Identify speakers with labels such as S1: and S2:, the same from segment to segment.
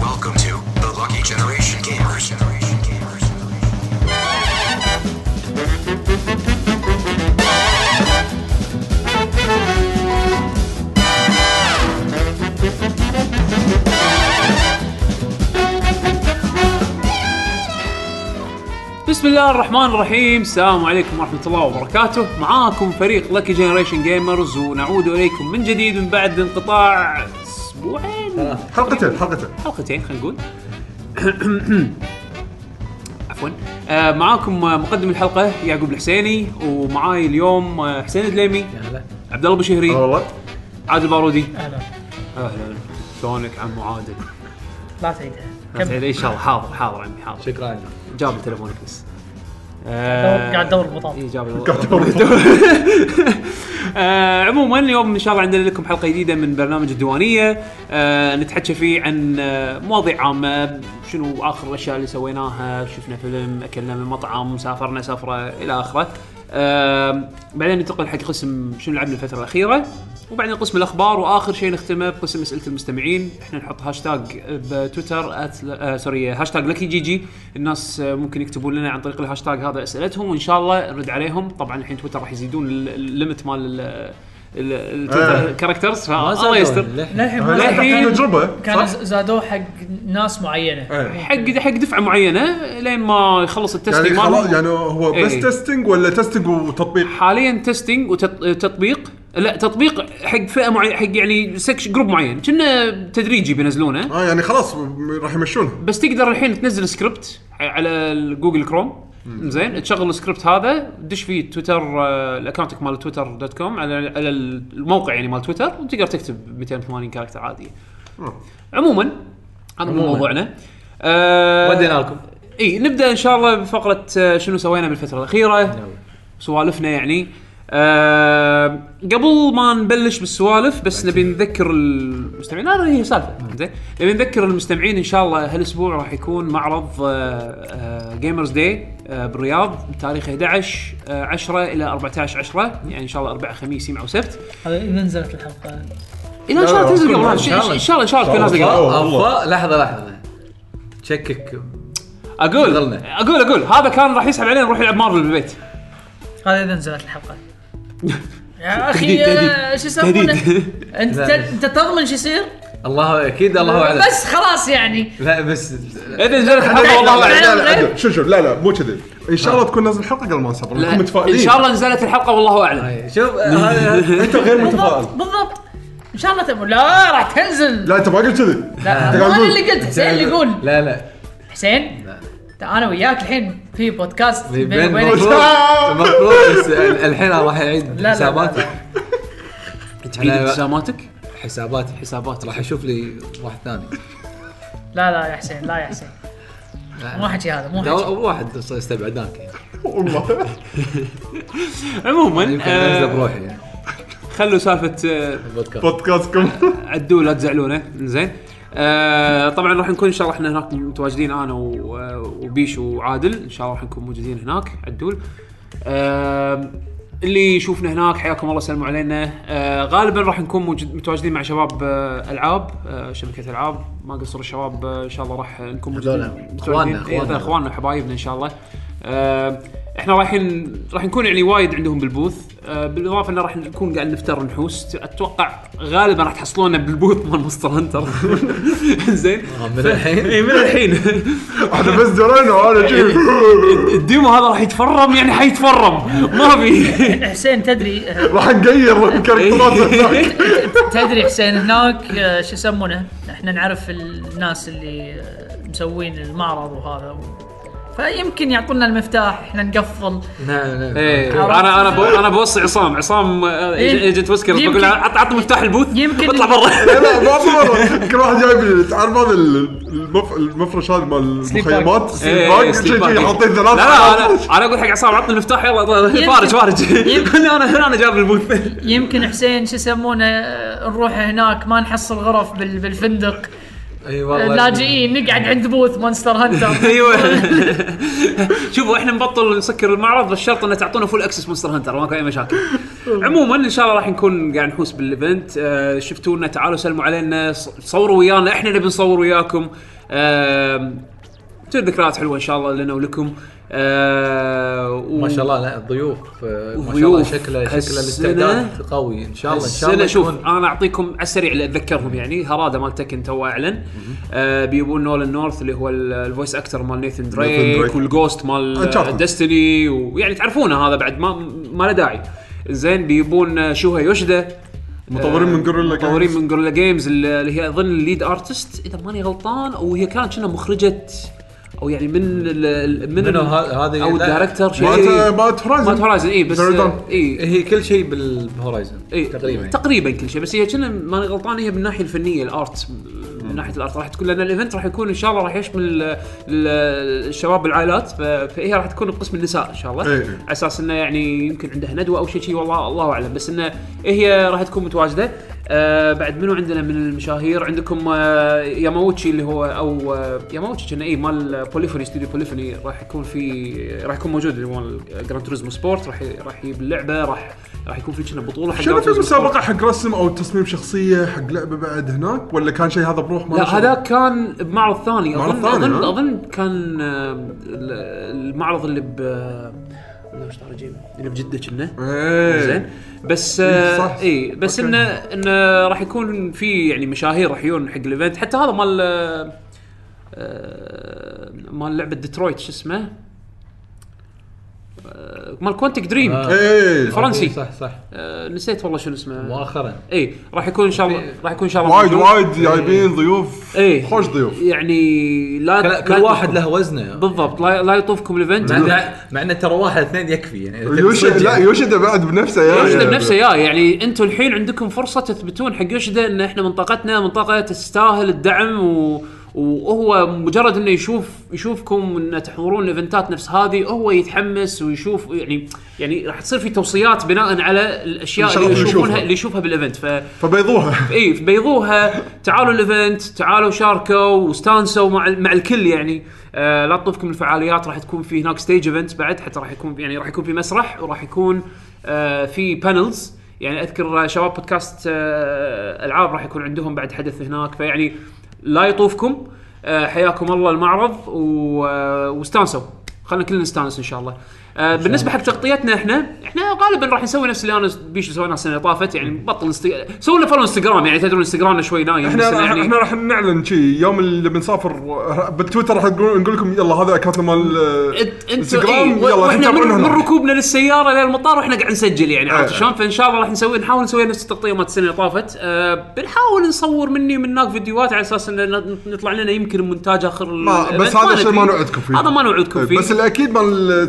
S1: Welcome to the Lucky Generation Gamers. Generation Gamers.
S2: بسم الله الرحمن الرحيم السلام عليكم ورحمة الله وبركاته معاكم فريق لكي جنريشن جيمرز ونعود إليكم من جديد من بعد انقطاع أسبوعين
S3: حلقتين حلقتين
S2: حلقتين خلينا نقول عفوا آه معاكم آه، مقدم الحلقة يعقوب الحسيني ومعاي اليوم آه، حسين الدليمي عبد الله
S3: اه
S2: بشهري
S3: والله
S2: عادل بارودي
S4: اهلا
S2: أهلا شلونك عمو عادل؟
S4: لا تعيدها
S2: لا
S4: كمل
S2: تعيد، إن شاء الله حاضر حاضر عمي حاضر
S5: شكرا عجل.
S2: جاب تليفونك بس
S4: دور- قاعد ادور البطاط
S2: اي إيه، جاب
S3: قاعد أدور
S2: آه، عموما اليوم ان شاء الله عندنا لكم حلقه جديده من برنامج الديوانيه آه، نتحكى فيه عن آه، مواضيع عامه شنو اخر الاشياء اللي سويناها شفنا فيلم اكلنا من مطعم سافرنا سفره الى اخره آه، بعدين ننتقل حق قسم شنو لعبنا الفتره الاخيره وبعدين قسم الاخبار واخر شيء نختمه بقسم اسئله المستمعين احنا نحط هاشتاج بتويتر أت... آه سوري هاشتاج لكي جي جي الناس آه، ممكن يكتبون لنا عن طريق الهاشتاج هذا اسئلتهم وان شاء الله نرد عليهم طبعا الحين تويتر راح يزيدون ال- الليمت مال ال- ال-
S3: آه.
S2: الكاركترز
S5: زادوا
S2: الله يستر
S5: للحين.
S4: للحين
S3: لا،
S4: ما
S2: للحين.
S4: كان-
S3: تجربه
S4: كانوا
S3: صح؟
S4: ز- زادوه حق ناس معينه
S3: إيه.
S2: حق حق دفعه معينه لين ما يخلص
S3: يعني
S2: التستنج
S3: خلاص
S2: مالهم
S3: يعني هو بس
S2: إيه.
S3: تستنج ولا تستنج وتطبيق؟
S2: حاليا تستنج وتطبيق لا تطبيق حق فئه معينه حق يعني سكش جروب معين كنا تدريجي بينزلونه
S3: اه يعني خلاص م- راح يمشونها
S2: بس تقدر الحين تنزل سكريبت على جوجل كروم زين تشغل السكريبت هذا دش فيه تويتر آه، الاكونتك مال تويتر دوت كوم على على الموقع يعني مال تويتر وتقدر تكتب 280 كاركتر عادي
S3: آه.
S2: عموما هذا هو
S5: عموماً.
S2: موضوعنا آه،
S5: ودينا لكم
S2: اي نبدا ان شاء الله بفقره آه، شنو سوينا بالفتره الاخيره سوالفنا يعني آه قبل ما نبلش بالسوالف بس نبي نذكر المستمعين هذا هي سالفه زين نبي نذكر المستمعين ان شاء الله هالاسبوع راح يكون معرض آه، جيمرز داي آه، بالرياض بتاريخ 11 آه، 10 الى 14 10 يعني ان شاء الله اربعاء خميس جمعه وسبت
S4: هذا اذا نزلت الحلقه
S2: اذا ان شاء الله
S3: لا،
S2: تنزل قبل
S3: كل-
S2: هذا. ان شاء الله ان شاء الله تكون نازل قبل
S3: والله.
S5: افا لحظه لحظه تشكك
S2: اقول
S5: شغلنا.
S2: اقول اقول هذا كان راح يسحب علينا نروح نلعب مارفل بالبيت
S4: هذا اذا نزلت الحلقه يا اخي
S2: تهديد،
S4: أنا- شو يسمونه
S2: تهديد.
S4: انت انت تضمن شو يصير
S5: الله اكيد الله اعلم
S4: بس خلاص يعني
S5: لا بس
S2: اذا نزلت الحلقه والله أعلم.
S3: لا لا عدل. شوف شوف لا لا مو كذي ان شاء الله تكون نازل الحلقه قبل ما نسافر نكون
S2: ان
S3: متفائلين
S2: شاء الله نزلت الحلقه والله اعلم
S5: هاي، شوف هذا- هذا-
S3: انت غير
S4: بالضبط
S3: متفائل
S4: بالضبط ان شاء الله تبون لا راح تنزل
S3: لا انت ما قلت كذي
S4: لا
S3: أنت قاعد
S4: انا
S3: تقول.
S4: اللي قلت حسين اللي يقول
S5: لا لا
S4: حسين تا- انا وياك الحين في بودكاست بيني
S5: بين
S4: وبينك
S5: المفروض المفروض بس ال- الحين راح يعيد
S4: لا،
S5: حساباتي
S2: تعيد
S5: أنا-
S2: التزاماتك
S5: حساباتي
S2: حساباتك
S5: راح اشوف لي واحد ثاني
S4: لا لا يا حسين لا يا حسين مو حكي هذا مو
S5: لا،
S4: حكي
S5: اول واحد استبعدناك يعني
S3: والله
S2: عموما
S5: يمكن انزله
S2: آه
S5: بروحي يعني
S2: خلوا سالفه آه،
S5: البودكاست
S3: بودكاستكم
S2: عدوا لا تزعلونه زين آه طبعا راح نكون ان شاء الله احنا هناك متواجدين انا و- آه، وبيش وعادل ان شاء الله راح نكون موجودين هناك عدول آه اللي يشوفنا هناك حياكم الله سلموا علينا آه غالبا راح نكون موجود متواجدين مع شباب آه العاب آه شبكه العاب ما قصر الشباب آه ان شاء الله راح نكون موجودين
S5: هذول
S2: متواجدين.
S5: إخواننا-
S2: إيه، هذول
S5: إخواننا.
S2: اخواننا وحبايبنا ان شاء الله آه احنا رايحين راح نكون يعني وايد عندهم بالبوث آه بالاضافه انه راح نكون قاعد نفتر نحوس اتوقع غالبا راح تحصلونا بالبوث مال مستر هنتر زين
S5: من الحين
S2: اي من الحين
S3: احنا بس درينا وانا جيب إيه.
S2: الديمو هذا راح يتفرم يعني حيتفرم ما في
S4: حسين تدري
S3: راح نغير الكاركترات هناك
S4: تدري حسين هناك آه، شو يسمونه احنا نعرف الناس اللي آه، مسوين المعرض وهذا و... فيمكن يعطونا المفتاح احنا نقفل
S5: نعم نعم
S2: إيه، انا انا بو- انا بوصي عصام عصام آه،
S4: إيه.
S2: ايجنت وسكر
S4: يمكن-
S2: بقول له عط عط مفتاح البوث
S4: يمكن-
S2: اطلع برا
S3: لا لا ما في مرة. كل واحد جايب لي- تعرف هذا ال- المف- المفرش هذا مال المخيمات
S2: إيه،
S3: سليب باج
S2: سليب
S3: شي-
S2: باج.
S3: شي حاطين
S2: لا
S3: ثلاثة
S2: لا انا انا اقول حق عصام عطني المفتاح يلا طلع- فارج فارج
S4: يمكن-
S2: انا انا انا جاب البوث
S4: يمكن حسين شو يسمونه آه، نروح هناك ما نحصل غرف بال... بالفندق
S5: اي والله
S4: لاجئين نقعد عند بوث مونستر هانتر
S2: ايوه شوفوا احنا نبطل نسكر المعرض بس شرط ان تعطونا فول اكسس مونستر هانتر ماكو اي مشاكل. عموما ان شاء الله راح نكون قاعد نحوس بالايفنت آه شفتونا تعالوا سلموا علينا ص- صوروا ويانا احنا نبي نصور وياكم. آه ذكريات حلوه ان شاء الله لنا ولكم. آه و-
S5: ما شاء الله لا الضيوف آه، ما شاء الله
S2: ضيوف
S5: شكله شكله
S2: هالسنة-
S5: الاستعداد قوي ان شاء الله ان شاء الله
S2: السنه شوف
S5: يكون-
S2: انا اعطيكم على السريع اللي اتذكرهم يعني هراده مال تكن تو اعلن آه بيبون نولان نورث اللي هو ال- الفويس اكتر مال نيثن دريك
S3: دريك.
S2: والجوست مال
S5: آه،
S3: Uncharted.
S2: ديستني ويعني تعرفونه هذا بعد ما ما له داعي زين بيبون آه، شوها يوشدا آه،
S3: مطورين من Guerrilla Games.
S2: مطورين من جوريلا جيمز اللي هي اظن الليد ارتست اذا ماني غلطان او هي كانت شنو مخرجه او يعني من ال- ال- من
S5: منو ه- هذه-
S2: او
S5: لا.
S2: الدايركتر شيء
S3: مالت مالت هورايزن
S2: مالت هورايزن اي بس إيه.
S3: Zero Dawn.
S2: اي
S5: هي كل شيء بال- بالهورايزن
S2: اي
S5: تقريبا
S2: تقريبا إيه، كل شيء بس هي كنا ماني غلطان هي من الناحيه الفنيه الارت من ناحيه الارت راح تكون لان الايفنت راح يكون ان شاء الله راح يشمل ال- ال- الشباب بالعائلات ف- فهي راح تكون بقسم النساء ان شاء الله
S3: إيه.
S2: على اساس انه يعني يمكن عندها ندوه او شيء شيء والله الله اعلم بس انه هي راح تكون متواجده آه بعد منو عندنا من المشاهير عندكم آه ياماوتشي اللي هو او آه ياماوتشي كان اي مال بوليفوني استوديو بوليفوني راح يكون في راح يكون موجود اللي هو مال جراند توريزمو سبورت راح ي- راح يجيب اللعبه راح راح يكون في كنا بطوله حق
S3: شنو
S2: Gran
S3: في
S2: Turismo
S3: مسابقه حق رسم او تصميم شخصيه حق لعبه بعد هناك ولا كان شيء هذا بروح ما
S2: لا
S3: له شغل؟
S2: هذا كان بمعرض ثاني
S3: معرض
S2: اظن
S3: ثاني،
S2: اظن
S3: ها؟
S2: اظن كان آه، ال- المعرض اللي ب آه، اللهم شطار أجيب، اللي بجده كنا
S3: إيه.
S2: زين بس
S3: صح.
S2: اي بس
S3: أوكي.
S2: انه انه راح يكون في يعني مشاهير راح يجون حق الايفنت حتى هذا مال آه، آه، مال لعبه ديترويت شو اسمه آه، مال كوانتك دريم
S5: آه.
S3: ايه
S2: فرنسي.
S5: صح صح
S2: آه، نسيت والله شنو اسمه
S5: مؤخرا
S2: اي راح يكون ان شاء الله راح يكون ان شاء الله
S3: وايد
S2: موجود.
S3: وايد جايبين ضيوف
S2: ايه
S3: خوش ضيوف
S2: يعني لا
S5: كل-
S2: لا
S5: كل واحد
S2: يطوفكم.
S5: له وزنه
S2: بالضبط لا, لا يطوفكم يعني الايفنت
S5: مع إنه- مع انه ترى واحد اثنين يكفي يعني إذا تبي
S3: يوشدا
S5: صدق
S3: لا
S5: يعني.
S3: يوشدا بعد بنفسه يا
S2: يوشدا بنفسه يا يعني انتم الحين عندكم فرصه تثبتون حق يوشدا ان احنا منطقتنا منطقه تستاهل الدعم و... وهو مجرد انه يشوف يشوفكم ان تحضرون ايفنتات نفس هذه هو يتحمس ويشوف يعني يعني راح تصير في توصيات بناء على الاشياء
S3: الشغلات
S2: اللي
S3: اللي
S2: يشوفونها
S3: يشوفها.
S2: اللي يشوفها بالايفنت ف
S3: فبيضوها
S2: اي إيه، بيضوها تعالوا الايفنت تعالوا شاركوا واستانسوا مع مع الكل يعني آه لا تطوفكم الفعاليات راح تكون في هناك ستيج ايفنت بعد حتى راح يكون يعني راح يكون في مسرح وراح يكون آه في بانلز يعني اذكر شباب بودكاست آه العاب راح يكون عندهم بعد حدث هناك فيعني لا يطوفكم آه حياكم الله المعرض و- آه، واستانسوا خلينا كلنا نستانس ان شاء الله آه بالنسبه حق تغطيتنا احنا احنا غالبا راح نسوي نفس اللي انا بيشو سويناه السنه اللي طافت يعني بطل انست... سووا لنا فولو انستغرام يعني تدرون انستغرامنا شوي نايم
S3: احنا
S2: بس إنه
S3: راح
S2: يعني
S3: احنا راح نعلن شي يوم اللي بنسافر بالتويتر راح نقول نقول لكم يلا هذا اكونتنا مال
S2: إنت- انتوا
S3: انستغرام
S2: إيه، و-
S3: يلا
S2: واحنا من,
S3: تابعونا
S2: من
S3: هناك.
S2: ركوبنا للسياره للمطار واحنا قاعد نسجل يعني عرفت
S3: آه.
S2: شلون فان شاء الله راح نسوي نحاول نسوي نفس التغطيه مالت السنه اللي طافت آه بنحاول نصور مني من هناك فيديوهات على اساس ان ن- نطلع لنا يمكن مونتاج اخر
S3: ما بس
S2: الإيفنت.
S3: هذا الشيء
S2: ندري.
S3: ما نوعدكم فيه إيه،
S2: هذا ما نوعدكم فيه
S3: بس الاكيد مال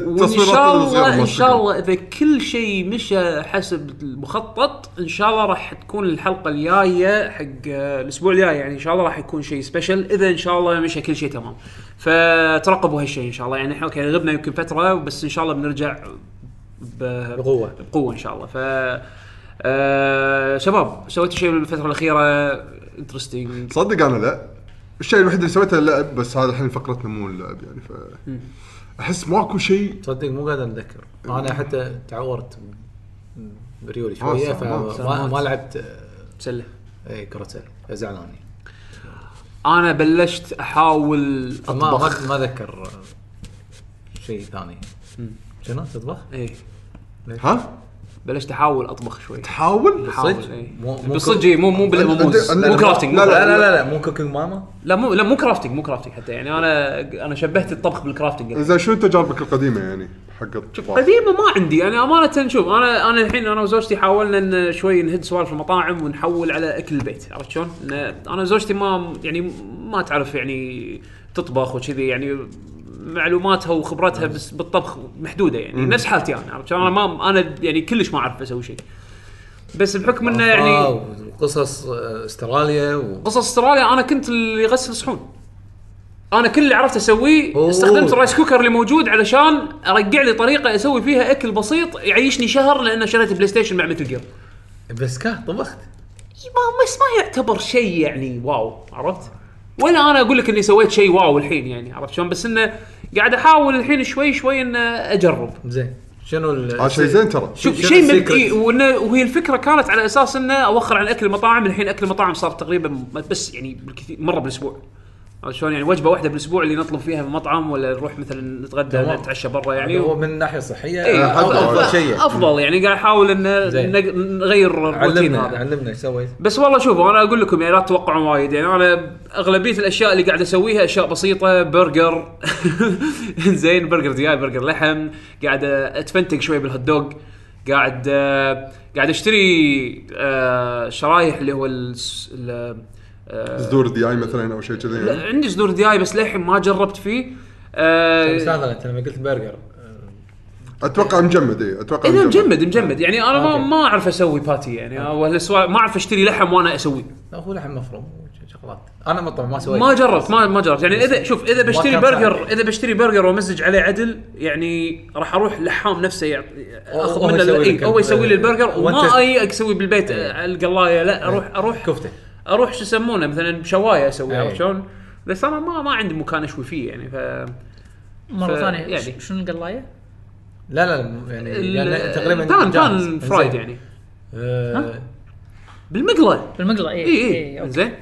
S2: وان
S3: التصويرات
S2: شاء الله
S3: الصغيرة
S2: ان
S3: مال
S2: شاء الله اذا كل شيء مشى حسب المخطط ان شاء الله راح تكون الحلقه الجايه حق آه، الاسبوع الجاي يعني ان شاء الله راح يكون شيء سبيشل اذا ان شاء الله مشى كل شيء تمام فترقبوا هالشيء ان شاء الله يعني احنا اوكي غبنا يمكن فتره بس ان شاء الله بنرجع ب-
S5: بقوة.
S2: بقوه ان شاء الله ف آه شباب سويتوا شيء بالفتره الاخيره انترستنج
S3: تصدق انا لا الشيء الوحيد اللي سويته اللعب بس هذا الحين فقرتنا مو اللعب يعني ف احس ماكو شيء
S5: تصدق مو قادر اتذكر انا حتى تعورت بريولي
S3: آه،
S5: شويه
S3: صح، ما-
S5: فما ما لعبت إيه، آه،
S2: سله
S5: اي كره سله فزعلان
S2: انا بلشت احاول
S5: ما ما
S2: اطبخ
S5: ما اذكر آه، شيء ثاني شنو تطبخ؟
S2: ايه
S3: ها
S2: بلشت احاول اطبخ شوي
S3: تحاول
S2: حاول
S5: صدق؟
S2: إيه.
S5: مو- مو
S2: بالصدق إيه، مو مو بالموز
S3: عند-
S2: مو كرافتنج
S3: لا،
S5: لا
S2: لا
S5: لا لا لا مو كوكينج ماما
S2: لا مو لا مو كرافتنج مو كرافتنج حتى يعني انا انا شبهت الطبخ بالكرافتنج
S3: زين شنو تجاربك القديمه يعني حق الطباخ؟
S2: قديمه ما عندي انا امانه شوف انا انا الحين انا وزوجتي حاولنا ان شوي نهد سوالف المطاعم ونحول على اكل البيت عرفت شلون؟ إن انا وزوجتي ما يعني ما تعرف يعني تطبخ وكذي يعني معلوماتها وخبرتها بس بالطبخ محدوده يعني نفس حالتي انا عرفت شلون؟ انا ما انا يعني كلش ما اعرف اسوي شيء بس بحكم انه
S5: آه،
S2: يعني
S5: قصص استراليا و...
S2: قصص استراليا انا كنت اللي يغسل صحون انا كل اللي عرفت اسويه
S5: أوه.
S2: استخدمت الرايس كوكر اللي موجود علشان ارجع لي طريقه اسوي فيها اكل بسيط يعيشني شهر لان شريت بلاي ستيشن مع مثل جير
S5: بس كه طبخت
S2: ما بس ما يعتبر شيء يعني واو عرفت ولا انا اقول لك اني سويت شيء واو الحين يعني عرفت شلون بس انه قاعد احاول الحين شوي شوي انه اجرب
S5: زين شنو ال
S3: هذا آه، شيء زين ترى
S2: شوف
S5: شنو
S2: شيء من
S5: السيكرت؟
S2: إيه وإنه- وهي الفكره كانت على اساس انه اوخر عن اكل المطاعم الحين اكل المطاعم صار تقريبا م- بس يعني بالكثير مره بالاسبوع عرفت شلون يعني وجبه واحده بالاسبوع اللي نطلب فيها من مطعم ولا نروح مثلا نتغدى
S5: تمام.
S2: نتعشى برا يعني
S5: يعني هو من ناحيه صحيه
S2: إيه،
S5: أفضل-
S3: أفضل
S5: افضل شيء
S2: افضل يعني قاعد احاول ان
S5: زين.
S2: نق- نغير الروتين
S5: علمنا
S2: هذا
S5: علمنا ايش سويت؟
S2: بس والله شوفوا انا اقول لكم يعني لا تتوقعون وايد يعني انا اغلبيه الاشياء اللي قاعد اسويها اشياء بسيطه برجر زين برجر دياي برجر لحم قاعد اتفنتق شوي بالهوت دوغ قاعد آه، قاعد اشتري آه، شرايح اللي هو الس- ال- آه،
S3: صدور دياي مثلا او شيء كذي
S2: لا،
S3: يعني.
S2: عندي صدور دياي بس للحين ما جربت فيه آه،
S5: بس هذا انت لما قلت برجر أه،
S3: اتوقع مجمد اي اتوقع
S2: اذا مجمد مجمد يعني انا ما
S5: أوكي.
S2: ما اعرف اسوي باتي يعني وهالسوالف ما اعرف اشتري لحم وانا اسويه
S5: لا هو لحم مفروم شغلات انا مطعم ما سويت
S2: ما جربت ما ما جربت يعني اذا شوف اذا بشتري
S5: طيب. كان
S2: برجر
S5: صعب.
S2: اذا بشتري برجر وامزج عليه عدل يعني راح اروح لحام نفسه يعطي
S5: هو
S2: اخذ منه
S5: يسوي
S2: ال-
S5: لك
S2: إيه، هو يسوي لي
S5: ال-
S2: البرجر
S5: وأنت-
S2: وما اي اسوي بالبيت على القلايه لا اروح اروح
S5: كفته
S2: اروح شو يسمونه مثلا شوايه اسوي
S5: إيه.
S2: عرفت شلون؟ بس انا ما ما عندي مكان اشوي فيه يعني ف
S4: مره
S2: ف-
S4: ثانيه
S2: يعني.
S4: يعني شنو القلايه؟
S5: لا لا لا، يعني, يعني
S2: ال-
S5: تقريبا
S2: بان
S5: جاهز.
S2: بان فرايد
S5: زين.
S2: يعني
S5: آه،
S2: بالمقله
S4: بالمقلة اي
S2: اي اي
S4: أوكي.
S2: إيه،
S4: إيه،
S2: زين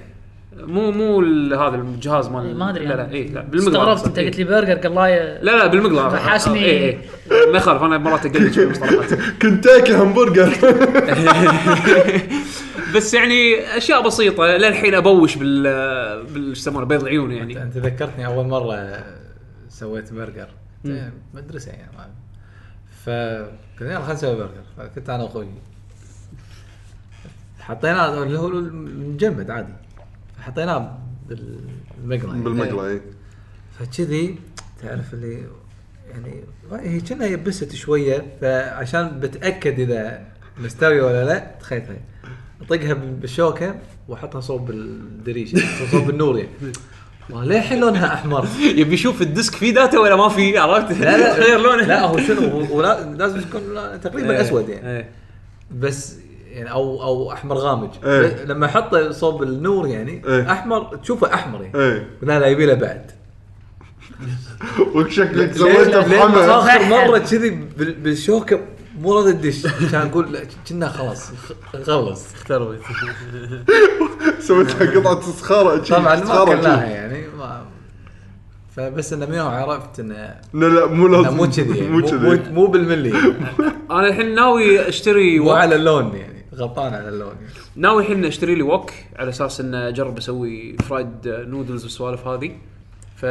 S2: مو مو ال- هذا الجهاز مال
S4: ما أدري
S2: لا
S4: أنا.
S2: لا اي لا بالمقله
S4: استغربت
S2: أقصد.
S4: انت
S2: إيه.
S4: قلت لي برجر قلايه
S2: لا لا بالمقلاة
S4: فحاشني.
S2: اي اي ما يخالف انا مرات اقلد شوي مصطلحات
S3: كنتاكي همبرجر
S2: بس يعني اشياء بسيطه للحين ابوش بال بال شو يسمونه بيض العيون يعني
S5: انت ذكرتني اول مره سويت برجر مدرسه يعني ما- فقلت يلا خلينا نسوي برجر كنت انا واخوي حطيناه اللي هو المجمد عادي حطيناه بالمقلاة يعني.
S3: بالمقله اي
S5: فكذي تعرف اللي يعني هي كنا يبست شويه فعشان بتاكد اذا مستوي ولا لا تخيلها اطقها بالشوكه واحطها صوب الدريشه صوب النور يعني ليه لونها احمر؟
S2: يبي يشوف الديسك فيه داتا ولا ما فيه عرفت
S5: لا لا
S2: غير لونه
S5: لا هو شنو هو- هو لا- لازم يكون لا- تقريبا
S2: إيه،
S5: اسود يعني
S2: إيه.
S5: بس يعني او او احمر غامج
S3: إيه.
S5: لما احطه صوب النور يعني
S3: إيه.
S5: احمر تشوفه احمر يعني
S3: اي
S5: لا لا يبي له بعد
S3: وشكلك
S5: لين-
S3: سويته
S5: لين
S3: بحمى
S5: اخر مره كذي بال- بالشوكه مو راضي تدش كان اقول لا كنا خلاص خلص اختربت
S3: سويتها قطعه سخاره شي،
S5: طبعا ما
S3: سخارة
S5: اكلناها
S3: شي.
S5: يعني ما فبس انه ميو عرفت انه
S3: لا لا مو
S5: لا
S3: لازم
S5: مو كذي يعني
S3: مو
S5: مو, مو,
S3: كذي
S5: مو بالملي يعني.
S2: انا الحين ناوي اشتري
S5: مو
S2: ووك.
S5: على اللون يعني غلطان على اللون يعني.
S2: ناوي الحين اشتري لي ووك على اساس ان اجرب اسوي فرايد نودلز والسوالف هذه ف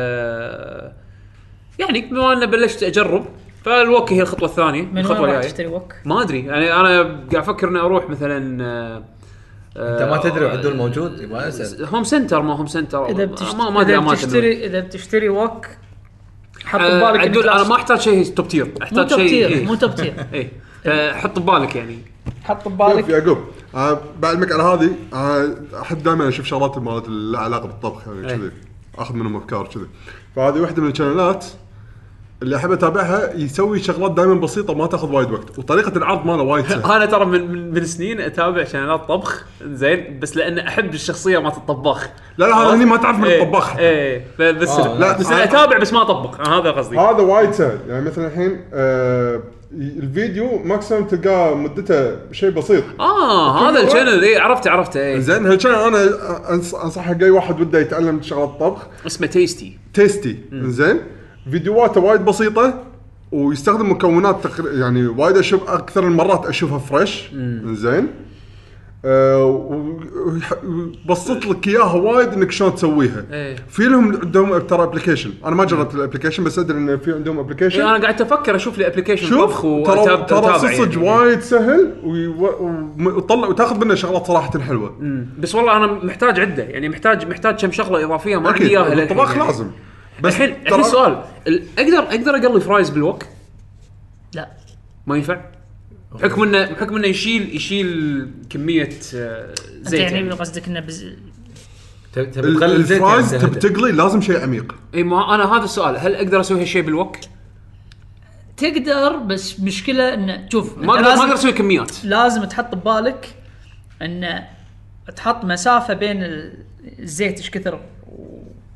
S2: يعني بما ان بلشت اجرب فالووك هي الخطوه الثانيه
S4: من
S2: الخطوه
S4: وين راح
S2: الجاية.
S4: تشتري وك؟
S2: ما ادري يعني انا قاعد افكر اني اروح مثلا آه،
S5: انت ما
S2: آه،
S5: تدري عدول موجود يبغى اسال
S2: هوم سنتر ما هوم سنتر
S4: اذا
S2: آه،
S4: بتشت-
S2: ما ما ادري
S4: إذا
S2: اماكن وين.
S4: بتشتري اذا بتشتري وك حط
S2: آه،
S4: ببالك
S2: عدول
S4: إنك
S2: انا ما احتاج شيء توب تير
S4: مو
S2: احتاج
S4: توب
S2: شيء
S4: تير
S2: إيه.
S4: مو توب تير
S2: إيه. فحط ببالك يعني
S4: حط
S3: شوف
S4: ببالك
S3: يعقوب آه، بعد المقعده هذه آه، احب دائما اشوف شغلات مالت اللي لها علاقه بالطبخ يعني
S5: إيه.
S2: أي.
S3: كذي اخذ منهم افكار كذي فهذه واحده من الشانلات اللي احب اتابعها يسوي شغلات دائما بسيطه ما تاخذ وايد وقت وطريقه العرض ماله وايد سهله
S2: انا ترى من من, من سنين اتابع شانلات طبخ زين بس لان احب الشخصيه مالت الطباخ
S3: لا لا هذا هني ما تعرف من
S2: إيه،
S3: الطباخ
S2: ايه فبس
S5: آه،
S3: لا،
S2: لا بس
S3: أنا- آه.
S2: اتابع بس ما اطبق أنا هذا قصدي
S3: هذا وايد سهل يعني مثلا الحين آه، الفيديو ماكسيمم تلقاه مدته شيء بسيط
S2: اه هذا الشانل اي عرفته عرفته ايه
S3: زين هالشيء انا أنص- انصحك اي واحد وده يتعلم شغلات الطبخ
S2: اسمه تيستي
S3: تيستي زين فيديوهاته وايد بسيطه ويستخدم مكونات تقر... يعني وايد اشوف اكثر المرات اشوفها فريش زين آه، و- ويح- ويبسط لك اياها وايد انك شلون تسويها
S2: إيه.
S3: في لهم عندهم ترى ابلكيشن انا ما جربت الابلكيشن بس ادري ان في عندهم
S2: إيه،
S3: ابلكيشن
S2: انا قاعد افكر اشوف لي ابلكيشن
S3: شوف
S2: طبخ
S3: ترى
S2: وأتاب-
S3: ترى
S2: أتابع
S3: صدق
S2: يعني.
S3: وايد سهل وي- و- وطلع وتاخذ منه شغلات صراحه حلوه
S2: بس والله انا محتاج عده يعني محتاج محتاج كم شغله اضافيه ما عندي
S3: اكيد
S2: اياها للحين
S3: الطبخ
S2: يعني.
S3: لازم
S2: بس الحين
S3: ترى-
S2: الحين سؤال ال- اقدر اقدر اقلي فرايز بالوك
S4: لا
S2: ما ينفع؟ بحكم انه بحكم انه يشيل يشيل كميه آه،
S4: انت
S2: زيت
S4: يعني
S2: يعني
S4: قصدك انه بز...
S5: تبي تبي
S3: ال-
S5: تغلي الزيت يعني
S3: الفرايز تبي
S5: تهدى.
S3: تقلي لازم شيء عميق
S2: اي ما انا هذا السؤال هل اقدر اسوي هالشيء بالوك؟
S4: تقدر بس مشكله انه شوف
S2: ما
S4: أنت
S2: اقدر ما
S4: لازم-
S2: اقدر اسوي كميات
S4: لازم تحط ببالك ان تحط مسافه بين ال- الزيت ايش كثر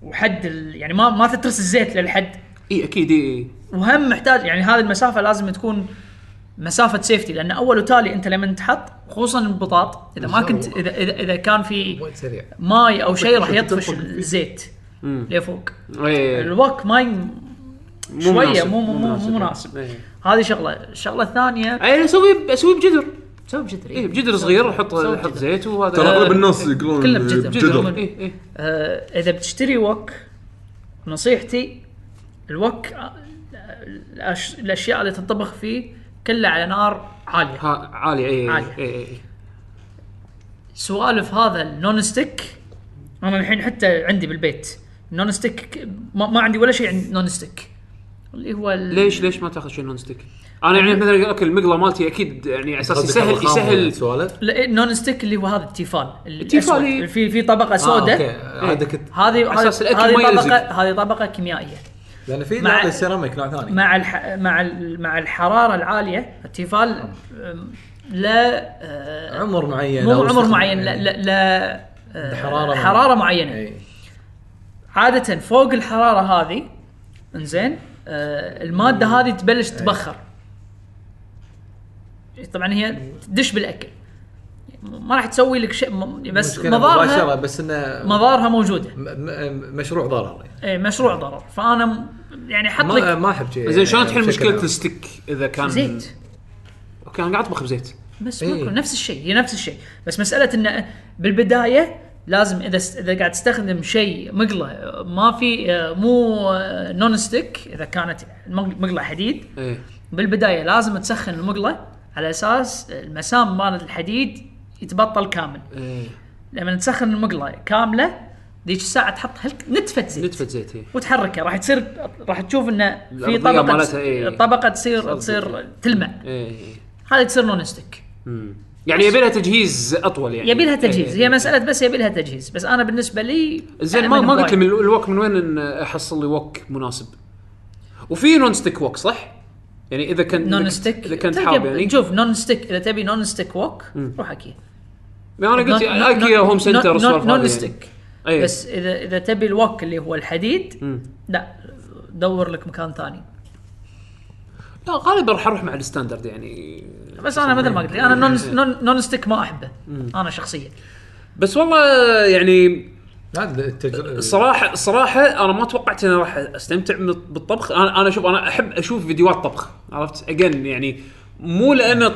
S4: وحد ال... يعني ما ما تترس الزيت للحد
S2: اي اكيد اي
S4: وهم محتاج يعني هذه المسافه لازم تكون مسافه سيفتي لان اول وتالي انت لما تحط خصوصا البطاط اذا ما كنت اذا اذا, إذا كان في
S5: وايد سريع
S4: ماي او شيء راح
S3: تنفخ-
S4: يطفش
S3: تنفخ.
S4: الزيت لفوق
S2: إي.
S4: الوك ماي
S2: مو
S4: شويه
S2: مناسب، يعني.
S4: مو مو مو مو مناسب
S2: إي.
S4: هذه شغله الشغله الثانيه
S2: اي اسوي اسوي بجذر
S4: سوي بجذر
S2: اي بجذر إيه، صغير احط
S4: سوي
S2: احط
S4: بجذر.
S2: زيت وهذا
S3: ترى اغلب
S2: آه،
S3: الناس يقولون
S4: كله بجدر.
S3: بجدر.
S4: بجدر.
S2: اي اي
S4: آه، اذا بتشتري وك نصيحتي الوك آه، الأش- الاشياء اللي تنطبخ فيه كلها على نار عاليه
S2: ها إيه، عالي اي
S4: عالي.
S2: اي اي
S4: سوالف هذا النون ستيك انا الحين حتى عندي بالبيت النون ستيك ما, ما عندي ولا شيء عند نون ستيك اللي هو ال-
S2: ليش ليش ما تاخذ شيء نون ستيك؟ انا يعني مثلا اوكي المقله مالتي اكيد يعني على اساس يسهل يسهل
S5: سوالف
S4: لا، النون ستيك اللي هو هذا التيفال
S2: التيفال،
S4: الأسود.
S2: إيه.
S4: في في طبقه
S5: اوكي
S4: سوداء
S5: عاد كنت
S4: هذه
S2: على أساس
S4: هذه
S2: الأكل
S4: هذه
S2: ما يلزق.
S4: طبقه هذه طبقه كيميائيه
S5: لان في
S4: مع-
S5: نوع سيراميك نوع ثاني
S4: مع الح... مع ال... مع الحراره العاليه التيفال أم، لا آه،
S5: عمر معين
S4: مو
S5: أو
S4: عمر
S5: استخدام- يعني.
S4: معين لا لا, لا آه،
S5: حراره
S4: حراره معينه
S5: إي.
S4: عاده فوق الحراره هذه انزين آه، الماده هذه تبلش تتبخر طبعا هي تدش بالاكل ما راح تسوي لك شيء م- بس
S5: مشكلة مباشرة
S4: مضارها
S5: بس انه
S4: مضارها موجوده
S5: م- م- مشروع ضرر يعني.
S4: اي إيه، مشروع ضرر فانا م- يعني حط
S5: ما
S4: لك
S5: ما احب شيء
S2: زين شلون تحل
S5: بشكل
S2: مشكله
S5: عام.
S2: الستيك اذا كان
S4: زيت
S2: اوكي انا قاعد اطبخ بزيت
S4: بس
S5: إيه.
S4: ماكو نفس الشيء هي نفس الشيء بس مساله انه بالبدايه لازم اذا اذا قاعد تستخدم شيء مقله ما في مو نون ستيك اذا كانت المق- مقله حديد
S2: ايه
S4: بالبدايه لازم تسخن المقله على اساس المسام مال الحديد يتبطل كامل
S2: ايه
S4: لما تسخن المقله كامله ذيك الساعه تحط هلك نتفه زيت
S2: نتفه زيت ايه
S4: وتحركها راح تصير راح تشوف انه في
S2: الأرضية
S4: طبقه
S2: مالتها إيه.
S4: طبقه تصير
S2: صار
S4: تصير تلمع
S2: ايه
S4: هذه تصير نون ستيك
S2: يعني يبي لها تجهيز اطول يعني
S4: يبي لها
S2: إيه،
S4: تجهيز
S2: إيه.
S4: هي مساله بس يبي لها تجهيز بس انا بالنسبه لي
S2: زين
S4: أنا
S2: ما
S4: من
S2: ما
S4: هواي.
S2: قلت لي من ال- الوك من وين إن احصل لي وك مناسب وفي نون ستيك وك صح؟ يعني اذا كان إذا
S4: نون
S2: كنت-
S4: ستيك
S2: اذا كنت
S4: تلقى-
S2: حاب يعني
S4: شوف نون ستيك اذا تبي نون ستيك ووك روح اكيا
S2: يعني انا قلت
S4: نون- نون-
S2: ايكيا
S4: نون-
S2: هوم سنتر
S4: نون-
S2: والسوالف هذه
S4: نون
S2: يعني.
S4: ستيك
S2: إيه.
S4: بس اذا اذا تبي الوك اللي هو الحديد لا دور لك مكان ثاني
S2: لا غالبا راح اروح مع الستاندرد يعني
S4: بس انا مثل ما قلت لك انا
S2: إيه.
S4: نون- نون نون ستيك ما احبه انا شخصيا
S2: بس والله يعني
S5: هذا التجربة
S2: الصراحه الصراحه انا ما توقعت اني راح استمتع من- بالطبخ انا انا شوف انا احب اشوف فيديوهات طبخ عرفت اجن يعني مو لان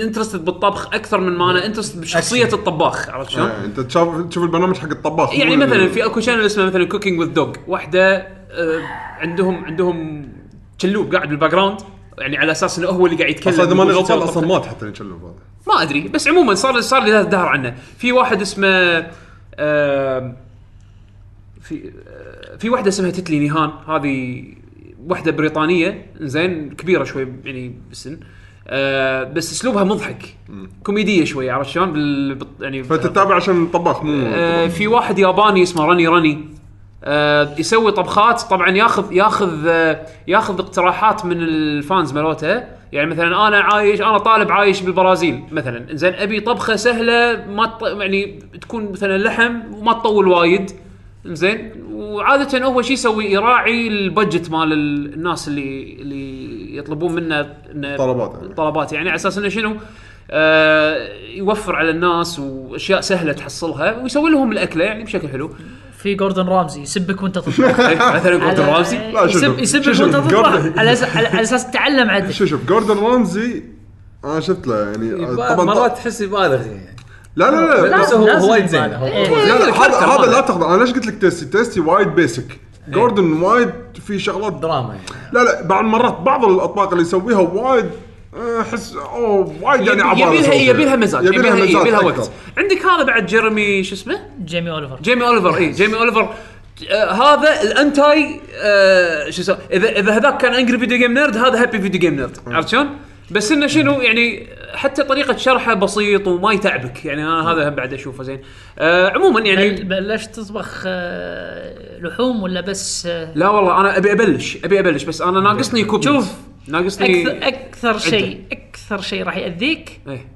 S2: انترستد بالطبخ اكثر من ما انا انترستد بشخصيه
S5: Action.
S2: الطباخ عرفت شلون؟
S3: إيه، انت تشوف تشوف البرنامج حق الطباخ
S2: يعني
S3: مو
S2: مثلا
S3: ال-
S2: في اكو شانل اسمه مثلا كوكينج وذ دوج واحده آه، عندهم عندهم شلوب قاعد بالباك جراوند يعني على اساس انه هو اللي قاعد يتكلم
S3: اصلا اذا ماني غلطان
S2: ويسوي
S3: اصلا
S2: طبخة.
S3: مات حتى يشلب هذا
S2: ما ادري بس عموما صار صار لي دهر عنه في واحد اسمه آم، في آه، في واحده اسمها تتلي نيهان هذه واحده بريطانيه زين كبيره شوي يعني بالسن آه، بس اسلوبها مضحك كوميديه شوي عرفت شلون بال بال- يعني
S3: فانت تتابع عشان الطباخ مو
S2: آه، في واحد ياباني اسمه راني راني آه، يسوي طبخات طبعا ياخذ ياخذ آه، ياخذ اقتراحات من الفانز مالوته يعني مثلا انا عايش انا طالب عايش بالبرازيل مثلا زين ابي طبخه سهله ما تط... يعني تكون مثلا لحم وما تطول وايد زين وعاده هو شو يسوي يراعي البجت مال ال- الناس اللي اللي يطلبون منه إنه
S3: طلبات يعني.
S2: طلبات يعني على اساس انه شنو آه يوفر على الناس واشياء سهله تحصلها ويسوي لهم الاكله يعني بشكل حلو
S4: في جوردن رامزي يسبك وانت تطبخ
S2: إيه، مثلا جوردن
S4: على-
S2: رامزي
S3: لا، شوف-
S4: يسب يسبك
S3: شوف-
S4: وانت
S3: جوردن.
S4: تطبخ على أس- على على اساس تتعلم عدل
S3: شوف شوف جوردن رامزي انا شفت له يعني آه، طبعا
S5: مرات تحس يبالغ يعني
S3: لا لا لا
S5: بس هو
S4: لازم
S5: هو وايد
S4: يبالغ.
S5: زين هو-
S4: إيه.
S5: هو زين.
S3: لا، لا، هذا
S2: الكاركتر
S3: هذا
S2: ماله.
S3: لا تاخذه انا ليش قلت لك تيستي تيستي وايد بيسك جوردن وايد في شغلات
S5: دراما يعني
S3: لا لا بعض مرات بعض الاطباق اللي يسويها وايد آه، احس اوه وايد يعني
S2: يبي
S3: عباره
S2: لها
S3: يسوي
S2: يبي لها
S3: فيها.
S2: مزاج
S3: يبي لها مزاج
S2: يبي لها
S3: أكثر.
S2: وقت عندك هذا بعد جيرمي شو اسمه
S4: جيمي اوليفر
S2: جيمي اوليفر اي جيمي اوليفر آه هذا الانتاي آه شو اسمه اذا اذا هذاك كان انجري فيديو جيم نيرد هذا هابي فيديو جيم نيرد عرفت شلون؟ بس انه شنو يعني حتى طريقه شرحه بسيط وما يتعبك يعني انا هذا هم بعد اشوفه زين آه عموما
S4: بل-
S2: يعني
S4: بلشت تطبخ آه، لحوم ولا بس آه،
S2: لا والله انا ابي ابلش ابي ابلش بس انا ناقصني كوب
S4: شوف،
S2: ناقصني
S4: اكثر اكثر شيء اكثر شيء راح ياذيك
S2: إيه.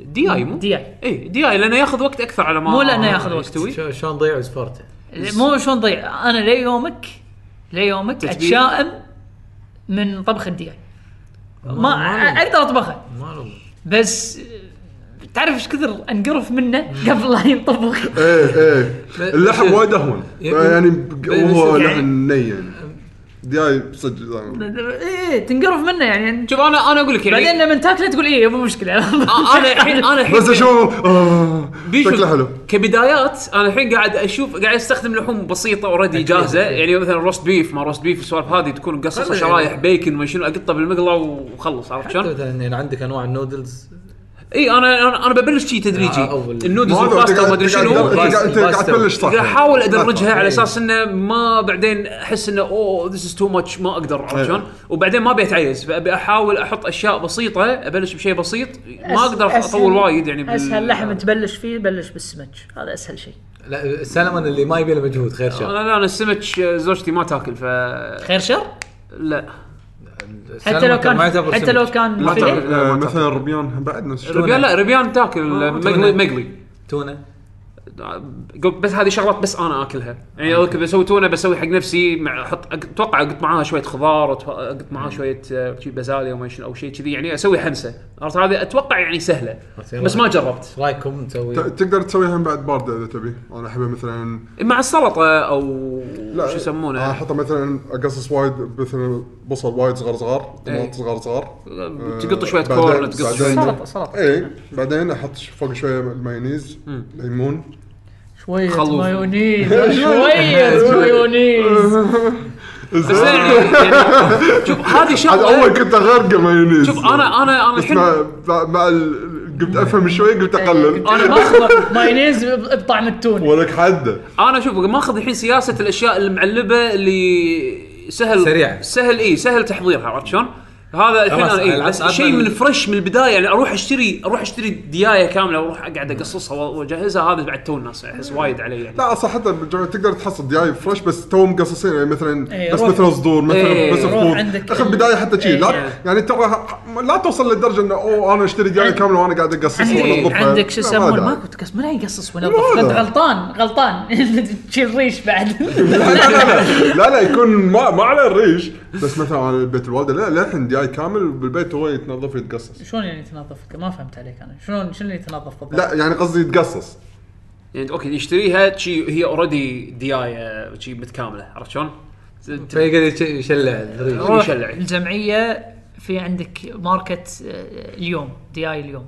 S2: دي اي مو
S4: دي اي
S2: اي دي اي لانه ياخذ وقت اكثر على ما
S4: مو لأنه ياخذ وقت.
S2: يستوي
S5: شو- شلون ضيع سبورته
S4: مو شلون تضيع انا ليومك ليومك
S2: تتبيل.
S4: اتشائم من طبخ الدياي ما
S5: ما-
S4: اقدر اطبخه
S5: ما له
S4: بس آه، تعرف ايش كثر انقرف منه قبل لا ينطبخ
S3: ايه ايه
S5: ب-
S3: اللحم
S5: بس-
S3: وايد اهون
S5: يبي-
S3: يعني
S5: بس-
S3: وهو
S5: يعني-
S3: لحم ني يعني دياي صدق
S4: ايه تنقرف منه يعني
S2: شوف انا انا اقول لك يعني
S4: بعدين لما تاكله تقول ايه مو مشكله
S2: آه، انا الحين انا الحين
S3: بس اشوف آه،
S2: بيشوف-
S3: شكله حلو
S2: كبدايات انا الحين قاعد اشوف قاعد استخدم لحوم بسيطه اوريدي جاهزه
S5: أكيد.
S2: يعني مثلا روست بيف ما روست بيف السوالف هذه تكون مقصصه
S5: خلي-
S2: شرايح بيكن ما شنو اقطها بالمقله وخلص عرفت شلون؟
S5: مثلا يعني عندك انواع النودلز
S2: اي انا انا, أنا ببلش شي تدريجي
S5: آه، أول.
S2: النودلز
S3: ما هذا أنت
S2: والباستا
S3: قاعد-
S2: وما ادري
S3: أنت
S2: شنو
S3: قاعد- أنت قاعد- أنت قاعد
S5: باستا.
S3: تبلش صح
S2: قاعد احاول
S3: يعني.
S2: ادرجها على
S5: إيه.
S2: اساس انه ما بعدين احس انه اوه ذيس از تو ماتش ما اقدر
S3: إيه.
S2: عرفت شلون؟ وبعدين ما ابي اتعيز فابي احاول احط اشياء بسيطه ابلش بشيء بسيط ما اقدر اطول وايد يعني بال-
S4: اسهل لحم تبلش فيه بلش بالسمك هذا اسهل شيء
S5: لا السلمون اللي ما يبي له مجهود خير
S2: انا
S5: شر
S2: لا انا السمك زوجتي ما تاكل ف
S4: خير شر
S2: لا
S4: حتى لو
S5: السلمون ما
S4: كان
S5: يعتبر
S4: حتى
S5: سمك.
S4: لو كان
S3: لا،
S2: تعرف.
S4: فيليه.
S2: لا، ما
S3: آه،
S2: تعرف.
S3: مثلا الربيان هم بعد نفس الشيء
S2: ربيان لا ربيان تاكل مقلي مقلي
S5: تونه
S2: قلت بس هذه شغلات بس انا اكلها يعني اوكي بسوي تونه بسوي حق نفسي مع احط أق- اتوقع اقط معاها شويه خضار أتو- اقط معاها شويه آه، شي بازاليا وما شنو او شيء كذي يعني اسوي حنسه عرفت هذه اتوقع يعني سهله
S5: بس يلا.
S2: بس ما جربت
S5: ايش رايكم نسوي
S3: ت- تقدر تسويها هم بعد بارده اذا تبي انا احبها مثلا
S2: مع السلطه او شو
S3: انا
S2: يسمونه
S3: احطها مثلا اقصص وايد مثلا بصل وايد صغار صغار
S2: إيه.
S3: طماط صغار صغار
S2: تقط شوية
S3: بعدين-
S2: كورن، تقط
S3: بعدين-
S2: شوية-
S4: سلطة- سلطة.
S3: اي بعدين احط ش- فوق شويه المايونيز ليمون
S4: شويه
S2: خلوص.
S4: مايونيز شويه مايونيز
S2: بس يعني, يعني شوف هذه
S3: عاد اول
S2: شغله
S3: كنت اغرقه مايونيز
S2: شوف انا انا انا
S3: بس
S2: الحين
S3: مع مع- مع ال- قمت افهم شوي قمت اقلل
S2: انا ماخذ
S4: مايونيز ب- بطعم التون
S3: ولك حده
S2: انا شوف ماخذ الحين سياسه الاشياء المعلبه اللي سهل
S5: سريعة.
S2: سهل اي سهل تحضيرها عرفت شلون؟ هذا الحين
S5: خلاص،
S2: انا اي
S5: العب-
S2: بس
S5: عبنا
S2: شيء
S5: ال-
S2: من فريش من البدايه يعني اروح اشتري اروح اشتري ديايه كامله واروح اقعد اقصصها واجهزها هذا بعد تو الناس احس وايد علي يعني
S3: لا اصلا حتى بالجو- تقدر تحصل دياي فريش بس تو مقصصين يعني مثلا
S4: إيه،
S3: بس
S4: روح.
S3: مثلا صدور مثلا
S2: إيه،
S3: بس
S2: روح
S3: خطوط
S4: عندك
S3: اخذ
S4: ال-
S3: بدايه حتى شي لا
S2: إيه.
S3: يعني ترى ه- لا توصل للدرجه انه اوه انا اشتري دياي
S4: عند-
S3: كامله وانا قاعد اقصصها
S2: عندك-
S3: وانظفها
S4: عندك شو
S3: لا، ما
S4: يسمون
S3: داعي.
S4: ماكو تقص من يقصص ولا
S3: لا.
S4: فانت غلطان غلطان تشيل ريش بعد
S3: لا لا لا لا لا يكون ما ما على الريش بس مثلا على بيت الوالده لا للحين دياي كامل بالبيت هو يتنظف ويتقصص
S4: شلون يعني تنظف ما فهمت عليك انا شلون شنو اللي تنظف بالضبط؟
S3: لا يعني قصدي يتقصص
S2: يعني اوكي يشتريها شي هي اوريدي ديايه شي متكامله عرفت شلون؟ ت- ت-
S5: فيقعد يشلع الريش
S2: روح يشلع.
S4: الجمعيه في عندك ماركت آه، اليوم دي اي اليوم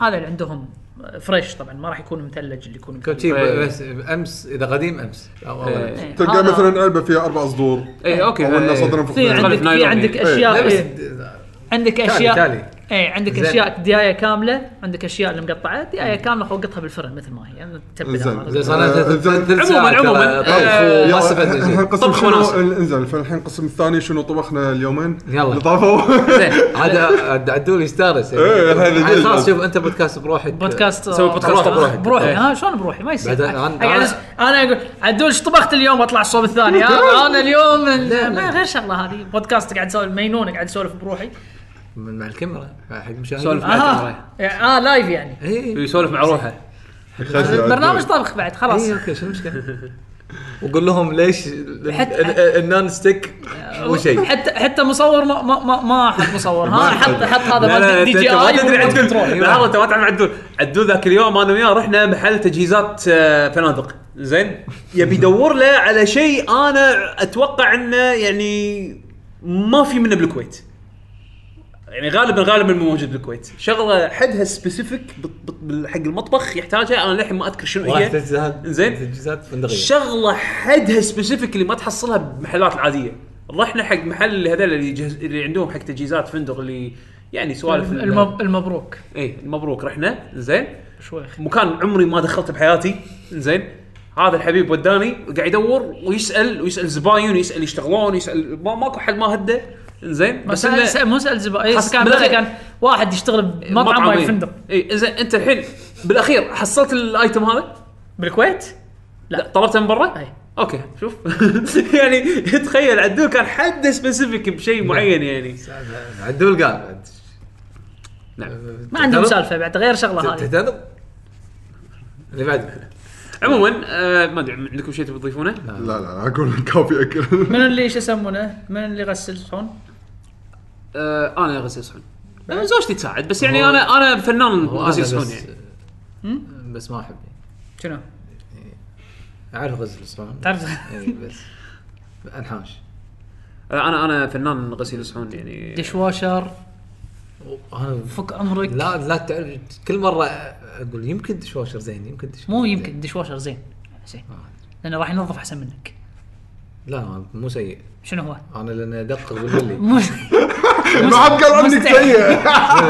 S4: هذا اللي عندهم آه، فريش طبعا ما راح يكون مثلج اللي يكون
S5: كم
S4: مثلج.
S5: شي
S2: إيه.
S5: بس امس اذا قديم امس او اول
S2: إيه.
S5: أمس.
S4: إيه،
S3: تلقى
S4: هذا-
S3: مثلا علبه فيها اربع صدور
S2: اي اوكي
S3: او انه
S2: إيه.
S3: صدر
S4: في
S3: فوق
S4: عندك في
S2: نايلون
S4: عندك
S2: يعني.
S4: اشياء
S5: لا بس
S4: إيه، عندك
S5: تالي-
S4: اشياء
S5: تالي.
S4: اي عندك
S5: نعم. زين.
S4: اشياء ديايه كامله عندك اشياء اللي مقطعه ديايه كامله وقطها بالفرن مثل ما هي يعني
S3: زين.
S4: تبدها
S5: اذا صارت
S3: آه،
S5: ثلث ساعة
S2: عموماً-
S5: ترى
S2: عموماً.
S5: طبخ
S2: آه،
S5: وما
S3: طيب، يلا،
S5: استفدنا
S3: الحين
S5: شيء
S3: القسم
S2: طبخ
S3: شنو
S2: وناسة.
S3: انزين فالحين القسم الثاني شنو طبخنا اليومين
S5: يلا.
S3: نظافه
S2: زين
S5: عاد عاد- عدول يستانس يعني.
S3: إيه، هذا
S5: عاد
S3: جد.
S5: خلاص شوف انت بودكاست بروحك
S4: بودكاست
S2: سوي بودكاست
S4: آه،
S5: بروحك.
S4: بروحي
S2: إيه.
S4: ها شلون بروحي ما يصير
S5: بعدين
S4: أقعد-
S5: عن-
S4: أقعد أس- انا اقول عدول ايش طبخت اليوم اطلع الصوب الثاني ها انا اليوم ال- ما غير شغله هذه بودكاست قاعد اسولف مينون قاعد اسولف بروحي
S5: من- مع الكاميرا إيه، مع حق
S2: سولف
S5: المشاهدين
S2: مع
S4: اه
S2: الكاميرا
S4: اه لايف يعني
S5: اي
S2: يسولف مع روحه
S5: إيه، طيب.
S4: برنامج طبخ بعد خلاص
S5: اي اوكي إيه، شو المشكله وقول لهم ليش ال-
S4: حتى-
S5: ال- النون ستيك مو شيء
S4: حتى حتى مصور ما ما ما, ما حط مصور ها حط حط هذا
S5: لا، لا،
S4: مال دي
S5: أنت-
S4: جي
S5: أنت ما تدري
S4: اي
S5: عدل.
S4: كنترول
S2: لحظه انت ما تعرف عدول عدول ذاك اليوم انا وياه رحنا محل تجهيزات آه، فنادق زين يبي يدور له على شيء انا اتوقع انه يعني ما في منه بالكويت يعني غالبا غالبا مو موجود بالكويت شغله حدها سبيسيفيك حق المطبخ يحتاجها انا للحين ما اذكر شنو
S5: واحد
S2: هي
S5: تجهيزات
S2: زين.
S5: تجهيزات فندقيه
S2: شغله حدها سبيسيفيك اللي ما تحصلها بالمحلات العاديه رحنا حق محل اللي هذول اللي, يجهز- اللي عندهم حق تجهيزات فندق اللي يعني سوالف ال-
S4: المب- المبروك
S2: اي إيه، مبروك رحنا زين
S4: شوي أخي.
S2: مكان عمري ما دخلت بحياتي زين هذا الحبيب وداني قاعد يدور ويسال ويسال زباين ويسال يشتغلون يسال ما ماكو حل ما هده زين
S4: بس
S2: بس انه
S4: مو سال زبائن
S2: حس-
S4: كان
S2: بالأخير-
S4: بالأخير- كان واحد يشتغل بمطعم مال فندق
S2: اي زين انت إيه، الحين بالاخير حصلت الايتم هذا؟
S4: بالكويت طيب.
S2: لا طلبته من برا؟
S4: أي.
S2: اوكي شوف يعني تخيل عدول كان حد سبيسيفيك بشيء معين يعني
S5: عدول قال بعد.
S2: نعم
S4: ما عندهم
S5: تهتم؟
S4: طيب. سالفه بعد غير شغله هذه
S5: تهتم اللي بعده
S2: عموما آه ما ادري عندكم شيء تبي تضيفونه؟
S3: لا لا اقول كافي اكل
S4: من اللي شو يسمونه؟ من اللي يغسل صحون؟
S2: آه انا غسيل صحون آه، زوجتي تساعد بس يعني انا انا فنان
S5: هو
S2: غسيل
S5: أنا
S2: صحون
S5: بس-
S2: يعني
S5: بس ما احب يعني.
S4: شنو؟
S5: اعرف غزل صحون
S4: تعرف
S5: إي، بس انحاش
S2: آه، انا انا فنان غسيل صحون يعني
S4: دشواشر
S5: انا
S4: فك امرك
S5: لا لا تعرف كل مره اقول يمكن دشواشر زين يمكن دشواشر
S4: مو
S5: زين.
S4: يمكن دشواشر زين زين
S5: آه.
S4: لانه راح ينظف احسن منك
S5: لا مو سيء
S4: شنو هو؟
S5: انا لان ادقق بالملي
S4: مو
S3: ما حد قال عنك
S4: مستحيل.
S3: سيء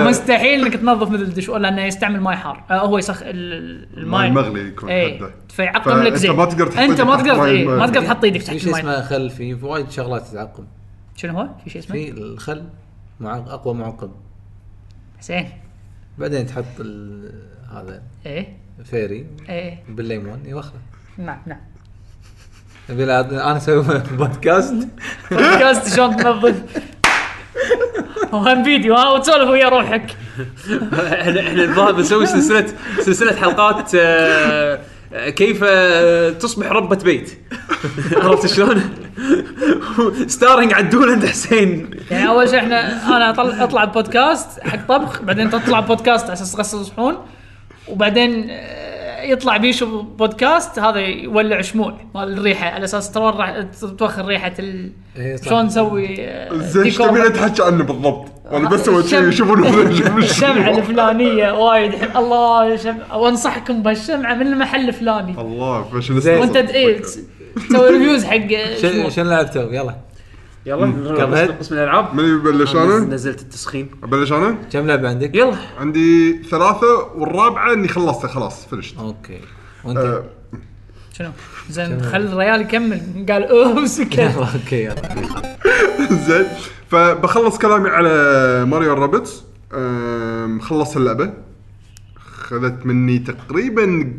S4: مستحيل انك تنظف مثل الدشوار لانه يستعمل ماي حار آه هو يسخ ال- الماي
S3: الماي مغلي يكون
S4: ايه
S3: حده.
S4: فيعقم لك
S3: فأنت
S4: زين
S3: ما تقدر تحط
S4: انت
S3: إيدك
S4: ما
S3: تحت
S4: تقدر
S3: ماي-
S4: إيه، ما
S3: ماي.
S4: تقدر تحط ايدك تحت
S5: في شيء
S4: الماي
S5: اسمه خل في في وايد شغلات تعقم
S4: شنو هو؟ في شيء اسمه؟
S5: في الخل مع اقوى معقم
S4: حسين
S5: بعدين تحط ال- هذا
S4: ايه
S5: فيري
S4: ايه
S5: بالليمون يوخره
S4: نعم نعم
S5: بلا- انا اسوي بودكاست
S4: بودكاست شلون تنظف وهم فيديو ها وتسولف ويا روحك
S2: احنا احنا الظاهر بنسوي سلسله سلسله حلقات آه، آه، كيف آه، تصبح ربة بيت عرفت شلون؟ ستارنج عدول انت حسين
S4: يعني اول شيء احنا انا اطلع اطلع بودكاست حق طبخ بعدين تطلع بودكاست على اساس غسل صحون وبعدين آه، يطلع بيشو بودكاست هذا يولع شموع مال الريحه على اساس تروح توخر ريحه ال...
S5: إيه صح.
S4: شلون نسوي آه،
S3: زين ايش
S4: ديكور.
S3: تبين تحكي عنه بالضبط؟ انا بس سويت
S4: الشمع.
S3: شيء يشوفون
S4: الشمعه الفلانيه وايد حلو. الله شم... وانصحكم بهالشمعه من المحل الفلاني
S3: الله فاشن
S5: زين.
S4: وانت ايه تسوي ريفيوز حق آه، شموع.
S5: شنو لعبت تو يلا
S2: يلا نروح
S5: كمل.
S2: قسم- قسم الالعاب
S3: من يبلش
S5: آه،
S2: نز-
S3: انا؟
S2: نزلت التسخين
S3: ابلش انا؟
S5: كم لعبه عندك؟
S2: يلا
S3: عندي ثلاثة والرابعة اني خلصتها خلاص فنشت
S5: اوكي وانت
S4: شنو زين خل الريال يكمل قال اوه سكت
S5: يلا اوكي يلا
S3: زين فبخلص كلامي على ماريو رابتس خلصت اللعبة خذت مني تقريبا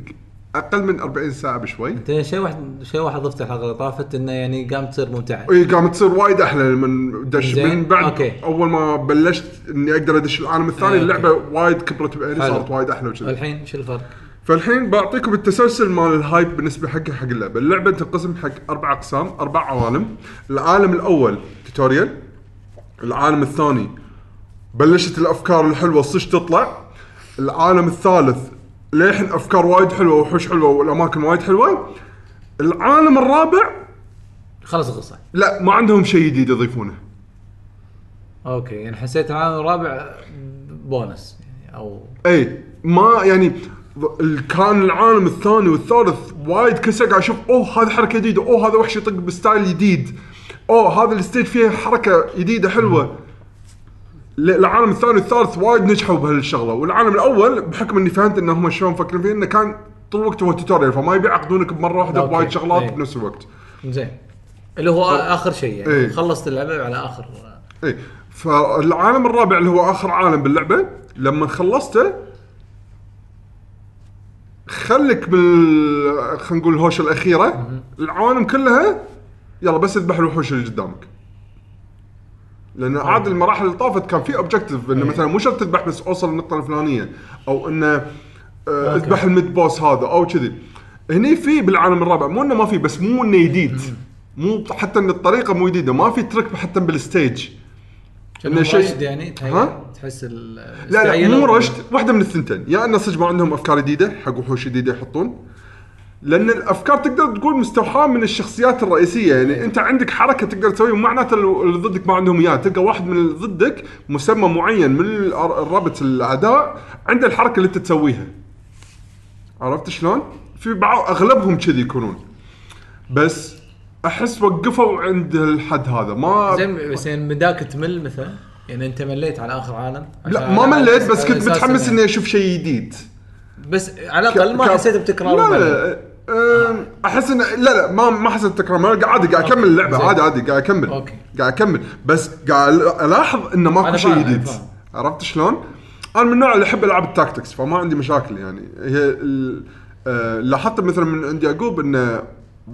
S3: اقل من 40 ساعة بشوي
S5: انت شيء واحد شيء واحد ضفته الحلقه اللي طافت انه يعني قام تصير ممتعه
S3: اي إيه، قامت تصير وايد احلى من دش
S5: زين،
S3: من بعد
S5: أوكي.
S3: اول ما بلشت اني اقدر ادش العالم الثاني
S5: إيه،
S3: اللعبه وايد كبرت بعيني
S5: حلو.
S3: صارت وايد احلى وكذا
S5: الحين شو الفرق؟
S3: فالحين بعطيكم التسلسل مال الهايب بالنسبه حق حق اللعبه، اللعبه تنقسم حق اربع اقسام، اربع عوالم، العالم الاول توتوريال، العالم الثاني بلشت الافكار الحلوه صج تطلع، العالم الثالث للحين افكار وايد حلوه وحوش حلوه والاماكن وايد حلوه، العالم الرابع
S5: خلص القصه
S3: لا ما عندهم شيء جديد يضيفونه،
S5: اوكي يعني حسيت العام الرابع بونس يعني او
S3: اي ما يعني ال- كان العالم الثاني والثالث وايد كل سنه قاعد اشوف اوه هذا حركه جديده اوه هذا وحش يطق بستايل جديد اوه هذا الستيج فيه حركه جديده حلوه ل- العالم الثاني والثالث وايد نجحوا بهالشغله والعالم الاول بحكم اني فهمت انهم شلون مفكرين فيه انه كان طول الوقت هو توتوريال فما يبي يعقدونك بمره واحده
S5: أوكي.
S3: بوايد شغلات
S5: إي.
S3: بنفس الوقت
S5: زين اللي هو اخر شيء يعني
S3: إيه.
S5: خلصت اللعبه على اخر
S3: اي إيه. فالعالم الرابع اللي هو اخر عالم باللعبه لما خلصته خلك بال خلينا نقول الهوشه الاخيره العوالم كلها يلا بس اذبح الوحوش اللي قدامك لان عاد المراحل اللي طافت كان في اوبجكتيف انه مثلا مو شرط تذبح بس اوصل للنقطه الفلانيه او انه آه، اذبح الميد بوس هذا او كذي هني في بالعالم الرابع مو انه ما في بس مو انه جديد مو حتى ان الطريقه مو جديده ما في ترك حتى بالستيج
S5: انه
S3: شيء-
S5: شيء يعني تهيأ-
S3: ها؟
S5: تحس ال
S3: لا لا
S5: استعيلوا.
S3: مو رشد واحده من الثنتين يا ان صدق ما عندهم افكار جديده حق وحوش جديده يحطون لان الافكار تقدر تقول مستوحاه من الشخصيات الرئيسيه يعني انت عندك حركه تقدر تسويها مو معناته اللي اللي ضدك ما عندهم اياها تلقى واحد من اللي ضدك مسمى معين من الأر- الرابط الاعداء عنده الحركه اللي انت تسويها عرفت شلون؟ في بعض اغلبهم كذي يكونون بس احس وقفوا عند الحد هذا ما
S5: زين بس يعني من ذاك تمل مثلا يعني انت مليت على اخر عالم
S3: لا
S2: آه،
S5: عشان
S3: ما
S5: على
S3: مليت
S5: أساس-
S3: بس كنت
S5: على أساس
S3: متحمس
S5: إنه-
S3: اني اشوف شيء جديد
S5: بس على الاقل ما
S3: ك-
S5: حسيت بتكرار
S3: لا
S5: وملل.
S3: لا أم، احس ان لا لا ما ما حسيت تكرار ملل، قاعد عادي قاعد اكمل اللعبه
S5: زين.
S3: عادي عادي قاعد اكمل
S5: أوكي.
S3: قاعد اكمل بس قاعد الاحظ انه
S5: أنا
S3: ماكو شيء
S5: فاهم، أنا
S3: جديد
S5: فاهم.
S3: عرفت شلون؟ انا من النوع اللي احب العاب التاكتكس فما عندي مشاكل يعني هي ال- آه، لاحظت مثلا من عند يعقوب انه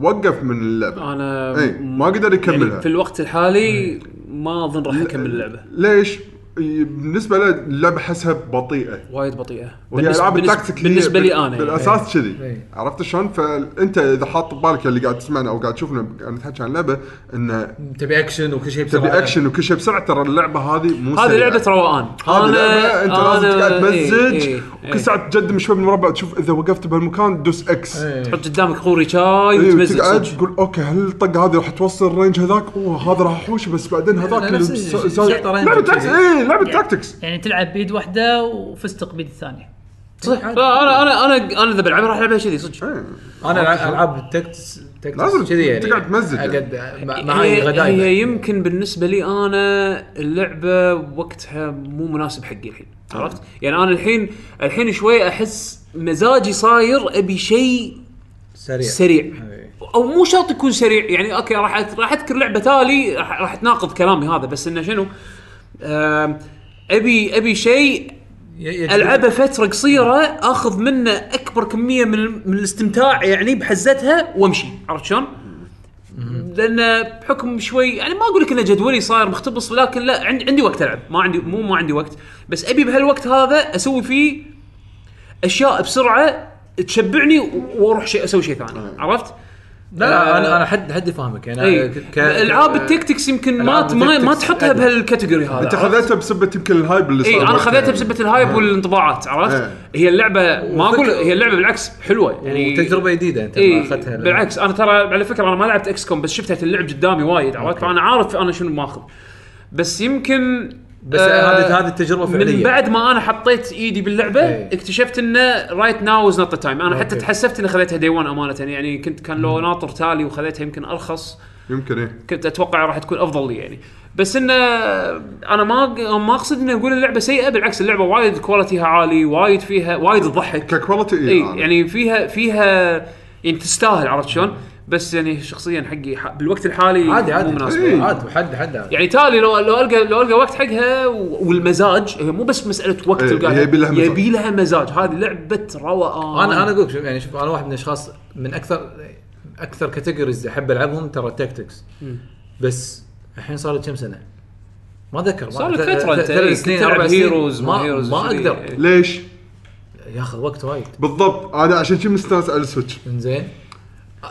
S3: وقف من اللعبه
S2: انا
S3: اي ما قدر
S2: يعني
S3: يكملها إيه.
S2: في الوقت الحالي ما اظن راح اكمل اللعبه
S3: ليش؟ بالنسبه له اللعبه احسها بطيئه
S2: وايد بطيئه
S3: وهي العاب التاكتيك هي
S2: بالنسبه
S3: بال-
S2: لي انا يعني.
S3: بالاساس كذي
S5: إيه.
S3: عرفت شلون؟ فانت اذا حاط ببالك اللي قاعد تسمعنا او قاعد تشوفنا قاعد نتحكي عن لعبه انه
S5: تبي اكشن وكل شيء بسرعه
S3: تبي اكشن وكل شيء بسرعه ترى اللعبه هذه مو
S2: هذه
S3: سريعة.
S2: لعبه روقان
S3: هذه لعبه انت لازم تقعد
S2: إيه،
S3: تمزج وكل
S2: وكل ساعه
S3: ساعه تقدم شوي بالمربع تشوف اذا وقفت بهالمكان تدوس اكس
S5: إيه.
S2: تحط قدامك خوري شاي
S3: إيه،
S2: وتمزج
S3: وتقعد
S2: صدق.
S3: تقول اوكي هل الطق هذه راح توصل الرينج هذاك اوه هذا راح احوش بس بعدين هذاك
S5: لا، نفس
S3: اللي
S5: الشيء.
S3: سا- سا-
S5: سيطرة
S3: لعبه
S5: يعني.
S3: تاكتكس اي لعبه تاكتكس
S4: يعني تلعب بيد واحده وفستق بيد الثانيه
S5: صح
S2: لا انا انا انا انا اذا بلعبها راح العبها كذي صدق
S3: إيه.
S5: انا العب العاب التكتس تكتس
S3: لازم
S5: كذي يعني
S3: تقعد تمزج
S5: اقعد مع- معاي
S2: هي,
S5: غداي
S2: هي يمكن بالنسبه لي انا اللعبه وقتها مو مناسب حقي الحين عرفت؟ يعني انا الحين الحين شوي احس مزاجي صاير ابي شيء
S5: سريع
S2: سريع
S5: إيه.
S2: او مو شرط يكون سريع يعني اوكي راح أت- راح اذكر لعبه تالي راح راح تناقض كلامي هذا بس انه شنو؟ آم، ابي ابي شيء
S5: ي- يجذب-
S2: العبها فتره قصيره اخذ منه اكبر كميه من من الاستمتاع يعني بحزتها وامشي عرفت شلون؟ لان بحكم شوي يعني ما اقول لك ان جدولي صاير مختبص ولكن لا عندي عندي وقت العب ما عندي مو ما عندي وقت بس ابي بهالوقت هذا اسوي فيه اشياء بسرعه تشبعني و- واروح شيء اسوي شيء ثاني عرفت؟
S5: لا لا انا
S2: آه.
S5: انا حد حد يفهمك انا
S2: اي
S5: ك- يعني ك-
S2: العاب
S5: ك-
S2: إيه. التكتكس يمكن
S5: ألعاب
S2: ما ما, ما
S5: التكتكس
S2: تحطها
S5: أدري.
S2: بهالكاتيجوري هذا عرفت؟
S3: انت
S2: إيه،
S3: خذيتها بسبه يمكن الهايب اللي صار
S2: اي انا
S3: بالوقت
S2: خذيتها
S3: يعني.
S2: بسبه الهايب والانطباعات عرفت؟
S3: إيه.
S2: هي اللعبه ما اقول
S5: إيه. وفكرة-
S2: هي اللعبه بالعكس حلوه يعني
S5: وتجربه جديده انت
S2: اي
S5: ما اخذتها
S2: بالعكس انا ترى على فكره انا ما لعبت اكس كوم بس شفتها اللعب قدامي وايد عرفت؟ فانا عارف انا شنو ماخذ بس يمكن
S5: بس
S2: آه،
S5: هذه هذه التجربه
S2: من
S5: فعليه
S2: بعد ما انا حطيت ايدي باللعبه
S5: إيه.
S2: اكتشفت انه رايت ناو از نوت ذا تايم انا حتى
S5: أوكي.
S2: تحسفت اني خذيتها دي 1 امانه يعني كنت كان لو ناطر تالي وخذيتها يمكن ارخص
S3: يمكن ايه
S2: كنت اتوقع راح تكون افضل لي يعني بس انه انا ما ما اقصد اني اقول اللعبه سيئه بالعكس اللعبه وايد كواليتيها عالي وايد فيها وايد تضحك
S3: ككواليتي
S2: اي
S3: اي يعني
S2: يعني فيها فيها يعني تستاهل عرفت شلون؟ بس يعني شخصيا حقي ح- بالوقت الحالي
S5: عادي عادي
S2: مو مناسبه
S3: إيه.
S5: عادي حد حد عادي.
S2: يعني تالي لو لو القى لو القى وقت حقها و- والمزاج هي مو بس مساله وقت
S3: إيه،
S2: تلقاها
S3: يبي لها مزاج.
S2: يبي لها مزاج هذه لعبه روقان
S5: انا انا اقول شوف يعني شوف انا واحد من الاشخاص من اكثر اكثر كاتيجوريز احب العبهم ترى التكتكس بس الحين صار لي كم سنه ما اذكر
S2: صار لك
S5: ث-
S2: فترة
S5: ث-
S2: أنت،
S5: ثلاث
S2: إيه،
S5: سنين
S2: تلعب
S5: اربع سنين
S2: هيروز
S5: ما,
S2: وهيروز
S5: ما
S2: وشذي،
S5: اقدر
S2: إيه.
S3: ليش؟
S5: ياخذ وقت وايد
S3: بالضبط انا عشان كذي مستانس على السويتش
S5: انزين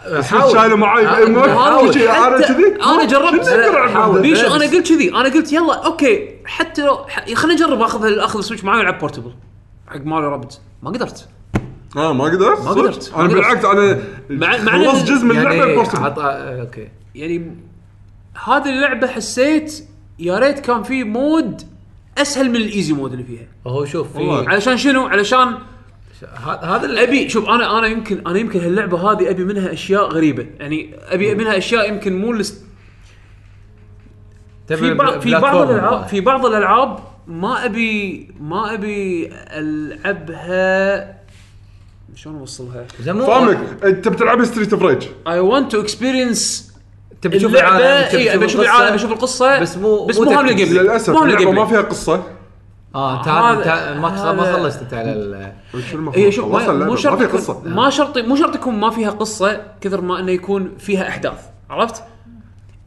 S3: السويتش شايله معاي باي
S2: هذا
S3: موقف كذي
S2: حتى-
S3: عارف كذي
S2: انا جربت
S3: شنو يقرع
S5: حاول.
S3: بعده؟
S2: ليش
S5: بس.
S2: انا قلت كذي انا قلت يلا اوكي حتى لو ح- خليني اجرب اخذ اخذ السويتش معي والعب بورتبل حق ماريو رابط ما قدرت
S3: اه ما قدرت؟
S2: ما قدرت.
S3: صدق؟
S2: ما
S3: انا
S2: قدرت.
S3: بالعكس انا
S2: مع- مع
S3: خلصت
S2: إن-
S3: جزء من اللعبه
S5: يعني
S3: البورتبل.
S5: عط- آه، اوكي
S2: يعني هذه اللعبه حسيت يا ريت كان في مود اسهل من الايزي مود اللي فيها
S5: هو شوف في
S3: والله.
S2: علشان شنو علشان
S5: ه- هذا ال-
S2: ابي شوف انا انا يمكن انا يمكن هاللعبه هذه ابي منها اشياء غريبه يعني ابي منها اشياء يمكن مو لست
S5: تبي
S2: في بعض في بعض
S5: بلاتفورم
S2: الالعاب
S5: واحد.
S2: في بعض الالعاب ما ابي ما ابي العبها شلون اوصلها؟
S5: زين مو-
S3: فاهمك انت بتلعب ستريت اوف ريج
S2: اي ونت تو اكسبيرينس
S5: تبي تشوف
S2: اللعبه
S5: العالم، تبي
S2: اي
S5: تشوف
S2: ابي اشوف
S5: القصة.
S2: إيه، العالم ابي اشوف القصه
S5: بس مو-
S2: بس
S5: مو
S2: مو هم
S5: تكتيك.
S2: الجيم بلاي.
S3: للاسف
S2: مو هم الجيم
S3: اللعبه
S2: بلاي.
S3: ما فيها قصه
S5: اه انت
S2: هذا-
S5: انت ما ما
S2: هذا-
S5: خلصت انت على ال-
S3: شنو
S2: هي
S3: المفروض؟
S2: إيه، شوف
S3: خلصنا
S2: ما-
S3: اللعبة،
S2: مو
S3: ما
S2: شرط
S3: فيها
S2: يكون-
S3: قصه
S2: ما شرط مو شرط يكون ما فيها قصه كثر ما انه يكون فيها احداث عرفت؟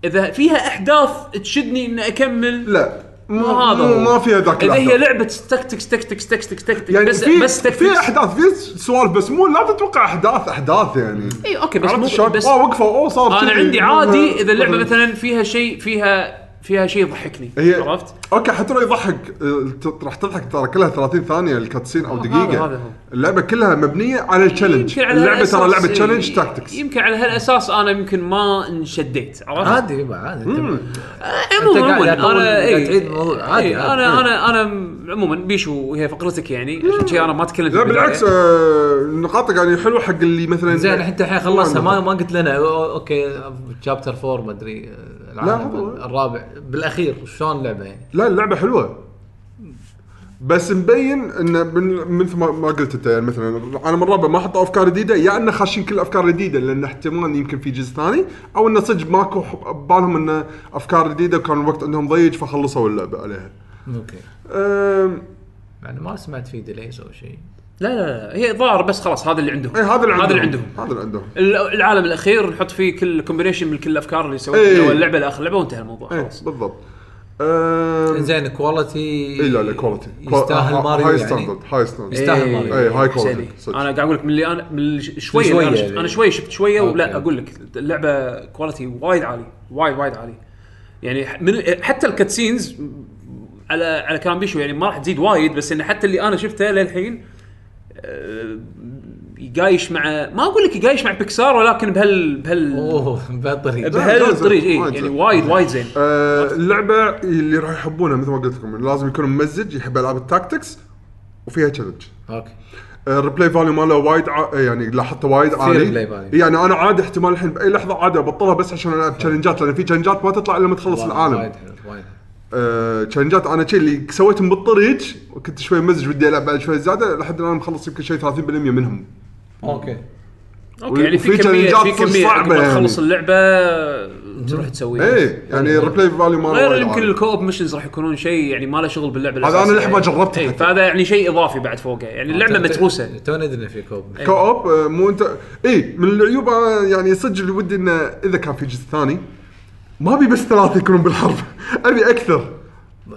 S2: اذا فيها احداث تشدني اني اكمل
S3: لا
S2: مو
S3: مو
S2: هذا
S3: مو-
S2: هو.
S3: ما فيها ذاك
S2: اذا هي
S3: الأحداث.
S2: لعبه تكتكس تكتكس تكتكس تكتكس
S3: يعني
S2: بس
S3: في
S2: بس تكتكس
S3: في احداث في سوالف بس مو لا تتوقع احداث احداث يعني
S2: اي اوكي إيه، بس
S3: عرفت
S2: مو
S3: شلون؟
S2: بس
S3: اه وقفوا اوه صار
S2: انا
S3: كذي.
S2: عندي عادي اذا اللعبه
S3: مهم.
S2: مثلا فيها شيء فيها فيها شيء يضحكني
S3: هي
S2: عرفت؟
S3: اوكي حتى لو يضحك آه، ت- راح تضحك ترى كلها 30 ثانيه الكاتسين او
S2: آه، هذا-
S3: دقيقه
S2: هذا هو.
S3: اللعبه كلها مبنيه على التشالنج
S2: يمكن على
S3: اللعبه
S2: هالأساس-
S3: ترى لعبه
S2: إي-
S3: تشالنج تاكتكس
S2: يمكن على هالاساس انا يمكن ما انشديت عرفت؟
S5: عادي يبا، عادي أنت ما-
S2: عموما
S5: أنت قاعد-
S2: عموما
S5: قاعد تطول-
S2: انا
S5: قاعد
S2: إي،
S5: تعيد الموضوع. عادي،
S2: إي،
S5: عادي.
S2: انا انا انا م- عموما بيشو هي فقرتك يعني عشان كذي انا ما تكلمت
S3: لا
S2: بالبداية.
S3: بالعكس آه، نقاطك يعني حلوه حق اللي مثلا
S5: زين انت الحين خلصها ما ما قلت لنا أو- اوكي شابتر 4 ما ادري العالم
S3: هذا-
S5: الرابع بالاخير شلون اللعبه يعني
S3: لا اللعبه حلوه بس مبين انه من مثل ما ما قلت انت يعني مثلا العالم الرابع ما حطوا افكار جديده يا انه خاشين كل الافكار الجديده لان احتمال يمكن في جزء ثاني او انه صدق ماكو ح- ببالهم انه افكار جديده وكان الوقت عندهم ضيق فخلصوا اللعبه عليها.
S5: اوكي
S3: أم،
S5: يعني ما سمعت في ديليز او شيء
S2: لا لا لا هي ظاهر بس خلاص هذا اللي عندهم
S3: اي إيه، هذا اللي عندهم
S2: هذا اللي عندهم
S3: هذا اللي عندهم
S2: ال- العالم الاخير نحط فيه كل كومبينيشن من كل الافكار اللي
S3: إي. إيه.
S2: سويتها من اول لعبه لاخر لعبه وانتهى الموضوع
S3: اي
S2: خلاص
S3: بالضبط. أم،
S5: زين كواليتي
S3: اي لا لا كواليتي
S5: يستاهل ماريو
S3: هاي
S5: يعني
S3: ستاندرد هاي ستاندرد
S5: يستاهل
S2: إيه.
S5: ماريو.
S3: اي هاي
S2: حسيني.
S3: كواليتي
S2: انا قاعد اقول لك من اللي انا من اللي ش- شويه
S5: شوية
S2: اللي انا, شفت
S5: يعني.
S2: انا شويه شفت شويه
S5: أوكي.
S2: ولا اقول لك اللعبه كواليتي وايد عالي وايد وايد عالي يعني ح- من حتى الكاتسينز على على كلام بيشو يعني ما راح تزيد وايد بس انه حتى اللي انا شفته للحين آه، يقايش مع ما اقول لك يقايش مع بيكسار ولكن بهال بهال
S5: اوه بطري
S3: لا،
S2: بهالطريق
S3: زين،
S2: اي
S3: وايد
S2: يعني
S3: زين.
S2: وايد وايد زين
S3: آه، اللعبه اللي راح يحبونها مثل ما قلت لكم لازم يكون ممزج يحب العاب التاكتكس وفيها تشالنج
S5: اوكي
S3: الريبلاي فاليو ماله وايد ع... يعني لاحظته وايد عالي
S5: replay value.
S3: يعني انا عادي احتمال الحين باي لحظه عادي ابطلها بس عشان العب تشالنجات لان في تشالنجات ما تطلع الا لما تخلص العالم
S5: وايد حلو وايد حلو.
S3: آه، تشالنجات انا شي اللي سويتهم بالطريق وكنت شوي مزج ودي العب بعد شوي زياده لحد الان مخلص يمكن شيء 30% منهم
S5: اوكي
S2: اوكي يعني في
S3: وفي
S2: كميه
S3: تشالنجات
S2: في كميه
S3: صعبة
S2: عقب ما
S3: يعني.
S2: تخلص اللعبه تروح تسويها
S3: ايه يعني الريبلاي فاليو ماله
S2: غير
S3: وايد
S2: يمكن
S3: عالي.
S2: الكوب ميشنز راح يكونون شيء يعني ما له شغل باللعبه
S3: هذا
S2: الأساسية.
S3: أنا للحين ما جربته
S2: إيه،
S3: حتى.
S2: فهذا يعني شيء اضافي بعد فوقه
S5: آه،
S2: يعني اللعبه متروسه
S5: تو ندري في كوب
S3: كوب آه، مو انت اي من العيوب آه، يعني صدق اللي ودي انه اذا كان في جزء ثاني ما ابي بس ثلاثه يكونون بالحرب ابي اكثر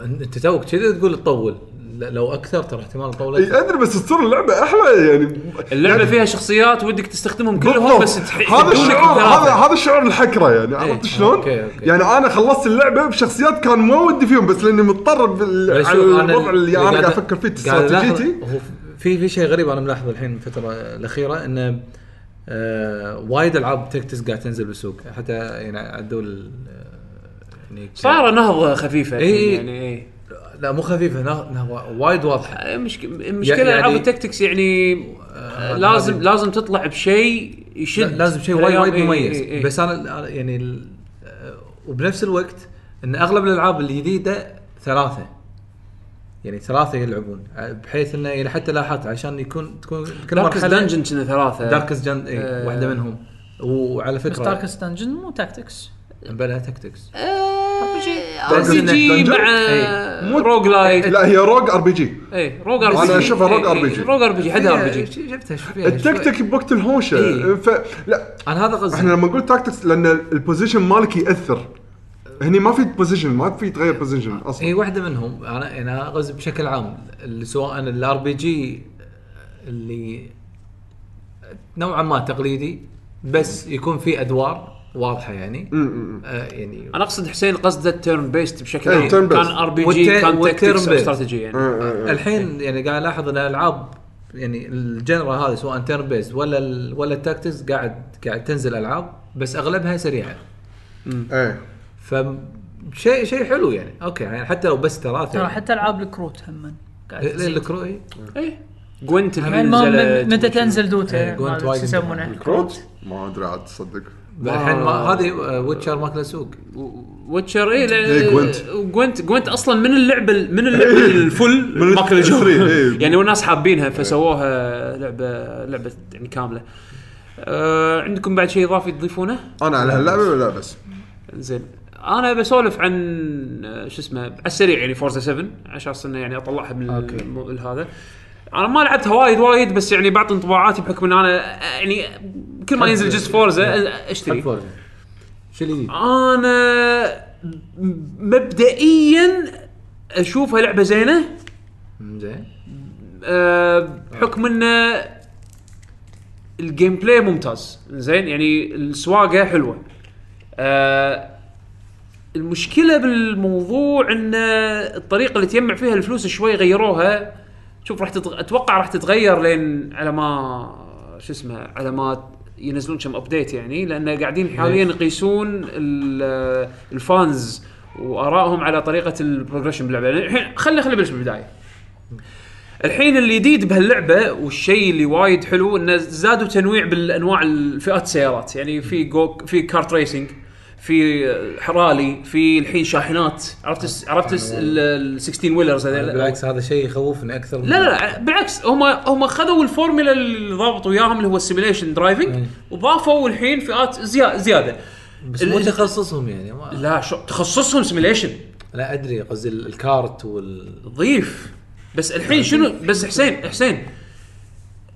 S5: انت توك كذا تقول تطول ل- لو اكثر ترى احتمال تطول
S3: اي
S5: أكثر.
S3: ادري بس تصير اللعبه احلى يعني
S2: اللعبه
S3: يعني
S2: فيها شخصيات ودك تستخدمهم كلهم
S3: بالضبط.
S2: بس تح-
S3: هذا
S2: يدونك
S3: الشعور هذا
S2: بثلاثة.
S3: هذا الشعور الحكره يعني عرفت شلون؟
S5: إيه، أوكي، أوكي.
S3: يعني انا خلصت اللعبه بشخصيات كان ما ودي فيهم بس لاني مضطر بال...
S5: بس
S3: على
S5: يعني شوف، أنا
S3: الوضع اللي انا قاعد افكر فيه
S5: قاعد ألاحظ-
S3: استراتيجيتي
S5: هو في في شيء غريب انا ملاحظه الحين الفتره الاخيره انه آه وايد العاب تكتس قاعد تنزل بالسوق حتى يعني عدول آه، يعني
S2: صار نهضه خفيفه
S5: إيه.
S2: يعني إيه. آه،
S5: لا مو خفيفه نه- نه- وايد واضحه
S2: مشك- المشكله
S5: يعني-
S2: العاب التكتكس يعني آه، لازم
S5: هذه-
S2: لازم تطلع بشيء
S5: لا-
S2: يشد
S5: لازم شيء وايد
S2: الأيام.
S5: وايد
S2: إيه،
S5: مميز
S2: إيه، إيه.
S5: بس انا أنا يعني ال- آه، وبنفس الوقت ان اغلب الالعاب الجديده ثلاثه يعني ثلاثه يلعبون آه، بحيث انه يعني حتى لاحظت عشان يكون تكون كل
S2: داركس دنجن كنا ثلاثه
S5: داركس جن اي
S2: آه.
S5: واحده إيه، منهم وعلى
S4: بس
S5: فكره
S4: دارك ستانجن مو تاكتكس
S5: بلا تكتكس
S2: ار
S4: آه،
S5: داركس
S2: بي جي
S3: دنجن؟
S2: مع
S5: إيه.
S3: مو-
S2: روج لايت
S3: لا هي روج ار بي جي
S2: اي روج ار بي
S3: أنا
S2: جي
S3: أشوفها روج
S2: إيه،
S3: RPG.
S2: إيه، روج ار بي جي حدها ار بي جي
S5: شفتها شو فيها شوي.
S3: التكتك بوقت الهوشه
S5: إيه.
S3: ف... لا
S5: انا هذا قصدي
S3: احنا لما نقول تاكتكس لان البوزيشن مالك ياثر هني ما في بوزيشن ما في تغير بوزيشن اصلا
S5: هي واحده إيه، منهم انا انا قصدي بشكل عام اللي سواء الار بي جي اللي نوعا ما تقليدي بس يكون في ادوار واضحه يعني
S3: أمم، أمم.
S5: آه يعني
S2: انا اقصد حسين قصده التيرن بيست بشكل
S3: إيه،
S2: عام
S3: turn
S2: كان
S3: based.
S2: ار بي جي
S5: والت-
S2: كان
S5: والturn
S2: تكتكس
S5: based.
S2: استراتيجي يعني
S3: آه، آه، آه.
S5: الحين يعني قاعد الاحظ ان الالعاب يعني الجنرا هذه سواء تيرن بيز ولا ال ولا التاكتكس قاعد قاعد تنزل العاب بس اغلبها سريعه
S3: ايه
S5: ف شيء شيء حلو يعني اوكي يعني حتى لو بس يعني. ثلاثه
S4: ترى حتى العاب الكروت هم قاعد
S5: ال-
S4: تزيد.
S5: الكرو إي.
S3: إيه.
S2: اي جوينت
S4: يعني ما-
S2: نزلت
S4: متى تنزل
S5: إيه،
S4: دوتا
S5: جوانت
S4: ما أدري
S5: وايد
S4: شو يسمونه
S3: الكروت ما ادري عاد تصدق
S5: الحين ما- هذه آه، ويتشر ماكله سوق
S2: ويتشر اي
S3: إيه، جوينت.
S2: جوينت جوينت اصلا من اللعبه من اللعبه الفل
S3: من
S2: ماكل
S3: الفري،
S2: الجو
S3: إيه.
S2: يعني والناس حابينها فسووها لعبه لعبه يعني كامله آه، عندكم بعد شيء اضافي تضيفونه؟
S3: انا على هاللعبه ولا بس
S2: زين انا بسولف عن آه، شو اسمه على السريع يعني فورزا 7 عشان أصلاً يعني اطلعها من الم- هذا انا ما لعبتها وايد وايد بس يعني بعطي انطباعاتي بحكم ان انا آه، يعني كل ما ينزل جزء فورزا آه، اشتري
S5: شو الجديد؟
S2: انا مبدئيا اشوفها لعبه زينه
S5: زين
S2: أه، بحكم انه الجيم بلاي ممتاز زين يعني السواقه حلوه أه، المشكله بالموضوع ان الطريقه اللي تجمع فيها الفلوس شوي غيروها شوف راح تتغ... اتوقع راح تتغير لين على ما شو اسمه على ما ينزلون كم ابديت يعني لان قاعدين حاليا يقيسون ال- الفانز وارائهم على طريقه البروجريشن باللعبه يعني الحين خلي خلي بلش بالبدايه الحين الجديد بهاللعبه والشيء اللي وايد حلو انه زادوا تنويع بالانواع الفئات السيارات يعني في جو في كارت ريسنج في حرالي في الحين شاحنات عرفت الس- عرفت الس- ال ال 16 ويلرز هذول
S5: بالعكس هذا شيء يخوفني اكثر من-
S2: لا لا لا بالعكس هم هم خذوا الفورمولا اللي ضابطوا وياهم اللي هو السيميليشن درايفنج
S5: إيه.
S2: وضافوا الحين فئات زيا- زياده
S5: بس مو
S2: ال-
S5: تخصصهم يعني ما
S2: لا شو تخصصهم سيميليشن
S5: لا ادري قصدي ال- الكارت وال
S2: ضيف بس الحين شنو بس حسين حسين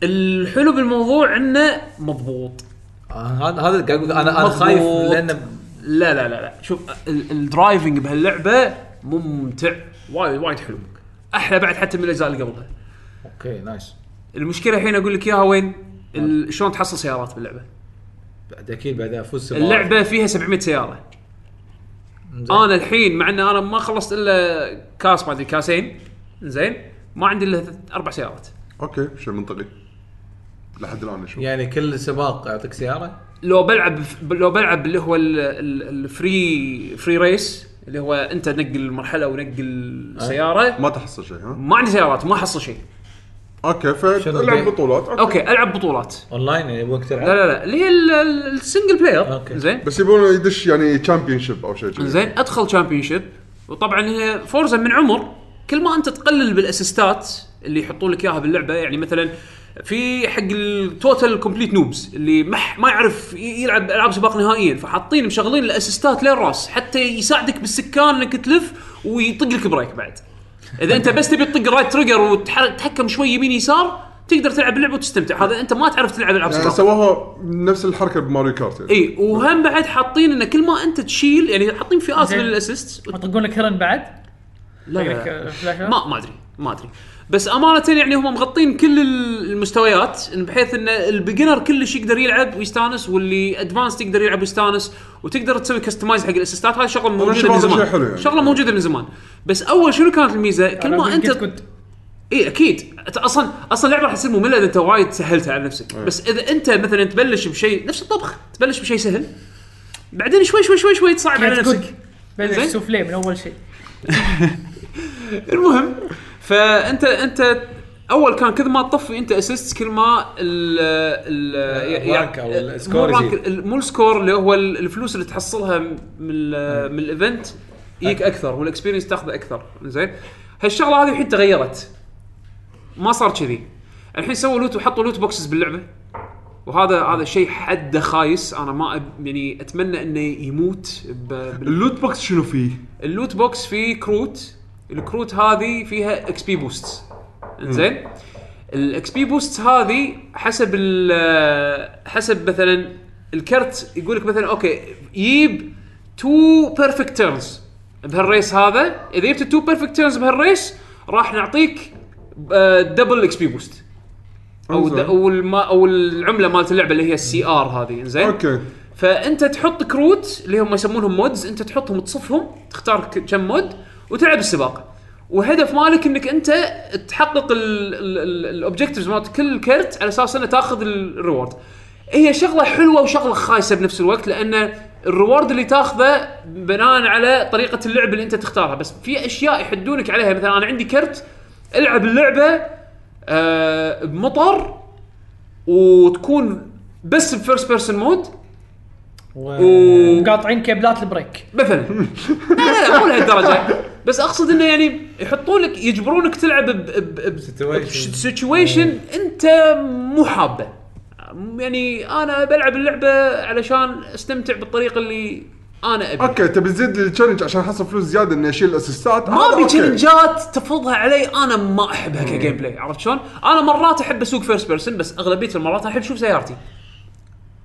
S2: الحلو بالموضوع انه مضبوط
S5: آه، هذا هذا اللي قاعد أقول- انا انا خايف
S2: مضبوط.
S5: لان
S2: لا لا لا لا شوف ال- الدرايفنج بهاللعبه ممتع وايد وايد حلو احلى بعد حتى من الاجزاء اللي قبلها
S5: اوكي نايس
S2: المشكله الحين اقول لك اياها وين ال- شلون تحصل سيارات باللعبه
S5: بعد اكيد بعد افوز سباق.
S2: اللعبه فيها 700 سياره
S5: زين.
S2: انا الحين مع ان انا ما خلصت الا كاس ما ادري كاسين زين ما عندي الا ث- اربع سيارات
S3: اوكي شيء منطقي لحد الان اشوف
S5: يعني كل سباق يعطيك سياره
S2: لو بلعب لو بلعب اللي هو ال- ال- الفري فري ريس اللي هو انت نقل المرحله ونقل السياره
S3: ما تحصل شيء ها
S2: ما عندي سيارات ما احصل شيء
S3: اوكي
S5: شنو
S3: فالعب
S5: الجيم؟
S3: بطولات
S2: اوكي العب بطولات
S5: اونلاين يعني وقت
S2: لا
S5: تلعب
S2: لا لا اللي هي ال- ال- السنجل بلاير
S5: أوكي.
S2: زين
S3: بس يبون يدش يعني تشامبيون شيب او شيء كذي.
S2: زين ادخل تشامبيون شيب وطبعا هي فورزا من عمر كل ما انت تقلل بالاسيستات اللي يحطون لك اياها باللعبه يعني مثلا في حق التوتال كومبليت نوبز اللي مح ما يعرف ي- يلعب العاب سباق نهائيا فحاطين مشغلين الاسيستات للراس حتى يساعدك بالسكان انك تلف ويطق لك بريك بعد اذا انت بس تبي تطق رايت تريجر وتتحكم شوي يمين يسار تقدر تلعب اللعبه وتستمتع هذا انت ما تعرف تلعب العاب
S3: يعني
S2: سباق
S3: سواها نفس الحركه بماريو كارت يعني.
S2: اي وهم بعد حاطين ان كل ما انت تشيل يعني حاطين فئات
S4: زين.
S2: للاسيست
S4: يطقون لك هيرن بعد
S2: لا
S4: لك، آه، فلاش أوت؟
S2: ما ما ادري ما ادري بس امانه يعني هم مغطين كل ال- المستويات بحيث ان البيجنر كلش يقدر يلعب ويستانس واللي ادفانس تقدر يلعب ويستانس وتقدر تسوي كستمايز حق الاسيستات هاي شغله موجوده
S3: شوف
S2: من
S3: هذا
S2: زمان
S3: شيء حلو يعني.
S2: شغله موجوده من زمان بس اول شنو كانت الميزه كل ما إيه، انت
S4: كنت
S2: اي اكيد أت- اصلا اصلا اللعبه راح تصير ممله اذا انت وايد سهلتها على
S3: إيه.
S2: نفسك بس اذا انت مثلا تبلش بشيء نفس الطبخ تبلش بشيء سهل بعدين شوي شوي شوي شوي تصعب على
S4: كنت
S2: نفسك
S4: كنت بلش
S2: زين.
S4: سوفلي من اول شيء
S2: المهم فانت انت اول كان كل ما تطفي انت اسيست كل ما ال ال
S5: الرانك أو السكور
S2: مو الرانك،
S5: يزيد.
S2: ال- مو السكور اللي هو ال- الفلوس اللي تحصلها من ال- من الايفنت يجيك اكثر والاكسبيرينس تاخذه اكثر زين هالشغله هذه الحين تغيرت ما صار كذي الحين سووا لوت وحطوا لوت بوكسز باللعبه وهذا هذا شيء حده خايس انا ما أب يعني اتمنى انه يموت ب- بال-
S3: اللوت بوكس شنو فيه؟
S2: اللوت بوكس فيه كروت الكروت هذه فيها اكس بي بوست انزين الاكس بي بوست هذه حسب ال- حسب مثلا الكرت يقول لك مثلا اوكي جيب تو بيرفكت تيرنز بهالريس هذا اذا جبت تو بيرفكت تيرنز بهالريس راح نعطيك آه، دبل اكس بي بوست او
S3: إنزين.
S2: او الم- او العمله مالت اللعبه اللي هي السي ار هذه انزين
S3: اوكي
S2: فانت تحط كروت اللي هم يسمونهم مودز انت تحطهم تصفهم تختار ك- كم مود وتلعب السباق وهدف مالك انك انت تحقق الاوبجكتيفز مالت كل كرت على اساس انه تاخذ الريورد هي شغله حلوه وشغله خايسه بنفس الوقت لان الريورد اللي تاخذه بناء على طريقه اللعب اللي انت تختارها بس في اشياء يحدونك عليها مثلا انا عندي كرت العب اللعبه آه بمطر وتكون بس بفيرست بيرسون مود و...
S4: قاطعين كيبلات البريك
S2: مثلا لا لا لا مو لهالدرجه بس اقصد انه يعني يحطون لك يجبرونك تلعب ب ب ب
S5: Situation.
S2: سيتويشن انت مو حابه يعني انا بلعب اللعبه علشان استمتع بالطريقه اللي انا ابي
S3: اوكي تبي تزيد التشالنج عشان احصل فلوس زياده اني اشيل الاسيستات
S2: ما
S3: هذا
S2: ابي
S3: أوكي.
S2: تشالنجات تفرضها علي انا ما احبها كجيم بلاي عرفت شلون؟ انا مرات احب اسوق فيرست بيرسون بس اغلبيه المرات احب اشوف سيارتي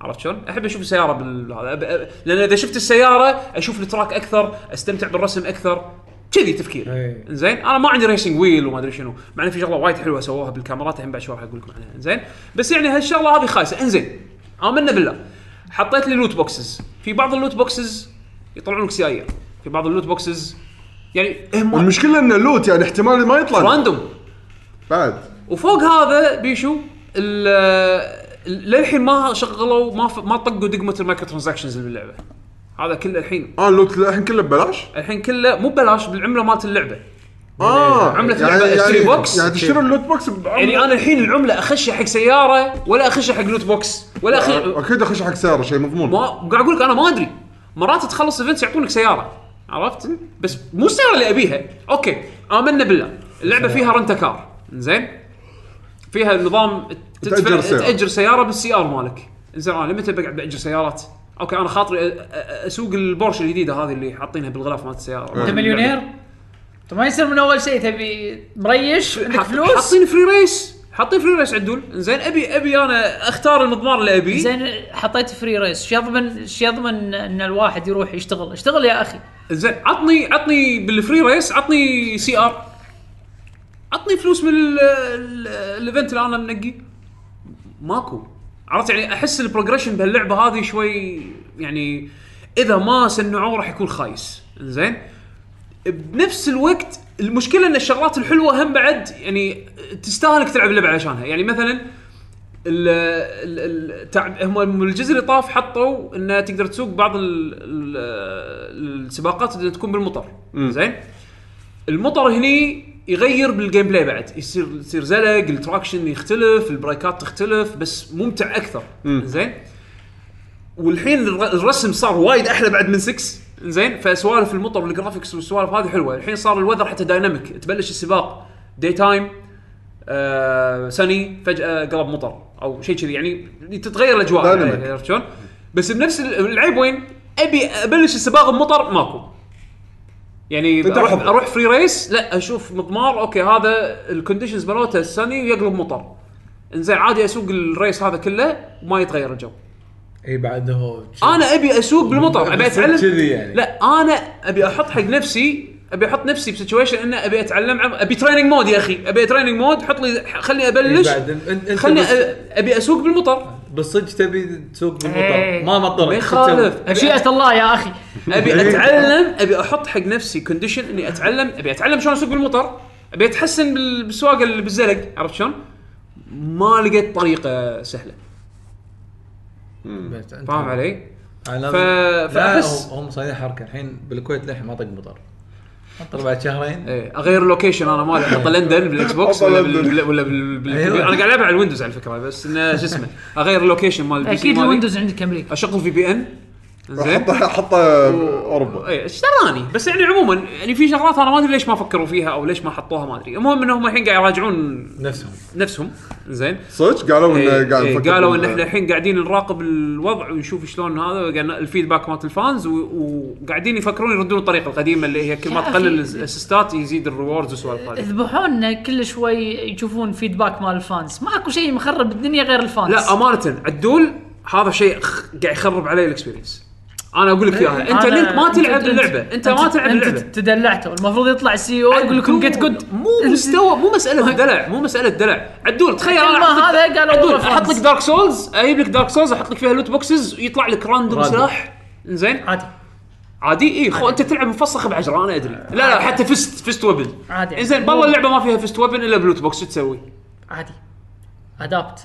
S2: عرفت شلون؟ احب اشوف السياره بال هذا. أب- أب- لان اذا شفت السياره اشوف التراك اكثر، استمتع بالرسم اكثر، كذي تفكير
S3: إيه.
S5: أي.
S2: زين انا ما عندي ريسنج ويل وما ادري شنو، مع إن في شغله وايد حلوه سووها بالكاميرات الحين بعد شوي راح اقول لكم عنها زين بس يعني هالشغله هذه خايسه انزين امنا بالله حطيت لي لوت بوكسز في بعض اللوت بوكسز يطلعون لك سيايير في بعض اللوت بوكسز يعني هم
S3: المشكله انه لوت يعني احتمال ما يطلع لك.
S2: راندوم
S3: بعد
S2: وفوق هذا بيشو ال- ال- للحين ما شغلوا ما ف... ما طقوا دقمه المايكرو ترانزاكشنز اللي باللعبه هذا كله الحين
S3: اه اللوت الحين كله ببلاش
S2: الحين كله مو ببلاش بالعمله مالت اللعبه
S3: اه
S2: عملة اللعبة اشتري بوكس.
S3: يعني تشتري اللوت بوكس
S2: يعني انا الحين العمله اخشها حق سياره ولا اخشها حق لوت بوكس ولا اخش
S3: اكيد اخش حق سياره شيء مضمون
S2: ما قاعد اقول لك انا ما ادري مرات تخلص ايفنتس يعطونك سياره عرفت بس مو السياره اللي ابيها اوكي امنا بالله اللعبه فيها رنت كار زين فيها نظام تدفع-
S3: تأجر سيارة.
S2: تاجر سياره بالسي ار مالك زين انا متى بقعد باجر سيارات اوكي انا خاطري أ- أ- اسوق البورش الجديده هذه اللي حاطينها بالغلاف مالت السياره
S4: انت مليونير انت ما يصير من اول شيء تبي مريش عندك
S2: حاط-
S4: فلوس
S2: حاطين فري ريس حاطين فري ريس عدول زين ابي ابي انا اختار المضمار اللي ابيه
S4: زين حطيت فري ريس شو يضمن ايش يضمن ان الواحد يروح يشتغل اشتغل يا اخي
S2: زين عطني عطني بالفري ريس عطني سي ار عطني فلوس من ال- ال- الايفنت اللي انا منقي ماكو عرفت يعني احس البروجريشن بهاللعبه هذه شوي يعني اذا ما سنعوه راح يكون خايس زين بنفس الوقت المشكله ان الشغلات الحلوه هم بعد يعني تستاهلك تلعب اللعبه علشانها يعني مثلا ال ال ال تع- هم الجزء اللي طاف حطوا انه تقدر تسوق بعض ال ال السباقات اللي تكون بالمطر زين المطر هني يغير بالجيم بلاي بعد يصير يصير زلق التراكشن يختلف البريكات تختلف بس ممتع اكثر زين والحين الر- الرسم صار وايد احلى بعد من 6 زين فسوالف المطر والجرافكس والسوالف هذه حلوه الحين صار الوذر حتى دايناميك تبلش السباق داي تايم آه سني فجاه قلب مطر او شيء كذي يعني تتغير الاجواء
S3: Dynamic.
S2: عرفت شلون؟ بس بنفس ال- العيب وين؟ ابي ابلش السباق بمطر ماكو يعني
S3: أنت
S2: اروح
S3: محظوظ.
S2: اروح فري ريس لا اشوف مضمار اوكي هذا الكونديشنز مالته السني ويقلب مطر انزين عادي اسوق الريس هذا كله وما يتغير الجو
S5: اي بعد هو
S2: انا ابي اسوق بالمطر ابي
S5: بس
S2: اتعلم
S5: كذي يعني.
S2: لا انا ابي احط حق نفسي ابي احط نفسي بسيتويشن انه ابي اتعلم عم- ابي تريننج مود يا اخي ابي تريننج مود حط لي خلني ابلش
S5: إيه، بعد أنت- أنت
S2: خلني
S5: بس-
S2: أ- ابي اسوق بالمطر
S5: بالصدق تبي تسوق بالمطر
S4: إيه.
S5: ما مطرت
S2: ما يخالف ابي
S4: مشيئه الله يا اخي
S2: ابي
S5: إيه.
S2: اتعلم ابي احط حق نفسي كونديشن اني اتعلم ابي اتعلم شلون اسوق بالمطر ابي اتحسن بال- بالسواقه اللي بالزلق عرفت شلون؟ ما لقيت طريقه سهله فاهم علي؟
S5: انا
S2: ف- فأحس-
S5: فاحس هم صايرين حركه الحين بالكويت للحين ما طق مطر مطر بعد شهرين
S2: ايه اغير اللوكيشن انا مالي احط
S3: إيه.
S2: لندن بالاكس بوكس ولا بال- بال- ولا بال- بال-
S3: أيوه.
S5: أيوة.
S2: انا قاعد العبها على الويندوز على فكره بس انه شو اسمه اغير اللوكيشن مال البي سي
S4: اكيد
S2: مالي.
S4: الويندوز عندك امريكا
S2: اشغل في بي ان زين
S3: حطه حطه اوروبا
S2: اي ايش دراني بس يعني عموما يعني في شغلات انا ما ادري ليش ما فكروا فيها او ليش ما حطوها ما ادري المهم انهم الحين قاعد يراجعون
S5: نفسهم
S2: نفسهم زين
S3: صدق قالوا انه قاعد
S2: إيه،
S3: نفكر
S2: قالوا ان
S3: بال-
S2: احنا الحين قاعدين نراقب الوضع ونشوف شلون هذا وقعدنا- الفيدباك مالت الفانز و- وقاعدين يفكرون يردون الطريقه القديمه اللي هي كل ما
S4: يا أخي.
S2: تقلل الاسيستات يزيد الريوردز والسوالف هذه
S4: يذبحونا كل شوي يشوفون فيدباك مال الفانس ماكو شيء مخرب الدنيا غير الفانس
S2: لا امانه عدول هذا شيء خ- قاعد يخرب علي الاكسبيرينس انا اقول لك اياها انت
S4: أنا-
S2: لينك ما تلعب
S4: أنت-
S2: اللعبه انت ما تلعب اللعبه
S4: انت تدلعته المفروض يطلع سي او يقول لكم جيت جود
S2: مو مستوى مو مساله دلع مو مساله دلع عدول تخيل
S4: كل ما
S2: أحط لك-
S4: هذا قالوا
S2: عدول
S4: والله
S2: احط لك
S4: فرنس.
S2: دارك سولز اجيب لك دارك سولز احط لك فيها لوت بوكسز يطلع لك راندوم سلاح زين
S4: عادي
S2: عادي اي خو انت تلعب مفسخ بعجره انا ادري لا لا حتى فست فست ويبن
S4: عادي.
S2: زين والله اللعبه ما فيها فست ويبن الا بلوت بوكس شو تسوي؟
S4: عادي ادابت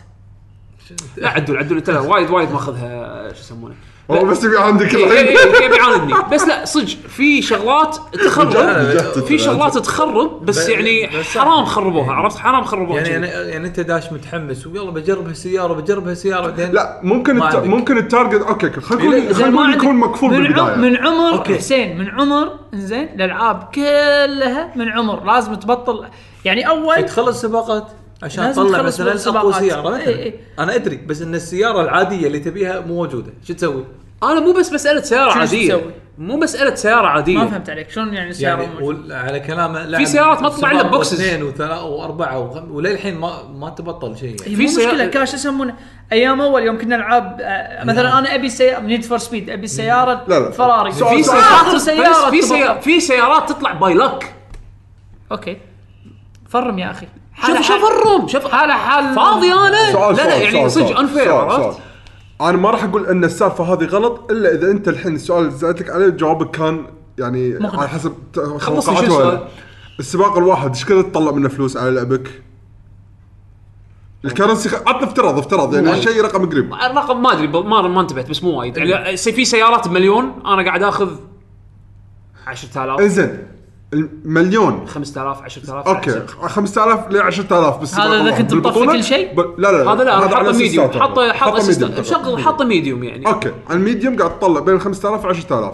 S2: لا عدول عدول انت لا وايد وايد ماخذها شو يسمونه
S3: هو بس يبي عندك
S2: إيه،
S3: الحين
S2: إيه، إيه، بيعاندني بس لا صدق في شغلات تخرب
S5: مجرد.
S2: في شغلات تخرب بس
S5: بس-
S2: يعني
S5: بس-
S2: حرام خربوها عرفت حرام خربوها
S5: يعني
S2: يعني
S5: يعني, يعني انت داش متحمس ويلا بجرب هالسياره بجرب هالسياره بعدين
S3: لا ممكن
S5: ما
S3: الت...
S5: عندك.
S3: ممكن التارجت اوكي خلينا خلينا يكون مكفول
S4: من
S3: بالبدايه
S4: عم- من عمر
S5: أوكي.
S4: أوكي. حسين من عمر زين الالعاب كلها من عمر لازم تبطل يعني اول
S5: تخلص سباقات عشان
S4: لازم
S5: تطلع
S4: تخلص
S5: مثلا اقوى
S4: بالسباقات.
S5: سياره
S2: إيه،
S5: مثلا
S4: إي إي.
S5: انا ادري بس ان السياره العاديه اللي تبيها مو موجوده شو تسوي؟
S2: انا مو بس مساله سياره
S4: شنو
S2: عاديه
S4: تسوي؟
S2: مو مساله سياره
S4: ما
S2: عاديه
S4: فهمت عليك شلون يعني السياره
S5: يعني
S4: مو-
S5: وال- على كلامه لعب
S2: في سيارات ما تطلع إلا
S5: سباق
S2: ببوكسز.
S5: واثنين وثلاثه واربعه وخم... وللحين ما ما تبطل شيء
S4: في
S5: يعني.
S2: في سيارة-
S4: مشكله كاش يسمونه ايام اول يوم كنا نلعب آه، مثلا انا ابي سياره نيد فور سبيد ابي سياره
S3: لا، لا.
S4: فراري
S3: سؤال-
S2: نعم. في
S3: سؤال.
S4: اخر
S2: سيارات
S4: سياره
S2: بس في
S4: تبطل.
S2: سيارات في سيارات تطلع باي لك
S4: اوكي فرم يا اخي
S2: شوف شوف الروم شوف
S4: حالة حال
S2: فاضي انا
S3: سؤال
S2: لا لا
S3: سؤال
S2: يعني
S3: سؤال
S2: صدق
S3: سؤال
S2: انفير
S3: سؤال
S2: عرفت
S3: سؤال. انا ما راح اقول ان السالفه هذه غلط الا اذا انت الحين السؤال اللي سالتك عليه جوابك كان يعني
S4: مقنع.
S3: على حسب ت-
S2: خلص لي شو
S3: توقعاته.
S2: السؤال؟
S3: السباق الواحد ايش كثر تطلع منه فلوس على لعبك؟ الكرنسي خ- عطنا افتراض افتراض يعني شيء رقم قريب
S2: الرقم ما ادري ما ما انتبهت بس مو وايد
S3: إيه.
S2: يعني في سيارات بمليون انا قاعد اخذ 10000
S3: انزين المليون
S2: 5000 10000
S3: اوكي 5000 ل 10000 بالسباق
S4: هذا إذا
S3: الواحد.
S4: كنت مطفي
S3: بالبطولة
S4: كل شيء؟
S3: ب... لا لا لا
S2: هذا لا
S3: على
S2: حطه ميديوم
S3: أسيستات.
S2: حطه حطه
S3: ميديوم.
S2: اسيستات شغل حطه ميديوم يعني
S3: اوكي على الميديوم قاعد تطلع بين 5000 و 10000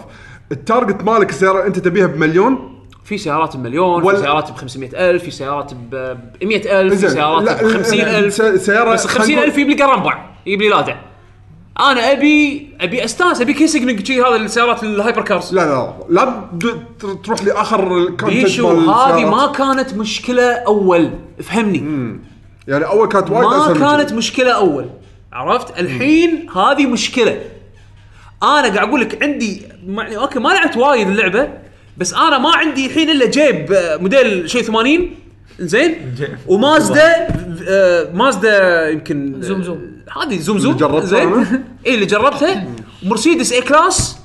S3: التارجت مالك السياره انت تبيها بمليون
S2: في سيارات بمليون
S3: ولا-
S2: في سيارات ب 500000 في سيارات ب ب 100000 في
S3: إنزين.
S2: سيارات
S3: لا،
S2: ب 50000
S3: س- سيارة-
S2: بس ال
S3: خلينا نقول-
S2: 50000 يجيب لي قرنبع يجيب لي لادع انا ابي ابي استانس ابي كيسنج شي هذا السيارات الهايبر كارز
S3: لا لا لا بد- تر- تروح لاخر الكونتنت
S2: بيشو
S3: مال
S2: هذه
S3: السيارات.
S2: ما كانت مشكله اول افهمني
S3: يعني اول كانت وايد
S2: ما
S3: اسهل من
S2: كانت
S3: كذي.
S2: مشكله اول عرفت الحين هذه مشكله انا قاعد اقول لك عندي يعني اوكي ما لعبت وايد اللعبه بس انا ما عندي الحين الا جيب آه، موديل شيء 80 زين
S5: جيب.
S2: ومازدا آه، مازدا يمكن آه،
S4: زوم زوم.
S2: هذه زوم زوم
S3: اللي جربتها أنا؟
S2: اي اللي جربتها مرسيدس اي كلاس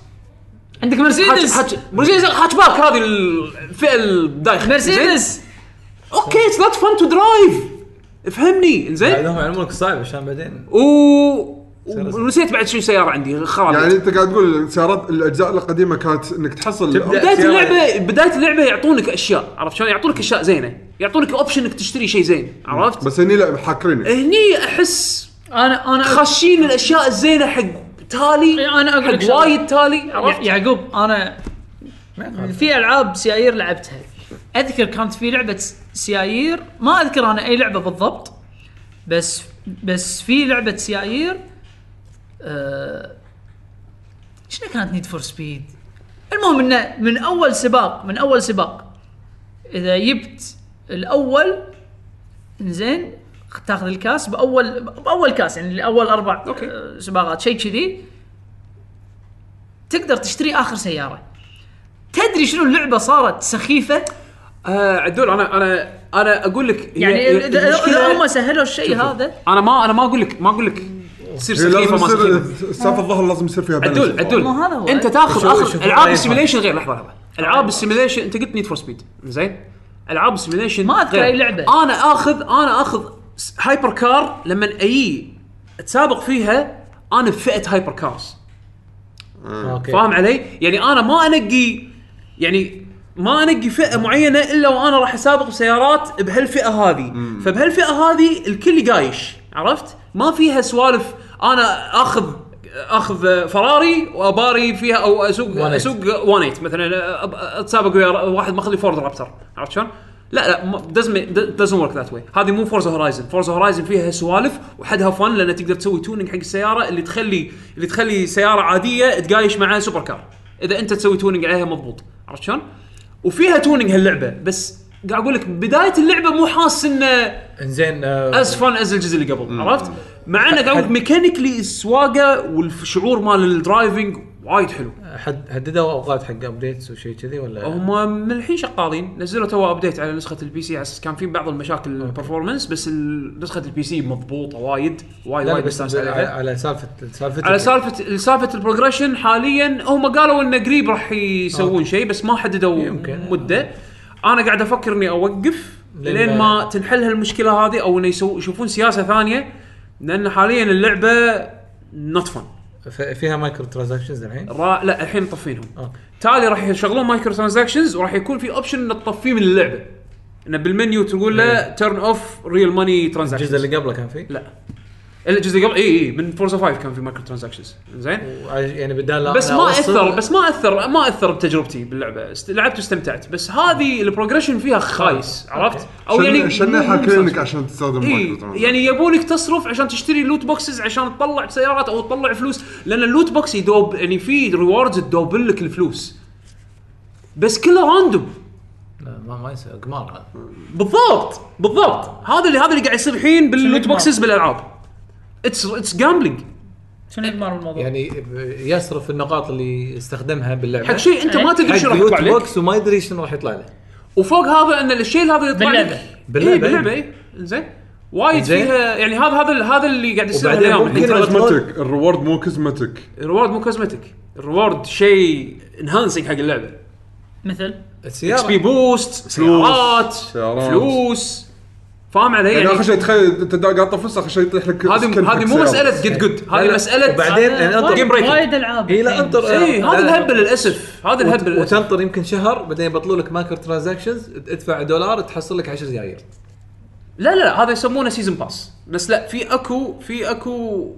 S4: عندك
S2: حاج-
S4: مرسيدس
S2: حاج- مرسيدس هاتشباك هذه الفئه الدايخه زين؟
S4: مرسيدس
S2: اوكي اتس نوت فن تو درايف افهمني زين
S5: بعدهم يعلمونك صعب عشان بعدين
S2: و ونسيت بعد شنو سياره عندي خرابت
S3: يعني
S2: يعني
S3: انت قاعد تقول سيارات الاجزاء القديمه كانت انك تحصل
S5: تبدأ-
S2: بدايه
S5: سيارة-
S2: اللعبه بدايه اللعبه يعطونك اشياء عرفت شلون يعطونك اشياء زينه يعطونك اوبشن انك تشتري شيء زين عرفت بس
S3: بس هني لا حاكرينك
S2: هني احس
S4: انا انا
S2: خاشين الاشياء الزينه حق تالي
S4: إيه، أنا أقول لك
S2: حق
S4: شغلة. يعني-
S2: وايد تالي
S4: يع-
S2: عرفت
S4: يعقوب انا في العاب سيايير لعبتها اذكر كانت في لعبه س- سيايير ما اذكر انا اي لعبه بالضبط بس بس في لعبه سيايير آه، شنو كانت نيد فور سبيد المهم انه من اول سباق من اول سباق اذا جبت الاول زين تاخذ الكاس باول باول كاس يعني اول اربع آه، سباقات شيء كذي تقدر تشتري اخر سياره تدري شنو اللعبه صارت سخيفه
S2: آه عدول انا انا انا اقول لك هي-
S4: يعني
S2: هي
S4: اذا
S2: المشكلة-
S4: اذا هم سهلوا الشيء
S2: شوف شوف.
S4: هذا
S2: انا ما انا ما اقول لك ما اقول لك تصير
S3: هي لازم
S2: سخيفه ما
S3: يصير
S2: سخيفه
S3: السالفه الظهر لازم يصير فيها
S2: عدول
S3: بالانس.
S2: عدول
S4: ما هذا هو.
S2: انت تاخذ
S5: شوف-
S2: اخر
S5: شوف
S2: العاب
S5: الرأي
S4: طيب؟
S2: السيميليشن غير لحظه لحظه العاب السيميليشن انت قلت نيد فور سبيد زين العاب السيميليشن
S4: ما أذكر
S2: غير.
S4: أي لعبة.
S2: انا اخذ انا اخذ س- هايبر كار لما اي اتسابق فيها انا بفئه هايبر كارز
S5: اوكي
S2: فاهم علي؟ يعني انا ما انقي يعني ما انقي فئه معينه الا وانا راح اسابق بسيارات بهالفئه هذه، فبهالفئه هذه الكل قايش، عرفت؟ ما فيها سوالف انا اخذ اخذ فراري واباري فيها او اسوق
S5: وان ايت.
S2: اسوق 1 مثلا أب- اتسابق ويا واحد ماخذ لي فورد رابتر، عرفت شلون؟ لا لا دزنت ورك ذات واي، هذه مو فورزا هورايزن، فورزا هورايزن فيها سوالف وحدها فن لان تقدر تسوي توننج حق السياره اللي تخلي اللي تخلي سياره عاديه تقايش مع سوبر كار، اذا انت تسوي توننج عليها مضبوط، عرفت شلون؟ وفيها توننج هاللعبه بس قاعد اقول لك بدايه اللعبه مو حاسس انه
S5: انزين
S2: از فن از الجزء اللي قبل عرفت؟ مع انه قاعد ميكانيكلي السواقه والشعور مال الدرايفنج وايد حلو.
S5: حد حددوا اوقات حق ابديتس وشيء كذي ولا
S2: هم من الحين شغالين نزلوا تو ابديت على نسخه البي سي على اساس كان في بعض المشاكل البرفورمنس بس ال- نسخه البي سي مضبوطه وايد وايد
S5: لا لا
S2: وايد
S5: بس
S2: مستانس
S5: على,
S2: عليها
S5: على سالفه سالفه
S2: على سالفه سالفه البروجريشن حاليا هم قالوا انه قريب راح يسوون شيء بس ما حددوا
S5: يمكن.
S2: مده انا قاعد افكر اني اوقف
S5: لين
S2: لين ما تنحل هالمشكله هذه او انه يسو- يشوفون سياسه ثانيه لان حاليا اللعبه نوت فن
S5: ف- فيها مايكرو ترانزاكشنز الحين
S2: را... لا الحين مطفينهم
S5: اوكي
S2: تالي راح يشغلون مايكرو ترانزاكشنز وراح يكون في اوبشن انك تطفيه من اللعبه انه بالمنيو تقول له تيرن اوف ريل ماني
S5: إيه. الجزء
S2: ترانزاكشنز
S5: اللي قبله كان فيه
S2: لا الجزء قبل اي اي من فورزا 5 كان في مايكرو ترانزاكشنز زين
S5: وع- يعني بدال لا
S2: بس
S5: أنا
S2: ما
S5: أوصل-
S2: اثر بس ما اثر ما اثر بتجربتي باللعبه است- لعبت واستمتعت بس هذه البروجريشن فيها
S5: آه.
S2: خايس عرفت او يعني
S3: شنو
S2: مو- مو
S3: حاكرينك
S2: مسلسل.
S3: عشان تستخدم
S2: اي
S3: مايكرو
S2: يعني يبونك تصرف عشان تشتري لوت بوكسز عشان تطلع سيارات او تطلع فلوس لان اللوت بوكس يدوب يعني في ريوردز تدوبل لك الفلوس بس كله راندوم
S5: لا، ما ما يصير قمار هذا
S2: بالضبط بالضبط هذا اللي هذا اللي قاعد يصير الحين باللوت
S4: شنو
S2: بوكسز بالالعاب اتس اتس جامبلينج
S4: شنو يدمر الموضوع يعني
S5: يعني ب- يصرف النقاط اللي استخدمها باللعبه
S2: حق شيء انت
S4: إيه.
S2: ما تدري شو راح يطلع
S5: يطلع
S2: لك
S5: بوكس وما يدري شنو راح يطلع له
S2: وفوق هذا ان الشيء هذا يطلع
S4: باللعبة.
S2: لك
S5: باللعبة،
S2: إيه، باللعبه اي زين وايد
S5: إنزين.
S2: فيها يعني هذا هذا هذا اللي قاعد يصير
S5: وبعدين
S2: هالايام
S5: ممكن
S2: الحين.
S3: كوزمتك الريورد مو يعني كوزمتك
S2: الريورد مو كوزمتك الريورد شيء انهانسنج حق اللعبه
S4: مثل
S2: اكس بي
S5: السياره
S2: بوست سيارات
S3: سيارات.
S2: فلوس فاهم علي
S3: يعني اخر
S2: يعني
S3: شيء تخيل انت قاعد تفلس اخر شيء يطيح لك سكن
S2: هذه
S3: حق
S2: هذه مو
S3: سيارة.
S2: مساله جد جود
S5: لا،
S2: هذه
S5: لا.
S2: مساله
S5: وبعدين يعني انطر
S2: game breaking.
S4: آه، وايد العاب
S5: إيه، لا،
S4: الحين.
S5: انطر-
S2: اي
S5: لا،
S2: هذا
S5: لا.
S2: الهبل للاسف هذا الهبل
S5: وت-
S2: للاسف
S5: وتنطر يمكن شهر بعدين يبطلوا لك مايكرو ترانزاكشنز تدفع دولار تحصل لك 10 دنانير
S2: لا لا لا هذا يسمونه سيزون باس بس لا في اكو في اكو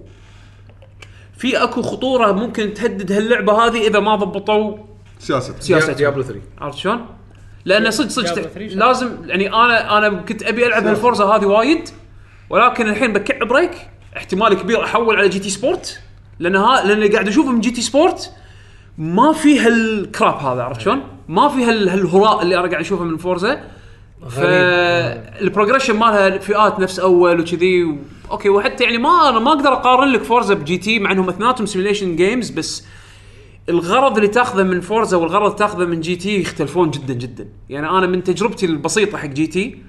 S2: في اكو خطوره ممكن تهدد هاللعبه هذه اذا ما ضبطوا
S3: سياسه
S2: سياستهم
S5: ديابلو 3
S2: عرفت شلون؟ لان صدق صدق
S4: Diablo
S2: تح-
S4: 3 شنو؟
S2: لازم يعني انا انا كنت ابي العب هالفورزا هذه وايد ولكن الحين بكع بريك احتمال كبير احول على جي تي سبورت لان ها لان اللي قاعد اشوفه من جي تي سبورت ما في هالكراب هذا عرفت شلون؟ ما في هال هالهراء اللي انا قاعد اشوفه من فورزا
S5: غريب.
S2: فالبروجريشن مالها فئات نفس اول وكذي و... اوكي وحتى يعني ما انا ما اقدر اقارن لك فورزا بجي تي مع انهم اثنيناتهم سيميليشن جيمز بس الغرض اللي تاخذه من فورزا والغرض اللي تاخذه من جي تي يختلفون جدا جدا يعني انا من تجربتي البسيطه حق جي تي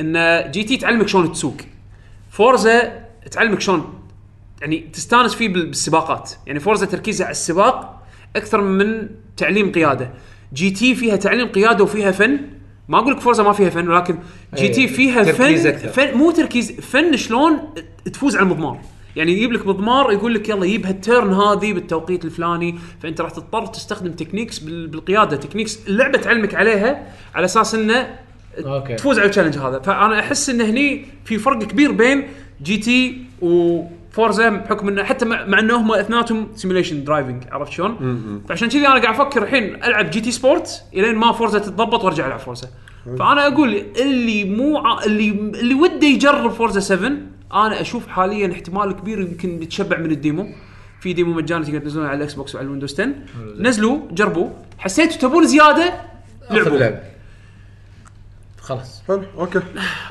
S2: ان جي تي تعلمك شلون تسوق فورزا تعلمك شلون يعني تستانس فيه بال- بالسباقات يعني فورزا تركيزها على السباق اكثر من تعليم قياده جي تي فيها تعليم قياده وفيها فن ما اقول لك فورزا ما فيها فن ولكن جي تي
S5: أي،
S2: فيها
S5: إيه، تركيز
S2: فن,
S5: أكثر.
S2: فن مو تركيز فن شلون تفوز على المضمار يعني يجيب لك مضمار يقول لك يلا يجيب هالتيرن هذه بالتوقيت الفلاني فانت راح تضطر تستخدم تكنيكس بال- بالقياده تكنيكس اللعبه تعلمك عليها على اساس انه
S6: اوكي
S2: تفوز على التشالنج هذا فانا احس ان هني في فرق كبير بين جي تي وفورزا بحكم انه حتى مع, مع انه هم اثنيناتهم سيميليشن درايفنج عرفت شلون؟ فعشان كذي انا قاعد افكر الحين العب جي تي سبورت الين ما فورزا تتضبط وارجع العب فورزا فانا اقول اللي مو ع... اللي اللي وده يجرب فورزا 7 انا اشوف حاليا احتمال كبير يمكن يتشبع من الديمو في ديمو مجاني تقدر تنزلونه على الاكس بوكس وعلى الويندوز 10 نزلوا جربوا حسيتوا تبون زياده
S5: آخر
S2: لعبوا
S5: لعبة. خلاص
S3: حلو اوكي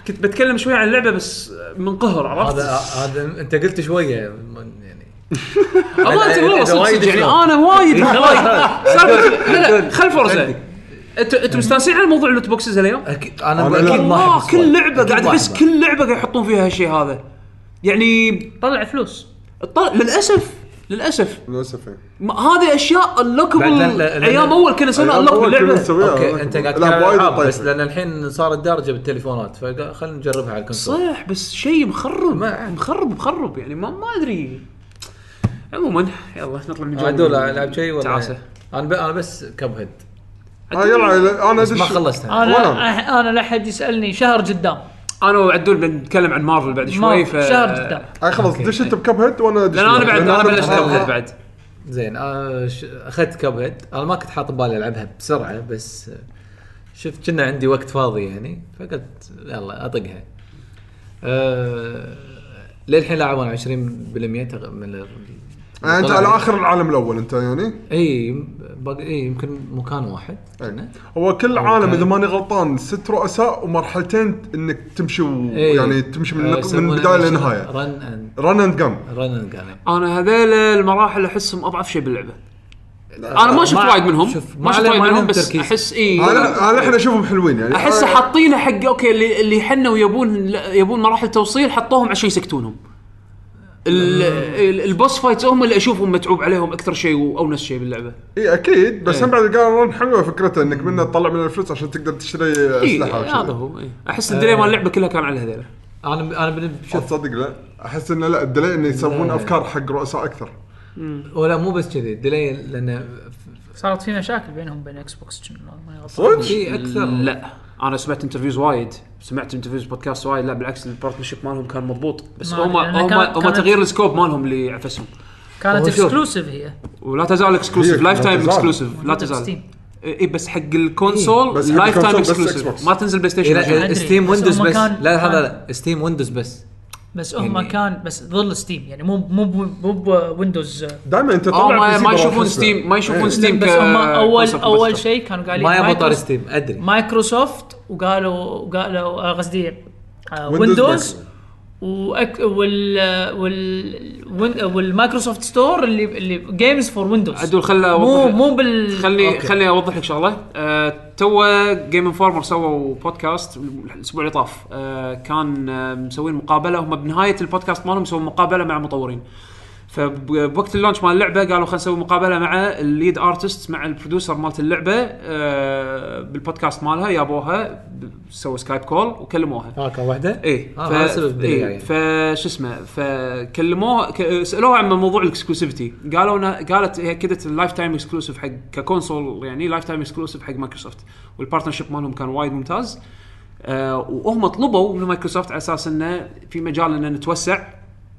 S2: كنت بتكلم شوي عن اللعبه بس من قهر عرفت؟
S5: هذا هذا انت قلت شويه من- يعني
S2: والله انت
S5: هذا-
S2: والله
S5: هذا
S2: صدق
S5: وايد
S2: صدق يعني
S5: شلون.
S2: انا وايد وايد سالفة- لا لا
S5: عندك.
S2: خل
S5: عندك.
S2: فرصه انتوا انتوا مستانسين على موضوع اللوت بوكسز اليوم؟
S5: اكيد انا
S3: أنا
S5: اكيد
S3: لا.
S5: ما أحب
S2: والله آه، كل
S5: السؤال.
S2: لعبه
S5: أكيد
S2: قاعد
S5: ما
S2: احس
S5: أحبه.
S2: كل لعبه قاعد يحطون فيها هالشيء هذا يعني
S4: طلع فلوس
S2: الط- للاسف للاسف
S3: للاسف إيه.
S2: ما- هذه اشياء
S5: بعد لأن- لأن-
S2: انلوكبل ايام اول كنا نسوي
S3: أيام
S2: انلوك
S3: أول كنا
S2: باللعبه
S3: نسويها.
S5: اوكي انت قاعد
S3: لا،
S5: تلعب
S3: وايد
S5: ألعاب،
S3: طيب.
S5: بس لان الحين صارت دارجه بالتليفونات فخلينا نجربها على الكونسول
S2: صح بس شيء مخرب
S5: ما-
S2: مخرب مخرب يعني ما ما ادري عموما يلا نطلع من جو
S5: عدول العب شيء ولا
S2: تعاسه
S5: انا ب... انا بس كب هيد
S3: آه، يلا انا
S5: بس
S3: ادري
S5: ما
S3: شو-
S5: خلصتها
S4: انا انا لا حد يسالني شهر قدام
S2: انا وعدول بنتكلم عن مارفل بعد شوي
S4: ما
S2: ف
S4: شهر قدام
S3: آه، خلاص دش انت بكب هيد وانا دش
S2: لان انا بعد انا بلشت
S3: آه،
S5: أنا-
S2: أبدأ بعد
S5: زين آه، ش- اخذت كب هيد انا ما كنت حاط ببالي العبها بسرعه بس آه، شفت كنا عندي وقت فاضي يعني فقلت يلا اطقها أه... للحين لاعبون 20% تق- من ال...
S3: آه، انت
S5: طلع-
S3: على اخر العالم الاول انت يعني
S5: اي باقي اي يمكن مكان واحد
S3: إيه. هو كل عالم اذا ماني غلطان ست رؤساء ومرحلتين انك تمشي و...
S5: إيه.
S3: يعني تمشي
S5: آه،
S3: من, نق... من بدايه لنهايه
S5: رن اند
S3: رن اند جن
S5: رن اند قال
S2: انا هذيل المراحل احسهم اضعف شيء باللعبه انا ما شفت
S5: ما-
S2: وايد منهم
S5: شوف،
S2: ما
S5: ما
S2: شفت
S5: عليهم-
S2: وايد
S5: ما
S2: منهم
S5: عليهم
S2: بس
S5: تركيز.
S2: احس اي
S3: انا انا الحين اشوفهم حلوين يعني
S2: احس
S3: آه،
S2: حاطينه حق اوكي اللي اللي حنوا يبون لا- يبون مراحل توصيل حطوهم عشان يسكتونهم ال- ال- البوس فايتس هم اللي اشوفهم متعوب عليهم اكثر شيء واونس شيء باللعبه
S3: اي اكيد بس
S2: إيه.
S3: هم بعد قالوا رن حلوه فكرته انك منها تطلع من الفلوس عشان تقدر تشتري
S2: اي
S3: اسلحه
S2: إيه، هذا
S3: وشذي.
S2: هو إي. احس الدليل مال اللعبه كلها كان على هذيله
S5: انا انا بن- شوف
S3: تصدق لا احس انه لا الدليل انه يسوون
S5: لا.
S3: افكار حق رؤساء اكثر
S5: ولا مو بس كذي ديلي لان
S4: صارت في مشاكل بينهم وبين اكس بوكس كنا، ما غلطان.
S3: صدق؟
S5: في اكثر
S2: لا انا سمعت انترفيوز وايد سمعت انترفيوز بودكاست وايد لا بالعكس البارتنرشيب مالهم كان مضبوط بس
S4: ما
S2: هم
S4: أدري،
S2: هم
S4: أنا كان-
S2: هم
S4: كانت-
S2: تغيير السكوب مالهم اللي عفسهم
S4: كانت
S5: هو شوف.
S4: اكسكلوسيف هي
S2: ولا تزال اكسكلوسيف
S3: هي- لا
S2: لايف تايم
S3: تزال. إيه،
S2: اكسكلوسيف لا
S4: موجودة
S2: تزال
S4: بستيم.
S2: اي بس حق الكونسول
S3: بس حق
S2: لايف تايم
S3: الكونسول بس Xbox.
S2: اكسكلوسيف ما تنزل بلاي ستيشن عشان-
S5: إيه، لا
S4: أدري،
S5: ستيم
S4: بس آه.
S5: ويندوز
S4: هم
S5: بس
S4: كان-
S5: لا لحظه
S4: كان-
S5: لا ستيم ويندوز بس
S4: بس هم
S5: يعني-
S4: كان بس ظل ستيم يعني مو مو مو بويندوز
S3: دائما انت
S2: آه،
S3: طلع
S2: ما
S3: PC
S2: ما
S3: برا
S2: يشوفون
S3: حسبة.
S2: ستيم ما يشوفون ستيم
S4: بس هم اول
S2: كconcept
S4: اول
S2: بس.
S4: شيء كانوا قاعدين
S5: ما يبغى طار
S4: مايكروس-
S5: ستيم ادري
S4: مايكروسوفت وقالوا وقالوا آه، قصدي آه،
S3: Windows
S4: ويندوز
S3: Mac.
S4: وأك وال وال وين- والمايكروسوفت ستور اللي اللي جيمز فور ويندوز
S2: عدول خل
S4: مو
S2: اوضح لك-
S4: مو بال
S2: خلي
S5: أوكي.
S2: خلي اوضح لك شغله أه تو جيم انفورمر سووا بودكاست الاسبوع اللي طاف أه كان آه، مسوين مقابله هم بنهايه البودكاست مالهم يسوون مقابله مع مطورين فبوقت اللونش مال اللعبه قالوا خلينا نسوي مقابله مع الليد ارتست مع البرودوسر مالت اللعبه أه بالبودكاست مالها يابوها ب- سووا سكايب كول وكلموها
S5: هاك واحده
S2: ايه
S5: آه، هذا سبب
S2: إيه،
S5: يعني.
S2: فش اسمه فكلموه ك... سالوها عن موضوع الاكسكلوسيفيتي قالوا نا... قالت هي كدت اللايف تايم اكسكلوسيف حق ككونسول يعني لايف تايم اكسكلوسيف حق مايكروسوفت والبارتنرشيب مالهم كان وايد ممتاز آه وهم طلبوا من مايكروسوفت على اساس انه في مجال ان نتوسع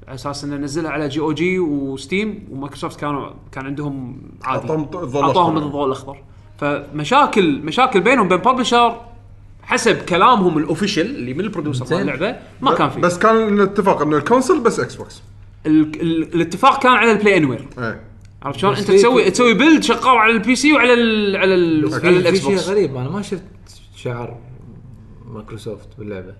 S2: على اساس انه ننزلها على جي او جي وستيم ومايكروسوفت كانوا كان عندهم عادي
S3: أعطاهم الضوء
S2: اعطاهم
S3: الأخضر.
S2: الضوء الاخضر فمشاكل مشاكل بينهم بين ببلشر حسب كلامهم الاوفيشال اللي من البرودوسر مال
S5: زين.
S2: اللعبه ما كان في
S3: إيه. بس كان الاتفاق انه الكونسل بس اكس بوكس
S2: ال- ال- الاتفاق كان على البلاي انوير
S3: ايه
S2: عرفت شلون انت
S5: في-
S2: تسوي تسوي بيلد شغال على البي سي وعلى ال على ال على
S5: في
S2: الاكس
S5: شيء
S2: بوكس
S5: غريب انا ما شفت شعر مايكروسوفت باللعبه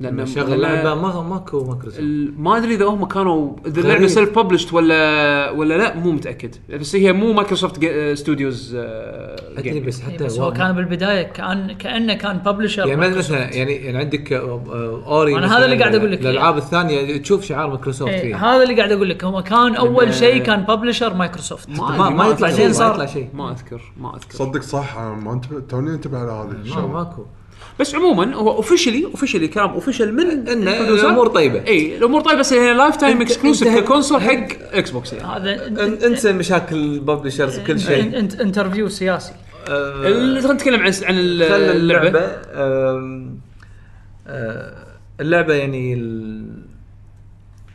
S2: لان
S5: لما شغل لعبه ما ماكو مايكروسوفت
S2: ال- ما ادري اذا هم كانوا اذا اللعبه
S5: غريب.
S2: سيلف ببلشت ولا ولا لا مو متاكد بس هي مو مايكروسوفت جا- ستوديوز آه،
S5: ادري
S2: جيم.
S5: بس حتى
S4: إيه، بس هو
S5: واو.
S4: كان بالبدايه كان كانه كان ببلشر
S5: يعني مثلا- مثلا يعني يعني عندك آه، آه، اوري
S4: أنا
S5: مثلاً،
S4: هذا اللي قاعد أقول لك.
S5: الالعاب الثانيه تشوف شعار مايكروسوفت
S4: إيه،
S5: فيها
S4: هذا اللي قاعد اقول لك هو كان اول شيء كان ببلشر مايكروسوفت
S2: ما
S5: ما
S2: أدري،
S5: ما يطلع
S2: أذكر
S5: شيء
S2: والله.
S5: ما يطلع شيء
S2: ما اذكر ما اذكر
S3: صدق صح أنا ما انتبه توني انتبه على هذه
S5: ما
S3: الشغله
S5: ماكو
S2: بس عموما هو اوفشلي اوفشلي كلام اوفشل من
S5: إن
S2: البروديوسر.
S5: الأمور طيبة.
S2: اي الامور طيبه بس هي لايف تايم
S5: أنت-
S2: اكسكلوسيف
S5: أنت-
S2: ككونسول حق اكس بوكس يعني
S4: هذا
S5: ان- انسى مشاكل الببلشرز وكل شيء
S4: انت انترفيو سياسي
S5: آه،
S2: اللي خلينا نتكلم عن عن ال-
S5: خلى اللعبه
S2: اللعبه
S5: آم، آه، اللعبه يعني ال-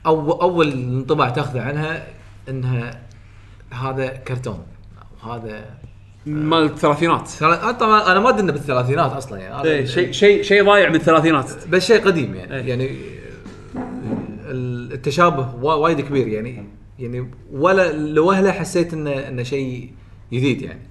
S5: أو اول انطباع تاخذه عنها انها هذا كرتون هذا
S2: مال الثلاثينات
S5: ترى- آه، طبعا انا ما ادري انه بالثلاثينات اصلا يعني هذا-
S2: إيه، شيء شيء شيء ضايع من الثلاثينات
S5: بس شيء قديم يعني
S2: إيه.
S5: يعني آه، التشابه وا- وايد كبير يعني يعني ولا لوهله حسيت انه انه شيء جديد يعني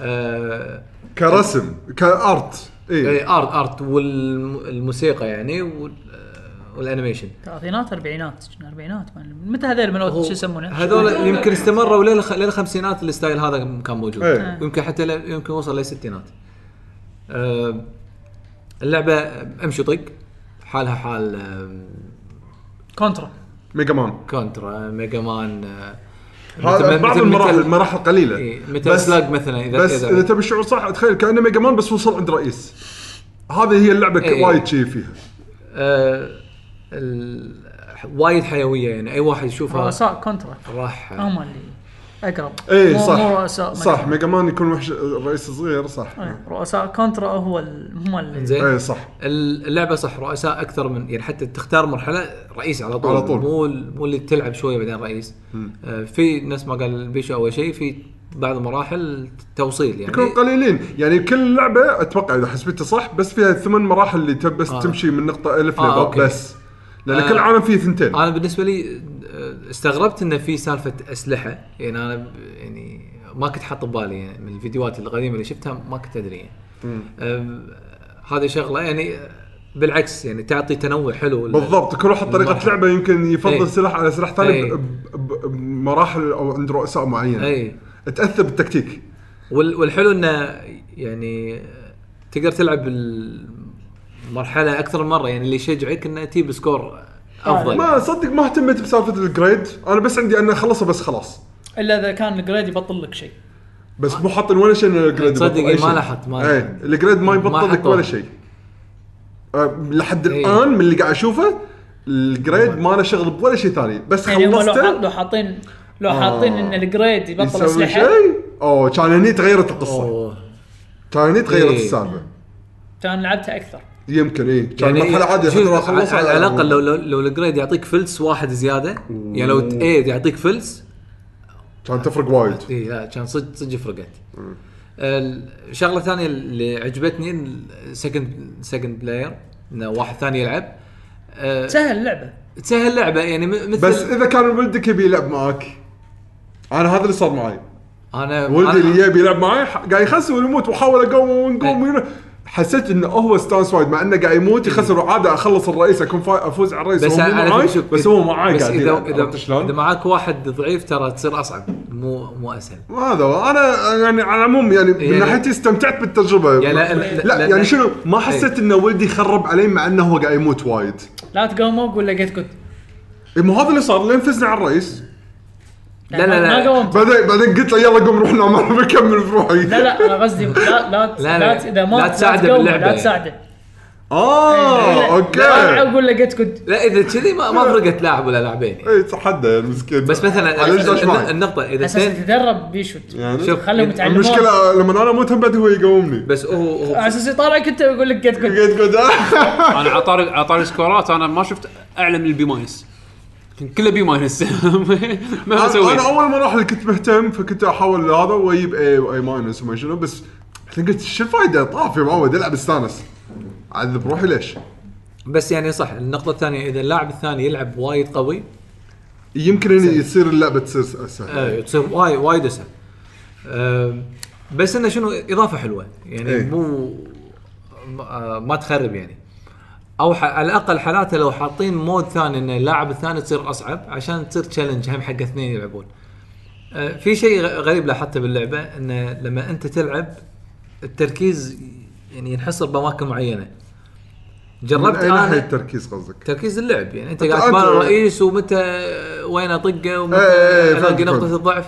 S5: آه
S3: كرسم إيه. كارت اي
S2: إيه.
S5: اي ارت ارت إيه، والموسيقى يعني وال- آه، والانيميشن
S4: ثلاثينات اربعينات اربعينات ما- متى هذول من شو يسمونه؟
S5: هذول يمكن استمروا لين للخ- للخمسينات الستايل هذا كان موجود
S3: إيه.
S5: يمكن حتى ل- يمكن وصل للستينات آه، اللعبه امشي طق حالها حال آم،
S4: كونترا
S3: ميجا مان
S5: كونترا ميجا مان آه،
S3: هذا
S5: مثل-
S3: بعض
S5: مثل-
S3: المراحل
S5: مثل-
S3: المراحل قليله
S5: إيه، مثل سلاج مثلا اذا
S3: بس اذا تبي الشعور صح تخيل كانه ميجا مان بس وصل عند رئيس هذه هي اللعبه ك-
S5: إيه.
S3: وايد شيء فيها
S5: آه، ال- وايد حيويه يعني اي واحد يشوفها
S4: رؤساء كونترا
S5: راح
S4: هم اللي اقرب
S3: اي
S4: مو-
S3: إيه، صح
S4: مو رؤساء
S3: صح ميجا مان يكون وحش رئيس صغير صح
S4: إيه، رؤساء كونترا هو ال- هم اللي
S5: زين
S3: اي إيه، صح
S5: اللعبه صح رؤساء اكثر من يعني حتى تختار مرحله رئيس على طول
S3: على طول.
S5: مو ال- مو اللي تلعب شويه بعدين رئيس آه في نفس ما قال بيشو اول شيء في بعض المراحل توصيل يعني
S3: يكون قليلين يعني كل لعبه اتوقع اذا حسبتها صح بس فيها ثمان مراحل اللي تب بس
S5: آه.
S3: تمشي من نقطه الف
S5: آه،
S3: لباب
S5: أوكي.
S3: بس لان
S5: آه.
S3: كل عالم فيه ثنتين
S5: انا بالنسبه لي آه، استغربت انه في سالفه اسلحه يعني انا ب- يعني ما كنت حاط ببالي يعني من الفيديوهات القديمه اللي شفتها ما كنت ادري يعني. آم، هذه شغله يعني آه، بالعكس يعني تعطي تنوع حلو لل-
S3: بالضبط كل واحد طريقه
S5: المرحلة.
S3: لعبه يمكن يفضل
S5: إيه.
S3: سلاح على سلاح ثاني
S5: إيه.
S3: ب- ب- ب- بمراحل او عند رؤساء معينه
S5: اي
S3: تاثر بالتكتيك
S5: وال- والحلو انه يعني تقدر تلعب المرحله اكثر من مره يعني اللي يشجعك انه تجيب سكور افضل
S3: ما صدق ما اهتميت بسالفه الجريد انا بس عندي اني اخلصه بس خلاص
S4: الا اذا كان الجريد يبطل لك شيء
S3: بس مو حاطين ولا شيء إن الجريد
S5: تصدق
S3: يبطل أي
S5: ما
S3: شيء.
S5: لاحظت، ما
S3: إيه،
S5: لاحظت.
S3: الجريد ما
S5: ما
S3: يبطل لك
S5: حطوه.
S3: ولا شيء أه، لحد
S5: إيه.
S3: الان من اللي قاعد اشوفه الجريد ما له شغل بولا شيء ثاني بس
S4: يعني هم لو
S3: خلصته
S4: حاط- لو حاطين لو حاطين ان الجريد يبطل
S3: يسوي
S4: اسلحه
S3: شيء اوه كان هني تغيرت القصه
S5: أوه.
S3: كان هني تغيرت
S5: إيه.
S3: السالفه
S4: كان لعبتها اكثر
S3: يمكن اي كان
S5: يعني
S3: مرحله عاديه
S5: شوف،
S3: أقدر
S5: على
S3: أخلصها
S5: على الاقل لو
S3: أقول.
S5: لو, لو الجريد يعطيك فلس واحد زياده يعني لو ت- ايه يعطيك فلس
S3: كان تفرق وايد
S5: اي لا كان صدق صدق فرقت
S3: أمم.
S5: الشغله الثانيه اللي عجبتني السكند سكند بلاير انه واحد ثاني يلعب أه،
S4: سهل اللعبه
S5: تسهل اللعبه يعني م- مثل
S3: بس اذا كان ولدك يبي يلعب معاك انا هذا اللي صار معي
S5: انا
S3: ولدي
S5: أنا-
S3: اللي يبي يلعب معاي ح- قاعد يخسر ويموت واحاول اقوم ونقوم
S5: إيه.
S3: وينو- حسيت انه هو ستانس وايد مع انه قاعد يموت يخسر وعاده اخلص الرئيس اكون فا... افوز على الرئيس
S5: بس
S3: وهو مو
S5: على
S3: معاي
S5: فكرة شوف،
S3: بس هو معاي
S5: بس
S3: قاعد
S5: اذا
S3: يلعب، عرفت
S5: اذا اذا
S3: شلون؟
S5: معاك واحد ضعيف ترى تصير اصعب مو مو اسهل
S3: هذا هو. انا يعني على العموم يعني من
S5: يعني-
S3: ناحيتي استمتعت بالتجربه
S5: يعني لا- لا-
S3: لا
S5: لا-
S3: يعني
S5: لا- إيه.
S3: شنو ما حسيت انه ولدي خرب علي مع انه هو قاعد يموت وايد
S4: لا تقوموا قول لقيت جود
S3: إيه، مو هذا اللي صار لين فزنا على الرئيس
S5: لا، لا، لا.
S4: ما قومت
S3: بعدين بعدين قلت له يلا قوم روح نام انا بكمل بروحي
S4: لا لا انا قصدي لا لا لا,
S5: لا، لا.
S4: لا, اذا ما
S5: لا تساعده
S4: تقوموا،
S5: باللعبة.
S4: لا تساعده
S3: اه
S4: إيه، لا،
S3: اوكي
S4: اقول لقيت جود
S5: لا اذا كذي ما, ما فرقت لاعب ولا لاعبين يعني.
S3: اي إيه، تحدى المسكين
S5: بس مثلا
S3: على الجداش
S5: الن-
S3: معي.
S5: النقطه اذا
S4: اساس
S5: اثنين
S4: يتدرب بيشوت
S3: يعني
S5: شوف
S4: خلهم يتعلمون
S3: المشكله لما انا اموت هم بعد هو يقومني
S5: بس هو هو
S4: اساس يطالعك انت ويقول لك جيت جود
S3: قلت قلت إيه.
S2: انا على طاري على طاري سكورات انا ما شفت اعلى من البي ماينس كله بي ماينس ما
S3: انا
S2: اسوي
S3: أنا اول مراحل كنت مهتم فكنت احاول هذا واجيب اي واي ماينس وما شنو بس بعدين قلت شو الفائده طافي معود العب استانس اعذب روحي ليش؟
S5: بس يعني صح النقطه الثانيه اذا اللاعب الثاني يلعب وايد قوي
S3: يمكن ان يصير اللعبه تصير س- سهله
S5: آه تصير وايد وايد اسهل آه بس انه شنو اضافه حلوه يعني
S3: إيه.
S5: مو آه، ما تخرب يعني او ح... على الاقل حالاته لو حاطين مود ثاني ان اللاعب الثاني تصير اصعب عشان تصير تشالنج هم حق اثنين يلعبون آه، في شيء غ- غريب لاحظته باللعبه انه لما انت تلعب التركيز يعني ينحصر باماكن معينه
S3: من
S5: جربت
S3: اي ناحيه
S5: انا
S3: التركيز قصدك؟
S5: تركيز اللعب يعني انت
S3: أنت-
S5: قاعد تبارى
S3: أنت-
S5: الرئيس ومتى وين اطقه ومتى
S3: إيه، إيه،
S5: الاقي
S3: فهمت،
S5: نقطه
S3: فهمت.
S5: الضعف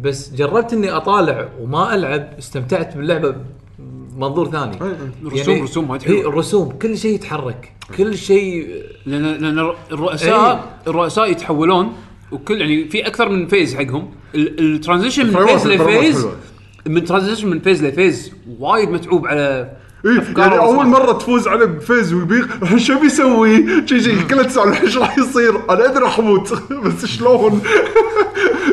S5: بس جربت اني اطالع وما العب استمتعت باللعبه بمنظور ثاني يعني
S3: إيه، إيه.
S2: رسوم- رسوم وايد
S5: هي
S2: حلوة.
S5: الرسوم كل شيء يتحرك كل شيء
S2: لان لان الرؤساء
S3: إيه.
S2: ايه؟ الرؤساء يتحولون وكل يعني في اكثر من فيز حقهم ال- الترانزيشن من
S3: الفريمات-
S2: فيز
S3: الفريمات
S2: لفيز
S3: حلوة.
S2: من ترانزيشن من فيز لفيز وايد متعوب على
S3: إيه
S2: أفكاره
S3: يعني اول
S2: وصوته.
S3: مره تفوز عليه بفيز ويبيق شو بيسوي؟ شي شي كله تسال ايش راح يصير؟ انا ادري راح اموت بس شلون؟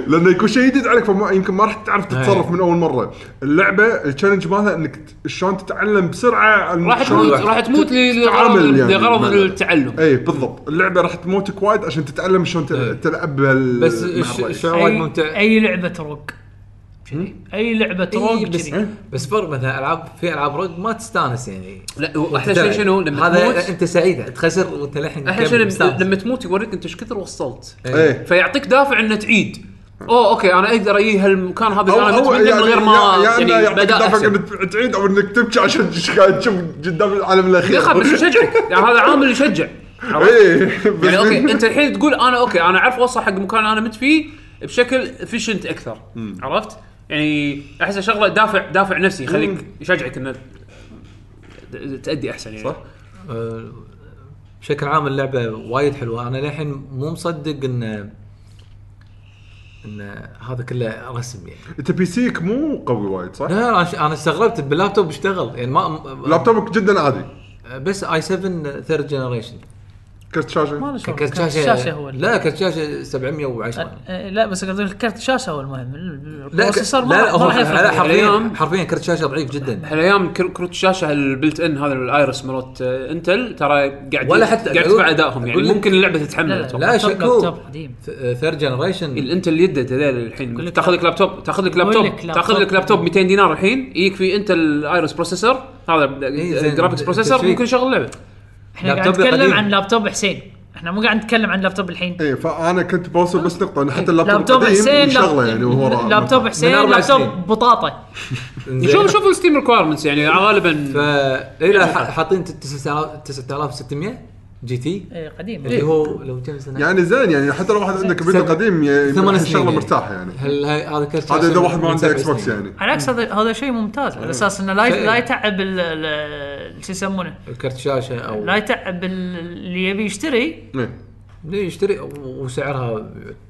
S3: لانه يكون شيء جديد عليك فما يمكن ما راح تعرف تتصرف
S5: إيه.
S3: من اول مره. اللعبه التشالنج مالها انك ت- شلون تتعلم بسرعه عن
S2: راح
S3: شلون
S2: تموت راح تموت ل- لغرض
S3: تتعامل يعني
S2: لغرض
S3: مع-
S2: التعلم
S3: اي بالضبط اللعبه راح تموتك وايد عشان تتعلم شلون تل-
S5: إيه.
S3: تلعب بهال
S5: بس
S3: مع
S5: الش-
S3: الرئيس.
S5: الشعور وايد
S4: اي
S2: إيه،
S5: ممتع
S4: اي لعبه روك اي لعبه روك
S5: إيه، بس
S4: كذي.
S5: بس فرق مثلا العاب في العاب روك ما تستانس يعني
S2: لا واحلى شيء شنو لما
S5: هذا
S2: تموت
S5: انت سعيد تخسر وانت للحين
S2: احلى شيء
S5: مكمل
S2: لما-
S5: مستانس.
S2: لما تموت يوريك انت ايش كثر وصلت
S3: ايه
S2: فيعطيك دافع انه تعيد اوه اوكي انا اقدر اجي هالمكان هذا اللي انا مت منه من غير ما
S3: يا يعني
S2: يعني
S3: يعطيك
S2: بداء
S3: دافع
S2: أحسن.
S3: انك تعيد او انك تبكي عشان قاعد تشوف قدام العالم الاخير
S2: يخاف بس يشجعك يعني هذا عامل يشجع
S3: ايه بس
S2: يعني اوكي انت الحين تقول انا اوكي انا اعرف اوصل حق المكان اللي انا مت فيه بشكل افشنت اكثر عرفت؟ يعني احس شغله دافع دافع نفسي يخليك يشجعك انه ت- تأدي احسن يعني صح؟
S5: أه، بشكل عام اللعبه وايد حلوه انا للحين مو مصدق ان ان هذا كله رسم يعني
S3: انت بي سيك مو قوي وايد صح؟
S5: لا انا انا استغربت باللابتوب اشتغل يعني ما
S3: لابتوبك جدا عادي
S5: بس اي 7 ثيرد جنريشن
S3: كرت
S4: ما
S3: شاشه
S4: له شغل.
S5: كرت شاشه
S4: الشاشه هو اللي-
S5: لا كرت شاشه 710
S4: آه، لا بس قصدي الكرت الشاشه هو المهم
S5: لا ك-
S4: البروسيسور ما
S5: لا لا
S4: راح- ما
S5: هو
S4: راح
S5: لا،
S4: يفرق
S5: حرفيا
S2: الأيام.
S5: حرفيا كرت شاشه ضعيف جدا
S2: هالايام كر- كروت الشاشه البلت ان هذا الايرس مرات آه، انتل ترى قاعد
S5: ولا حتى-
S2: قاعد
S5: أقول-
S2: تدفع ادائهم يعني
S5: أقول لك-
S2: ممكن اللعبه تتحمل
S4: لا
S2: أتوقع.
S5: لا
S4: لابتوب-
S5: شكو
S4: لابتوب قديم.
S5: ثيرد جنريشن
S2: الانتل اليد هذول الحين
S4: لك
S2: تاخذ لك لابتوب تاخذ لك
S4: يقول
S2: لابتوب
S4: لك لابتوب.
S2: تاخذ لك لابتوب 200 دينار الحين يجيك في انتل ايرس بروسيسور هذا
S5: زين.
S2: جرافيكس بروسيسور
S5: تشفيك.
S2: ممكن يشغل لعبه
S4: احنا قاعد
S5: لابتوب
S4: نتكلم
S5: قديم.
S4: عن لابتوب حسين احنا مو قاعد نتكلم عن لابتوب الحين
S3: ايه فانا كنت بوصل بس نقطه ان حتى اللابتوب
S4: لابتوب
S3: القديم
S4: حسين
S3: شغله
S4: لاب-
S3: يعني وهو رائع.
S4: لابتوب حسين
S5: أربع
S4: لابتوب
S5: سنين.
S4: بطاطا
S2: شوف شوف الستيم ريكوايرمنتس يعني
S5: ف
S2: غالبا
S5: إيه لا ح- حاطين 9000 9600 جي تي
S4: إيه، قديم
S5: اللي هو لو كم سنه
S3: يعني زين يعني حتى لو واحد عنده كمبيوتر
S5: سبع-
S3: قديم ي-
S5: ثمان سنين
S3: شغله
S5: يعني.
S3: مرتاح يعني
S5: هل هاي- هذا كرت
S3: هذا
S5: شاشة
S3: اذا
S5: من-
S3: واحد ما
S5: من
S3: عنده
S5: سبع
S3: اكس بوكس
S5: سنين.
S3: يعني
S4: على العكس هذا هذا شيء ممتاز على اساس انه لا
S5: إيه. شيء.
S4: لا يتعب ال- ال- شو يسمونه
S3: يعني.
S5: كرت شاشه او
S4: لا يتعب ال- اللي يبي يشتري
S3: إيه.
S5: ليه يشتري و- وسعرها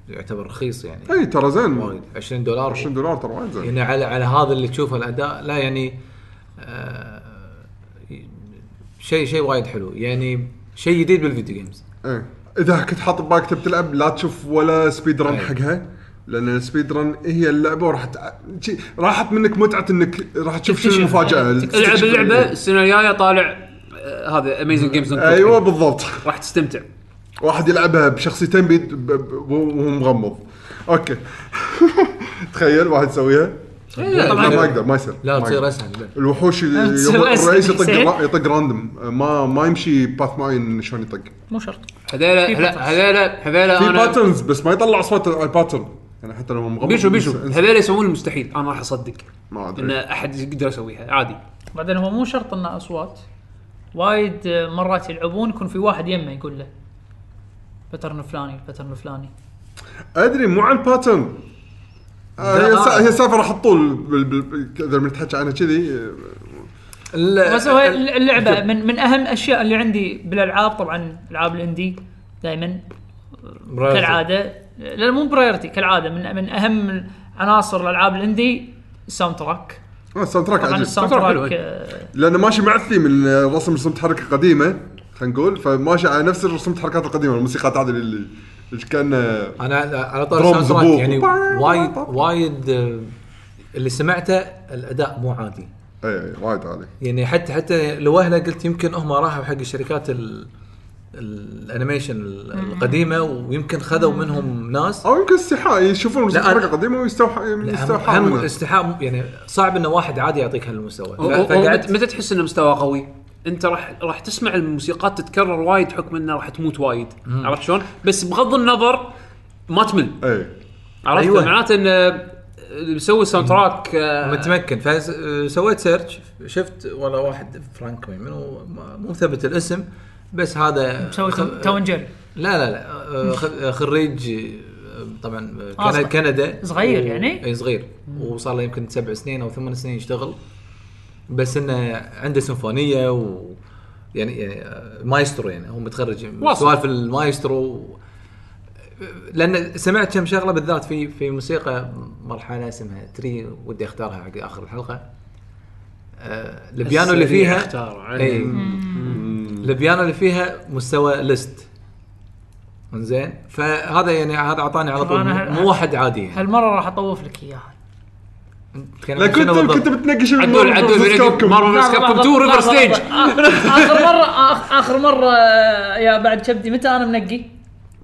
S5: يعتبر رخيص يعني
S3: اي إيه، ترى زين
S5: وايد 20 دولار
S3: 20 طيب. دولار ترى وايد زين
S5: يعني على على هذا اللي تشوفه الاداء لا يعني آه، شيء شيء وايد حلو يعني شيء جديد بالفيديو جيمز
S3: ايه اذا كنت حاط ببالك تبي تلعب لا تشوف ولا سبيد رن
S5: إيه.
S3: حقها لان السبيد رن هي اللعبه وراح تع... شي- راحت منك متعه انك راح تشوف شو
S4: تكتشف.
S3: المفاجاه
S2: العب
S3: تكتشف-
S2: اللعبه السنه الجايه طالع آه، هذا اميزنج جيمز
S3: ايوه بالضبط
S2: راح تستمتع
S3: واحد يلعبها بشخصيتين بيد ب... ب... وهو مغمض اوكي تخيل واحد يسويها
S2: إيه،
S3: لا ما
S2: طبعا
S3: اقدر ما يصير
S5: لا
S3: ما
S5: تصير
S3: أقدر.
S5: اسهل لا.
S3: الوحوش
S4: لا تصير
S3: يضرب-
S4: أسهل
S3: الرئيس يطق
S4: حسين.
S3: را- يطق راندوم ما ما يمشي باث معين شلون يطق
S4: مو شرط
S2: هذيلا
S4: في
S2: هلا-
S4: patterns.
S2: هذيلا هذيلا
S3: في
S2: انا
S3: باترنز بس ما يطلع اصوات على الباترن يعني حتى لو هو مغمض
S2: بيشو بيشو
S3: إنس- إنس-
S2: هذيلا يسوون المستحيل انا راح اصدق
S3: ما
S2: ان
S5: إيه.
S3: ادري
S2: احد يقدر يسويها عادي
S4: بعدين هو مو شرط انه اصوات وايد آه، مرات يلعبون يكون في واحد يمه يقول له باترن فلاني باترن فلاني
S3: ادري مو عن باترن آه،
S5: لا،
S3: هي سا-
S5: آه.
S3: هي سالفه راح تطول بال- بال- كذا لما نتحكي عنها كذي آه،
S5: ال-
S2: أه،
S4: بس هو
S5: ال-
S4: اللعبه من من اهم الاشياء اللي عندي بالالعاب طبعا العاب الاندي دائما كالعاده لا مو برايرتي كالعاده من من اهم عناصر الالعاب الاندي الساوند تراك
S3: آه، الساوند تراك
S4: طبعا
S3: عجيب
S4: الساوند
S2: soundtrack حلو،
S4: تراك
S2: إيه.
S4: آه،
S3: لانه ماشي مع الثيم من آه، رسم رسومات حركه قديمه خلينا نقول فماشي على نفس رسومات الحركات القديمه الموسيقى عادل اللي اللي كان آه،
S5: انا على- على طار
S3: دروم
S5: الساوند تراك
S3: زبوب.
S5: يعني وايد وايد آه، اللي سمعته الاداء مو عادي
S3: اي اي إيه، وايد عالي
S5: يعني حتى حتى لوهله قلت يمكن هم راحوا حق الشركات ال- الانيميشن ال- القديمه ويمكن خذوا منهم ناس
S3: او يمكن استحاء يشوفون
S5: لا،
S3: حركه
S5: أنا-
S3: قديمه ويستوحى
S5: لا،
S3: يستوحى
S5: هم
S3: منها.
S5: استحاء يعني صعب انه واحد عادي يعطيك هالمستوى
S2: هو- هو
S5: ف- فقعدت
S2: مت- متى تحس انه مستوى قوي؟ انت راح راح تسمع الموسيقات تتكرر وايد حكم انه راح تموت وايد عرفت شلون؟ بس بغض النظر ما تمل
S3: اي
S2: عرفت
S5: أيوة.
S2: معناته انه مسوي ساوند تراك آه،
S5: متمكن فسويت سيرش شفت والله واحد فرانك مين منو ما- مو مثبت الاسم بس هذا
S4: مسوي
S5: خ-
S4: توم جيري
S5: لا لا لا آه، خ- خريج آه، طبعا آه،
S4: آه،
S5: كندا-
S4: صغير.
S5: كندا
S4: صغير
S5: و-
S4: يعني؟
S5: اي صغير وصار له يمكن سبع سنين او ثمان سنين يشتغل بس انه عنده سيمفونيه و يعني يعني آه، مايسترو يعني هو متخرج من
S2: واصل.
S5: سوالف المايسترو لان سمعت كم شغله بالذات في في موسيقى مرحله اسمها تري ودي اختارها حق اخر الحلقه آه، البيانو اللي
S2: السريع
S5: فيها
S2: اختار.
S5: اي البيانو اللي فيها مستوى ليست زين فهذا يعني هذا اعطاني على
S4: شوف
S5: طول
S4: أنا هل-
S5: مو واحد عادي يعني
S4: هالمره راح اطوف لك اياها
S5: نتكلم
S3: لا
S5: عن شنو
S3: كنت
S5: بالضبط؟
S3: كنت بتنقش
S2: عدول عدول بينك- مارفل فيرس
S4: نعم،
S2: كابكوم 2 ريفر
S4: لحظة،
S2: ستيج
S4: لحظة، آخ- اخر مره آخ- اخر مره آه، يا بعد كبدي متى انا منقي؟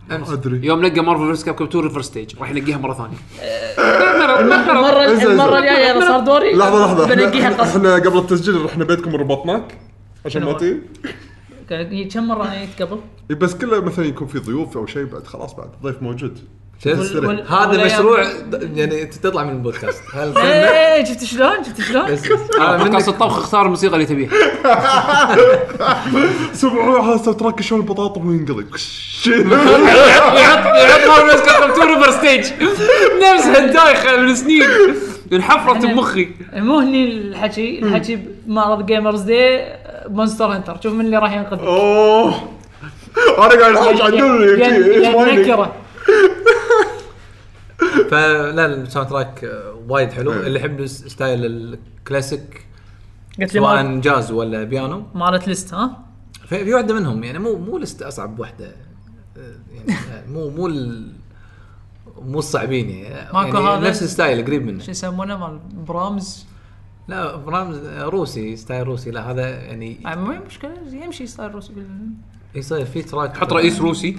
S3: ما ادري
S2: يوم نلقى مارفل فيرس كاب 2 ريفر ستيج راح نلقيها مره ثانيه
S4: المره
S3: إنزين،
S4: المره
S3: إنزين.
S4: الجايه اذا صار دوري
S3: لحظه لحظه
S4: بنقيها
S3: احنا,
S4: قصد
S3: احنا قبل التسجيل رحنا بيتكم ربطناك عشان ما
S4: شنو؟
S3: تي
S4: كان- كم مره انا جيت قبل؟
S3: إي بس كله مثلا يكون في ضيوف او شيء بعد خلاص بعد الضيف موجود
S5: شنو؟
S4: وال- وال-
S5: هذا
S4: والأيام-
S5: مشروع د- يعني تطلع من البودكاست هل-
S4: ايه شفت شلون؟ شفت شلون؟
S5: بس بس. هذا منك-
S2: بودكاست الطبخ اختار الموسيقى اللي تبيها
S3: سمعوا هذا الساوند تراك شلون البطاطا وينقلب
S2: يحط يحط مارفل فيرس كاب 2 ريفر ستيج نفس هالدايخه من سنين انحفرت بمخي
S4: إيه، مو هني الحكي الحكي بمعرض جيمرز دي مونستر هنتر آه، شوف من اللي راح ينقذك
S3: اوه انا قاعد احوش عن دول
S4: يا- يا- يا نكره
S5: فلا الساوند تراك آه، وايد حلو
S3: إيه.
S5: اللي يحب س- ستايل الكلاسيك
S4: قلت لي مال-
S5: سواء جاز ولا بيانو
S4: مالت ليست ها؟
S5: في في واحده منهم يعني مو مو لست اصعب واحده آه، يعني مو مو ال- مو الصعبين يعني,
S4: ماكو
S5: يعني
S4: هذا؟
S5: نفس الستايل قريب منه
S4: شو يسمونه مال برامز
S5: لا برامز روسي ستايل روسي لا هذا يعني
S4: آه، مو مشكله يمشي ستايل روسي بال-
S5: يصير في تراك
S2: حط رئيس روسي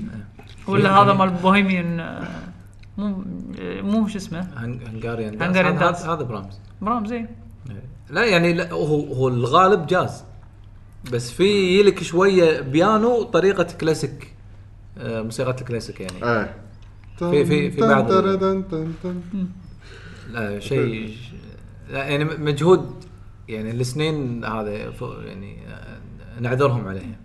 S4: ولا هذا مال بوهيميان آه، مو آه، مو شو اسمه
S5: هن- هنغاريان دانس.
S4: هنغاريان
S5: هذا-
S4: دانس.
S5: هذا هذا برامز
S4: برام زين
S5: لا يعني لا هو هو الغالب جاز بس في يلك شويه بيانو طريقه كلاسيك آه، موسيقى الكلاسيك يعني
S3: ايه
S5: في- في- في بعض ال-
S3: تن- تن- تن.
S5: لا شيء لا يعني مجهود يعني السنين هذا فوق- يعني آه، نعذرهم عليه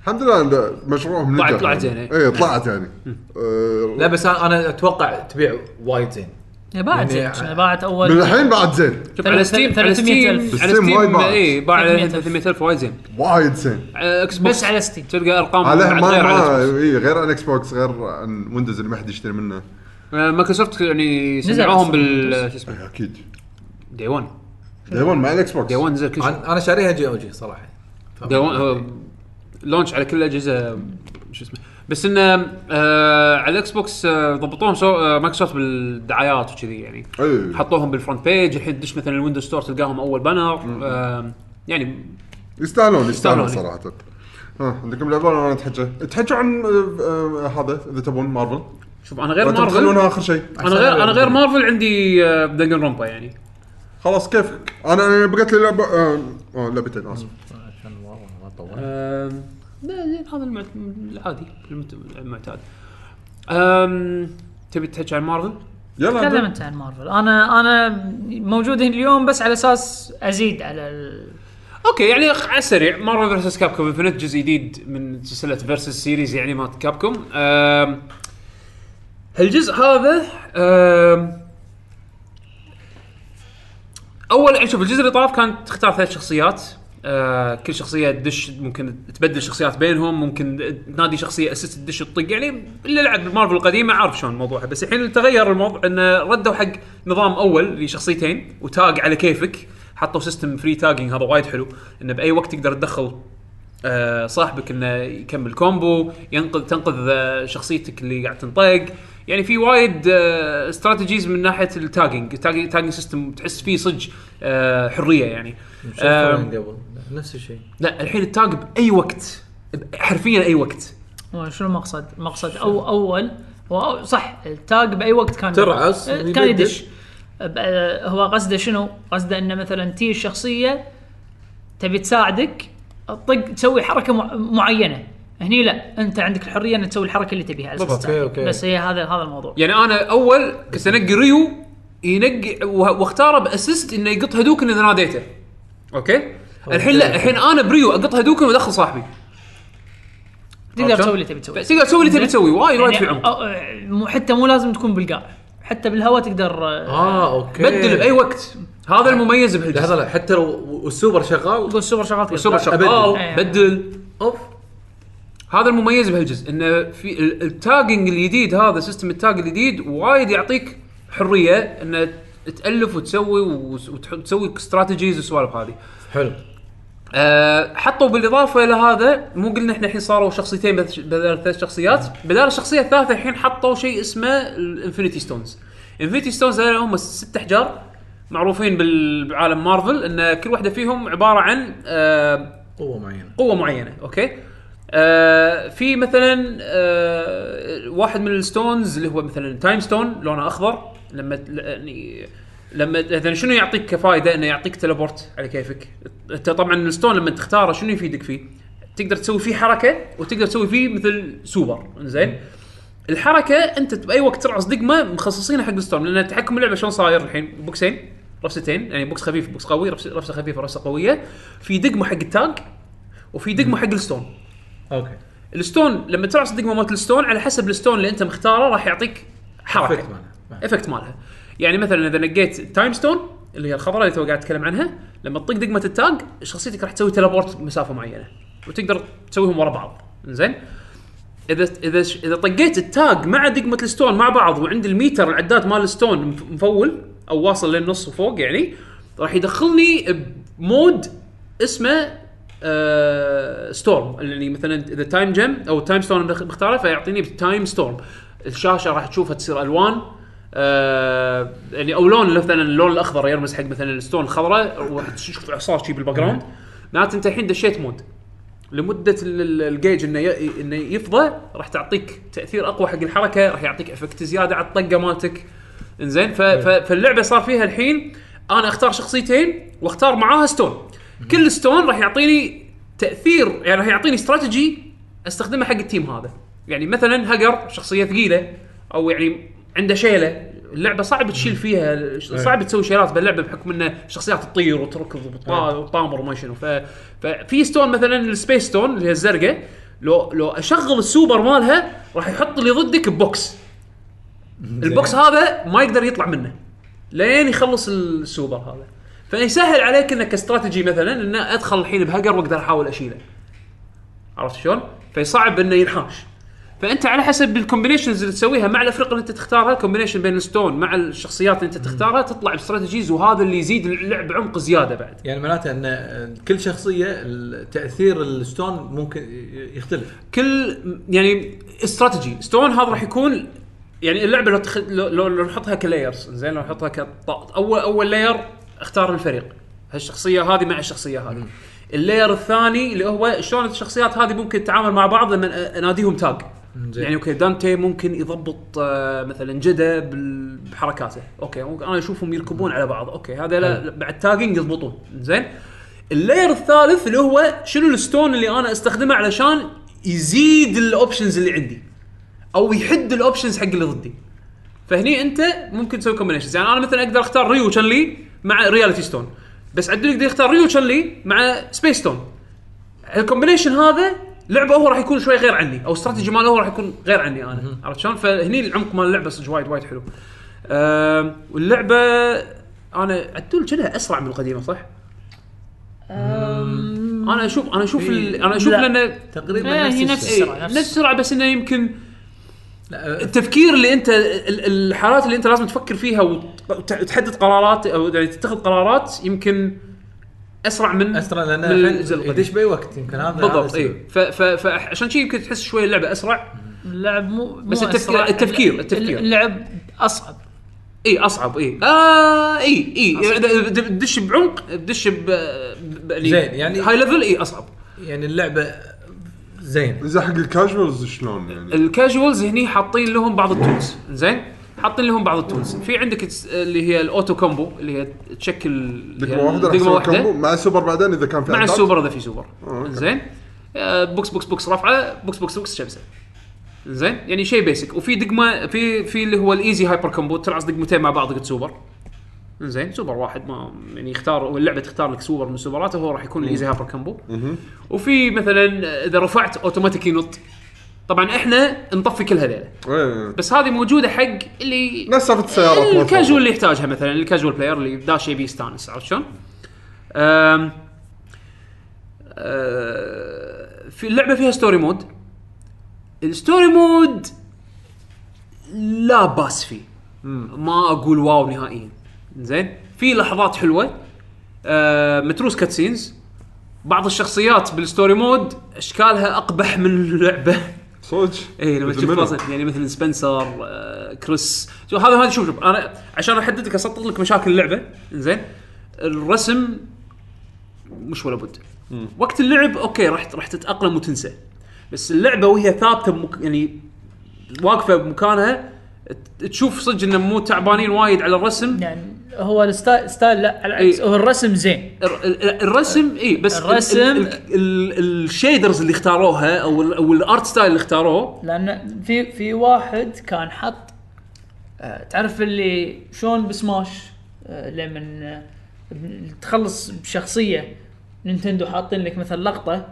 S3: الحمد لله لا، مشروعهم
S2: طلعت-
S3: نجح
S2: طلعت
S3: يعني.
S2: زينة.
S3: ايه طلعت يعني آه،
S5: لا بس انا أنا اتوقع تبيع وايد زين
S4: هي باعت
S5: يعني-
S4: زين باعت اول
S3: من الحين بعد زين
S2: شوف على ستيم على
S4: 300
S2: ستيم
S4: ألف.
S2: على
S3: ستيم وايد
S2: ستيم
S3: باع.
S2: اي إيه، باع على
S4: 300 ألف.
S2: 300000 وايد زين
S3: وايد زين
S2: آه، اكس بوكس
S4: بس على ستيم
S2: تلقى ارقام
S3: عليه ما
S2: غير
S3: ما-
S2: على
S3: إيه، غير عن اكس بوكس غير عن ويندوز اللي ما حد يشتري منه
S2: آه، مايكروسوفت يعني
S4: نزل
S2: سمعوهم
S4: أصلاً.
S2: بال شو اسمه
S3: إيه، اكيد
S2: دي 1
S3: دايما مع الاكس بوكس
S2: دي 1 نزل كل شيء
S5: انا أنا شاريها جي او جي صراحه
S2: دي 1 لونش على كل الاجهزه شو اسمه بس انه آه، على الاكس بوكس آه، ضبطوهم سو- آه، مايكروسوفت بالدعايات وكذي يعني
S3: ايه
S2: حطوهم بالفرونت بيج الحين تدش مثلا الويندوز ستور تلقاهم اول بانر آه، يعني
S3: يستاهلون
S2: يستاهلون،
S3: يستاهلون صراحه ها عندكم لعبه ولا انا اتحجى؟ اتحجوا عن آه، آه، هذا اذا تبون مارفل
S2: شوف انا غير
S3: لا
S2: مارفل
S3: تخلونها اخر شيء
S2: انا غير انا غير مارفل عندي دنجن رومبا يعني
S3: خلاص كيفك انا انا بقيت لي لعبه آه، آه، لعبتين اسف
S5: عشان والله ما طول
S2: أم، لا زين هذا المعت- العادي المت- المعتاد أم، تبي تحكي عن مارفل؟
S3: يلا
S4: تكلم
S3: عندك.
S4: انت عن مارفل انا انا موجود هنا اليوم بس على اساس ازيد على ال...
S2: اوكي يعني على السريع مارفل فيرسس كابكوم انفنت جزء جديد من سلسله فيرسس سيريز يعني مالت كابكوم أم، هالجزء هذا أم، اول يعني شوف الجزء اللي طاف كان تختار ثلاث شخصيات أه، كل شخصيه تدش ممكن تبدل شخصيات بينهم ممكن تنادي شخصيه اسست تدش تطق يعني اللي لعب بالمارفل القديمه عارف شلون موضوعها بس الحين تغير الموضوع انه ردوا حق نظام اول لشخصيتين وتاج على كيفك حطوا سيستم فري تاجينج هذا وايد حلو انه باي وقت تقدر تدخل آه، صاحبك انه يكمل كومبو ينقذ تنقذ آه، شخصيتك اللي قاعد تنطق يعني في وايد آه، استراتيجيز من ناحيه التاجنج التاجنج تاجنج سيستم تحس فيه صدق آه، حريه يعني آم،
S5: قبل نفس الشيء
S2: لا الحين التاج باي وقت حرفيا اي وقت
S4: هو شنو المقصد؟ المقصد او اول هو أو- صح التاج باي وقت كان
S5: ترعس،
S4: آه، كان
S5: يدش.
S4: يدش ب- آه، هو قصده شنو؟ قصده انه مثلا تي الشخصيه تبي تساعدك طق تسوي حركه مع- معينه هني لا انت عندك الحريه انك تسوي الحركه اللي تبيها على أساس
S5: بالضبط،
S4: تساعدك.
S5: أوكي، أوكي.
S4: بس هي هذا هذا الموضوع
S2: يعني انا اول كنت انقي ريو ينقي وه- واختاره باسيست انه يقط هدوكن اذا ناديته اوكي الحين لا الحين انا بريو اقط هدوكن وادخل صاحبي
S4: تقدر
S2: عرفت؟
S4: تسوي اللي تبي تسويه
S2: بس تقدر تسوي
S4: يعني
S2: اللي تبي تسوي وايد وايد في عمق
S4: أو- آه، مو- حتى مو لازم تكون بالقاع حتى بالهواء تقدر آه،
S2: آه.
S5: اه اوكي
S2: بدل باي وقت هذا المميز
S5: لحظه
S2: بهالجزء
S5: لا حتى لو السوبر شغال
S4: تقول السوبر شغال تقدر.
S2: سوبر
S5: أبدل.
S2: شغال
S4: إيه.
S2: بدل
S5: اوف
S2: هذا المميز بهالجزء انه في ال- التاجنج الجديد هذا سيستم التاج الجديد وايد يعطيك حريه انه تالف وتسوي وس- وتح- وتسوي استراتيجيز والسوالف هذه
S5: حلو
S2: أه حطوا بالاضافه لهذا مو قلنا احنا الحين صاروا شخصيتين بث- بدل ثلاث شخصيات بدل الشخصيه الثالثه الحين حطوا شيء اسمه الانفينيتي ستونز الانفينيتي ستونز هذول هم ست احجار معروفين بال- بعالم مارفل ان كل واحده فيهم عباره عن أه
S5: قوه معينه
S2: قوه معينه اوكي آه في مثلا آه واحد من الستونز اللي هو مثلا تايم ستون لونه اخضر لما ت- يعني لما اذا شنو يعطيك كفائده انه يعطيك تليبورت على كيفك انت طبعا الستون لما تختاره شنو يفيدك فيه تقدر تسوي فيه حركه وتقدر تسوي فيه مثل سوبر زين الحركه انت باي وقت ترعص دقمه مخصصينها حق الستون لان تحكم اللعبه شلون صاير الحين بوكسين رفستين يعني بوكس خفيف بوكس قوي رفس- رفسه خفيفه رفسه قويه في دقمه حق التاج وفي دقمه حق الستون
S5: اوكي
S2: الستون لما تعص الدقمه مالت الستون على حسب الستون اللي انت مختاره راح يعطيك حركه
S5: افكت معنا
S2: افكت مالها يعني مثلا اذا نقيت تايم ستون اللي هي الخضراء اللي تو قاعد اتكلم عنها لما تطق دقمه التاج شخصيتك راح تسوي تلابورت مسافه معينه وتقدر تسويهم ورا بعض زين اذا اذا اذا طقيت التاج مع دقمه الستون مع بعض وعند الميتر العداد مال الستون مف- مفول او واصل للنص وفوق يعني راح يدخلني بمود اسمه آه ستورم يعني مثلا اذا تايم جيم او تايم ستون مختاره فيعطيني بتايم ستورم الشاشه راح تشوفها تصير الوان آه يعني او لون مثلا اللون الاخضر يرمز حق مثلا الستون الخضراء وراح تشوف اعصار شي بالباك جراوند معناته انت الحين دشيت مود لمده ال- ال- الجيج انه ي- انه يفضى راح تعطيك تاثير اقوى حق الحركه راح يعطيك افكت زياده على الطقه مالتك انزين ف- ف- فاللعبه صار فيها الحين انا اختار شخصيتين واختار معاها ستون كل ستون راح يعطيني تاثير يعني راح يعطيني استراتيجي استخدمها حق التيم هذا يعني مثلا هجر شخصيه ثقيله او يعني عنده شيله اللعبه صعب تشيل فيها صعب تسوي شيلات باللعبه بحكم ان الشخصيات تطير وتركض وتطا- وتطامر وما شنو ف... ففي ستون مثلا السبيس ستون اللي هي الزرقاء لو لو اشغل السوبر مالها راح يحط اللي ضدك ببوكس البوكس هذا ما يقدر يطلع منه لين يخلص السوبر هذا فيسهل عليك انك استراتيجي مثلا ان ادخل الحين بهجر واقدر احاول اشيله عرفت شلون؟ فيصعب انه ينحاش فانت على حسب الكومبينيشنز اللي تسويها مع الافرقه اللي انت تختارها كومبينيشن بين الستون مع الشخصيات اللي انت تختارها تطلع باستراتيجيز وهذا اللي يزيد اللعب عمق زياده بعد
S5: يعني معناته ان كل شخصيه تاثير الستون ممكن يختلف
S2: كل يعني استراتيجي ستون هذا راح يكون يعني اللعبه لو تخ... لو, لو, لو نحطها كلايرز زين لو نحطها كط... اول اول لاير اختار الفريق هالشخصيه هذه مع الشخصيه هذه اللاير الثاني اللي هو شلون الشخصيات هذه ممكن تتعامل مع بعض لما أ- اناديهم تاج
S5: زين.
S2: يعني اوكي دانتي ممكن يضبط آه، مثلا جده بال- بحركاته اوكي ممكن انا اشوفهم يركبون على بعض اوكي هذا لا بعد تاجنج يضبطون زين اللاير الثالث اللي هو شنو الستون اللي انا استخدمه علشان يزيد الاوبشنز اللي عندي او يحد الاوبشنز حق اللي ضدي فهني انت ممكن تسوي كومبينيشنز يعني انا مثلا اقدر اختار ريو تشان لي مع رياليتي ستون بس عدل يقدر يختار ريو تشان لي مع سبيس ستون الكومبينيشن هذا لعبه هو راح يكون شوي غير عني او استراتيجي ماله هو راح يكون غير عني انا عرفت شلون؟ فهني العمق مال اللعبه صدق وايد وايد حلو. أم، واللعبه انا عدول كانها اسرع من القديمه صح؟ انا اشوف انا اشوف ال- انا اشوف
S4: لا.
S2: لانه
S5: تقريبا
S4: إيه، هي
S5: إيه. نفس
S4: نفس
S5: الشيء
S4: السرعة،
S2: إيه، نفس السرعه بس انه يمكن
S5: لا،
S2: التفكير اللي انت ال- ال- الحالات اللي انت لازم تفكر فيها وت- وتحدد قرارات او يعني تتخذ قرارات يمكن اسرع من
S5: اسرع لان
S2: من الجزء
S5: الحين يدش
S2: القديم
S5: باي وقت يمكن هذا هذا
S2: بالضبط إيه.
S5: السبب.
S2: اي فعشان شي يمكن تحس شوي اللعبه اسرع
S4: اللعب مو
S2: بس
S4: مو
S2: التفكير-
S4: أسرع.
S2: التفكير- التفكير.
S4: اللعب اصعب
S2: اي اصعب اي اه اي اي اذا تدش بعمق تدش ب ب-
S5: زين، يعني-
S2: إيه، هاي ليفل اي اصعب
S5: يعني اللعبه زين
S3: زين حق الكاجوالز شلون يعني؟
S2: الكاجوالز هني حاطين لهم بعض التولز زين حاطين لهم بعض التولز في عندك الس- اللي هي الاوتو كومبو اللي هي تشكل يعني
S3: دقمه واحده راح
S2: دقمه
S3: يسوي
S2: واحده
S3: كومبو مع السوبر بعدين اذا كان في
S2: مع
S3: أعداد.
S2: السوبر اذا في سوبر
S3: أوكي.
S2: زين آه، بوكس بوكس بوكس رفعه بوكس بوكس بوكس شمسه زين يعني شيء بيسك وفي دقمه في في اللي هو الايزي هايبر كومبو تلعب دقمتين مع بعض قد سوبر زين سوبر واحد ما يعني يختار واللعبه تختار لك سوبر من سوبراته هو راح يكون الايزي هايبر كومبو وفي مثلا اذا رفعت اوتوماتيك ينط طبعا احنا نطفي كل هذيلا
S3: إيه.
S2: بس هذه موجوده حق اللي
S3: نفس سالفه السيارات ما
S2: الكاجوال
S3: تفضل.
S2: اللي يحتاجها مثلا الكاجوال بلاير اللي داش يبي يستانس عرفت شلون؟ أم، أه، في اللعبه فيها ستوري مود الستوري مود لا باس فيه ما اقول واو نهائيا زين في لحظات حلوه أه، متروس كاتسينز بعض الشخصيات بالستوري مود اشكالها اقبح من اللعبه
S3: صدق
S2: اي إيه، لما تشوف
S3: مثل منو؟
S2: فاصل يعني مثلا سبنسر آه، كريس شو هذا هذا شوف شوف انا عشان احدد لك اسطر لك مشاكل اللعبه زين الرسم مش ولا بد وقت اللعب اوكي راح راح تتاقلم وتنسى بس اللعبه وهي ثابته بمك... يعني واقفه بمكانها ت- تشوف صدق انه مو تعبانين وايد على الرسم
S4: يعني هو الستايل ستايل لا على العكس
S2: إيه.
S4: هو الرسم زين
S2: الر- ال- الرسم اي بس ال-
S4: الرسم-
S2: ال- ال- ال- الشيدرز اللي اختاروها او ال- او الارت ستايل اللي اختاروه
S4: لان في في واحد كان حط آه، تعرف اللي شلون بسماش آه، لمن آه، تخلص بشخصيه نينتندو حاطين لك مثلا لقطه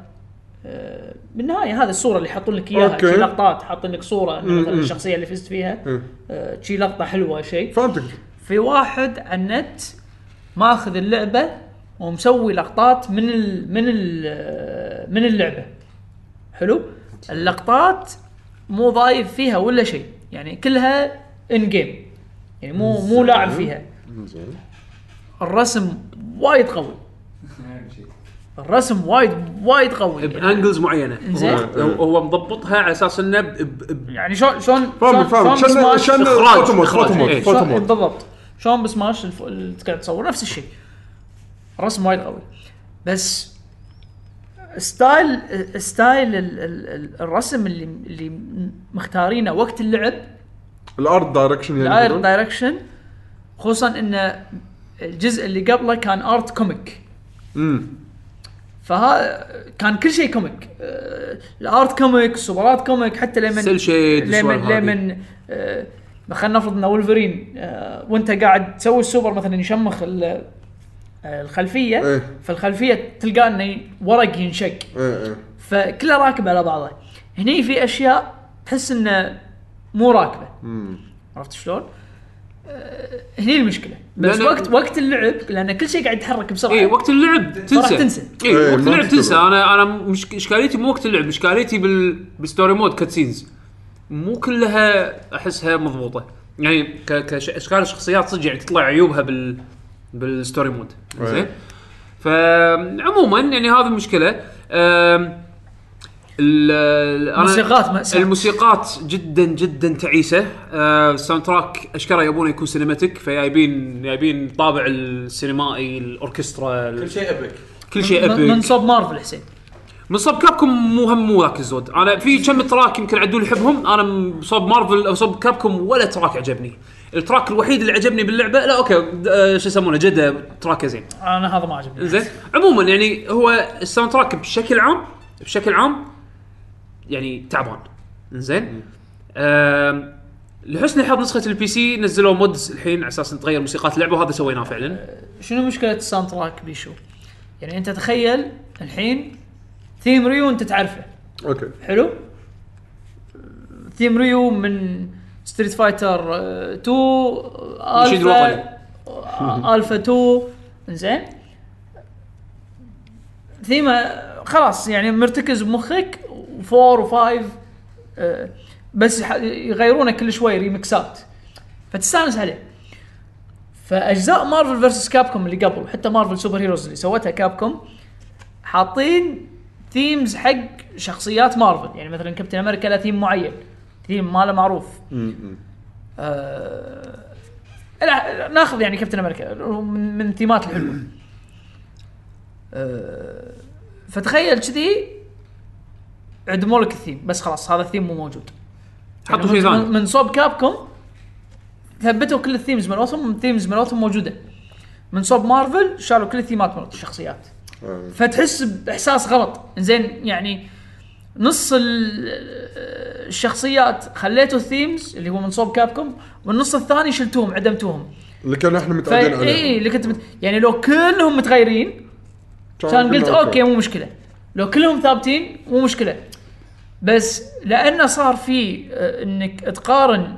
S4: آه، بالنهايه هذه الصوره اللي حاطون لك اياها
S3: أوكي.
S4: شي لقطات حاطين لك صوره إنه مثلا
S3: مم.
S4: الشخصيه اللي فزت فيها
S3: مم.
S4: آه، شي لقطه حلوه شيء
S3: فهمتك
S4: في واحد على النت ماخذ اللعبه ومسوي لقطات من ال من ال من اللعبه حلو اللقطات مو ضايف فيها ولا شيء يعني كلها ان جيم يعني مو مو لاعب فيها
S3: زين
S4: الرسم وايد قوي الرسم وايد وايد قوي يعني,
S2: بانجلز معينه
S4: زين.
S2: هو-
S3: إيه.
S2: هو هو مضبطها على اساس انه ب- ب- ب-
S4: يعني شلون شلون
S3: فاهمك
S4: شلون-
S3: فاهمك
S4: شلون
S3: شن
S4: بسماش-
S3: شن
S2: إخراج،
S3: فوتو مود
S2: إخراج.
S3: فوتو مود
S2: إيه.
S3: فوتو
S4: شلون-
S3: مود
S4: بالضبط شلون بسماش الف- اللي قاعد تصور نفس الشيء رسم وايد قوي بس ستايل ستايل ال- ال- ال- الرسم اللي اللي مختارينه وقت اللعب إيه.
S3: الارت دايركشن يعني
S4: الاير
S3: يقولون.
S4: دايركشن خصوصا ان الجزء اللي قبله كان ارت كوميك
S3: امم
S4: فها كان كل شيء كوميك آه، الارت كوميك السوبرات كوميك حتى لما
S2: سيل شيد
S4: لما
S2: والسوالف هذه.
S4: لما آه، خلينا نفرض ان ولفرين آه، وانت قاعد تسوي السوبر مثلا يشمخ ال- آه، الخلفيه
S3: إيه.
S4: فالخلفيه تلقى انه ورق ينشق
S3: ايه ايه
S4: فكله راكب على بعضه هني في اشياء تحس انه مو راكبه
S3: امم
S4: عرفت شلون؟ آه، هني المشكله بس
S2: لأن-
S4: وقت وقت اللعب لان كل شيء قاعد يتحرك بسرعه
S2: اي إيه، وقت اللعب تنسى
S4: تنسى.
S2: اي
S3: إيه،
S2: وقت
S3: ما
S2: اللعب
S3: تقدر.
S2: تنسى انا انا مش اشكاليتي مو وقت اللعب اشكاليتي بال بالستوري مود كاتسينز مو كلها احسها مضبوطه يعني ك كش- اشكال الشخصيات صدق يعني تطلع عيوبها بال بالستوري مود
S3: إيه.
S2: زين فعموما يعني هذه المشكله أم، ال- ال- أنا-
S4: موسيقات مأساة.
S2: الموسيقات جدا جدا تعيسه آه، الساوند تراك اشكره يبونه يكون سينماتيك فيايبين يايبين طابع السينمائي الاوركسترا ال-
S6: كل شيء ابك
S2: كل شيء
S4: من- من
S2: ابيك
S4: صوب مارفل حسين
S2: من صوب كابكم مو هم مو ذاك الزود انا في كم تراك يمكن عدول يحبهم انا من صوب مارفل او صوب كابكم ولا تراك عجبني التراك الوحيد اللي عجبني باللعبه لا اوكي د- آه، شو يسمونه جده تراكه زين
S4: انا هذا ما عجبني
S2: زين عموما يعني هو الساوند تراك بشكل عام بشكل عام يعني تعبان زين آم، لحسن الحظ نسخه البي سي نزلوا مودز الحين على اساس نتغير موسيقات اللعبه وهذا سويناه
S4: آه،
S2: فعلا
S4: شنو مشكله الساوند تراك بيشو؟ يعني انت تخيل الحين ثيم ريو انت تعرفه
S3: اوكي
S4: حلو؟ ثيم ريو من آه، ستريت فايتر 2
S2: نشيد الوطني.
S4: الفا آه، الفا 2 زين ثيمه خلاص يعني مرتكز بمخك 4 و5 آه، بس يح- يغيرونه كل شوي ريمكسات فتستانس عليه فاجزاء مارفل فيرسس كابكوم اللي قبل حتى مارفل سوبر هيروز اللي سوتها كابكوم حاطين ثيمز حق شخصيات مارفل يعني مثلا كابتن امريكا له ثيم معين ثيم ماله معروف آه لا ناخذ يعني كابتن امريكا من, من ثيمات الحلوه آه فتخيل كذي عدموا لك الثيم بس خلاص هذا الثيم مو موجود
S2: حطوا
S4: يعني
S2: شيء
S4: من-
S2: ثاني
S4: من صوب كابكم ثبتوا كل الثيمز مالتهم الثيمز مالتهم موجوده من صوب مارفل شالوا كل الثيمات مالت الشخصيات
S3: آه.
S4: فتحس باحساس غلط زين يعني نص ال- الشخصيات خليتوا الثيمز اللي هو من صوب كابكم والنص الثاني شلتوهم عدمتوهم
S3: اللي كان احنا
S4: فا
S3: متعودين عليه
S4: اي اللي كنت مت... يعني لو كلهم متغيرين كان قلت اوكي مو مشكله لو كلهم ثابتين مو مشكله بس لانه صار في آه، انك تقارن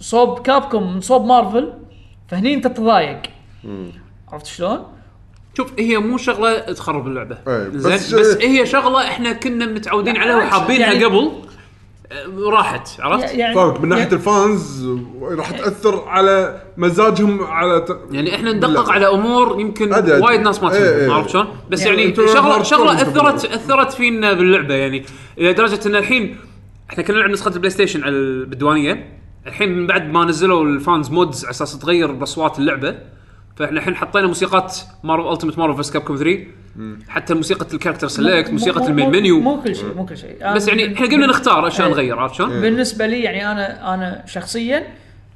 S4: صوب كابكم من صوب مارفل فهني انت تضايق عرفت شلون؟
S2: شوف هي مو شغله تخرب اللعبه
S3: إيه،
S2: زين
S3: بس-
S2: بس, هي شغله احنا كنا متعودين عليها وحابينها
S4: يعني-
S2: قبل آه، راحت عرفت؟
S4: يعني
S3: فاهمك من ناحيه
S4: يعني-
S3: الفانز راح تاثر على مزاجهم على ت...
S2: يعني احنا ندقق
S3: لا.
S2: على امور يمكن
S3: أدري، أدري.
S2: وايد ناس ما
S3: إيه، إيه.
S2: تفهم عرفت شلون؟ بس
S4: يعني
S2: يعني
S3: أنتوا
S2: شغله
S3: هارد
S2: شغله
S3: كور
S2: اثرت
S3: تبون.
S2: اثرت فينا باللعبه يعني الى درجه ان الحين احنا كنا نلعب نسخه البلاي ستيشن على ال- بالديوانيه الحين من بعد ما نزلوا الفانز مودز على اساس تغير باصوات اللعبه فاحنا الحين حطينا موسيقات مارو التيمت مارو فيس كاب كوم 3 حتى موسيقى الكاركتر سيلكت
S4: مو- مو-
S2: موسيقى
S4: مو-
S2: المين منيو
S4: مو كل شيء مو كل شيء أنا
S2: بس يعني
S4: بال-
S2: احنا قمنا نختار اشياء
S4: إيه.
S2: نغير عرفت شلون؟
S4: بالنسبه لي يعني انا انا شخصيا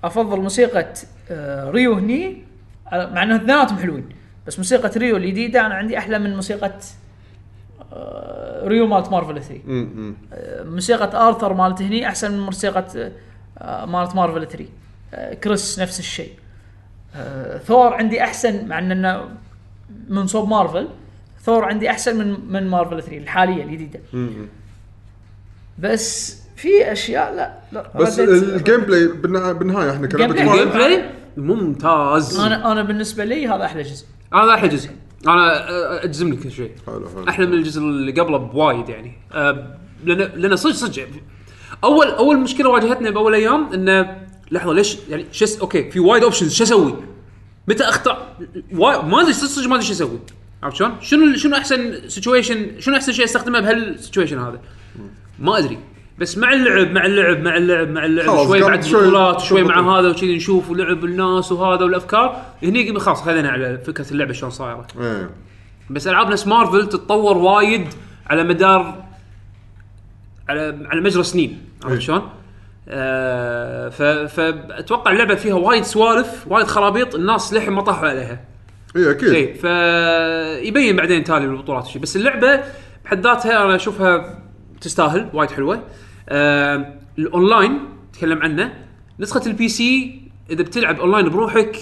S4: افضل موسيقى آه، ريو هني على- مع انه اثنيناتهم حلوين بس موسيقى ريو الجديده انا عندي احلى من موسيقى آه، ريو مالت مارفل 3
S3: مم.
S4: آه، موسيقى ارثر مالت هني احسن من موسيقى آه، مالت مارفل 3 آه، كريس نفس الشيء آه، ثور عندي احسن مع انه من صوب مارفل ثور عندي احسن من من مارفل 3 الحاليه الجديده
S3: مم.
S4: بس في اشياء لا لا
S3: بس
S4: ردت-
S3: الجيم بلاي بالنا- بالنهايه احنا كلعبه
S4: Gameplay-
S2: الجيم
S3: ماريو-
S2: بلاي ممتاز انا
S4: انا انا بالنسبه لي هذا احلى جزء
S2: هذا احلى جزء انا آه، اجزم لك شيء
S3: حلو، حلو.
S2: احلى من الجزء اللي قبله بوايد يعني آه، لان لان صدق صدق اول اول مشكله واجهتنا باول ايام انه لحظه ليش يعني شس اوكي في وايد اوبشنز شو اسوي؟ متى اختار؟ واي- ما ادري صدق صدق ما ادري شو اسوي عرفت شلون؟ شنو شنو احسن سيتويشن شنو احسن شيء استخدمه بهالسيتويشن هذا؟ ما ادري بس مع اللعب مع اللعب مع اللعب مع اللعب
S3: خلاص،
S2: شوي
S3: قام
S2: بعد
S3: شوي
S2: بطولات شوي
S3: تضبط.
S2: مع هذا وكذي نشوف ولعب الناس وهذا والافكار هني خلاص خذينا على فكره اللعبه شلون صايره
S3: إيه.
S2: بس العاب ناس مارفل تتطور وايد على مدار على على مجرى سنين عرفت شلون؟ آه ف فاتوقع اللعبه فيها وايد سوالف وايد خرابيط الناس للحين ما طاحوا عليها
S3: اي اكيد
S2: اي فيبين بعدين تالي البطولات وشي بس اللعبه بحد ذاتها انا اشوفها تستاهل وايد حلوه آه الاونلاين تكلم عنه نسخه البي سي اذا بتلعب اونلاين بروحك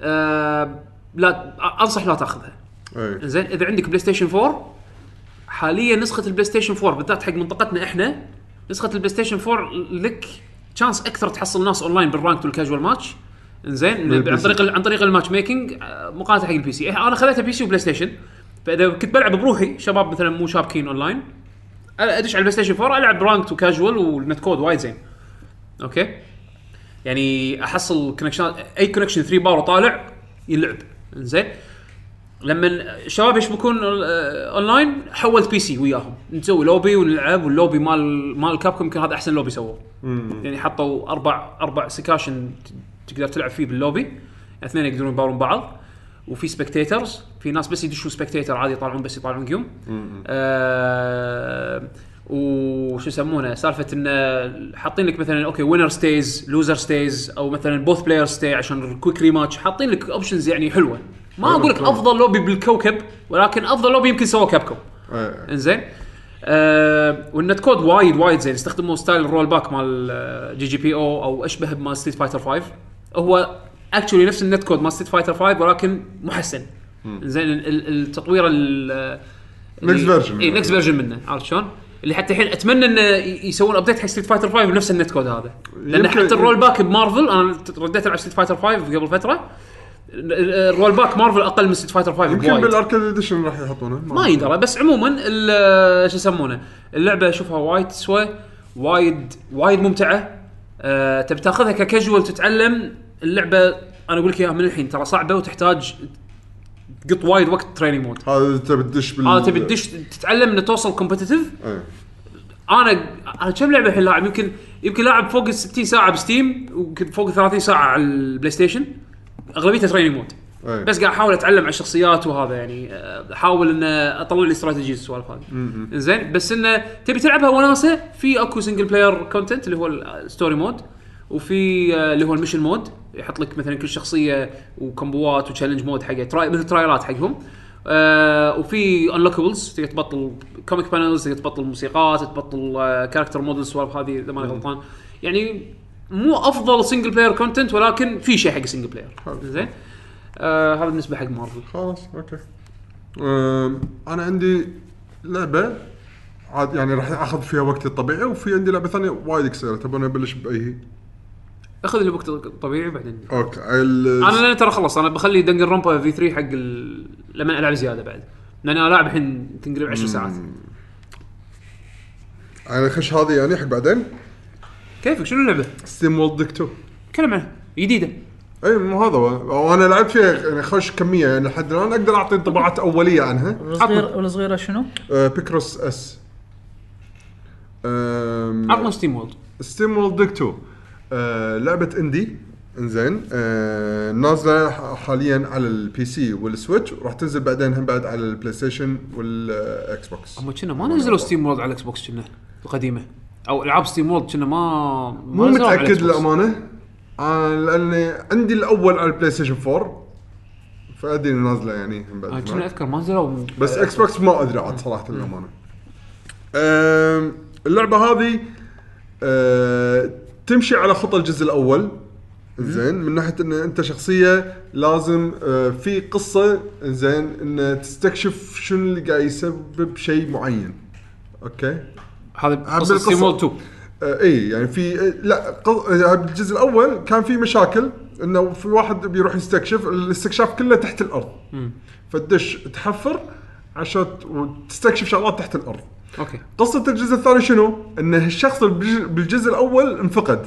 S2: آه لا انصح لا تاخذها
S3: إيه.
S2: زين اذا عندك بلاي ستيشن 4 حاليا نسخه البلاي ستيشن 4 بالذات حق منطقتنا احنا نسخه البلاي ستيشن 4 لك تشانس اكثر تحصل ناس اونلاين بالرانك والكاجوال ماتش زين
S3: بالبي
S2: عن
S3: سي.
S2: طريق ال- عن طريق الماتش ميكنج آه، مقارنه حق البي سي إيه، انا خذيتها بي سي وبلاي ستيشن فاذا كنت بلعب بروحي شباب مثلا مو شابكين اونلاين أنا ادش على البلاي ستيشن 4 العب رانكت وكاجوال والنت كود وايد زين اوكي يعني احصل كونكشن اي كونكشن 3 بار وطالع يلعب زين لما الشباب يشبكون آه، اونلاين حولت بي سي وياهم نسوي لوبي ونلعب واللوبي مال مال كابكم يمكن هذا احسن لوبي سووه يعني حطوا اربع اربع سكاشن ت- تقدر تلعب فيه باللوبي اثنين يقدرون يبارون بعض وفي سبكتيترز في ناس بس يدشون سبكتيتر عادي يطالعون بس يطالعون قيوم آه وشو يسمونه سالفه ان حاطين لك مثلا اوكي وينر ستيز لوزر ستيز او مثلا بوث بلاير ستي عشان الكويك ريماتش حاطين لك اوبشنز يعني حلوه ما اقول لك افضل لوبي بالكوكب ولكن افضل لوبي يمكن سووه كابكم
S3: إيه.
S2: انزين آه والنت كود وايد وايد زين استخدموا ستايل الرول باك مال آه، جي جي بي او او اشبه بمال ستريت فايتر 5 هو اكشولي نفس النت كود مال ستريت فايتر 5 ولكن محسن زين ال- ال- التطوير ال
S3: Next version.
S2: اي نكست فيرجن منه عرفت شلون؟ اللي حتى الحين اتمنى انه ي- يسوون ابديت حق ستريت فايتر 5 بنفس النت كود هذا لان
S3: يمكن-
S2: حتى الرول باك بمارفل انا رديت العب ستريت فايتر 5 قبل فتره ال- ال- الرول باك مارفل اقل من ستريت فايتر 5
S3: يمكن
S2: بوايد.
S3: بالاركيد اديشن راح يحطونه
S2: ما يدرى بس عموما ال- آه، شو يسمونه اللعبه اشوفها وايد تسوى وايد وايد ممتعه أه تبي تاخذها ككاجوال تتعلم اللعبه انا اقول لك اياها من الحين ترى صعبه وتحتاج تقط وايد وقت تريننج مود
S3: هذا تبي تدش بال
S2: هذا آه، تبي تدش تتعلم ان توصل كومبتتف
S3: إيه.
S2: انا انا كم لعبه الحين لاعب يمكن يمكن لاعب فوق ال 60 ساعه بستيم ويمكن فوق ال 30 ساعه على البلاي ستيشن اغلبيتها تريننج مود
S3: إيه.
S2: بس قاعد احاول اتعلم عن الشخصيات وهذا يعني آه، احاول ان اطلع لي استراتيجيز السوالف هذه زين بس انه تبي تلعبها وناسه في اكو سنجل بلاير كونتنت اللي هو الستوري مود وفي آه، اللي هو الميشن مود يحط لك مثلا كل شخصيه وكمبوات وتشالنج مود حق تراي مثل ترايلات حقهم آه وفي انلوكبلز تقدر تبطل كوميك بانلز تقدر تبطل موسيقات تبطل كاركتر مودلز السوالف هذه اذا ماني غلطان يعني مو افضل سنجل بلاير كونتنت ولكن في شيء حق سنجل بلاير
S3: حلو.
S2: زين آه هذا بالنسبه حق مارفل
S3: خلاص اوكي أم، انا عندي لعبه عاد يعني راح اخذ فيها وقتي الطبيعي وفي عندي لعبه ثانيه وايد قصيره تبون ابلش باي هي؟
S2: اخذ اللي بوقت طبيعي بعدين
S3: اوكي ال-
S2: انا لأن ترى خلص انا بخلي دنجن رومبا في 3 حق ال... لما العب زياده بعد لان انا لاعب الحين تنقلب 10 ساعات
S3: انا خش هذه يعني حق بعدين
S2: كيفك شنو اللعبه؟
S3: ستيم وولد ديك 2
S2: تكلم عنها جديده
S3: اي إيه، مو هذا هو. وانا لعبت فيها يعني خش كميه يعني لحد الان اقدر اعطي انطباعات اوليه عنها
S4: والصغير والصغيره شنو؟
S3: أه، بيكروس اس أم،
S2: عطنا ستيم وولد
S3: ستيم وولد ديك 2 آه لعبه اندي انزين آه نازله ح- حاليا على البي سي والسويتش وراح تنزل بعدين هم بعد على البلاي ستيشن والاكس بوكس
S2: هم كنا ما نزلوا ستيم وولد على الاكس بوكس كنا القديمه او العاب ستيم وولد كنا ما ما
S3: مو
S2: نزلوها على
S3: متاكد
S2: الإكس بوكس.
S3: للامانه آه لاني عندي الاول على البلاي ستيشن 4 فادري إنه نازله يعني هم
S2: آه،
S3: بعد
S2: كنا
S3: هناك.
S2: اذكر ما نزلوا
S3: بس اكس بوكس ما ادري عاد صراحه للامانه أم، اللعبه هذه أه، تمشي على خطى الجزء الاول زين من ناحيه ان انت شخصيه لازم أه، في قصه زين ان تستكشف شنو اللي قاعد يسبب شيء معين اوكي
S2: هذا قصه
S3: بالقصة.
S2: ستيم وولد 2
S3: آه، اي يعني في آه، لا قو- آه، بالجزء الاول كان في مشاكل انه في واحد بيروح يستكشف الاستكشاف كله تحت الارض فتدش تحفر عشان ت- وتستكشف شغلات تحت الارض
S2: اوكي
S3: قصه الجزء الثاني شنو ان الشخص اللي بالج- بالجزء الاول انفقد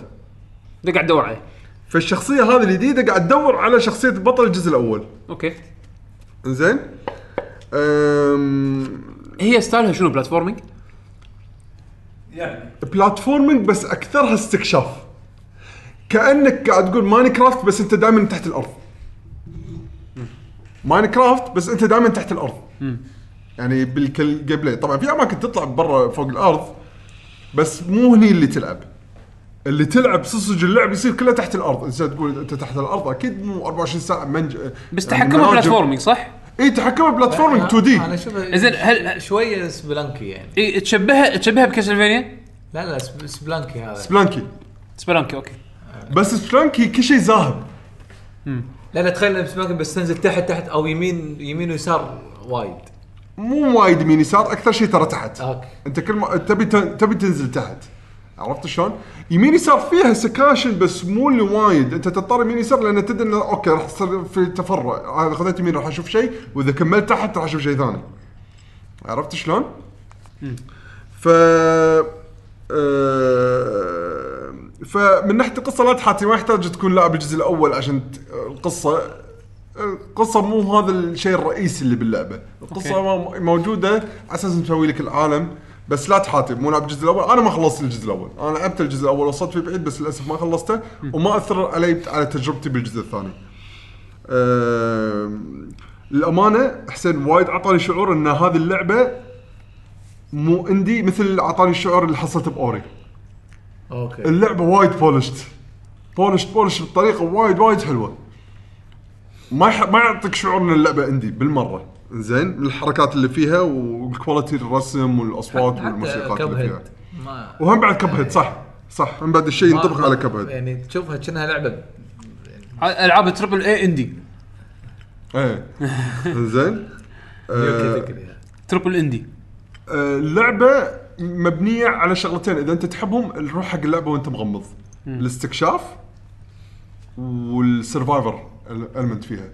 S2: ده قاعد ادور عليه
S3: فالشخصيه هذه الجديده قاعد تدور على شخصيه بطل الجزء الاول
S2: اوكي
S3: زين
S2: هي ستايلها شنو بلاتفورمينج؟
S6: يعني
S3: بلاتفورمينج بس اكثرها استكشاف كانك قاعد تقول ماينكرافت بس انت دائما تحت الارض ماينكرافت بس انت دائما تحت الارض يعني بالجيم بلاي طبعا في اماكن تطلع برا فوق الارض بس مو هني اللي تلعب اللي تلعب صج اللعب يصير كله تحت الارض انت تقول انت تحت الارض اكيد مو 24 ساعه منج
S2: بس
S3: يعني
S2: تحكمها
S3: مناجم.
S2: بلاتفورمينج صح؟
S3: اي تحكمها بلاتفورمينج 2 دي
S5: انا اشوف
S2: إنزين، هل-
S5: شويه سبلانكي يعني
S2: اي تشبهها تشبهها بكاسلفينيا
S5: لا لا سب- سبلانكي هذا
S3: سبلانكي
S2: سبلانكي اوكي
S3: بس سبلانكي كل شيء زاهب
S5: لا لا تخيل سبلانكي بس تنزل تحت تحت او يمين يمين ويسار وايد
S3: مو وايد يمين يسار اكثر شيء ترى تحت
S5: اوكي
S3: انت كل ما تبي تن- تبي تنزل تحت عرفت شلون؟ يمين يسار فيها سكاشن بس مو اللي وايد انت تضطر يمين يسار لان تدري انه اوكي راح تصير في تفرع اذا خذيت يمين راح اشوف شيء واذا كملت تحت راح اشوف شيء ثاني عرفت شلون؟ ف آه، فمن ناحيه القصه لا تحاتي ما يحتاج تكون لاعب الجزء الاول عشان ت- القصه القصه مو هذا الشيء الرئيسي اللي باللعبه القصه مو- موجوده على اساس مسوي لك العالم بس لا تحاتي مو لاعب الجزء الاول انا ما خلصت الجزء الاول انا لعبت الجزء الاول وصلت فيه بعيد بس للاسف ما خلصته وما اثر علي على تجربتي بالجزء الثاني آم، للامانه حسين وايد اعطاني شعور ان هذه اللعبه مو اندي مثل اللي اعطاني الشعور اللي حصلته باوري
S5: اوكي
S3: اللعبه وايد بولشت بولشت بولشت بطريقه وايد وايد حلوه ما يح... ما يعطيك شعور ان اللعبه اندي بالمره زين من الحركات اللي فيها والكواليتي الرسم والاصوات والموسيقى اللي فيها
S5: كبهد ما
S3: وهم بعد كبهد صح صح هم بعد الشيء ينطبق على كبهد
S5: يعني تشوفها كأنها لعبه
S2: العاب تربل اي اندي
S3: ايه زين آه،
S5: كذا
S2: تربل اندي
S3: اللعبه مبنيه على شغلتين اذا انت تحبهم روح حق اللعبه وانت مغمض الاستكشاف والسرفايفر المنت فيها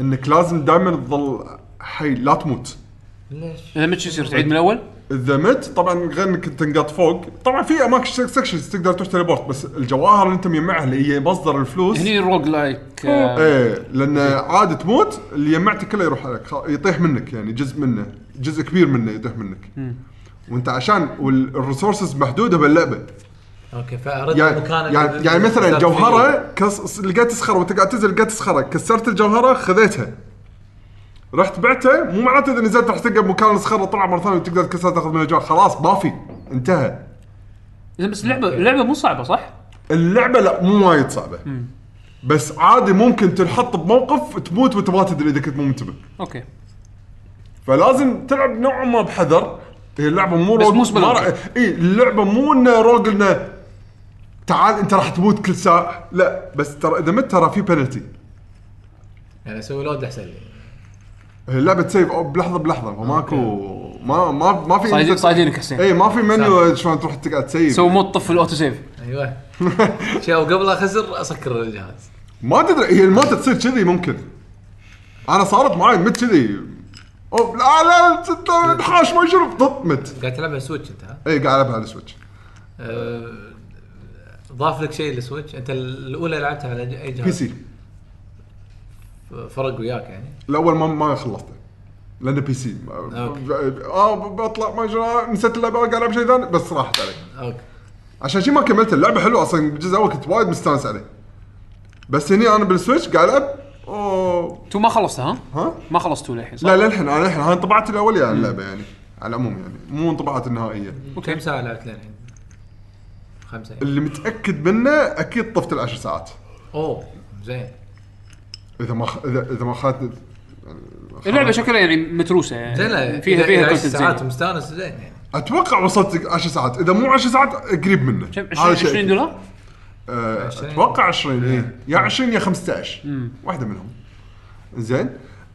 S3: انك لازم دائما تظل حي لا تموت
S5: ليش؟
S2: لما شو يصير تعيد من الاول؟
S3: اذا مت طبعا غير انك تنقط فوق طبعا في اماكن سكشنز تقدر تروح تليبورت بس الجواهر اللي انت مجمعها اللي هي مصدر الفلوس
S2: هني الروج لايك آه،
S3: ايه لان عاد تموت اللي جمعته كله يروح عليك خ- يطيح منك يعني جزء منه جزء كبير منه يطيح منك وانت عشان والريسورسز محدوده باللعبه
S5: اوكي فارد
S3: يعني
S5: مكانك
S3: يعني, يعني مثلا جوهره كس لقيت سخره وانت قاعد تنزل لقيت سخره كسرت الجوهره خذيتها رحت بعتها مو معناته اذا نزلت راح تلقى مكان الصخره طلع مره ثانيه وتقدر تكسرها تاخذ منها جوهره خلاص ما في انتهى
S2: زين بس اللعبه اللعبه مو صعبه صح؟
S3: اللعبه لا مو وايد صعبه بس عادي ممكن تنحط بموقف تموت وانت ما تدري اذا كنت مو منتبه
S2: اوكي
S3: فلازم تلعب نوعا ما بحذر هي اللعبه مو
S2: بس
S3: روج
S2: مو سبلنك.
S3: اي اللعبه مو انه روج انه تعال انت راح تموت كل ساعه لا بس ترى اذا مت ترى في بنالتي
S5: يعني اسوي لود احسن لي
S3: هي اللعبه تسيف أو بلحظه بلحظه فماكو ما ما ما في
S2: صايدين- صايدينك حسين.
S3: اي ما في منيو شلون تروح تقعد تسيف
S2: سو مو تطفي الاوتو سيف
S5: ايوه شو قبل اخسر اسكر الجهاز
S3: ما تدري هي الموتة تصير كذي ممكن انا صارت معي مت كذي أو لا لا لا، نحاش ما يشرب طب مت
S5: قاعد تلعبها سويتش انت ها؟
S3: اي قاعد العبها على السويتش
S5: أه، ضاف لك شيء للسويتش انت الاولى لعبتها على ج- اي جهاز
S3: بي سي
S5: فرق وياك يعني
S3: الاول ما ما خلصته لانه بي سي اه ب- بطلع ما شاء نسيت اللعبه قاعد العب شيء ثاني بس راحت علي
S5: اوكي
S3: عشان شي ما كملت اللعبه حلوه اصلا الجزء الاول كنت وايد مستانس عليه بس هني انا بالسويتش قاعد العب اوه
S2: تو ما خلصتها ها؟
S3: ها
S2: ما خلصتوا للحين صح؟
S3: لا للحين انا للحين انا انطباعتي الاوليه على اللعبه يعني على العموم يعني مو انطباعات النهائيه
S2: اوكي
S5: كم ساعه لعبت للحين؟ خمسه يعني.
S3: اللي متاكد منه اكيد طفت العشر ساعات
S5: اوه زين
S3: اذا ما خ... اذا اذا ما اخذت يعني
S2: اللعبه شكلها يعني متروسه يعني
S5: زين لا،
S2: فيها
S5: إذا- إذا
S2: فيها
S5: عشر
S2: كونتنت
S5: ساعات
S2: زين
S5: مستانس زين يعني
S3: اتوقع وصلت 10 ساعات اذا مو 10 ساعات قريب منه
S2: كم
S3: هذا
S2: 20
S3: شيء
S2: 20 دولار؟
S3: آه،
S5: 20.
S3: اتوقع 20 اي يا 20 يا 15 واحده منهم زين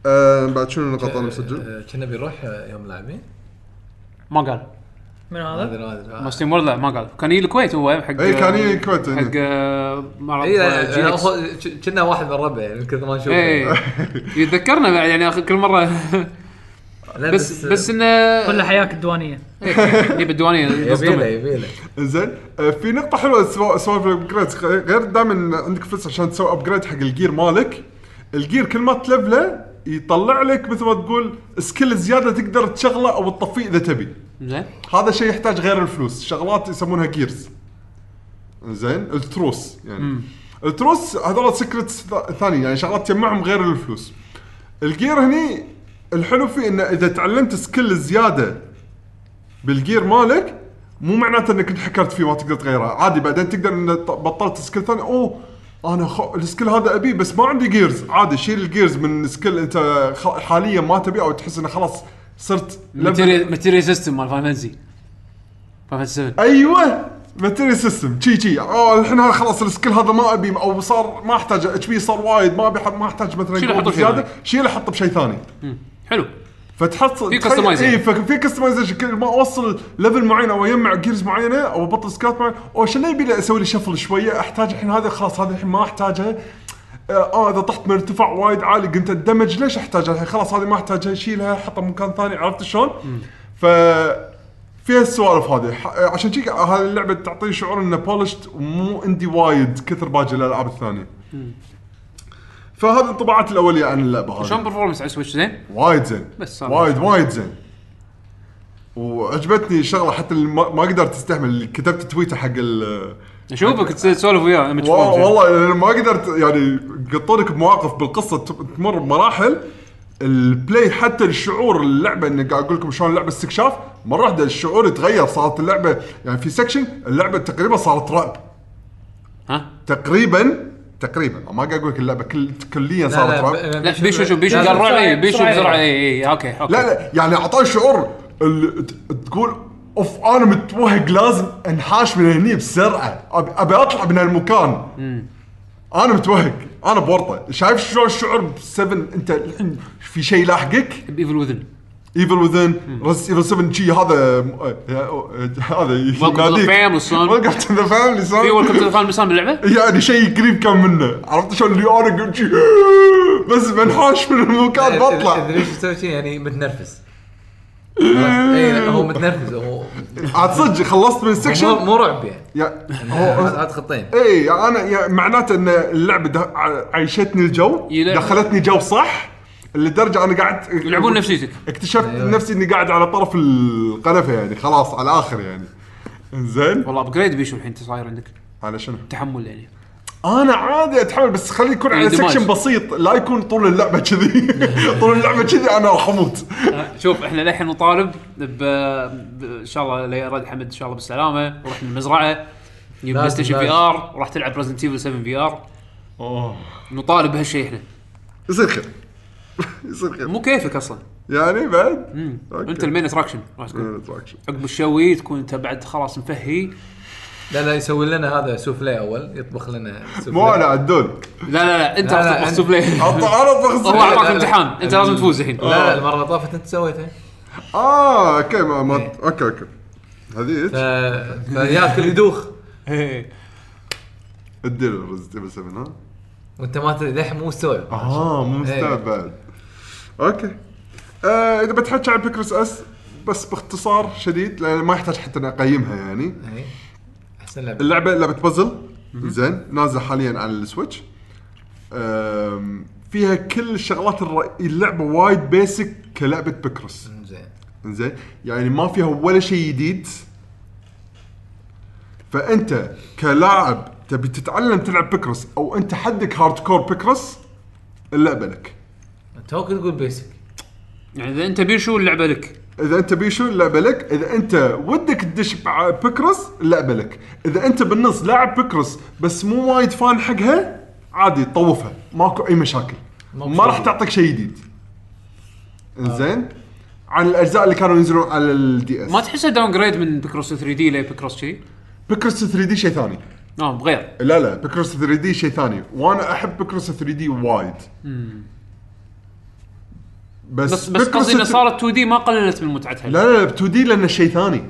S3: آه بعد شنو النقاط انا مسجل؟
S5: أه، كنا بنروح أه، يوم لاعبين
S2: ما قال
S4: من
S5: ما
S4: هذا؟
S5: ادري ما ادري
S2: ما
S5: آه.
S2: ستيم وورد لا ما قال كان يجي الكويت هو حق
S3: إي، إيه، كان يجي الكويت هنا.
S2: حق آه، معرض
S5: اي
S2: آه، جي
S5: أنا
S2: إكس.
S5: أخو- ك- إيه، أه، كنا واحد من ربع يعني من كثر ما نشوفه
S2: ايه يتذكرنا بعد يعني آخر- كل مره
S5: لا،
S2: بس بس إيه، انه
S4: كل حياك الديوانيه
S2: يجيب الديوانيه
S5: يبيله
S2: يصدمك.
S5: يبيله
S3: زين آه في نقطه حلوه سوا- سوالف الابجريد خ- غير دائما عندك فلوس عشان تسوي ابجريد حق الجير مالك الجير كل ما تلفله يطلع لك مثل ما تقول سكيل زياده تقدر تشغله او تطفيه اذا تبي
S2: زين
S3: هذا شيء يحتاج غير الفلوس شغلات يسمونها جيرز زين التروس يعني التروس هذول سكرتس ثانيه يعني شغلات تجمعهم غير الفلوس الجير هني الحلو فيه انه اذا تعلمت سكيل زياده بالجير مالك مو معناته انك انحكرت فيه ما تقدر تغيره عادي بعدين تقدر ان ط- بطلت سكيل ثاني اوه انا خ... السكيل هذا ابيه بس ما عندي جيرز عادي شيل الجيرز من سكيل انت خ... حاليا ما تبيه او تحس انه خلاص صرت level-
S2: ماتيريال سيستم مال فاين فانسي فاين فانسي 7
S3: ايوه ماتيريال سيستم شي شي اه الحين هذا خلاص السكيل هذا ما ابي او صار ما احتاج اتش بي صار وايد ما ابي حط- ما احتاج مثلا
S2: شيله
S3: جولد
S2: حطه بشيء
S3: زياده
S2: ثاني.
S3: شيله حطه بشيء ثاني
S2: حلو
S3: فتحصل
S2: في
S3: تخيل-
S2: customization.
S3: اي فك- في كستمايزيشن كل ما اوصل ليفل معين او اجمع جيرز معينه او ابطل سكات معين او شنو يبي لي اسوي لي شفل شويه احتاج الحين هذا خلاص هذا الحين ما احتاجه اه اذا طحت من ارتفاع وايد عالي قمت الدمج ليش احتاجها الحين خلاص هذه ما احتاجها شيلها حطها مكان ثاني عرفت شلون؟ ف فيها السوالف هذه ح- آه، عشان شي هذه اللعبه تعطيه شعور انه بولشت ومو عندي وايد كثر باقي الالعاب الثانيه. فهذه انطباعاتي الاوليه عن اللعبه هذه.
S2: شلون برفورمنس على السويتش زين؟
S3: وايد زين
S2: بس صار
S3: وايد وايد زين وعجبتني شغله حتى اللي ما ما قدرت استحمل اللي كتبت تويته حق ال
S2: اشوفك تسولف وياه لما
S3: وا-
S2: تشوفه.
S3: والله أنا ما قدرت يعني قطونك بمواقف بالقصه ت- تمر بمراحل البلاي حتى الشعور اللعبه اني قاعد اقول لكم شلون اللعبه استكشاف مره واحده الشعور يتغير صارت اللعبه يعني في سكشن اللعبه تقريبا صارت رعب
S2: ها
S3: تقريبا تقريبا ما قاعد اقول لك اللعبه كل كليا
S5: لا
S3: صارت
S5: لا
S3: رعب
S5: ب-
S2: لا بيشو شوف بيشو
S5: لا، لا،
S2: قال رعب إيه، بيشو
S4: بسرعة.
S2: بسرعه اي اي اوكي اوكي
S3: لا لا يعني اعطاه شعور ال- ت- تقول اوف انا متوهق لازم انحاش من هني بسرعه ابي, أبي اطلع من هالمكان انا متوهق انا بورطه شايف شلون الشعور ب 7 انت الحين في شيء لاحقك
S2: بايفل وذن
S3: ايفل وذن ريزنت ايفل 7 جي هذا م- آه، آه، آه، هذا
S2: Welcome to the family, son.
S3: ويلكم تو ذا فاملي
S2: في
S3: سون
S2: ويلكم تو فان مسان باللعبه؟
S3: يعني شيء قريب كان منه عرفت شلون اللي انا قلت شي، بس بنحاش من المكان
S5: تدري
S3: بطلع
S5: ايش يسوي شي؟ يعني متنرفز اي لا، هو متنرفز هو
S3: عاد صدق خلصت من السكشن
S5: مو- مو رعب يعني
S3: يا
S5: عاد
S3: هو
S5: عاد خطين
S3: اي انا يا معناته ان اللعبه ده ع- عيشتني الجو
S2: يلا.
S3: دخلتني جو صح لدرجه انا قعدت
S2: يلعبون نفسيتك
S3: أيوه. اكتشفت نفسي اني قاعد على طرف القنفه يعني خلاص على الاخر يعني انزين
S2: والله ابجريد بيشو الحين صاير عندك
S3: على شنو؟
S2: تحمل يعني
S3: انا عادي اتحمل بس خلي يكون على
S2: الاندماج.
S3: سكشن بسيط لا يكون طول اللعبه كذي طول اللعبه كذي انا راح اموت
S2: شوف احنا للحين نطالب ب... ب... ان شاء الله ليرد حمد ان شاء الله بالسلامه ورحنا المزرعه نجيب بلاي
S5: لازم-
S2: ستيشن في
S5: لازم.
S2: ار وراح تلعب ريزنت ايفل 7 في ار
S3: أوه.
S2: نطالب بهالشيء احنا
S3: يصير خير يصير خير
S2: مو كيفك اصلا
S3: يعني بعد أوكي.
S2: انت المين اتراكشن راح تكون
S3: من الأتراكشن.
S2: عقب الشوي تكون انت بعد خلاص مفهي
S5: لا لا يسوي لنا هذا سوفلي اول يطبخ لنا سوفلي
S3: مو انا عدول
S2: لا لا لا انت
S5: لا،
S2: راح
S5: لا،
S2: تطبخ
S5: أنت-
S2: سوبلي
S3: أعطى- انا اطبخ
S2: هو
S3: سوبلي.
S2: اعطاك
S5: لا، لا.
S2: امتحان انت لازم تفوز الحين
S5: لا لا المره اللي طافت انت سويتها
S3: اه اوكي ما ما اوكي اوكي هذه
S5: ف-
S3: إيش؟
S5: فياكل يدوخ
S2: إيه.
S3: ادي له ريزنت ايفل 7 ها
S5: وانت ما تدري للحين مو مستوعب
S3: اه مو
S5: آه، إيه.
S3: مستوعب بعد اوكي آه، اذا بتحكي عن بيكرس اس بس باختصار شديد لان ما يحتاج حتى أنا اقيمها يعني
S5: إيه. احسن لعبه
S3: اللعبه لعبه بازل زين نازله حاليا على السويتش أم، فيها كل الشغلات الر- اللعبه وايد بيسك كلعبه بكرس
S5: زين
S3: زين يعني ما فيها ولا شيء جديد فانت كلاعب تبي تتعلم تلعب بكرس او انت حدك هاردكور بكرس اللعبه لك
S5: توك تقول بيسك
S2: يعني اذا انت بيشو اللعبه لك
S3: اذا انت بيشو اللعبه لك اذا انت ودك تدش بع- بكرس اللعبه لك اذا انت بالنص لاعب بكرس بس مو وايد فان حقها عادي طوفها ماكو اي مشاكل
S5: ماكو
S3: ما راح
S5: شغل. آه.
S3: تعطيك شيء جديد انزين عن الاجزاء اللي كانوا ينزلون على الدي
S2: ما
S3: اس
S2: تحسه داون جريد من بيكروس 3 دي لبيكروس شي
S3: بكرس 3 دي شيء ثاني
S2: اه بغير
S3: لا لا بكرس 3 دي شيء ثاني وانا احب بكرس 3 دي وايد بس
S2: بس بس
S3: بيكروس
S2: قصدي انه
S3: 3D
S2: صارت 2 دي ما قللت من متعتها
S3: لا لا لا 2 دي لانه شيء ثاني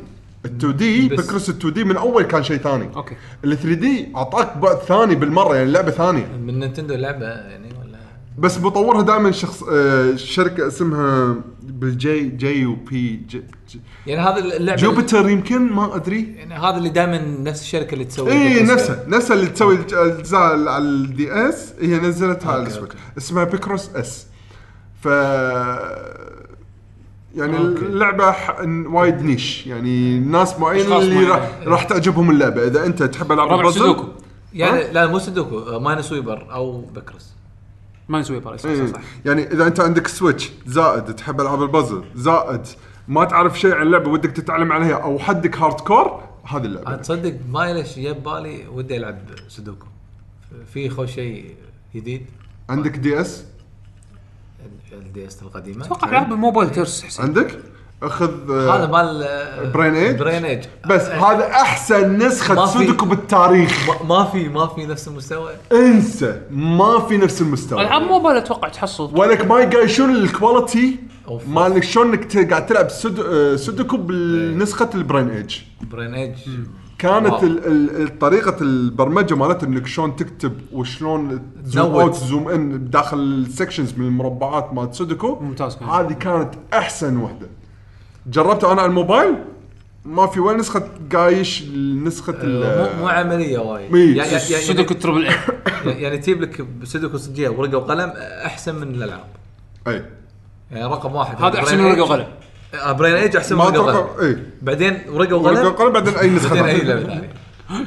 S3: ال 2 دي
S5: بس-
S3: بكرس ال 2 دي من اول كان شيء ثاني
S2: اوكي
S3: ال 3 دي اعطاك بعد ثاني بالمره يعني لعبه ثانيه
S5: من نينتندو لعبه يعني ولا
S3: بس مطورها دائما شخص آه شركه اسمها بالجي جي وبي جي جي-
S5: يعني هذا اللعبه
S3: جوبيتر يمكن ما ادري
S5: يعني هذا اللي دائما نفس الشركه اللي تسوي
S3: اي
S5: بيكروس.
S3: نفسها نفسها إيه، اللي تسوي الج- الاجزاء على الدي اس هي نزلتها على
S5: أوكي،
S3: السويتش
S5: أوكي.
S3: اسمها بيكروس اس ف يعني
S5: أوكي.
S3: اللعبه ح... وايد نيش يعني ناس معينه
S2: أشخاص
S3: اللي راح
S2: معينة.
S3: راح تعجبهم اللعبه اذا انت تحب العاب
S2: ربع
S3: البازل،
S2: سودوكو
S5: يعني لا مو سودوكو آه، ماينس ويبر او بكرس
S2: ما نسوي باريس صح
S3: إيه.
S2: صح, صح.
S3: يعني اذا انت عندك سويتش زائد تحب العاب البازل زائد ما تعرف شيء عن اللعبه ودك تتعلم عليها او حدك هارد كور هذه
S5: عاد
S3: اللعبه
S5: تصدق ما ليش جاب بالي ودي العب سودوكو في خوش شيء جديد
S3: عندك دي اس
S5: الدي اس القديمه
S2: اتوقع العاب الموبايل ترس حسين
S3: عندك اخذ آه،
S5: هذا مال آه،
S3: برين إيج؟
S5: برين ايج
S3: بس هذا احسن نسخه
S5: إيه. ما في-
S3: سودوكو بالتاريخ
S5: ما- ما في ما في نفس المستوى
S3: انسى ما في نفس المستوى
S2: العاب موبايل اتوقع تحصل
S3: ولك ما يقاي شنو الكواليتي
S5: أوف. إيه.
S3: مالك شلونك ت- قاعد تلعب سود- آه، سودوكو بنسخه البرين ايج
S5: برين ايج
S3: كانت
S5: واو.
S3: ال- ال- ال- طريقه البرمجه مالتها انك شلون تكتب وشلون تزوم
S5: تزود.
S3: اوت تزوم ان داخل السكشنز من المربعات مال سودوكو
S2: ممتاز كان.
S3: هذه كانت احسن وحده جربتها انا على الموبايل ما في ولا نسخه قايش نسخه
S5: مو آه، مو
S3: ال
S5: عمليه وايد
S3: مي-
S5: يعني- يعني-
S2: سودوكو تربل إيه؟ اي
S5: يعني- يعني تجيب لك بسودوكو صجيه ورقه وقلم آه، احسن من الالعاب
S3: اي
S5: يعني رقم واحد
S2: هذا احسن من
S5: برين
S2: ورقه
S5: إيج-
S2: وقلم
S5: آه، برين ايج احسن من
S3: ما
S5: ورقه
S3: اتوقع
S5: وقلم
S3: اي
S5: بعدين
S3: ورقه
S5: ورقه وقلم
S3: وقلم بعدين اي نسخه
S5: بعدين اي
S3: ثانية.
S5: لعبه ثانيه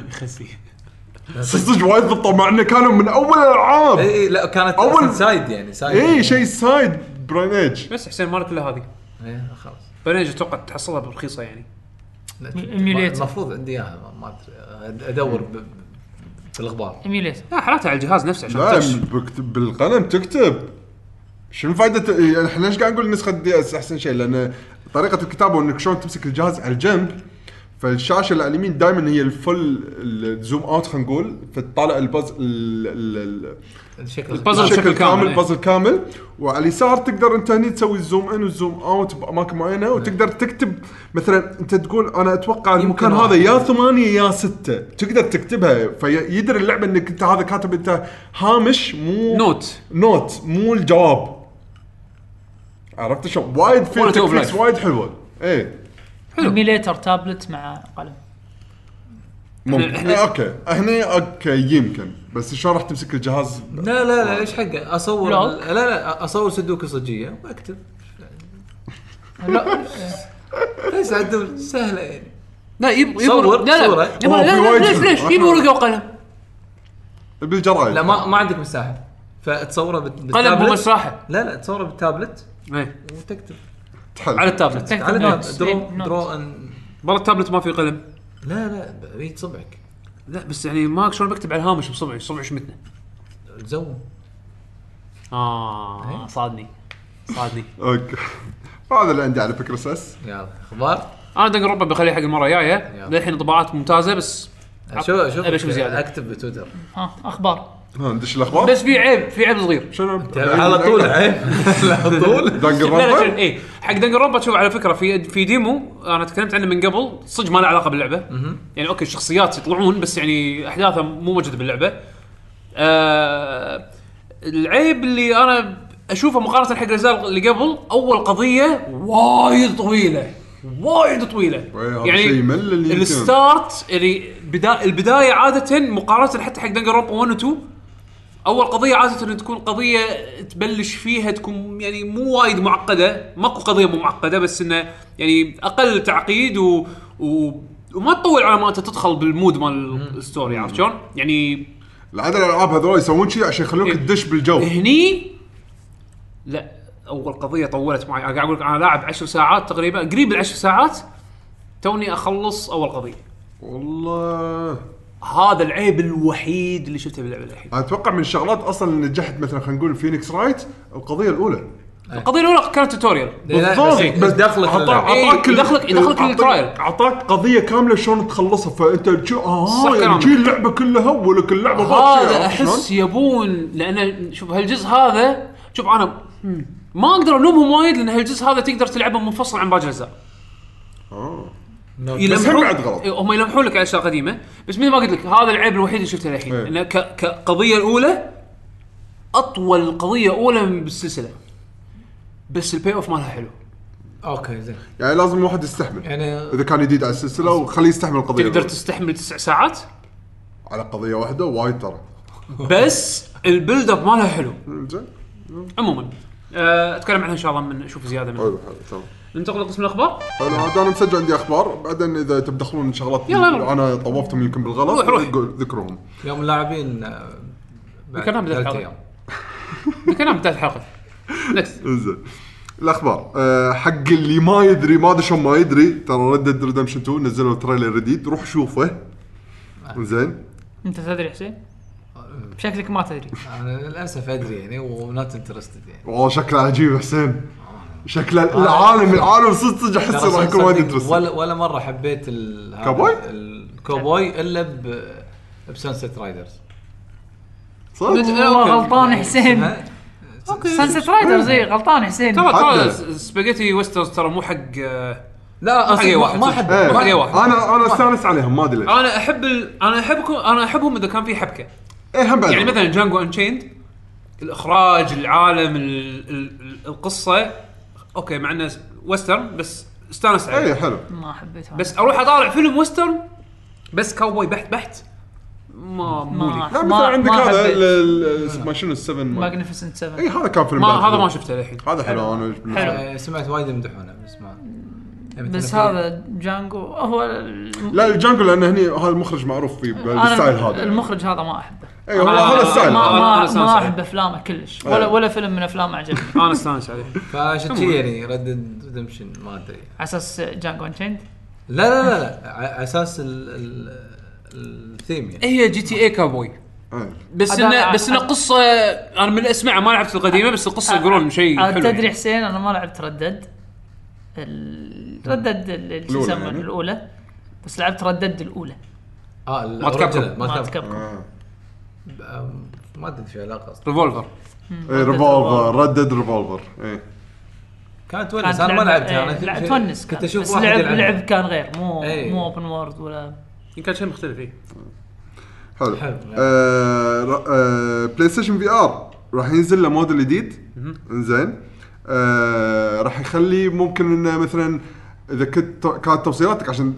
S2: يخسي
S3: صدق وايد ضبطوا مع انه كانوا من اول الالعاب
S5: اي إي، إيه، لا كانت
S3: أول-
S5: اول سايد يعني سايد
S3: اي إيه، شيء سايد برين ايج
S2: بس حسين مالك الا هذه
S5: إيه، خلاص
S2: برنج اتوقع تحصلها برخيصه يعني
S5: لا،
S4: م- emulator.
S5: المفروض عندي اياها ما- ما أدري، أد- ادور ب- ب- بالاخبار
S4: ايميليتر
S2: لا حالاتها على الجهاز نفسه عشان
S3: لا
S2: تتش
S3: بكت- بالقلم تكتب شنو فائدة يعني احنا ليش قاعد نقول نسخة دي اس احسن شيء لان طريقة الكتابة انك شلون تمسك الجهاز على الجنب فالشاشة اللي على اليمين دائما هي الفل الزوم اوت خلينا نقول فتطالع الباز ال- ال- ال-
S5: الشكل
S2: البازل بشكل
S3: بشكل
S2: كامل،
S3: كامل
S2: إيه.
S3: بازل كامل وعلى اليسار تقدر انت هني تسوي الزوم ان والزوم اوت باماكن معينه وتقدر تكتب مثلا انت تقول انا اتوقع المكان
S5: واحد.
S3: هذا يا ثمانيه يا سته تقدر تكتبها فيدري اللعبه انك انت هذا كاتب انت هامش مو
S2: نوت
S3: نوت مو الجواب عرفت شلون وايد في
S2: Quality of
S3: تكنيكس
S2: life.
S3: وايد حلوه ايه
S4: ايميليتر تابلت مع قلم
S3: ممكن
S2: إحنا-
S3: آه، اوكي هنا اوكي يمكن بس شلون راح تمسك الجهاز
S5: لا لا لا ايش حقه اصور
S4: لا.
S5: لا لا اصور سدوكو صجيه واكتب
S4: لا
S5: بس عدل سهله يعني
S2: لا يب...
S5: صور،
S2: يبون لا لا
S5: صوره.
S2: يبون-
S3: أوه،
S2: لا
S3: في
S2: لا
S3: وايد
S2: ليش
S3: شغل.
S2: ليش يبون ورقه وقلم
S3: بالجرعه
S5: لا ما ما عندك مساحه فتصوره بال-
S2: قلم
S5: بالتابلت
S2: بمساحه
S5: لا لا تصوره بالتابلت
S2: إيه،
S5: وتكتب
S3: تحل
S2: على التابلت
S4: تكتب
S5: على
S4: نوت.
S5: نوت درو
S4: إيه، نوت.
S5: درو ان
S2: برا التابلت ما في قلم
S5: لا لا ريد صبعك
S2: لا بس يعني ما شلون بكتب على الهامش بصبعي صبعي شمتنا
S5: زوم
S2: اه صادني صادني
S3: اوكي هذا اللي عندي على فكره سس
S5: يلا اخبار
S2: انا دق ربع بخليه حق المره الجايه
S5: يلا.
S2: للحين طباعات ممتازه بس
S5: شوف شوف
S2: أبي أشوف زيادة.
S5: اكتب بتويتر
S4: ها اخبار
S3: ها ندش الاخبار
S2: بس في عيب في عيب صغير
S3: شنو
S5: على طول عيب إيه، على طول
S2: لا
S3: دنجر
S2: لا
S3: رمبل
S2: شوف، اي حق دنجر روبا شوف على فكره في في ديمو انا تكلمت عنه من قبل صدق ما له علاقه باللعبه يعني اوكي الشخصيات يطلعون بس يعني احداثها مو موجوده باللعبه آه العيب اللي انا اشوفه مقارنه حق الاجزاء اللي قبل اول قضيه وايد طويله وايد طويله
S3: وي، هذا شيء يمل اللي يمكن.
S2: الستارت يعني بدا البدايه عاده مقارنه حتى حق دنجر روبا 1 و 2 اول قضيه عاده إن تكون قضيه تبلش فيها تكون يعني مو وايد معقده ماكو قضيه مو معقده بس انه يعني اقل تعقيد و, و وما تطول على ما انت تدخل بالمود مال الستوري عرفت شلون؟ يعني
S3: العاده الالعاب هذول يسوون شيء عشان يخلوك
S2: إيه.
S3: تدش بالجو
S2: هني لا اول قضيه طولت معي أنا قاعد اقول لك انا لاعب 10 ساعات تقريبا قريب العشر ساعات توني اخلص اول قضيه
S3: والله
S2: هذا العيب الوحيد اللي شفته باللعبه الحين
S3: اتوقع من الشغلات اصلا اللي نجحت مثلا خلينا نقول فينيكس رايت القضيه الاولى
S2: القضيه الاولى كانت توتوريال
S5: بالضبط بس دخلك للعب.
S2: إيه،
S3: اعطاك ال-
S2: يدخلك- يدخلك
S3: أعطاك-
S2: للترايل.
S3: اعطاك قضيه كامله شلون تخلصها فانت تشو
S2: صح
S3: اه
S2: كلامك.
S3: يعني تجي اللعبه كلها ولك اللعبه باقية،
S2: هذا
S3: عرفت
S2: احس
S3: شلون؟
S2: يبون لان شوف هالجزء هذا شوف انا ما اقدر الومهم وايد لان هالجزء هذا تقدر تلعبه منفصل عن باقي الاجزاء
S3: آه. بس
S2: يلمحون-
S3: هم بعد غلط.
S2: إيه، هم يلمحون لك على اشياء قديمه بس مثل ما قلت لك هذا العيب الوحيد اللي شفته الحين
S3: إيه.
S2: انه ك- كقضيه الاولى اطول قضيه اولى من بالسلسله بس البي اوف مالها حلو
S5: اوكي زين
S3: يعني لازم الواحد يستحمل
S5: يعني
S3: اذا كان جديد على السلسله وخليه يستحمل القضيه
S2: تقدر
S3: الأولى.
S2: تستحمل تسع ساعات
S3: على قضيه واحده وايد ترى
S2: بس البيلد اب مالها حلو
S3: زين
S2: عموما آه، اتكلم عنها ان شاء الله من نشوف زياده منها
S3: حلو أيوه، حلو تمام
S2: ننتقل لقسم الاخبار
S3: حلو عاد انا مسجل عندي اخبار بعدين اذا تبدخلون شغلات
S2: يلا، يلا.
S3: انا طوفتهم يمكن بالغلط
S2: روح، روح.
S3: قول- ذكرهم
S5: يوم اللاعبين آه، بعد
S2: ذكرناه بداية
S5: ثالث
S2: الحلقة.
S5: أيام.
S2: ذكرناها بدايه الحلقه نكست
S3: انزين الاخبار أه حق اللي ما يدري ما ادري شلون ما يدري ترى ريد ديد ريدمشن 2 نزلوا تريلر جديد روح شوفه زين
S4: انت تدري حسين؟ شكلك ما تدري
S5: انا للاسف ادري يعني ونوت انترستد يعني
S3: والله شكله عجيب يا حسين شكله العالم العالم صدق صدق احس
S5: آه. ترى
S3: راح يكون وايد
S5: صدق
S3: انترستنج
S5: ولا ولا مره حبيت ال هذا-
S3: كاوبوي؟
S5: الكاوبوي الا ب بسانست رايدرز
S3: صدق
S4: هو غلطان حسين
S5: اسمها؟
S4: سانست رايدرز اي غلطان حسين
S2: ترى ترى
S3: عدل.
S2: سباجيتي ويسترز ترى مو حق آه،
S5: لا
S2: حق أي
S5: أصلاً
S2: واحد،
S5: ما- ما
S2: صدق.
S5: حد
S3: إيه.
S5: ما
S2: حق أي واحد. آه.
S5: حد
S3: انا انا استانس عليهم ما ادري ليش
S2: انا احب ال... انا احبكم انا احبهم اذا كان في حبكه
S3: ايه هم بعد
S2: يعني مثلا جانجو انشيند الاخراج العالم ال... ال... ال- القصه اوكي مع انه ويسترن بس استانس
S3: ايه
S2: عليه
S3: حلو
S4: ما حبيتها
S2: بس اروح اطالع فيلم ويسترن بس كاوبوي بحت بحت ما مو لي
S3: لا
S4: ما-
S3: مثلا عندك
S4: ما
S3: هذا
S4: حبيت.
S3: ال- ال- ما شنو السفن مال.
S4: ماجنيفيسنت 7
S3: اي هذا كان فيلم
S2: ما
S3: بعد
S2: هذا
S3: حلو.
S2: ما شفته للحين
S3: هذا حلو انا بالنسبة لي.
S5: آه، سمعت وايد يمدحونه بس ما يعني
S4: بس هذا جانجو هو الم-
S3: لا الجانجو لانه هني هذا المخرج معروف في
S4: أنا
S3: بالستايل هذا
S4: المخرج هذا ما احبه
S3: اي هو
S2: ما-
S3: هذا إيه.
S4: ما
S3: الستايل
S2: أنا- أنا
S4: ما,
S2: سامع.
S4: ما احب افلامه كلش ولا ولا فيلم من افلامه عجبني على
S2: انا استانس عليه
S5: فعشان كذي يعني ردد ريدمشن ما ادري
S4: اساس جانجو انشيند
S5: لا لا لا لا على اساس ال- ال- الثيم يعني
S2: هي جي تي اي كاوبوي
S3: إيه.
S2: بس
S4: أدا-
S2: انه بس انه قصه انا من اسمعها ما لعبت القديمه بس القصه يقولون شيء حلو
S4: تدري
S2: يعني.
S4: حسين انا ما لعبت ردد ال- ردد ال- ال-
S3: نعم.
S4: شو
S3: الأولى
S4: يسمون
S3: يعني؟
S4: الاولى بس لعبت ردد الاولى
S5: اه
S2: مالت كابكوم.
S5: الأوريجينال،
S4: ما
S5: مالت كابكوم.
S4: تكبر
S3: آه.
S5: آم، ما ادري شو علاقه اصلا
S2: ريفولفر
S3: اي ريفولفر ردد ريفولفر اي
S5: كانت تونس انا ما لعبتها انا
S4: إيه، لا
S5: شي-
S4: آه، تونس
S5: كنت
S4: كانت،
S5: اشوف
S4: بس
S5: واحد
S4: لعب
S5: يلعبها.
S4: لعب كان غير مو
S5: إيه.
S4: مو اوبن وورد ولا
S2: يمكن شيء مختلف إيه. فيه
S3: حلو
S5: حلو.
S3: آه، ر- آه، بلاي ستيشن في ار راح ينزل له موديل جديد زين آه، راح يخلي ممكن انه مثلا اذا كنت كانت توصيلاتك عشان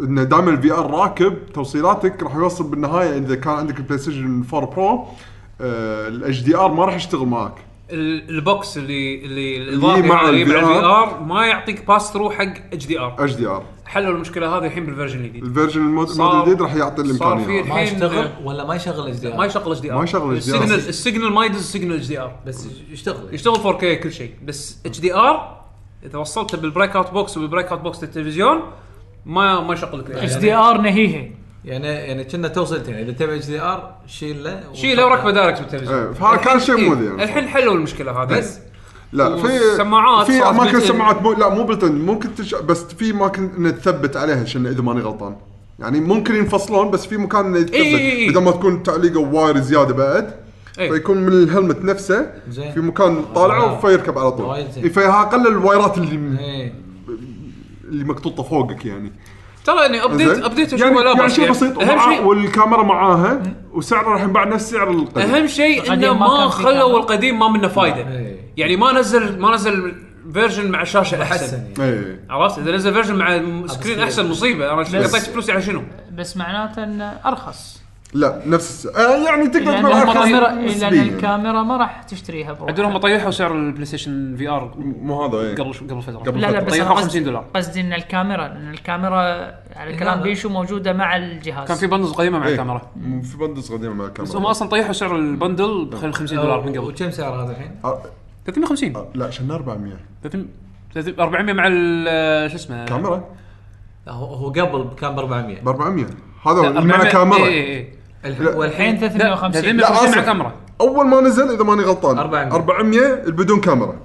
S3: انه دائما الفي ار راكب توصيلاتك راح يوصل بالنهايه اذا كان عندك البلاي ستيشن 4 برو الاتش دي ار ما راح يشتغل معك
S2: ال- البوكس اللي اللي الاضافي
S3: مع
S2: هذا اللي مع
S3: ال
S2: الفي
S3: VR.
S2: ار ما يعطيك باس ثرو حق اتش دي ار
S3: اتش دي ار
S2: حلوا المشكله هذه الحين بالفيرجن الجديد
S3: الفيرجن المود
S2: صار-
S3: المود الجديد راح يعطي
S2: صار في
S3: الامكانيه هذه.
S5: ما
S2: الحين
S5: يشتغل ولا ما يشغل اتش دي
S2: ما يشغل اتش دي ار
S3: ما يشغل HDR.
S2: السيجنال السيجنال ما يدز سيجنال اتش دي ار
S5: بس يشتغل
S2: يشتغل 4K كل شيء بس اتش دي ار اذا وصلته بالبريك اوت بوكس وبالبريك اوت بوكس للتلفزيون ما ما يشغل
S5: إيه.
S2: لك
S4: اتش دي ار نهيها
S5: يعني يعني كنا توصيلتين اذا تبي اتش دي ار شيله
S2: شيله وركبه دايركت بالتلفزيون
S3: إيه، فهذا كان شيء
S2: إيه،
S3: مؤذي يعني. إيه.
S2: الحين حلوا المشكله هذه
S5: بس
S3: لا في
S2: والسماعات
S3: في
S2: صارت
S3: اماكن
S2: built-in.
S3: سماعات مو لا مو بلتن ممكن تش... بس في اماكن انه تثبت عليها عشان اذا ماني غلطان يعني ممكن ينفصلون بس في مكان انه يتثبت
S2: إي إي إي.
S3: بدل ما تكون تعليقه واير زياده بعد
S2: إي.
S3: فيكون من الهلمت نفسه
S5: زين.
S3: في مكان طالعه
S5: آه.
S3: فيركب على طول
S5: وايد زين.
S3: إي، فيها اقل الوايرات اللي
S5: ايه
S3: اللي مكتوطه فوقك يعني
S2: ترى يعني ابديت
S3: زين؟
S2: ابديت
S3: يعني,
S2: اشوفه لا
S3: يعني
S2: بأس
S3: شيء
S2: يعني.
S3: بسيط
S2: اهم
S3: ومعاه-
S2: شيء
S3: والكاميرا معاها وسعره راح ينباع نفس سعر القديم
S2: اهم شيء انه
S4: القديم ما
S2: ما
S4: كان فيه كاميرا.
S2: خلوا القديم ما منه فايده
S5: إيه.
S2: يعني ما نزل ما نزل فيرجن مع شاشه
S5: احسن
S2: احسن
S5: يعني.
S3: اي
S2: عرفت اذا نزل فيرجن مع سكرين
S5: سكرين.
S2: احسن مصيبه انا
S4: بس-
S2: قطيت فلوسي على شنو؟
S4: بس معناته انه ارخص
S3: لا نفس الس- آه يعني تقدر
S4: لان
S3: تقول أرخص
S4: الكاميرا
S3: نسبياً.
S4: لان الكاميرا ما راح تشتريها بروحها.
S2: عندهم طيحوا سعر البلاي ستيشن في ار
S3: مو هذا إيه.
S2: قبل قبل فتره
S3: قبل
S4: لا لا بس
S2: طيحوا
S4: أنا
S2: 50
S4: قصدي
S2: دولار
S4: قصدي ان الكاميرا لان الكاميرا على كلام
S5: لا.
S4: بيشو موجوده مع الجهاز
S2: كان في بندلز قديمه مع
S3: إيه.
S2: الكاميرا
S3: مو في بندس قديم مع الكاميرا
S2: بس هم اصلا طيحوا سعر البندل ب 50 دولار من قبل
S5: وكم سعر هذا الحين؟
S3: أ-
S2: 350
S3: أ- آه، لا عشان 400
S2: 300 400 مع ال- شو اسمه
S3: كاميرا
S5: هو هو قبل كان ب 400
S3: ب 400 هذا
S2: لا،
S3: اللي معه
S2: 400
S3: كاميرا
S2: إيه، إيه، إيه.
S5: الح-
S3: لا.
S4: الحين
S5: والحين
S4: 350
S2: لا، 350 مع
S3: آسف.
S2: كاميرا
S3: اول ما نزل اذا ماني غلطان
S5: 400.
S3: 400 اللي بدون كاميرا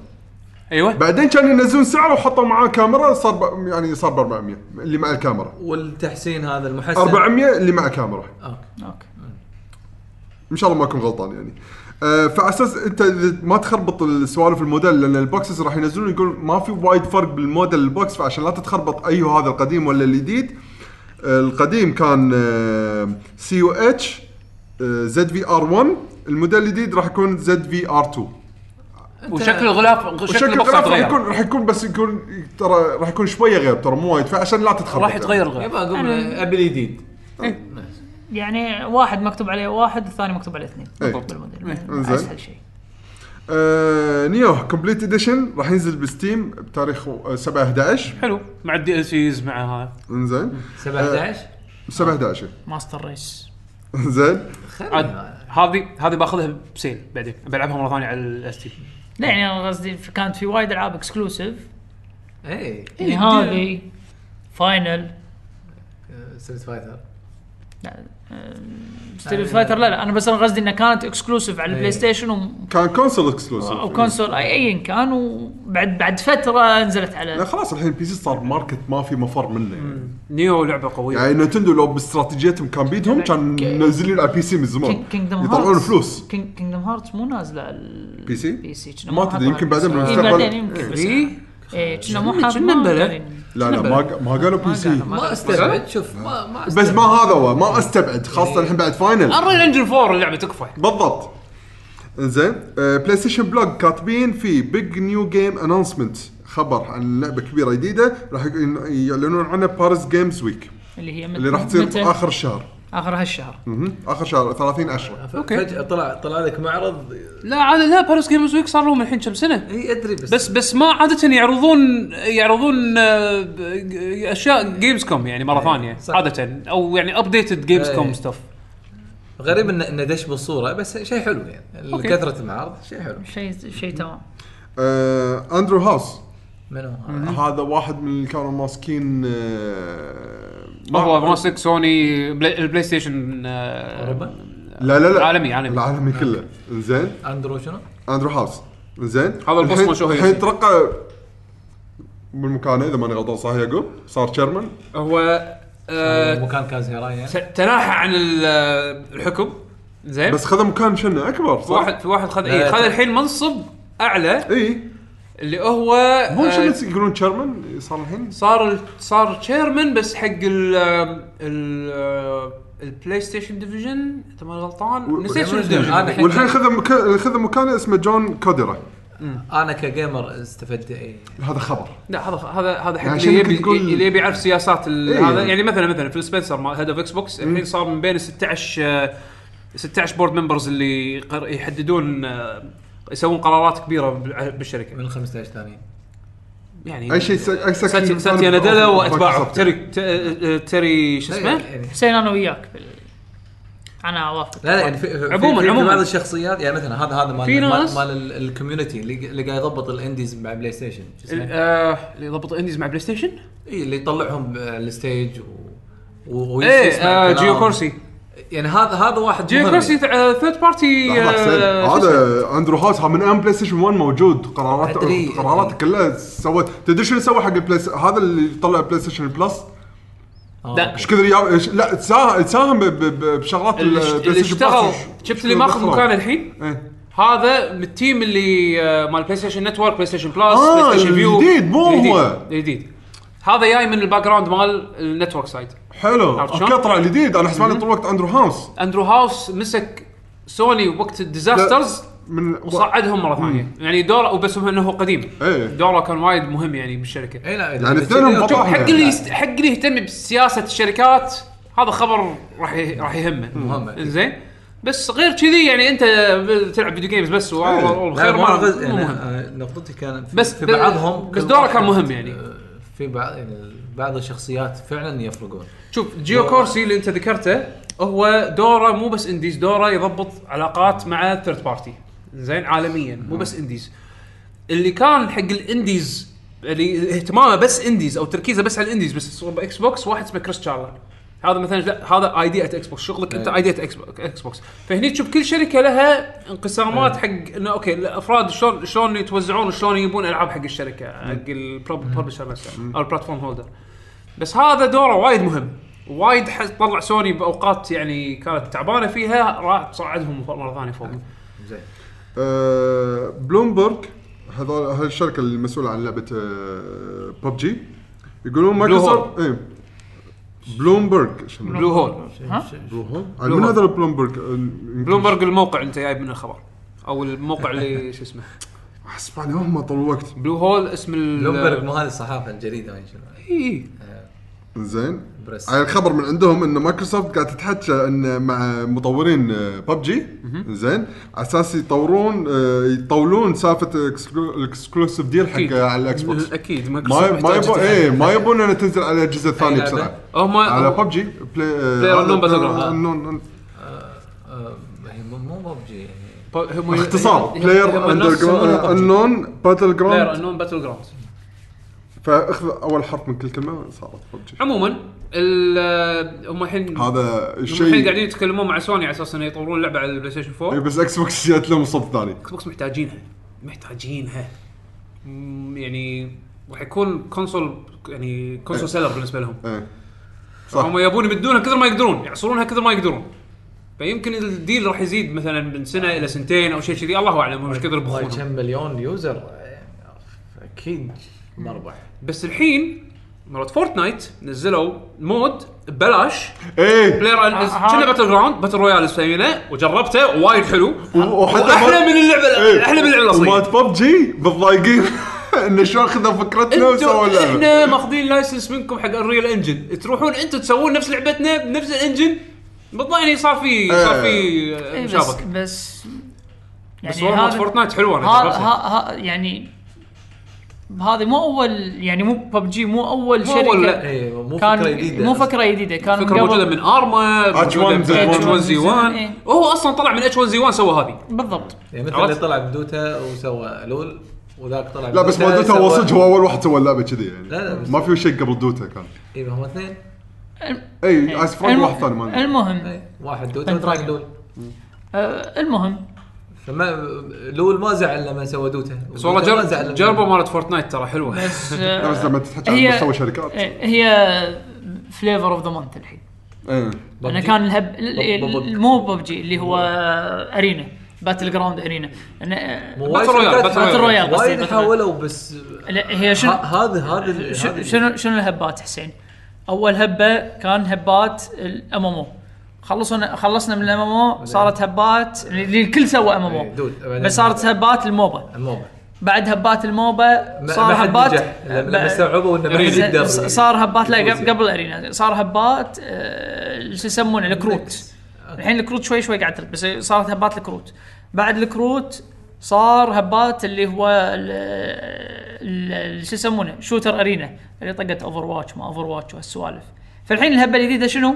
S2: ايوه
S3: بعدين كانوا ينزلون سعره وحطوا معاه كاميرا صار ب... يعني صار ب 400 اللي مع الكاميرا
S5: والتحسين هذا المحسن
S3: 400 اللي مع كاميرا
S5: اوكي
S4: اوكي
S3: ان شاء الله ما اكون غلطان يعني أه فعلى اساس انت إذا ما تخربط السوالف الموديل لان البوكسز راح ينزلون يقول ما في وايد فرق بالموديل البوكس فعشان لا تتخربط اي هذا القديم ولا الجديد أه، القديم كان آه، سي يو اتش زد في ار 1 الموديل الجديد راح يكون زد في ار 2
S2: وشكل الغلاف شكل
S3: وشكل
S2: البوكس
S3: الغلاف راح
S2: يتغير
S3: يكون راح يكون بس يكون ترى راح يكون شويه غير ترى مو وايد فعشان لا تتخربط
S2: راح يتغير الغلاف
S5: يبا اقول
S4: أنا-
S5: ابي الجديد
S4: يعني واحد مكتوب عليه واحد والثاني مكتوب عليه اثنين
S3: إيه.
S4: بالضبط بالموديل
S3: إنزين.
S4: اسهل شيء
S3: آه نيو كومبليت اديشن راح ينزل بستيم بتاريخ آه، 7 11
S2: حلو مع الدي ال سيز مع هذا
S3: انزين
S5: 17
S3: 7 11
S4: ماستر ريس
S3: زين
S2: عاد هذه هذه باخذها بسيل بعدين بلعبها مره ثانيه على الاس تي
S4: لا يعني انا قصدي في- كانت في وايد العاب اكسكلوسيف
S5: اي
S4: يعني هذه فاينل
S5: ستريت فايتر
S4: لا ستريت فايتر لا لا انا بس انا قصدي انها كانت اكسكلوسيف على البلاي
S5: إيه.
S4: ستيشن وم-
S3: كان كونسول اكسلوسيف
S4: او كونسول اي ايا كان وبعد بعد فتره نزلت
S3: لا
S4: على
S3: يعني خلاص الحين بي سي صار ماركت ما في مفر منه يعني
S2: نيو لعبه قويه
S3: يعني نتندو لو باستراتيجيتهم كان بيدهم كان منزلين على البي سي من زمان
S4: كينجدم هارتس
S3: يطلعون فلوس
S4: كينجدم هارتس مو نازله على
S3: بي سي؟
S4: بي سي كنا
S3: ما
S4: حاطين
S3: تدري، يمكن
S4: على
S3: بعدين
S4: البي
S3: بالمستقبل.
S4: سي. إيه، بعدين يمكن بس
S2: إيه؟
S4: إيه، كنا مو حاطين
S2: كنا
S4: ما
S2: بلى.
S4: درينا.
S3: لا لا ما ما قالوا بي سي
S4: ما
S5: ما
S4: قالوا.
S5: استبعد شوف ما ما
S3: بس ما هذا هو ما استبعد خاصه الحين بعد فاينل
S2: الريل انجن 4 اللعبه تكفى
S3: بالضبط انزين آه، بلاي ستيشن بلوج كاتبين في بيج نيو جيم انونسمنت خبر عن لعبه كبيره جديده راح يق- يعلنون عنها باريس جيمز ويك
S4: اللي هي مت-
S3: اللي راح تصير
S4: متى؟
S3: في اخر الشهر
S4: اخر هالشهر
S3: مهم. اخر شهر 30 10
S2: أوكي.
S5: فجاه طلع طلع لك معرض
S2: لا عاد لا باريس جيمز ويك صار لهم الحين كم سنه
S5: اي ادري بس
S2: بس بس ما عاده يعرضون يعرضون آه، ب- ج- اشياء جيمز كوم يعني مره ثانيه
S5: صح.
S2: عاده او يعني ابديتد جيمز
S5: إيه.
S2: كوم ستاف
S5: غريب انه انه دش بالصوره بس شيء حلو يعني
S2: أوكي.
S5: كثره المعارض شيء حلو
S4: شيء شيء تمام
S3: آه، اندرو هاوس
S5: منو
S2: آه.
S5: هذا؟
S3: هذا واحد من اللي كانوا ماسكين آه، ما-
S2: هو ماسك سوني بلاي البلاي ستيشن آه،
S5: اوروبا
S3: لا لا لا
S2: عالمي- عالمي.
S3: العالمي كله زين
S5: اندرو شنو؟
S3: اندرو هاوس زين
S2: هذا البصمة
S3: الحين-
S2: شو هي؟
S3: الحين ترقى من مكانه اذا ماني غلطان صح يعقوب صار تشيرمان
S2: هو آه،
S5: مكان كازيرا يعني
S2: ت- تناحى عن ال- الحكم زين
S3: بس خذ مكان شنه اكبر
S2: في
S3: صح؟
S2: واحد في واحد خذ
S5: لا،
S2: اي خذ
S5: ت-
S2: الحين منصب اعلى
S3: اي
S2: اللي هو
S3: مو
S2: آه،
S3: شنو يقولون تشيرمان صار الحين
S2: صار ال- صار تشيرمان بس حق ال آه، ال البلاي ستيشن ديفيجن اذا ما أنا غلطان
S3: و-
S2: نسيت شنو
S5: والأمازون. أنا
S2: الديفيجن
S5: الحين-
S3: والحين خذ مكان خذ مكانه اسمه جون كوديرا
S5: انا كجيمر استفدت اي
S3: هذا خبر
S2: لا هذا هذا هذا حق
S3: يعني
S2: اللي
S3: عشان
S2: يبي
S3: تقول-
S2: اللي يبي يعرف سياسات ال-
S3: إيه.
S2: هذا يعني مثلا مثلا في سبنسر مال هيد اوف اكس بوكس الحين صار من بين ال 16 آه، 16 بورد ممبرز اللي قر- يحددون آه، يسوون قرارات كبيره بال- بالشركه
S5: من 15 ثانيين
S2: يعني
S3: اي شيء س- اي
S2: ساتي
S3: سكشن
S2: ساتيا نادلا واتباعه
S3: مايكروسوفت.
S2: تيري ت- آه، تيري شو
S5: لا
S2: اسمه
S5: يعني-
S4: حسين انا وياك بال... انا اوافق
S5: لا لا يعني في في-
S2: عموماً-
S5: في- في
S2: عموماً.
S5: بعض الشخصيات يعني مثلا هذا هذا مال
S2: في
S5: مال-
S2: ناس-
S5: مال ال- الكوميونتي اللي اللي قاعد يضبط الانديز مع بلاي ستيشن شو اسمه؟
S2: آه، اللي ضبط انديز مع بلاي ستيشن
S5: اي اللي يطلعهم الستيج و... و...
S2: ايه
S5: ويسمع
S2: آه،
S5: كلام.
S2: جيو كورسي
S5: يعني هذا هذا واحد
S2: جيو
S5: مهم.
S2: كورسي ثيرد بارتي
S3: لحظة، حسين.
S2: آه،
S3: هذا اندرو هاوس من ايام بلاي ستيشن 1 موجود قرارات
S5: أدري.
S3: قراراته كلها سوت تدري شنو سوى حق البلاي س- هذا اللي طلع بلاي ستيشن بلس
S5: آه.
S2: لا.
S3: ايش كثر يا- إيش- لا تساهم تساهم ب- ب- ب- بشغلات
S2: اللي
S3: البلاي
S2: اشت- اللي
S3: ستيشن بلس.
S2: اشتغل
S3: إيش-
S2: شفت
S3: إيش
S2: اللي ماخذ
S3: دخلوا.
S2: مكانه الحين
S3: إيه.
S2: هذا من التيم اللي آه، مال بلاي ستيشن نتورك بلاي ستيشن بلس
S3: آه،
S2: بلاي ستيشن فيو
S3: الجديد، مو هو.
S2: الجديد، الجديد هذا جاي من الباك جراوند مال النتورك سايد
S3: حلو
S2: عرفت
S3: اوكي
S2: شلون؟
S3: طلع جديد انا حسبالي طول الوقت اندرو هاوس
S2: اندرو هاوس مسك سوني وقت الديزاسترز
S3: من
S2: وصعدهم مره ثانيه يعني دوره وبس هو انه هو قديم
S3: إيه.
S2: دوره كان وايد مهم يعني بالشركه
S5: اي لا
S3: يعني اثنينهم
S5: بس-
S3: بطل.
S2: حق
S3: طبعاً.
S2: اللي يست... حق اللي يهتم بسياسه الشركات هذا خبر راح ي... راح يهمه
S5: مهم.
S2: زين بس غير كذي يعني انت تلعب فيديو جيمز بس
S3: إيه.
S5: لا
S2: والخير
S5: ما
S2: ما
S5: غز...
S2: مو
S5: يعني
S2: مهم
S5: آه، نقطتي كان في
S2: بس-
S5: في بعضهم
S2: بس
S5: كل
S2: دوره
S5: واحد،
S2: كان مهم يعني.
S5: آه، في بعض يعني بعض الشخصيات فعلا يفرقون
S2: شوف جيو كورسي اللي انت ذكرته هو دوره مو بس انديز دوره يضبط علاقات مع ثيرد بارتي زين عالميا مو بس انديز اللي كان حق الانديز اللي اهتمامه بس انديز او تركيزه بس على الانديز بس صوب اكس بوكس واحد اسمه كريس تشارلر هذا مثلا لا هذا ايديا اكس بوكس شغلك انت
S5: أي.
S2: ايديا اكس بوكس اكس بوكس فهني تشوف كل شركه لها انقسامات حق انه اوكي الافراد شلون شلون يتوزعون شلون يجيبون العاب حق الشركه حق الببلشر نفسه او البلاتفورم هولدر بس هذا دوره وايد مهم وايد ح- طلع سوني باوقات يعني كانت تعبانه فيها راح تصعدهم مره ثانيه فوق
S5: زين
S3: آه، بلومبرج هذول هالشركه المسؤوله عن لعبه ببجي يقولون مايكروسوفت اي بلومبرج شنو؟
S2: بلو هول
S3: بلو هول؟ عن آه، من هذا آه، بلومبرج؟
S2: بلومبرج الموقع انت جايب منه خبر او الموقع اللي شو اسمه
S3: حسباني هم طول الوقت
S2: بلو هول اسم ال
S5: بلومبرج مو هذه الصحافه الجريده وين شنو
S2: اي
S3: زين
S5: بريس
S3: على الخبر من عندهم ان مايكروسوفت قاعد تتحكى ان مع مطورين آه، ببجي زين على اساس يطورون آه، يطولون سالفه الإكسكلو- الاكسكلوسيف ديل حق
S2: أكيد.
S3: آه، على الاكس بوكس
S2: اكيد
S3: ما
S2: مايكروسوفت
S3: ما
S2: محتاج
S3: يبون
S2: تتحدث.
S3: ايه ما يبون انها تنزل على الجزء الثاني
S2: إيه،
S5: أي لعبة؟
S3: بسرعه
S2: هم
S3: على ببجي بلاي
S2: Player
S3: هذا-
S2: Unknown Battleground.
S3: آه، Unknown-
S5: آه، هي مو- مو ببجي يعني
S2: هم
S3: اختصار بلاير اندر انون باتل
S2: بلاير
S3: جراوند
S2: انون باتل جراوند
S3: فاخذ اول حرف من كل كلمه صارت ببجي
S2: عموما ال- هم الحين هم
S3: هذا
S2: الحين
S3: الشيء
S2: قاعدين يتكلمون مع سوني على اساس انه يطورون لعبه على البلاي ستيشن 4
S3: إيه، بس اكس بوكس جات لهم الصوب الثاني
S2: اكس بوكس محتاجينها محتاجينها مم، يعني راح يكون كونسول يعني كونسول سيلر بالنسبه لهم
S3: ايه صح
S2: هم يبون يمدونها كثر ما يقدرون يعصرونها كثر ما يقدرون فيمكن الديل راح يزيد مثلا من سنه الى سنتين او شيء كذي الله اعلم هم ايش كثر
S5: والله
S2: يبخون
S5: كم مليون يوزر آه، اكيد مربح
S2: بس الحين مرات فورتنايت نزلوا مود ببلاش
S3: ايه
S2: بلاير أن- كنا باتل جراوند باتل رويال اسمينه وجربته وايد حلو
S3: و- وحتى
S2: واحلى
S3: ما- إيه.
S2: من اللعبه احلى من اللعبه الاصليه
S3: مالت ببجي متضايقين انه شلون اخذوا فكرتنا وسووا
S2: انتوا
S3: اللعبه
S2: احنا ماخذين لايسنس منكم حق الريل انجن تروحون انتوا تسوون نفس لعبتنا بنفس الانجن بالضبط يعني صار في صار في آه،
S4: إيه، بس
S2: مشابك
S4: بس
S2: بس
S4: يعني
S2: والله
S4: هذا
S2: فورتنايت حلوه انا
S4: ها
S2: جربتها.
S4: ها ها يعني هذه مو اول يعني مو ببجي مو اول
S2: مو
S4: شركه
S2: أول، لا.
S5: ايه مو
S4: كان
S5: فكره جديده
S4: مو فكره جديده كان
S2: فكره موجوده من ارما
S3: H1Z1.
S2: اتش 1 زي 1
S4: إيه.
S2: وهو اصلا طلع من اتش 1 زي 1 سوى هذه
S4: بالضبط
S5: يعني مثل
S2: عرفت؟
S5: اللي طلع بدوتا وسوى لول وذاك طلع
S3: لا بس ما دوتا هو
S5: سوى-
S3: صدق هو اول واحد سوى اللعبه كذي يعني
S5: لا، لا، بس-
S3: ما في شيء قبل دوتا كان
S5: اي إيه، هم اثنين
S3: اي اسف
S4: الم-
S3: واحد ثاني ما أدري.
S4: المهم
S5: إيه، واحد دوتا وذاك لول
S4: آه، المهم
S5: فما لول ما زعل لما سوى دوتا
S2: بس والله
S5: دوتا ما زعل
S2: جرب
S5: لما-
S2: جربوا مالت فورتنايت ترى حلوه
S4: بس
S3: لا،
S4: آه،
S3: بس لما تتحكي
S4: هي-
S3: عن مستوى شركات
S4: إيه، هي فليفر اوف ذا مانث الحين
S3: ايه
S4: انا
S5: ببجي.
S4: كان الهب ال-
S5: بب-
S4: ال-
S5: بب-
S4: مو ببجي اللي هو ارينا باتل جراوند ارينا
S5: مو
S4: أنا-
S5: وايد
S2: باتل رويال،
S5: شركات-
S2: باتل رويال.
S4: باتل رويال،
S5: وايد
S4: باتل
S5: حاولوا بس
S4: لا، هي شنو-
S5: ه- هذا هذا
S4: ش-
S5: هذا-
S4: شنو شنو الهبات حسين؟ اول هبه كان هبات الام ام خلصنا خلصنا من الام ام صارت هبات اللي الكل سوى ام
S5: إيه،
S4: ام
S5: دود. بعدين
S4: بس صارت هبات الموبا
S5: الموبا
S4: بعد هبات الموبا
S5: ما- ما
S4: صار
S5: حد
S4: هبات
S5: نجح لما استوعبوا انه ما
S2: أرينا.
S5: يقدر
S4: س- صار هبات لا
S5: يفوز
S4: قبل,
S5: يعني.
S4: قبل ارينا صار هبات آه، شو يسمونه الكروت الحين الكروت شوي شوي قاعد ترد بس صارت هبات الكروت بعد الكروت صار هبات اللي هو ال- ال- شو يسمونه شوتر ارينا اللي طقت اوفر واتش ما اوفر واتش وهالسوالف فالحين الهبه الجديده شنو؟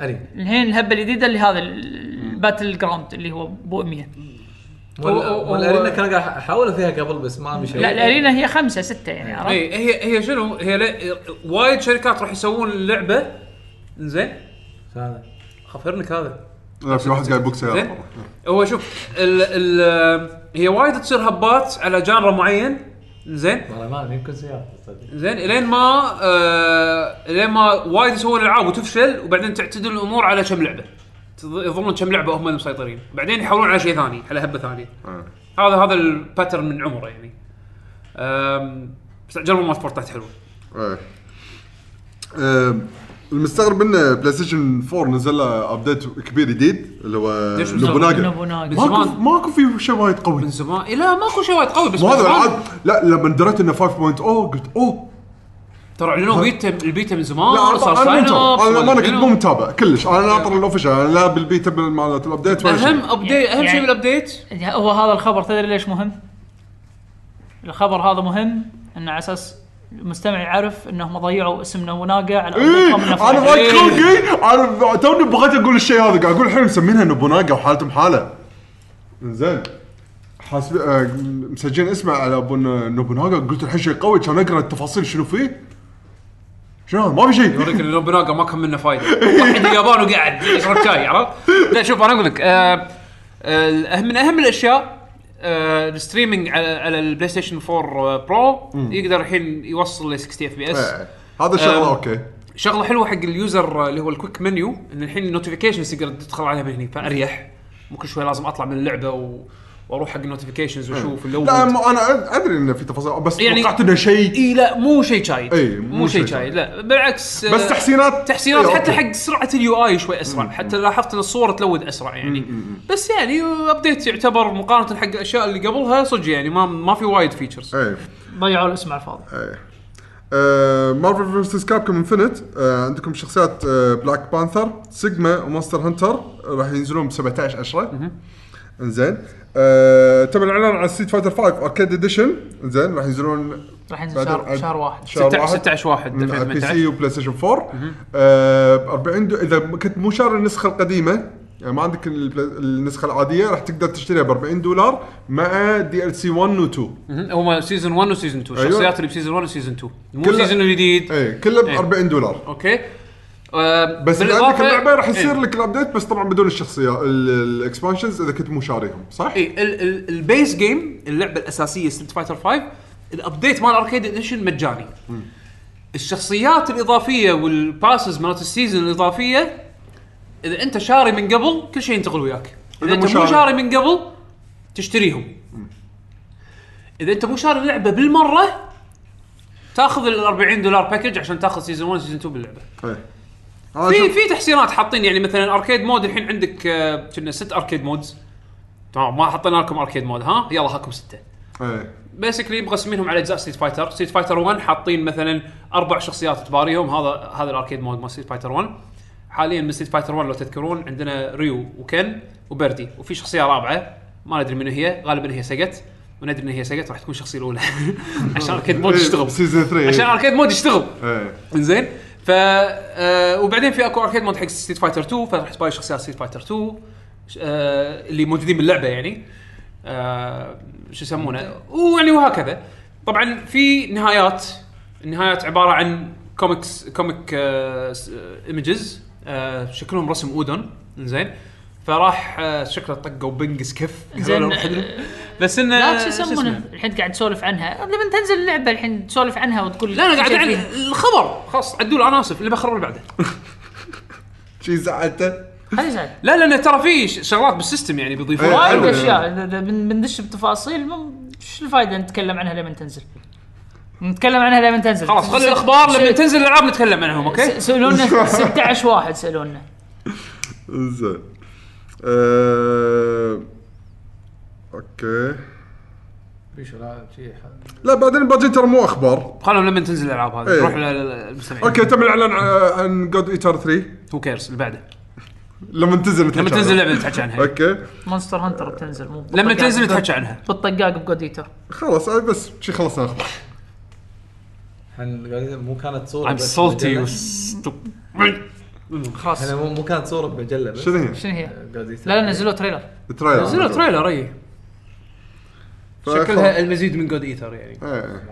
S5: اري
S4: الحين الهبه الجديده اللي هذا ال- الباتل جراوند اللي هو بو 100
S5: وال-
S2: و- و-
S5: والارينا كان قاعد احاول فيها قبل بس ما مشي
S4: لا الارينا هي خمسه سته يعني عرفت؟
S2: اي إيه، هي هي شنو هي لا- وايد شركات راح يسوون لعبه زين
S5: هذا.
S2: خاف هرنك هذا
S3: لا في واحد قاعد إيه. يبوك
S2: زين
S3: سياره
S2: هو شوف ال ال هي وايد تصير هبات على جانرا معين زين
S5: والله ما يمكن سياره تصدق
S2: زين الين ما آه الين ما وايد يسوون العاب وتفشل وبعدين تعتدل الامور على كم لعبه تظ- يظلون كم لعبه هم المسيطرين بعدين يحولون على شيء ثاني على هبه ثانيه
S3: آه.
S2: هذا هذا الباترن من عمره يعني آم، بس جربوا ما سبورت تحت حلوه
S3: ايه آم، المستغرب انه بلاي ستيشن 4 نزل له ابديت كبير جديد اللي هو
S2: ليش
S3: نوبوناغا
S4: نوبوناغا
S3: ماكو
S2: زمان.
S3: ماكو في شيء وايد قوي
S2: من زمان إيه، لا ماكو شيء وايد قوي بس
S3: مو هذا
S2: من زمان.
S3: العاب لا لما دريت انه 5.0 oh، قلت اوه
S2: ترى اعلنوا بيتا البيتا من زمان
S3: لا
S2: آه، صار
S3: انا
S2: sign
S3: انا
S2: ups
S3: ممتع. انا ما أنا كنت
S2: ولا
S3: مو متابع كلش انا ناطر الاوفيشال انا لا بالبيتا مالت الابديت ولا
S2: اهم
S3: شيء
S2: ابديت اهم شيء
S4: يعني-
S2: بالابديت
S4: هو هذا الخبر تدري ليش مهم؟ الخبر هذا مهم انه على اساس المستمع يعرف انهم ضيعوا اسم نوبوناغا على
S3: ايه
S4: أرضهم نفسها.
S3: انا وايد
S2: إيه.
S3: خلقي انا توني بغيت اقول الشيء هذا قاعد اقول الحين مسمينها نوبوناغا وحالتهم حاله زين حاسب آه، مسجلين اسمه على ابو ن- نوبوناغا قلت الحين شيء قوي كان اقرا التفاصيل شنو فيه شنو هذا؟ ما في شيء
S2: يوريك ان نوبوناغا ما كان منه فايده واحد اليابان وقاعد ركاي عرفت؟ لا شوف انا اقول لك آه، آه، من اهم الاشياء آه، الستريمينج على على البلاي ستيشن 4 آه، برو يقدر الحين يوصل ل 60 اف بي اس
S3: إيه، هذا الشغله
S2: آه.
S3: اوكي
S2: شغله حلوه حق اليوزر اللي هو الكويك منيو ان الحين النوتيفيكيشنز تقدر تدخل عليها من هني فاريح مو كل شوي لازم اطلع من اللعبه و... واروح حق النوتيفيكيشنز واشوف اللي هو
S3: لا م- انا أد- ادري انه في تفاصيل بس
S2: يعني-
S3: توقعت انه شيء
S2: اي لا مو شيء شايد
S3: إي، مو
S2: مو شيء
S3: شيء
S2: شايد لا بالعكس آه،
S3: بس تحسينات
S2: تحسينات
S3: إيه،
S2: حتى
S3: أوكي.
S2: حق سرعه اليو اي شوي اسرع حتى لاحظت ان الصوره تلود اسرع يعني بس يعني ابديت يعتبر مقارنه حق الاشياء اللي قبلها صدق يعني ما ما في وايد فيتشرز
S3: ايه
S4: ضيعوا الاسم على الفاضي
S3: مارفل فيرسس كاب كوم انفنت عندكم شخصيات آه، بلاك بانثر سيجما ومونستر هانتر آه، راح ينزلون ب 17 10 انزين آه، تم الاعلان عن ستريت فايتر 5 اركيد اديشن انزين راح ينزلون
S4: راح ينزل
S3: بعد-
S4: شهر شهر واحد
S3: شهر
S2: 16
S3: واحد
S2: 16 واحد
S3: من على البي
S2: 2018.
S3: سي وبلاي ستيشن 4 آه، ب 40 دو- اذا كنت مو شاري النسخه القديمه يعني ما عندك البلا- النسخه العاديه راح تقدر تشتريها ب 40 دولار مع دي ال سي 1 و 2
S2: مهم. هم سيزون 1 وسيزون 2
S3: أيوة.
S2: الشخصيات اللي بسيزون 1 وسيزون 2 مو
S3: كلها-
S2: السيزون الجديد
S3: اي كله ب
S2: إيه.
S3: 40 دولار
S2: اوكي آه،
S3: بس اذا عندك
S2: بالإضافة-
S3: اللعبه راح يصير
S2: إيه.
S3: لك الابديت بس طبعا بدون الشخصيه الاكسبانشنز اذا كنت مو شاريهم صح؟
S2: اي إيه، ال- ال- البيس جيم اللعبه الاساسيه ستريت فايتر 5 الابديت مال اركيد اديشن مجاني الشخصيات الاضافيه والباسز مالت السيزون الاضافيه اذا انت شاري من قبل كل شيء ينتقل وياك اذا
S3: إذا مو
S2: انت مو
S3: شاري.
S2: شاري من قبل تشتريهم اذا انت مو شاري اللعبه بالمره تاخذ ال 40 دولار باكج عشان تاخذ سيزون 1 سيزون 2 باللعبه
S3: إيه. أنا
S2: في
S3: أشوف-
S2: في تحسينات حاطين يعني مثلا اركيد مود الحين عندك آه، كنا ست اركيد مودز تمام ما حطينا لكم اركيد مود ها يلا هاكم سته
S3: إيه.
S2: بيسكلي مقسمينهم على اجزاء ستيت فايتر ستيت فايتر 1 حاطين مثلا اربع شخصيات تباريهم هذا هذا الاركيد مود مال ستيت فايتر 1 حاليا من ستيت فايتر 1 لو تذكرون عندنا ريو وكن وبيردي وفي شخصيه رابعه ما ندري منو هي غالبا هي سقت وندري ان هي سقت راح تكون الشخصيه الاولى عشان اركيد مود
S3: إيه،
S2: يشتغل
S3: سيزون 3
S2: عشان
S3: عشان
S2: اركيد مود يشتغل
S3: ايه
S2: انزين ف آه، وبعدين في اكو اركيد مود حق ستيت فايتر 2 فراح تباري شخصيات ستيت فايتر 2 ش- آه، اللي موجودين باللعبه يعني آه، شو يسمونه ويعني وهكذا طبعا في نهايات النهايات عباره عن آه، كوميكس كوميك ايمجز آه، شكلهم رسم اودون زين فراح آه، شكله طقوا بنقس كف
S4: زين، آه،
S2: قالوا له روح ال- بس انه
S4: لا شو
S2: اسمه؟
S4: يسمونه الحين قاعد تسولف عنها لما تنزل اللعبه الحين تسولف عنها وتقول
S2: لا انا قاعد
S4: شيء
S2: عن
S4: فيها.
S2: الخبر خلاص عدول انا اسف اللي بخبر اللي بعده
S3: شي زعلته
S4: خلي زين
S2: لا لان ترى في ش- شغلات بالسيستم يعني بيضيفوها
S3: إيه،
S4: وايد
S3: حلو.
S4: اشياء إذا- إذا بن- بندش بتفاصيل مم- شو الفائده نتكلم عنها لما تنزل نتكلم عنها لما تنزل
S2: خلاص خلي الاخبار لما تنزل الالعاب نتكلم عنهم
S4: س-
S2: اوكي
S4: سألونا 16 واحد سألونا
S3: زين آه، اوكي
S5: في شغلات شي حد
S3: لا بعدين باجي ترى مو اخبار
S2: خلهم لما تنزل الالعاب هذه
S3: إيه.
S2: نروح للمستمعين
S3: اوكي تم الاعلان عن- عن جود ايتر 3
S2: هو كيرز اللي بعده
S3: لما تنزل نتحكي
S2: لما
S3: عنها.
S2: تنزل اللعبه نتحكي عنها
S3: اوكي
S4: مونستر هانتر بتنزل مو
S2: لما
S4: بالطقاق.
S2: تنزل نتحكي عنها
S4: بالطقاق بجود ايتر
S3: خلاص أنا بس شي خلصنا اخبار
S5: احنا قاعدين- مو كانت صوره
S3: طيب،
S2: I'm
S5: بس
S2: salty
S5: بمجلة.
S2: و stupid.
S4: خلاص
S5: احنا مو مو كانت صوره بمجله بس
S3: شنو هي؟
S4: شنو هي؟
S5: قاعد
S4: لا لا نزلوا تريلر
S3: التريلر
S2: نزلوا تريلر اي
S3: فخلاص.
S2: شكلها المزيد من جود ايتر يعني
S3: إيه.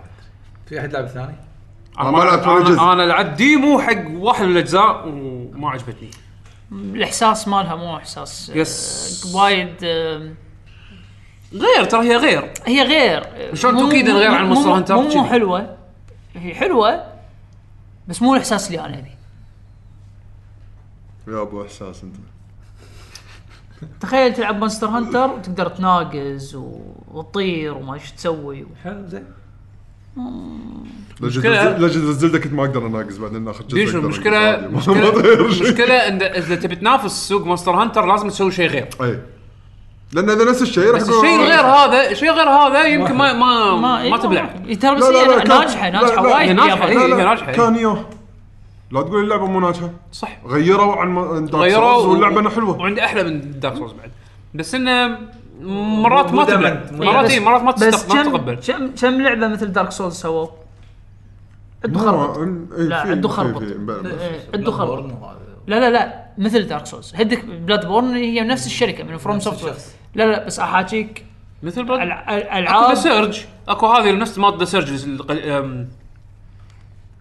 S5: في احد لعب ثاني؟
S3: أنا ما لعبت ولا جزء.
S2: انا انا لعبت ديمو حق واحد من الاجزاء وما عجبتني
S4: الاحساس مالها مو احساس آه،
S2: يس.
S4: وايد آه،
S2: غير ترى هي غير
S4: هي غير آه،
S2: شلون
S4: مو-
S2: توكيدا غير
S4: مو-
S2: عن
S4: مو-
S2: Monster Hunter
S4: مو مو
S2: كذي.
S4: حلوه هي حلوه بس مو الاحساس اللي انا ابي
S3: يا ابو احساس انت
S4: تخيل تلعب مونستر هانتر وتقدر تناقز و- وتطير وما ايش تسوي و-
S5: حلو زين
S3: لجد
S2: مشكلة-
S3: الز- لجد الزلده كنت ما اقدر اناقز بعدين ناخذ جزء
S2: ديش
S3: أقدر
S2: المشكله
S3: أناقز عادي. ما-
S2: المشكله
S3: ما أطير شي.
S2: المشكله ان اذا تبي تنافس سوق مونستر هانتر لازم تسوي شيء غير
S3: اي لان اذا طيب. نفس الشيء راح
S2: بس
S3: يقولون
S2: الشيء
S3: والله
S2: الغير هذا الشيء غير هذا يمكن ما ما ما,
S4: إيه،
S2: تبلع
S4: إيه، ترى بس
S3: لا، لا، لا،
S4: هي
S3: كان-
S4: ناجحه ناجحه
S3: لا، لا،
S4: وايد
S2: هي ناجحة،
S4: اليابان.
S2: إيه.
S3: لا لا
S2: راجحة.
S3: كان يو لا تقول اللعبه مو ناجحه
S2: صح
S3: غيروا عن دارك
S2: غيروا
S3: سولز
S2: و-
S3: واللعبه إنها حلوه
S2: وعنده احلى من دارك سولز بعد بس انه مرات ما
S5: مو دايماً-
S2: تبلع
S5: مو
S2: مرات
S4: بس-
S2: اي مرات ما
S4: بس
S2: تستق- ما
S4: كم
S2: تتقبل
S4: كم كم لعبه مثل دارك سولز سووا؟ عدوا خربط لا، عنده خربط. إيه، عدوا خربط لا لا لا مثل دارك سولز هدك بلاد بورن هي نفس الشركه من فروم
S5: نفس
S4: سوفت وير
S5: الشخص.
S4: لا لا بس احاكيك
S2: مثل
S4: ألع-
S2: بعد
S4: أل-
S2: اكو ذا
S4: العاب
S2: سيرج اكو هذه نفس ماده سيرج القل- أم،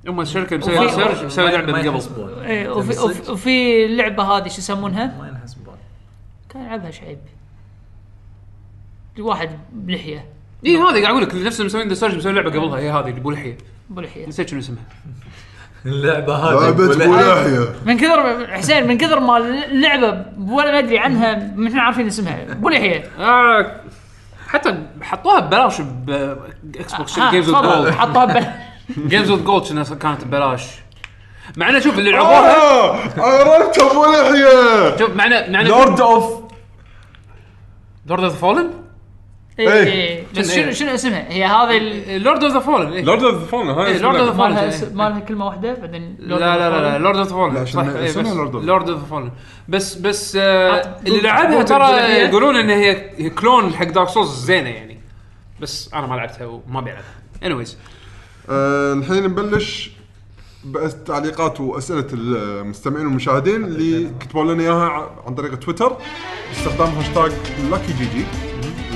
S2: هم الشركه اللي مسويه
S4: وفي-
S2: سيرج مسويه لعبه من قبل
S4: إيه، وفي- وفي- وفي اللعبه هذه شو يسمونها؟
S5: ما ينحسبون
S4: كان يلعبها شعيب الواحد بلحيه
S2: اي إيه، هذه قاعد اقول لك نفس اللي مسوين ذا سيرج مسوي لعبه قبلها هي هذه اللي بولحيه
S4: بلحيه
S2: نسيت شنو اسمها
S5: اللعبه هذه
S3: لعبه
S5: ولا-
S3: بولاحيه
S4: من كثر حسين من كثر ما اللعبه ولا ندري عنها ما احنا عارفين اسمها بلحيه
S2: آه، حتى حطوها ببلاش باكس بوكس
S4: آه،
S2: جيمز وذ
S4: تفضل،
S2: جولد
S4: حطها ببلاش
S2: جيمز وذ جولد كانت ببلاش معنا شوف اللي لعبوها
S3: آه، عرفتها بولاحيه
S2: شوف معنا معنا
S3: لورد اوف
S2: لورد اوف ذا فولن
S4: إيه،
S3: إيه.
S4: إيه. بس
S2: إيه.
S4: شنو شنو اسمها؟ هي هذه ال-
S2: لورد اوف ذا فولن
S7: لورد اوف ذا فون هاي
S2: لورد اوف ذا
S4: مالها
S2: فولن
S4: اس- مالها كلمه واحده بعدين
S2: إيه. لا لا لا لا لورد اوف
S3: لا،
S2: فولن
S3: عشان
S2: صح
S3: اسمها
S2: إيه، بس
S3: Lord of-
S2: لورد اوف فولن بس بس آه،
S4: عط-
S2: اللي لعبها
S4: دوب
S2: ترى
S4: الجنائية.
S2: يقولون ان هي هي كلون حق دارك سولز زينه يعني بس انا ما لعبتها وما بلعبها انيويز
S3: آه، الحين نبلش بتعليقات واسئله المستمعين والمشاهدين اللي كتبوا لنا اياها ع- عن طريق تويتر باستخدام هاشتاج لاكي جي جي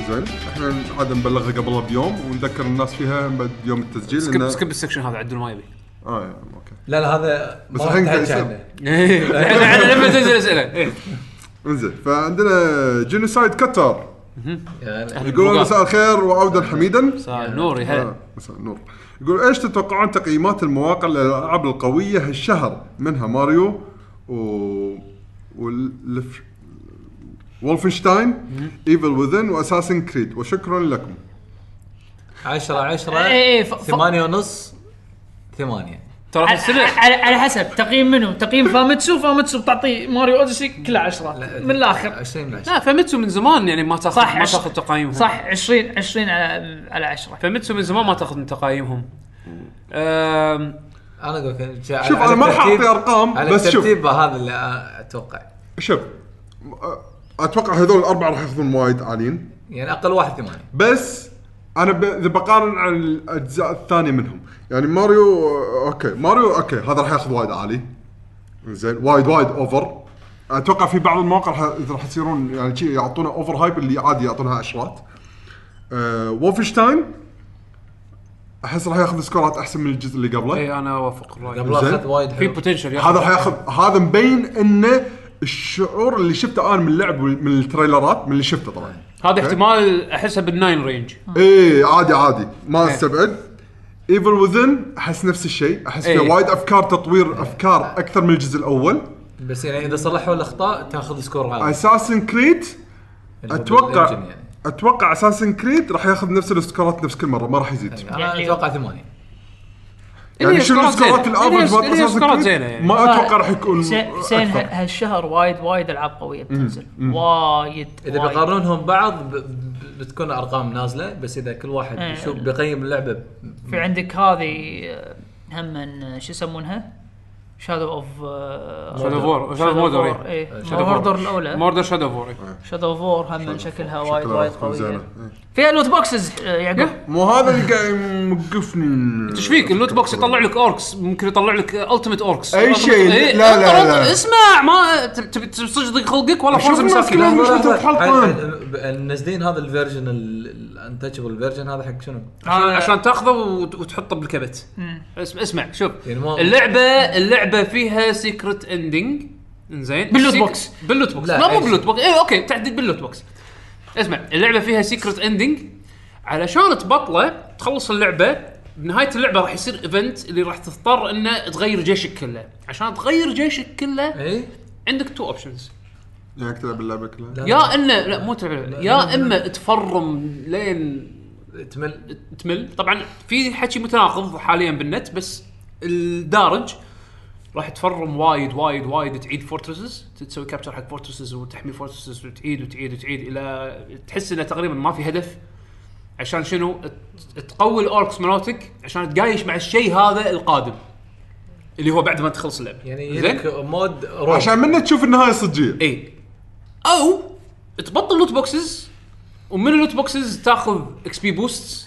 S3: زين احنا عاده نبلغها قبلها بيوم ونذكر الناس فيها بعد يوم التسجيل
S2: سكيب
S3: إنه-
S2: سكيب السكشن هذا عدل ما يبي
S3: اه يا عم، اوكي
S5: لا لا هذا
S3: بس
S5: ما راح
S3: الحين
S5: نتحكى
S3: قاعد
S5: عنه
S2: يعني لما تنزل اسئله إيه.
S3: انزين فعندنا جينوسايد كتر
S5: يعني
S3: يقولون مساء الخير وعودا حميدا
S2: صار طيب، نوري هلا
S3: آه، مساء النور يقول ايش تتوقعون تقييمات المواقع للالعاب القويه هالشهر منها ماريو و والف... وولفنشتاين ايفل وذن واساسن كريد وشكرا لكم
S5: 10 10
S4: اي اي ف- ف-
S5: 8 ونص 8
S2: ترى في
S4: على-
S2: السنه
S4: على على حسب تقييم منو تقييم فامتسو فامتسو بتعطي ماريو اوديسي كله 10 من الاخر
S5: 20 من 10
S2: لا فمتسو آه، من زمان يعني ما تاخذ
S4: صح،
S2: ما
S4: عش-
S2: تاخذ تقايمهم
S4: صح 20 20 على على 10
S2: فمتسو من زمان ما تاخذ من تقايمهم أم،
S5: انا اقول لك
S3: شوف انا ما راح اعطي ارقام بس شوف
S5: الترتيب هذا اللي أ- اتوقع
S3: شوف أ- اتوقع هذول الاربعه راح ياخذون وايد عاليين
S5: يعني اقل واحد 8
S3: بس انا ب- اذا بقارن عن الاجزاء الثانيه منهم يعني ماريو آه، اوكي ماريو اوكي هذا راح ياخذ وايد عالي زين وايد وايد اوفر اتوقع في بعض المواقع راح- اذا راح يصيرون يعني شي يعطونا اوفر هايب اللي عادي يعطونها عشرات أه وولفشتاين احس راح ياخذ سكورات احسن من الجزء اللي قبله
S2: اي انا اوافق الراي
S5: قبل
S3: زين.
S5: اخذ وايد
S2: في
S5: حلو
S2: بوتنشل
S3: هذا راح ياخذ هذا مبين انه الشعور اللي شفته انا من اللعب وال- من التريلرات من اللي شفته طبعا
S2: هذا احتمال احسها بالناين رينج
S4: آه.
S3: ايه عادي عادي ما
S2: إيه.
S3: استبعد ايفل وذن احس نفس الشيء احس فيه
S2: إيه.
S3: وايد افكار تطوير افكار اكثر من الجزء الاول
S5: بس يعني اذا صلحوا الاخطاء تاخذ سكور عالي
S3: اساسن كريد
S5: اللي هو
S3: اتوقع
S5: بالإنجن يعني.
S3: اتوقع اساسن كريد راح ياخذ نفس السكورات نفس كل مره ما راح يزيد
S5: انا اتوقع 8
S3: يعني
S2: اللي هي
S3: شنو
S2: سكورات
S3: السكورات
S2: زينة. اللي هي-
S3: الافرج مالت
S2: اللي هي سكورات
S3: اساسن
S2: زينة
S3: كريد
S2: يعني.
S3: ما اتوقع راح يكون
S4: حسين حسين ه-
S3: اكثر
S4: هالشهر وايد وايد العاب قويه بتنزل وايد
S5: اذا
S4: وايد.
S5: بيقارنونهم بعض ب- ب- بتكون ارقام نازله بس اذا كل واحد
S4: إيه.
S5: يشوف بيقيم اللعبه ب-
S4: في عندك هذه آه، هم من- شو يسمونها؟ آه، شادو اوف
S2: Shadow of War- Shadow of Mordor، إيه. Shadow of War.
S4: موردور الاولى
S2: موردر شادو فور
S4: شادو اوف وور هم شكلها وايد
S3: شكلها
S4: وايد
S3: تكون
S4: قويه
S3: زينة. إيه.
S4: فيها لوت بوكسز آه، يعقوب
S3: مو هذا اللي قاعد موقفني
S2: ايش فيك اللوت بوكس يطلع لك اوركس ممكن يطلع لك التيمت اوركس
S3: أي شيء. لا، لا، لا.
S2: إيه، اسمع ما تب- تب- تب- صدق ضيق خلقك والله
S3: شوف
S2: فوز
S3: الناس
S2: مساكين
S3: كلهم- ليش متى تحلطون؟
S5: منزلين هذا الفيرجن الانتشبل فيرجن هذا حق شنو؟
S4: آه،
S2: عشان تاخذه وت- وتحطه بالكبت اسمع اسمع شوف
S5: يعني ما-
S2: اللعبه اللعبه فيها سيكرت اندنج زين
S4: باللوت
S2: Secret-
S4: بوكس.
S2: باللوت بوكس
S5: لا،
S2: لا مو
S5: أي
S2: باللوت بوكس اي اوكي تحديد باللوت بوكس اسمع اللعبه فيها سيكرت اندنج علشان تبطله تخلص اللعبه بنهايه اللعبه راح يصير ايفنت اللي راح تضطر انه تغير جيشك كله عشان تغير جيشك كله
S5: اي
S2: عندك تو اوبشنز
S3: يعني تلعب اللعبه كلها
S2: يا انه لا مو تلعب
S5: لا،
S2: يا اما تفرم لين
S5: تمل
S2: تمل طبعا في حكي متناقض حاليا بالنت بس الدارج راح تفرم وايد وايد وايد تعيد فورترسز تسوي كابتشر حق فورترسز وتحمي فورترسز وتعيد وتعيد وتعيد الى تحس انه تقريبا ما في هدف عشان شنو ت- تقوي الاوركس مالتك عشان تقايش مع الشيء هذا القادم اللي هو بعد ما تخلص اللعبه
S5: يعني
S2: زين؟
S5: يلك مود روب
S3: عشان منه تشوف النهايه صجيه
S2: اي او إيه. تبطل لوت بوكسز ومن اللوت بوكسز تاخذ اكس بي بوست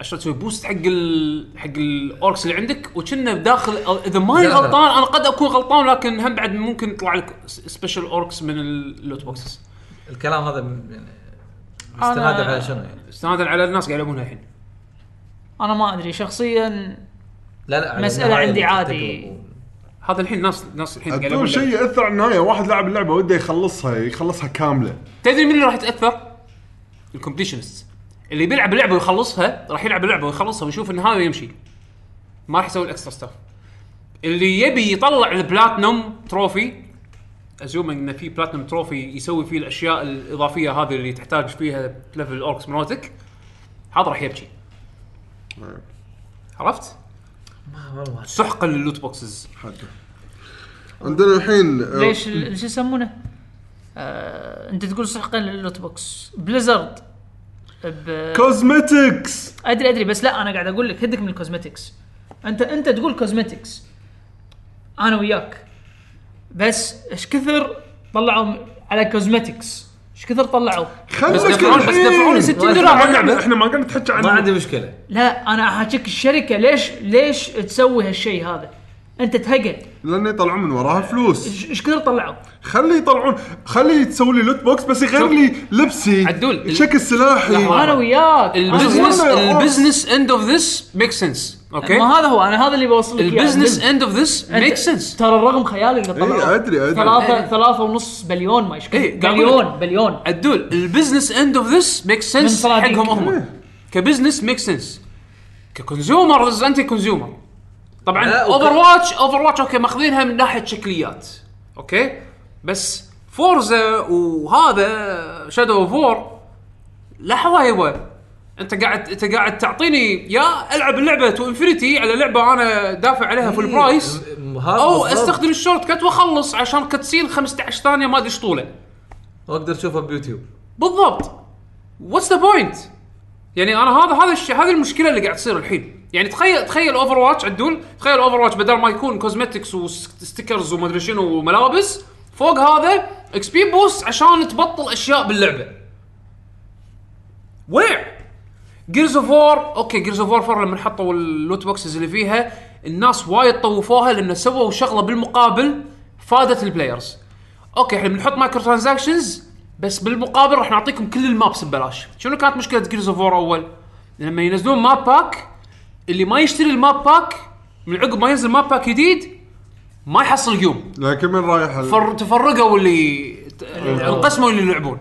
S2: عشان تسوي بوست حق ال حق الاوركس اللي عندك وكنا بداخل اذا ماني
S5: لا، لا.
S2: غلطان انا قد اكون غلطان لكن هم بعد ممكن يطلع لك سبيشل اوركس من اللوت بوكسز
S5: الكلام هذا م- يعني استنادا على شنو يعني؟
S2: استنادا على الناس قاعد يلعبونها الحين
S4: انا ما ادري شخصيا
S5: لا لا على
S4: مسألة
S5: النهاية
S4: عندي
S5: اللي
S4: عادي.
S5: تقلب و-
S2: هذا الحين ناس ناس الحين قاعد
S3: اتوقع
S2: يلعبون
S3: شيء ياثر على النهايه واحد لاعب اللعبه وده يخلصها يخلصها كامله
S2: تدري مين اللي راح يتاثر؟ الكومبليشنست اللي بيلعب اللعبه ويخلصها راح يلعب اللعبه ويخلصها ويشوف النهايه ويمشي ما راح يسوي الاكسترا ستاف اللي يبي يطلع البلاتنوم تروفي ازوم ان في بلاتنوم تروفي يسوي فيه الاشياء الاضافيه هذه اللي تحتاج فيها ليفل الاوركس مالتك هذا راح يبكي عرفت؟
S5: ما والله
S2: سحقا لللوت بوكسز
S3: حتى عندنا الحين آه،
S4: ليش ال- شو يسمونه؟ آه، انت تقول سحقا للوت بوكس بليزرد ب-
S3: كوزمتكس
S4: ادري ادري بس لا انا قاعد اقول لك هدك من الكوزمتكس انت انت تقول كوزمتكس انا وياك بس ايش كثر طلعوا على كوزمتكس ايش كثر طلعوا
S2: بس
S3: خلك
S2: دفعوني إيه، بس
S3: الحين.
S2: دفعوني 60 دولار على اللعبه
S3: احنا يعني ما قلنا نتحكى عن
S5: ما عندي مشكله
S4: لا انا احاكيك الشركه ليش ليش تسوي هالشيء هذا انت تهقل
S3: لانه يطلعون من وراها فلوس
S4: ايش إيش كثر طلعوا
S3: خلي يطلعون خلي تسوي لي لوت بوكس بس يغير لي لبسي
S2: عدول.
S3: شكل سلاحي
S2: لحظة.
S4: انا وياك
S2: البزنس
S3: أنا والله-
S2: البزنس اند اوف ذس ميك سنس اوكي
S4: ما هذا هو انا هذا اللي بوصل لك إياه.
S2: البزنس اند اوف ذس
S4: أنت-
S2: ميك سنس
S4: ترى الرقم خيالي اللي طلعوه
S3: اي ادري ادري
S4: ثلاثة ثلاثة ونص بليون ما ايش
S2: إيه، قاعد أقول
S4: بليون بليون
S2: عدول البزنس اند اوف ذس ميك
S4: من
S2: سنس
S4: صناديق.
S2: حقهم
S5: إيه.
S2: هم كبزنس ميك سنس ككونسيومرز انت كونسيومر طبعا
S5: لا،
S2: اوفر
S5: آه، أوكي.
S2: واتش اوفر واتش اوكي ماخذينها من ناحيه شكليات اوكي بس فورزا وهذا شادو اوف وور لا حوايبه انت قاعد انت قاعد تعطيني يا العب اللعبه تو انفنتي على لعبه انا دافع عليها فول برايس
S5: إيه. م- هذا
S2: او
S5: بالضبط.
S2: استخدم الشورت كت واخلص عشان كتسين 15 ثانيه ما ادري ايش طوله
S5: واقدر اشوفه بيوتيوب
S2: بالضبط واتس ذا بوينت يعني انا هذا هذا الشيء هذه المشكله اللي قاعد تصير الحين يعني تخيل تخيل اوفر واتش عدول تخيل اوفر واتش بدل ما يكون كوزمتكس وستيكرز وما ادري شنو وملابس فوق هذا اكس بي بوست عشان تبطل اشياء باللعبه وير جيرز اوف وور اوكي جيرز اوف وور فور لما حطوا اللوت بوكسز اللي فيها الناس وايد طوفوها لان سووا شغله بالمقابل فادت البلايرز اوكي احنا بنحط مايكرو ترانزاكشنز بس بالمقابل راح نعطيكم كل المابس ببلاش شنو كانت مشكله جيرز اوف وور اول لما ينزلون ماب باك اللي ما يشتري الماب باك من عقب ما ينزل ماب باك جديد ما يحصل يوم
S3: لكن من رايح ال-
S2: فر... تفرقوا اللي ت- انقسموا اللي يلعبون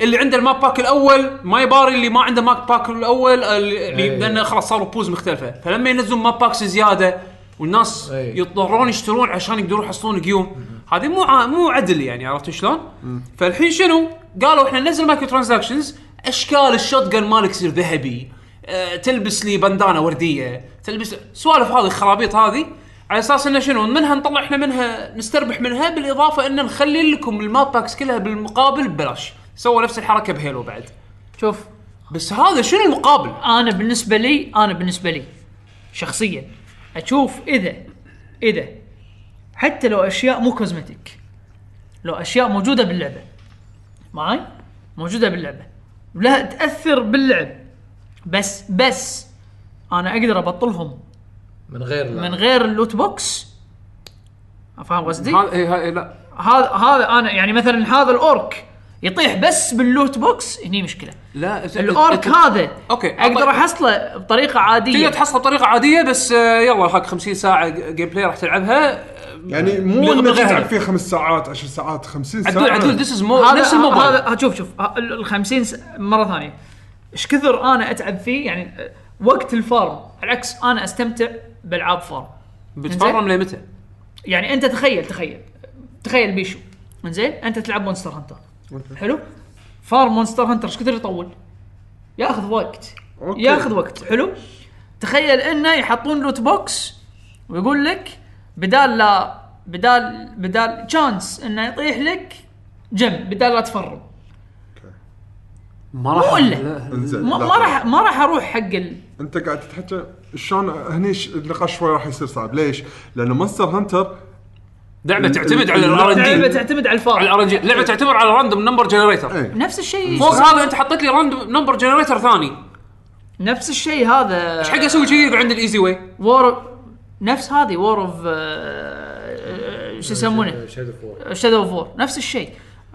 S2: اللي عنده الماب باك الاول ما يباري اللي ما عنده ماب باك الاول اللي اللي-
S5: أي.
S2: لانه خلاص صاروا بوز مختلفه فلما ينزلون ماب باكس زياده والناس
S5: أي.
S2: يضطرون يشترون عشان يقدرون يحصلون قيوم هذه مو ع... مو عدل يعني عرفت شلون؟ فالحين شنو؟ قالوا احنا ننزل مايكرو ترانزاكشنز اشكال الشوت جن مالك يصير ذهبي أه تلبس لي بندانه ورديه تلبس سوالف هذه الخرابيط هذه على اساس انه شنو منها نطلع احنا منها نستربح منها بالاضافه ان نخلي لكم الماب باكس كلها بالمقابل ببلاش سووا نفس الحركه بهيلو بعد
S4: شوف
S2: بس هذا شنو المقابل
S4: انا بالنسبه لي انا بالنسبه لي شخصيا اشوف اذا اذا حتى لو اشياء مو كوزمتيك لو اشياء موجوده باللعبه معاي موجوده باللعبه لها تاثر باللعب بس بس انا اقدر ابطلهم
S5: من غير
S4: من غير اللوت بوكس فاهم قصدي؟
S2: هذا إيه، هذا- إيه، لا
S4: هذا هذا انا يعني مثلا هذا الاورك يطيح بس باللوت بوكس هني مشكله
S2: لا إنت-
S4: الاورك
S2: إنت-
S4: هذا
S2: أوكي،
S4: اقدر
S2: أعطي-
S4: احصله بطريقه عاديه
S2: تقدر تحصله بطريقه عاديه بس آه، يلا هاك 50 ساعه جيم بلاي راح تلعبها
S3: يعني مو
S2: بلغة
S3: انك تلعب
S2: غيرها.
S3: فيه خمس ساعات عشر ساعات خمسين ساعه
S2: عدول عدول ذيس از
S4: هذا
S2: نفس الموبايل
S4: هذا شوف شوف ه- ال 50 س- مره ثانيه ايش كثر انا اتعب فيه يعني أه، وقت الفارم على العكس انا استمتع بالعاب فارم
S2: بتفرم لمتى؟
S4: يعني انت تخيل تخيل تخيل بيشو زين انت تلعب مونستر هانتر حلو فارم مونستر هانتر ايش كثر يطول ياخذ وقت
S3: أوكي.
S4: ياخذ وقت حلو تخيل انه يحطون لوت بوكس ويقول لك بدال لا بدال بدال تشانس انه يطيح لك جم بدال لا تفرم
S2: ما
S4: مو
S2: راح
S4: الا
S3: انزين
S4: ما
S3: لا
S4: ما راح ما راح اروح حق ال...
S3: انت قاعد تتحكى شلون هني ش- النقاش شوي راح يصير صعب ليش؟ لان مونستر هانتر
S2: لعبه
S3: ال-
S2: تعتمد على
S3: ال-
S2: الار ان جي
S4: لعبه تعتمد على
S2: على
S4: الفار
S2: الار
S5: إيه.
S2: ان جي لعبه تعتبر على راندوم نمبر جنريتر
S3: اي
S4: نفس الشيء
S2: فوق هذا انت حطيت لي راندوم نمبر جنريتر ثاني
S4: نفس الشيء هذا
S2: ايش حق اسوي كذي يقعد عند الايزي واي
S4: وور نفس هذه وور اوف آه، شو يسمونه
S5: شادو فور
S4: شادو اوف وور نفس الشيء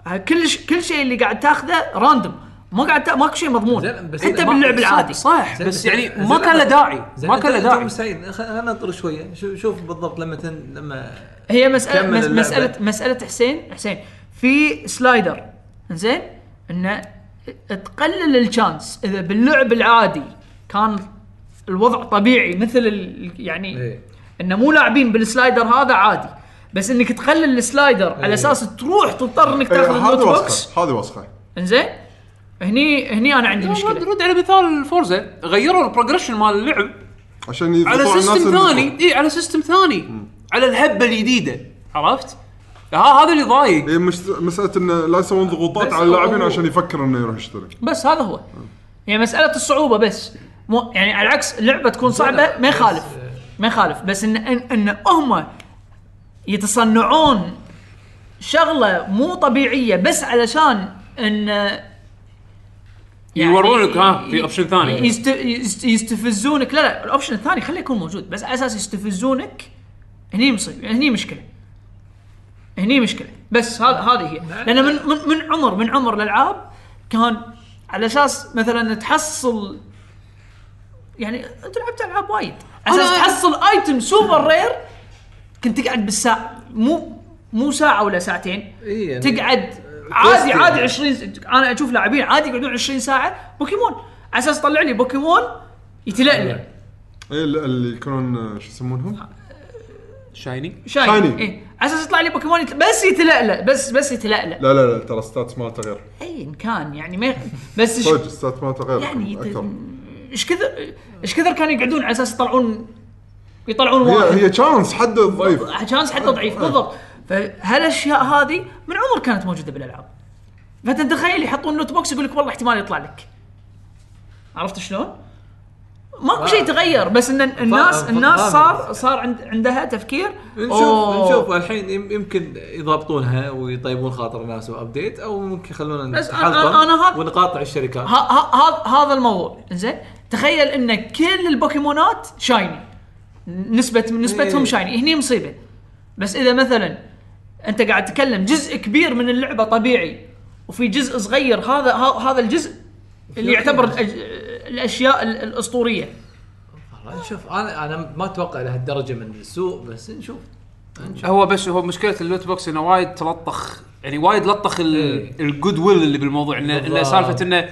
S4: آه، كل ش... كل شيء اللي قاعد تاخذه راندوم ما قاعد تا... ماكو شيء مضمون
S5: زين، بس
S4: انت
S5: ما-
S4: باللعب
S5: صح-
S4: العادي
S2: صح
S5: زين،
S2: بس
S5: زين،
S2: يعني
S5: زين،
S2: ما كان له
S5: أنت-
S2: داعي ما كان له داعي
S5: مستعين خلينا ننطر شويه شو- شوف بالضبط لما تن... لما
S4: هي مساله
S5: كمل
S4: مس...
S5: اللعبة.
S4: مساله مساله حسين حسين في سلايدر زين انه تقلل الشانس اذا باللعب العادي كان الوضع طبيعي مثل ال... يعني
S5: إيه.
S4: انه مو لاعبين بالسلايدر هذا عادي بس انك تقلل السلايدر على
S5: إيه.
S4: اساس تروح تضطر انك
S3: إي،
S4: تاخذ
S3: هذه
S4: النوت بوكس
S3: وسخه هذه وسخه
S4: انزين هني هني انا عندي
S2: رد-
S4: مشكله
S2: رد على مثال فورزا غيروا البروجريشن مال اللعب
S3: عشان يضبطوا
S2: على
S3: الناس
S2: سيستم
S3: اللي-
S2: ثاني اي على سيستم ثاني على الهبه الجديده عرفت؟ ها هذا اللي ضايق
S3: هي إيه، مش مساله انه لا يسوون ضغوطات
S2: بس
S3: على اللاعبين
S2: هو-
S3: عشان يفكر انه يروح يشتري
S4: بس هذا هو يعني مساله الصعوبه بس مو يعني على العكس اللعبه تكون صعبه ما يخالف ما يخالف بس ان ان, إن هم يتصنعون شغله مو طبيعيه بس علشان آه، ان
S2: يورونك، ها، في أوبشن ثاني.
S4: يست يست يستفزونك لا لا الاوبشن الثاني خليه يكون موجود بس على اساس يستفزونك هني مصيبه هني مشكله هني مشكله بس هذا هذه هي لان من من من عمر من عمر الالعاب كان على اساس مثلا تحصل يعني انت لعبت العاب وايد على اساس
S2: أنا-
S4: تحصل ايتم سوبر رير كنت تقعد بالساعه مو مو ساعه ولا ساعتين
S5: إي يعني-
S4: تقعد عادي
S5: كويستين.
S4: عادي 20 س- انا اشوف لاعبين عادي يقعدون 20 ساعه بوكيمون على اساس طلع لي بوكيمون
S5: أيوة.
S4: يتلألأ
S3: اي إيه، ال- اللي يكونون آه، شو يسمونهم؟
S2: شايني
S4: شايني
S3: شايني.
S4: إيه. على اساس يطلع لي بوكيمون يت... بس يتلألأ بس بس يتلألأ
S3: لا لا لا ترى ستات ما تغير
S4: ايا كان يعني ما بس إيش-
S3: صدق ستات ما تغير
S4: يعني يت-
S3: اكثر
S4: ايش كثر ايش كثر كانوا يقعدون على اساس يطلعون يطلعون واحد
S3: هي هي تشانس حد ضعيف
S4: شانس حتى
S5: آه.
S4: ضعيف بالضبط فهالاشياء هذه من عمر كانت موجوده بالالعاب فانت تخيل يحطون نوت بوكس يقول لك والله احتمال يطلع لك عرفت شلون؟ ماكو شيء تغير بس ان الناس
S5: ف-
S4: الناس
S5: فاهم.
S4: صار صار عند عندها تفكير
S5: نشوف
S4: أوه.
S5: نشوف الحين يم- يمكن يضبطونها ويطيبون خاطر الناس وابديت او ممكن يخلونا
S4: بس أنا- أنا- أنا هذا-
S5: نتحلطم ونقاطع الشركات
S4: ه- ه- هذا هذا الموضوع زين تخيل ان كل البوكيمونات شايني نسبة نسبتهم
S5: إيه.
S4: شايني هني مصيبة بس اذا مثلا انت قاعد تتكلم جزء كبير من اللعبة طبيعي وفي جزء صغير هذا ه- هذا الجزء اللي يعتبر الأج- الاشياء ال- الاسطورية
S5: والله نشوف انا انا ما اتوقع لهالدرجه من السوء بس نشوف
S2: هو بس هو مشكله اللوت بوكس انه وايد تلطخ يعني وايد لطخ
S5: إيه.
S2: الجود ويل اللي بالموضوع انه انه
S5: بالضبط.
S2: سالفه انه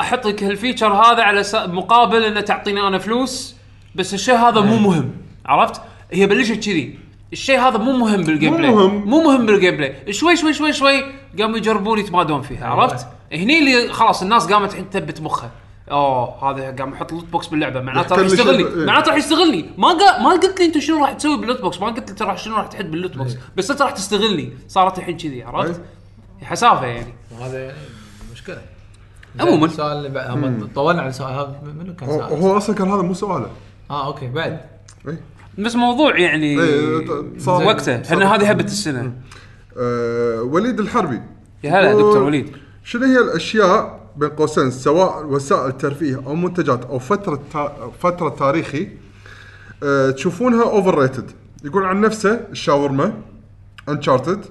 S2: احط لك هالفيتشر هذا على س- مقابل انه تعطيني انا فلوس بس الشيء هذا
S3: إيه.
S2: مو مهم عرفت؟ هي بلشت كذي الشيء هذا مو مهم بالجيم
S3: مو
S2: بلاي
S3: مهم.
S2: مو مهم بالجيم بلاي شوي شوي شوي شوي قاموا يجربون يتمادون فيها
S3: إيه.
S2: عرفت؟ هني اللي خلاص الناس قامت تثبت مخها اوه هذا قام يحط لوت بوكس باللعبه معناته راح
S3: يحتل شيء-
S2: يستغلني
S3: إيه.
S2: معناته راح يستغلني ما قا... ما قلت لي انت شنو راح تسوي باللوت بوكس ما قلت لي انت راح شنو راح تحد باللوت بوكس
S3: إيه.
S2: بس انت راح تستغلني صارت الحين كذي عرفت؟ حسافه يعني
S5: وهذا يعني مشكله
S2: عموماً.
S5: السؤال اللي بعد هم طولنا على السؤال هذا منو كان
S3: هو-
S5: سؤال؟
S3: هو اصلا كان هذا مو سؤاله
S5: اه اوكي بعد
S3: إيه.
S2: بس موضوع يعني
S3: إيه، صار-
S2: وقته
S3: صار-
S2: احنا هذه هبه السنه
S3: آه، وليد الحربي
S2: يا هلا دكتور وليد
S3: شنو هي الاشياء بين قوسين سواء وسائل ترفيه او منتجات او فتره تا... فتره تاريخي أه تشوفونها اوفر ريتد يقول عن نفسه الشاورما انشارتد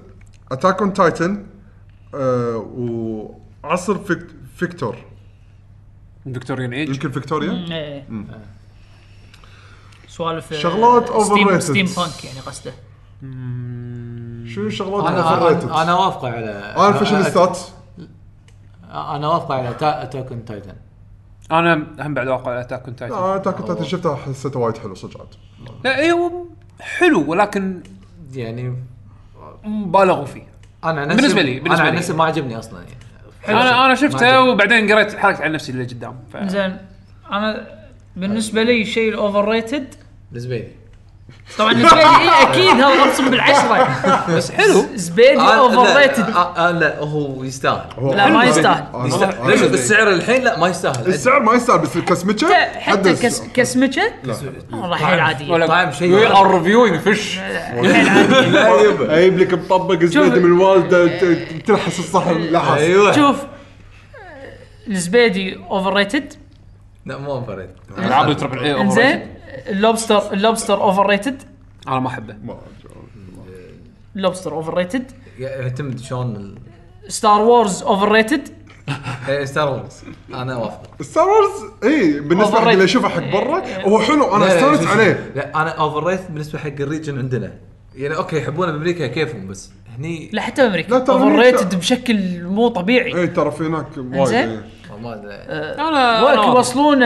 S3: اتاك اون تايتن آه، وعصر فيك... فيكتور
S2: دكتور يعني ايج
S3: يمكن فيكتوريا
S4: إيه. سوالف آه،
S3: شغلات overrated.
S4: ستيم بانك يعني قصده
S3: شنو شغلات اوفر ريتد
S5: انا
S3: انا
S5: انا وافقه على
S3: انا فاشينيستات
S5: انا وافقه على اتاك اون تايتن
S2: انا هم بعد واقع على اتاك اون تايتن
S3: اتاك اون تايتن شفتها حسيتها وايد حلو صدق عاد
S2: لا ايوه حلو ولكن
S5: يعني
S2: بالغوا فيه
S5: انا عن نفسي
S2: بالنسبة لي- بالنسبة
S5: انا عن
S2: لي.
S5: نفسي ما عجبني اصلا يعني
S2: انا انا شفته
S5: ما
S2: وبعدين قريت حركت عن نفسي اللي قدام ف...
S4: زين انا بالنسبه لي الشيء الاوفر ريتد
S5: بالنسبه لي
S4: طبعا زبيدي إيه اكيد هذا ارسم بالعشره بس حلو زبيدي
S5: أنا-
S4: اوفر
S5: لا،
S4: ريتد
S5: آه، آه، لا هو يستاهل
S3: هو
S4: لا، ما
S3: حلو.
S4: يستاهل.
S3: أنا-
S5: يستاهل.
S3: أنا-
S5: ليش بالسعر الحين لا ما يستاهل
S3: السعر ما يستاهل بس الكسمتشه حد
S4: حتى كس
S3: السعر.
S4: كسمكه والله حيل عاديه
S5: طعم طيب، شيء
S6: وي ار ريفيوينج فيش
S4: حيل عاديه
S3: اجيب لك مطبق زبيده من الوالده ت- تلحس الصحن لحس
S5: ايوه
S4: شوف الزبيدي اوفر ريتد
S5: لا مو انفرد
S6: العاب الربع
S4: انزين اللوبستر اللوبستر اوفر ريتد
S2: انا ما احبه
S3: ما-
S4: اللوبستر اوفر ريتد
S5: يعتمد شلون ال-
S4: ستار وورز اوفر ريتد
S5: إيه، ستار وورز انا وافق
S3: ستار وورز اي بالنسبه إيه، حق
S4: Overrated.
S3: اللي اشوفه حق برا هو حلو انا
S5: لا، لا،
S3: استانس
S5: إيه، شوف-
S3: عليه
S5: لا انا اوفر ريت بالنسبه حق الريجن عندنا يعني اوكي يحبونه بامريكا كيفهم بس هني
S4: لا حتى امريكا
S3: لا، ترى
S4: اوفر
S3: أمريكا- إيه.
S4: ريتد بشكل مو طبيعي
S3: اي ترى في هناك وايد
S4: إنزين.
S3: إيه.
S5: ما أدري.
S4: ولك يوصلون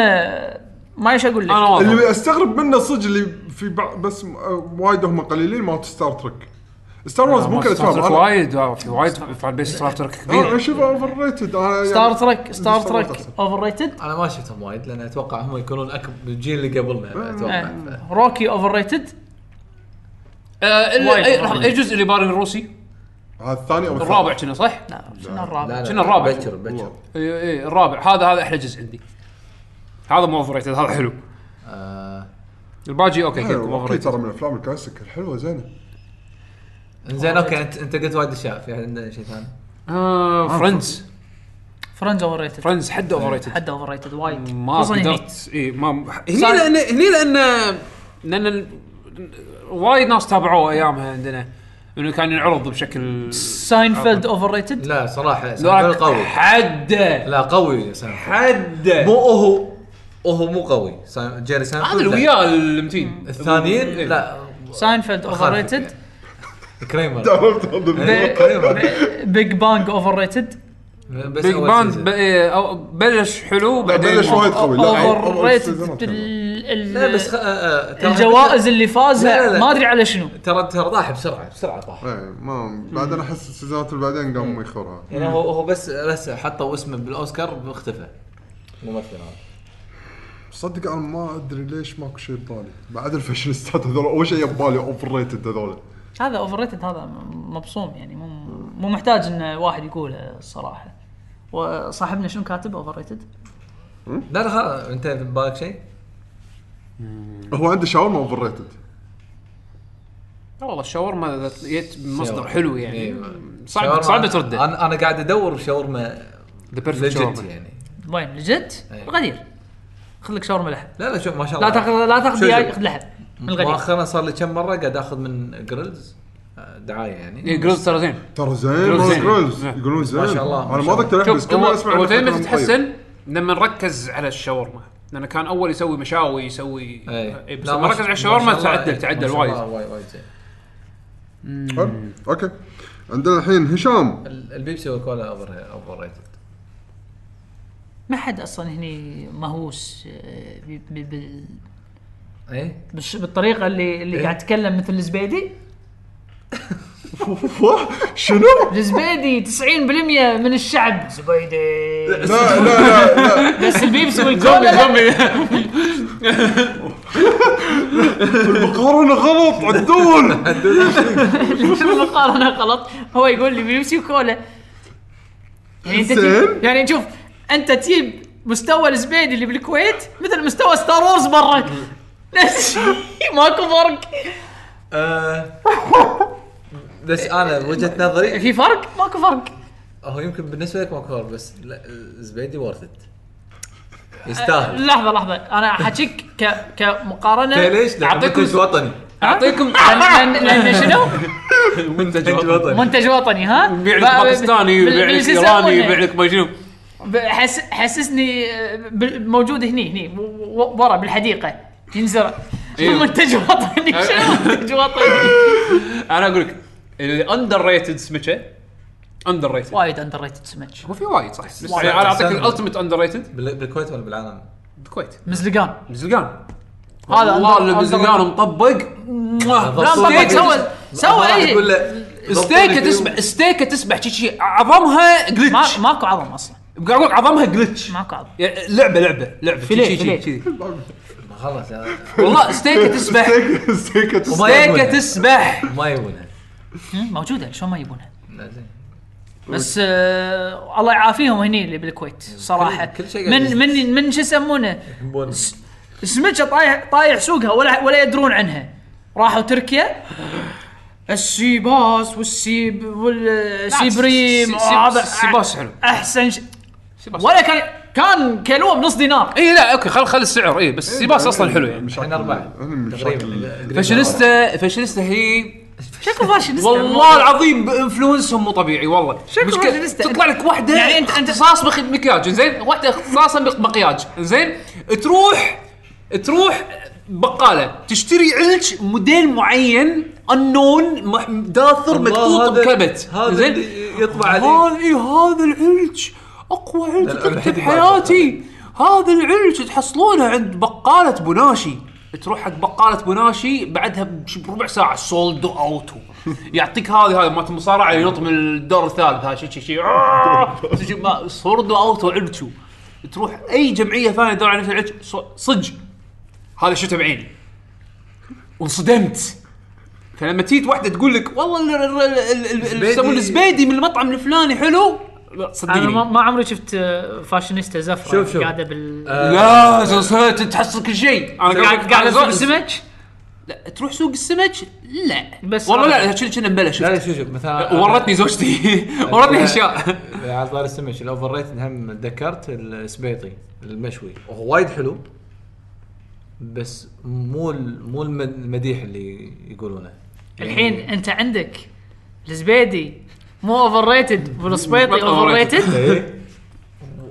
S4: ما ايش اقول لك
S2: انا واضح
S3: اللي استغرب منه صدق اللي في بعض بس م- وايد هم قليلين مالت ستار ترك ستار
S2: آه،
S3: وورز ممكن اتفاهم انا
S6: وايد آه، في وايد فان بيس ستار ترك
S3: أنا
S6: كبير
S3: اشوفه اوفر ريتد
S4: ستار
S3: إيه.
S4: ترك ستار
S3: يعني Star Wars
S4: ترك
S3: أحسن.
S4: اوفر ريتد
S5: انا ما شفتهم وايد لان اتوقع هم يكونون اكبر الجيل اللي قبلنا
S4: أه.
S5: اتوقع
S4: روكي اوفر ريتد
S2: آه،
S4: وايد.
S2: اي إيه، جزء اللي بارن الروسي
S3: هذا الثاني او
S2: الرابع كنا صح؟
S4: شنو
S5: لا،
S4: الرابع
S5: لا،
S6: شنو الرابع؟
S5: بكر بكر
S2: اي اي الرابع هذا هذا احلى جزء عندي هذا مو اوفر ريتد هذا حلو
S5: آه،
S2: الباجي اوكي كيف اوفر
S3: الثالث
S2: ريتد
S3: ترى من الافلام الكلاسيك الحلوه زينه
S5: زين اوكي انت انت قلت وايد اشياء في عندنا شيء ثاني
S2: آه، فريندز
S4: فرنج اوفر ريتد
S2: فريندز حد اوفر ريتد
S4: حد اوفر ريتد وايد
S2: ما
S4: خصوصاً يعني هني.
S2: قدرت اي ما هني
S4: صار-
S2: لان هني لان لان ال- وايد ناس تابعوه ايامها عندنا انه كان ينعرض بشكل
S4: ساينفيلد اوفر ريتد
S5: لا صراحه سامبل قوي
S2: حده
S5: لا قوي سامبل
S2: حده
S5: مو هو هو مو قوي سام- جيري
S2: هذا
S5: سامبل
S2: اللي وياه المتين
S5: الثانيين
S2: إيه.
S5: لا
S4: ساينفيلد اوفر
S5: أخالفك
S4: ريتد
S5: كريمر إيه. كريمر
S4: بيج بانج اوفر ريتد
S5: بس
S2: بيج
S5: أول
S2: باند
S5: سيزون.
S2: ب- إيه، أو- بلش حلو بعدين
S3: بلش وايد قوي لا
S4: اوفر
S3: أول سيزون
S4: ريتد
S3: كان.
S5: لا بس خ... آه، آه، ترى-
S4: الجوائز اللي
S5: لا، لا،
S4: فازها
S5: لا.
S4: ما ادري على شنو
S5: ترى ترى طاح بسرعه بسرعه طاح
S3: ايه ما بعدين احس السيزونات اللي بعدين قاموا يخورها
S5: يعني هو هو بس لسه حطوا اسمه بالاوسكار واختفى ممثل هذا
S3: صدق انا ما ادري ليش ماكو شيء ببالي بعد الفاشينيستات هذول اول شيء ببالي اوفر ريتد هذول
S4: هذا اوفر ريتد هذا م- مبصوم يعني مو مو محتاج ان واحد يقوله الصراحه وصاحبنا شنو كاتب اوفر ريتد؟
S5: لا لا خلاص انت في بالك شيء؟
S3: هو عنده شاورما اوفر ريتد
S2: لا والله الشاورما إذا جيت مصدر
S5: شاورما.
S2: حلو يعني
S5: إيه.
S2: صعب
S5: شاورما-
S2: صعب ترده
S5: انا انا قاعد ادور شاورما
S2: ذا بيرفكت
S5: ليجت
S2: شاورما
S5: يعني
S4: وين لجت؟
S5: أي.
S4: غدير خذ لك شاورما لحم
S5: لا لا شوف ما شاء
S4: لا
S5: الله
S4: تاخذ لا تاخذ
S5: شو
S4: دياي
S5: شو؟
S4: خذ لحم من الغدير
S5: مؤخرا صار لي كم مره قاعد اخذ من جريلز آه، دعايه يعني
S2: جريلز ترى زين
S3: ترى زين
S2: Girls
S3: مال
S2: زين.
S3: جريلز
S2: زين. نعم.
S3: يقولون زين
S5: ما شاء الله، ما
S3: انا ما
S5: شاء
S3: ذكرت أحد، بس
S2: شوف
S3: كل ما اسمع
S2: هو
S3: عنه
S2: دائما
S3: كلام طيب.
S2: تتحسن لما نركز على الشاورما لانه كان اول يسوي مشاوي يسوي إيه، بس
S5: لا،
S2: لما
S5: ما
S2: ركز
S5: شاء-
S2: على
S5: ما
S2: الشاورما
S5: شاء الله،
S2: تعدل
S5: إيه،
S2: تعدل
S5: ما شاء الله،
S2: وايد
S5: وايد وايد زين
S3: حلو. اوكي عندنا الحين هشام
S5: ال- البيبسي والكولا اوفر اوفر ريتد
S4: ما حد اصلا هني مهووس آه، ب- ب- بال-
S5: ايه
S4: بالش- بالطريقه اللي اللي قاعد يتكلم مثل الزبيدي
S3: شنو؟
S4: الزبيدي 90% من الشعب زبيدي
S3: لا لا لا
S4: بس البيبسي والكولا لا.
S3: المقارنه غلط عدول
S4: شوف المقارنه غلط هو يقول لي بيبسي وكولا يعني انت
S3: زين.
S4: تجيب يعني شوف انت تجيب مستوى الزبيدي اللي بالكويت مثل مستوى ستار وورز برا ماكو فرق
S5: آه، بس انا وجهه نظري
S4: في فرق ماكو فرق
S5: هو يمكن بالنسبه لك ماكو فرق بس لا، زبيدي ورثت
S2: آه،
S5: يستاهل
S4: لحظه لحظه انا احكيك ك... كمقارنه
S5: ليش؟ لأن
S2: أعطيكم-
S5: منتج وطني
S2: اعطيكم
S4: لأن- لأن- لأن يعني شنو؟
S2: منتج
S5: منتج
S2: وطني.
S5: وطني
S4: منتج وطني ها؟
S2: يبيع لك
S4: ب- ب-
S2: باكستاني
S4: بال-
S2: يبيع لك
S4: بالجزء
S2: ايراني
S4: الأول. يعني.
S2: يبيع لك ما شنو
S4: ب- حس... حسسني آه، بال- موجود هني هني و- و- ورا بالحديقه ينزرع
S5: إيه.
S2: إيوه.
S4: منتج وطني شنو منتج وطني؟
S2: انا اقول لك الاندر ريتد سمكه اندر ريتد
S4: وايد اندر ريتد سمك
S2: هو في وايد صح بس
S5: وايد.
S2: يعني انا اعطيك
S5: سلمى.
S2: الالتيميت اندر ريتد
S5: بال- بالكويت ولا بالعالم؟
S2: بالكويت
S4: مزلقان
S2: مزلقان
S4: هذا
S2: والله
S4: under-
S2: اللي
S4: under-
S2: مزلقان مطبق
S4: لا مطبق سوى سوى
S5: راح
S4: اي
S5: تقول
S4: شيء
S2: إيه؟
S5: له
S2: ستيكه تسبح ستيكه تسبح شي- شي عظمها
S4: ما-
S2: جلتش
S4: ماكو عظم اصلا
S2: قاعد اقول عظمها جلتش
S4: ماكو عظم
S2: لعبه لعبه لعبه
S8: فيليه،
S2: شي- شي-
S8: فيليه.
S2: شي- شي.
S5: ما خلص لا،
S2: والله ستيكه تسبح
S3: ستيك ستيك
S5: وما
S2: ستيكه
S5: يبونها.
S2: تسبح
S5: ما يبونها
S4: هم، موجوده شلون ما يبونها
S5: لا، زين.
S4: بس آه الله يعافيهم هني اللي بالكويت صراحه
S5: كل- كل شيء قاعد
S4: من من من شو يسمونه
S5: يبون-
S4: سمكه طايح طايح سوقها ولا ولا يدرون عنها راحوا تركيا السيباس والسيب والسيبريم
S2: سي- سي-
S4: هذا
S2: سيباس حلو.
S4: احسن شيء
S2: سيباس.
S4: ولا كان كان كيلوه بنص دينار
S2: اي لا اوكي خل خل السعر اي بس سيباس اصلا حلو يعني
S5: احنا اربعه تقريبا
S2: فاشينيستا فاشينيستا هي
S4: شكله فاشل
S2: والله العظيم بانفلونسهم مو طبيعي والله
S4: شكله
S2: مشكلة-
S4: فاشينيستا.
S2: تطلع لك واحده
S4: يعني أنت- أنت-
S2: اختصاص بخ- مكياج زين واحده اختصاصا بمكياج زين تروح تروح بقاله تشتري علش موديل معين انون داثر مكتوط بكبت
S5: هذا
S2: زين
S5: اللي يطبع عليه
S2: هذا إيه هذا العلش اقوى علش
S5: لا، لا،
S2: طلبته
S5: الحين بعد
S2: بحياتي هذا العلش تحصلونه عند بقاله بناشي تروح حق بقاله بناشي بعدها بش- بربع ساعه سولد اوت يعطيك هذه هذه مالت المصارعه اللي ينط من الدور الثالث هذا شي شي شي آه، شي- ما- سولد اوت علشو تروح اي جمعيه ثانيه تدور على نفس العلش ص- صج هذا شفته بعيني وانصدمت فلما تيت واحده تقول لك والله ال- ال- ال- ال- ال-
S5: زبيدي.
S2: يسمونه الزبيدي من المطعم الفلاني حلو لا
S4: انا ما-
S2: صدقني
S4: ما عمري شفت آه، فاشينيستا زفره
S5: شوف- آه، شوف.
S4: قاعده بال
S2: لا زلزلت تحصل كل شيء انا
S4: قاعد قاعد اسوق
S2: أزور-
S4: السمك
S2: لا، تروح سوق السمك لا
S4: بس
S2: والله
S4: هذا.
S2: لا كنا كنا مبلى
S5: لا
S2: شفت
S5: لا شوف شوف مثلا
S2: ورتني زوجتي ورتني اشياء
S5: إيه، على طار السمك الاوفر ريت هم تذكرت السبيطي المشوي وهو وايد حلو بس مو ال- مو الم- المديح اللي يقولونه يعني.
S4: الحين انت عندك الزبيدي مو اوفر ريتد والسبيطي
S2: مو
S4: اوفر
S2: overrated.
S4: ريتد
S5: إيه؟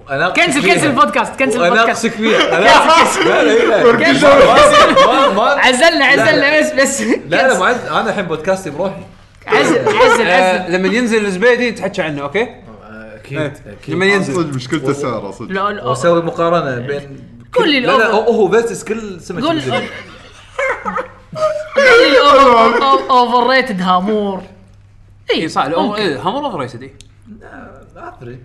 S4: كنسل كنسل البودكاست كنسل
S5: اناقشك
S4: البودكاست
S5: فيها اناقشك لا لا لا ما- ما-
S4: عزلنا عزلنا
S5: لا.
S4: بس بس
S5: لا لا ما عز- انا الحين بودكاستي بروحي
S4: عزل عزل عزل
S2: لما ينزل الزبيدي تحكي عنه اوكي
S5: اكيد
S2: لما
S5: اكيد
S2: ينزل
S3: صدق مشكلته سعره صدق
S4: لا، لا،
S5: واسوي مقارنه بين
S4: قول لي
S5: لا لا
S4: الأوفر.
S5: هو- هو فيرسس كل سمك
S4: قول
S5: ينزل.
S4: الأوفر- أو- اوفر ريتد هامور
S2: اي
S4: اي
S2: صح الأم-
S4: ممكن.
S2: إيه، هم اوفر ريتد إيه.
S5: آه، افريج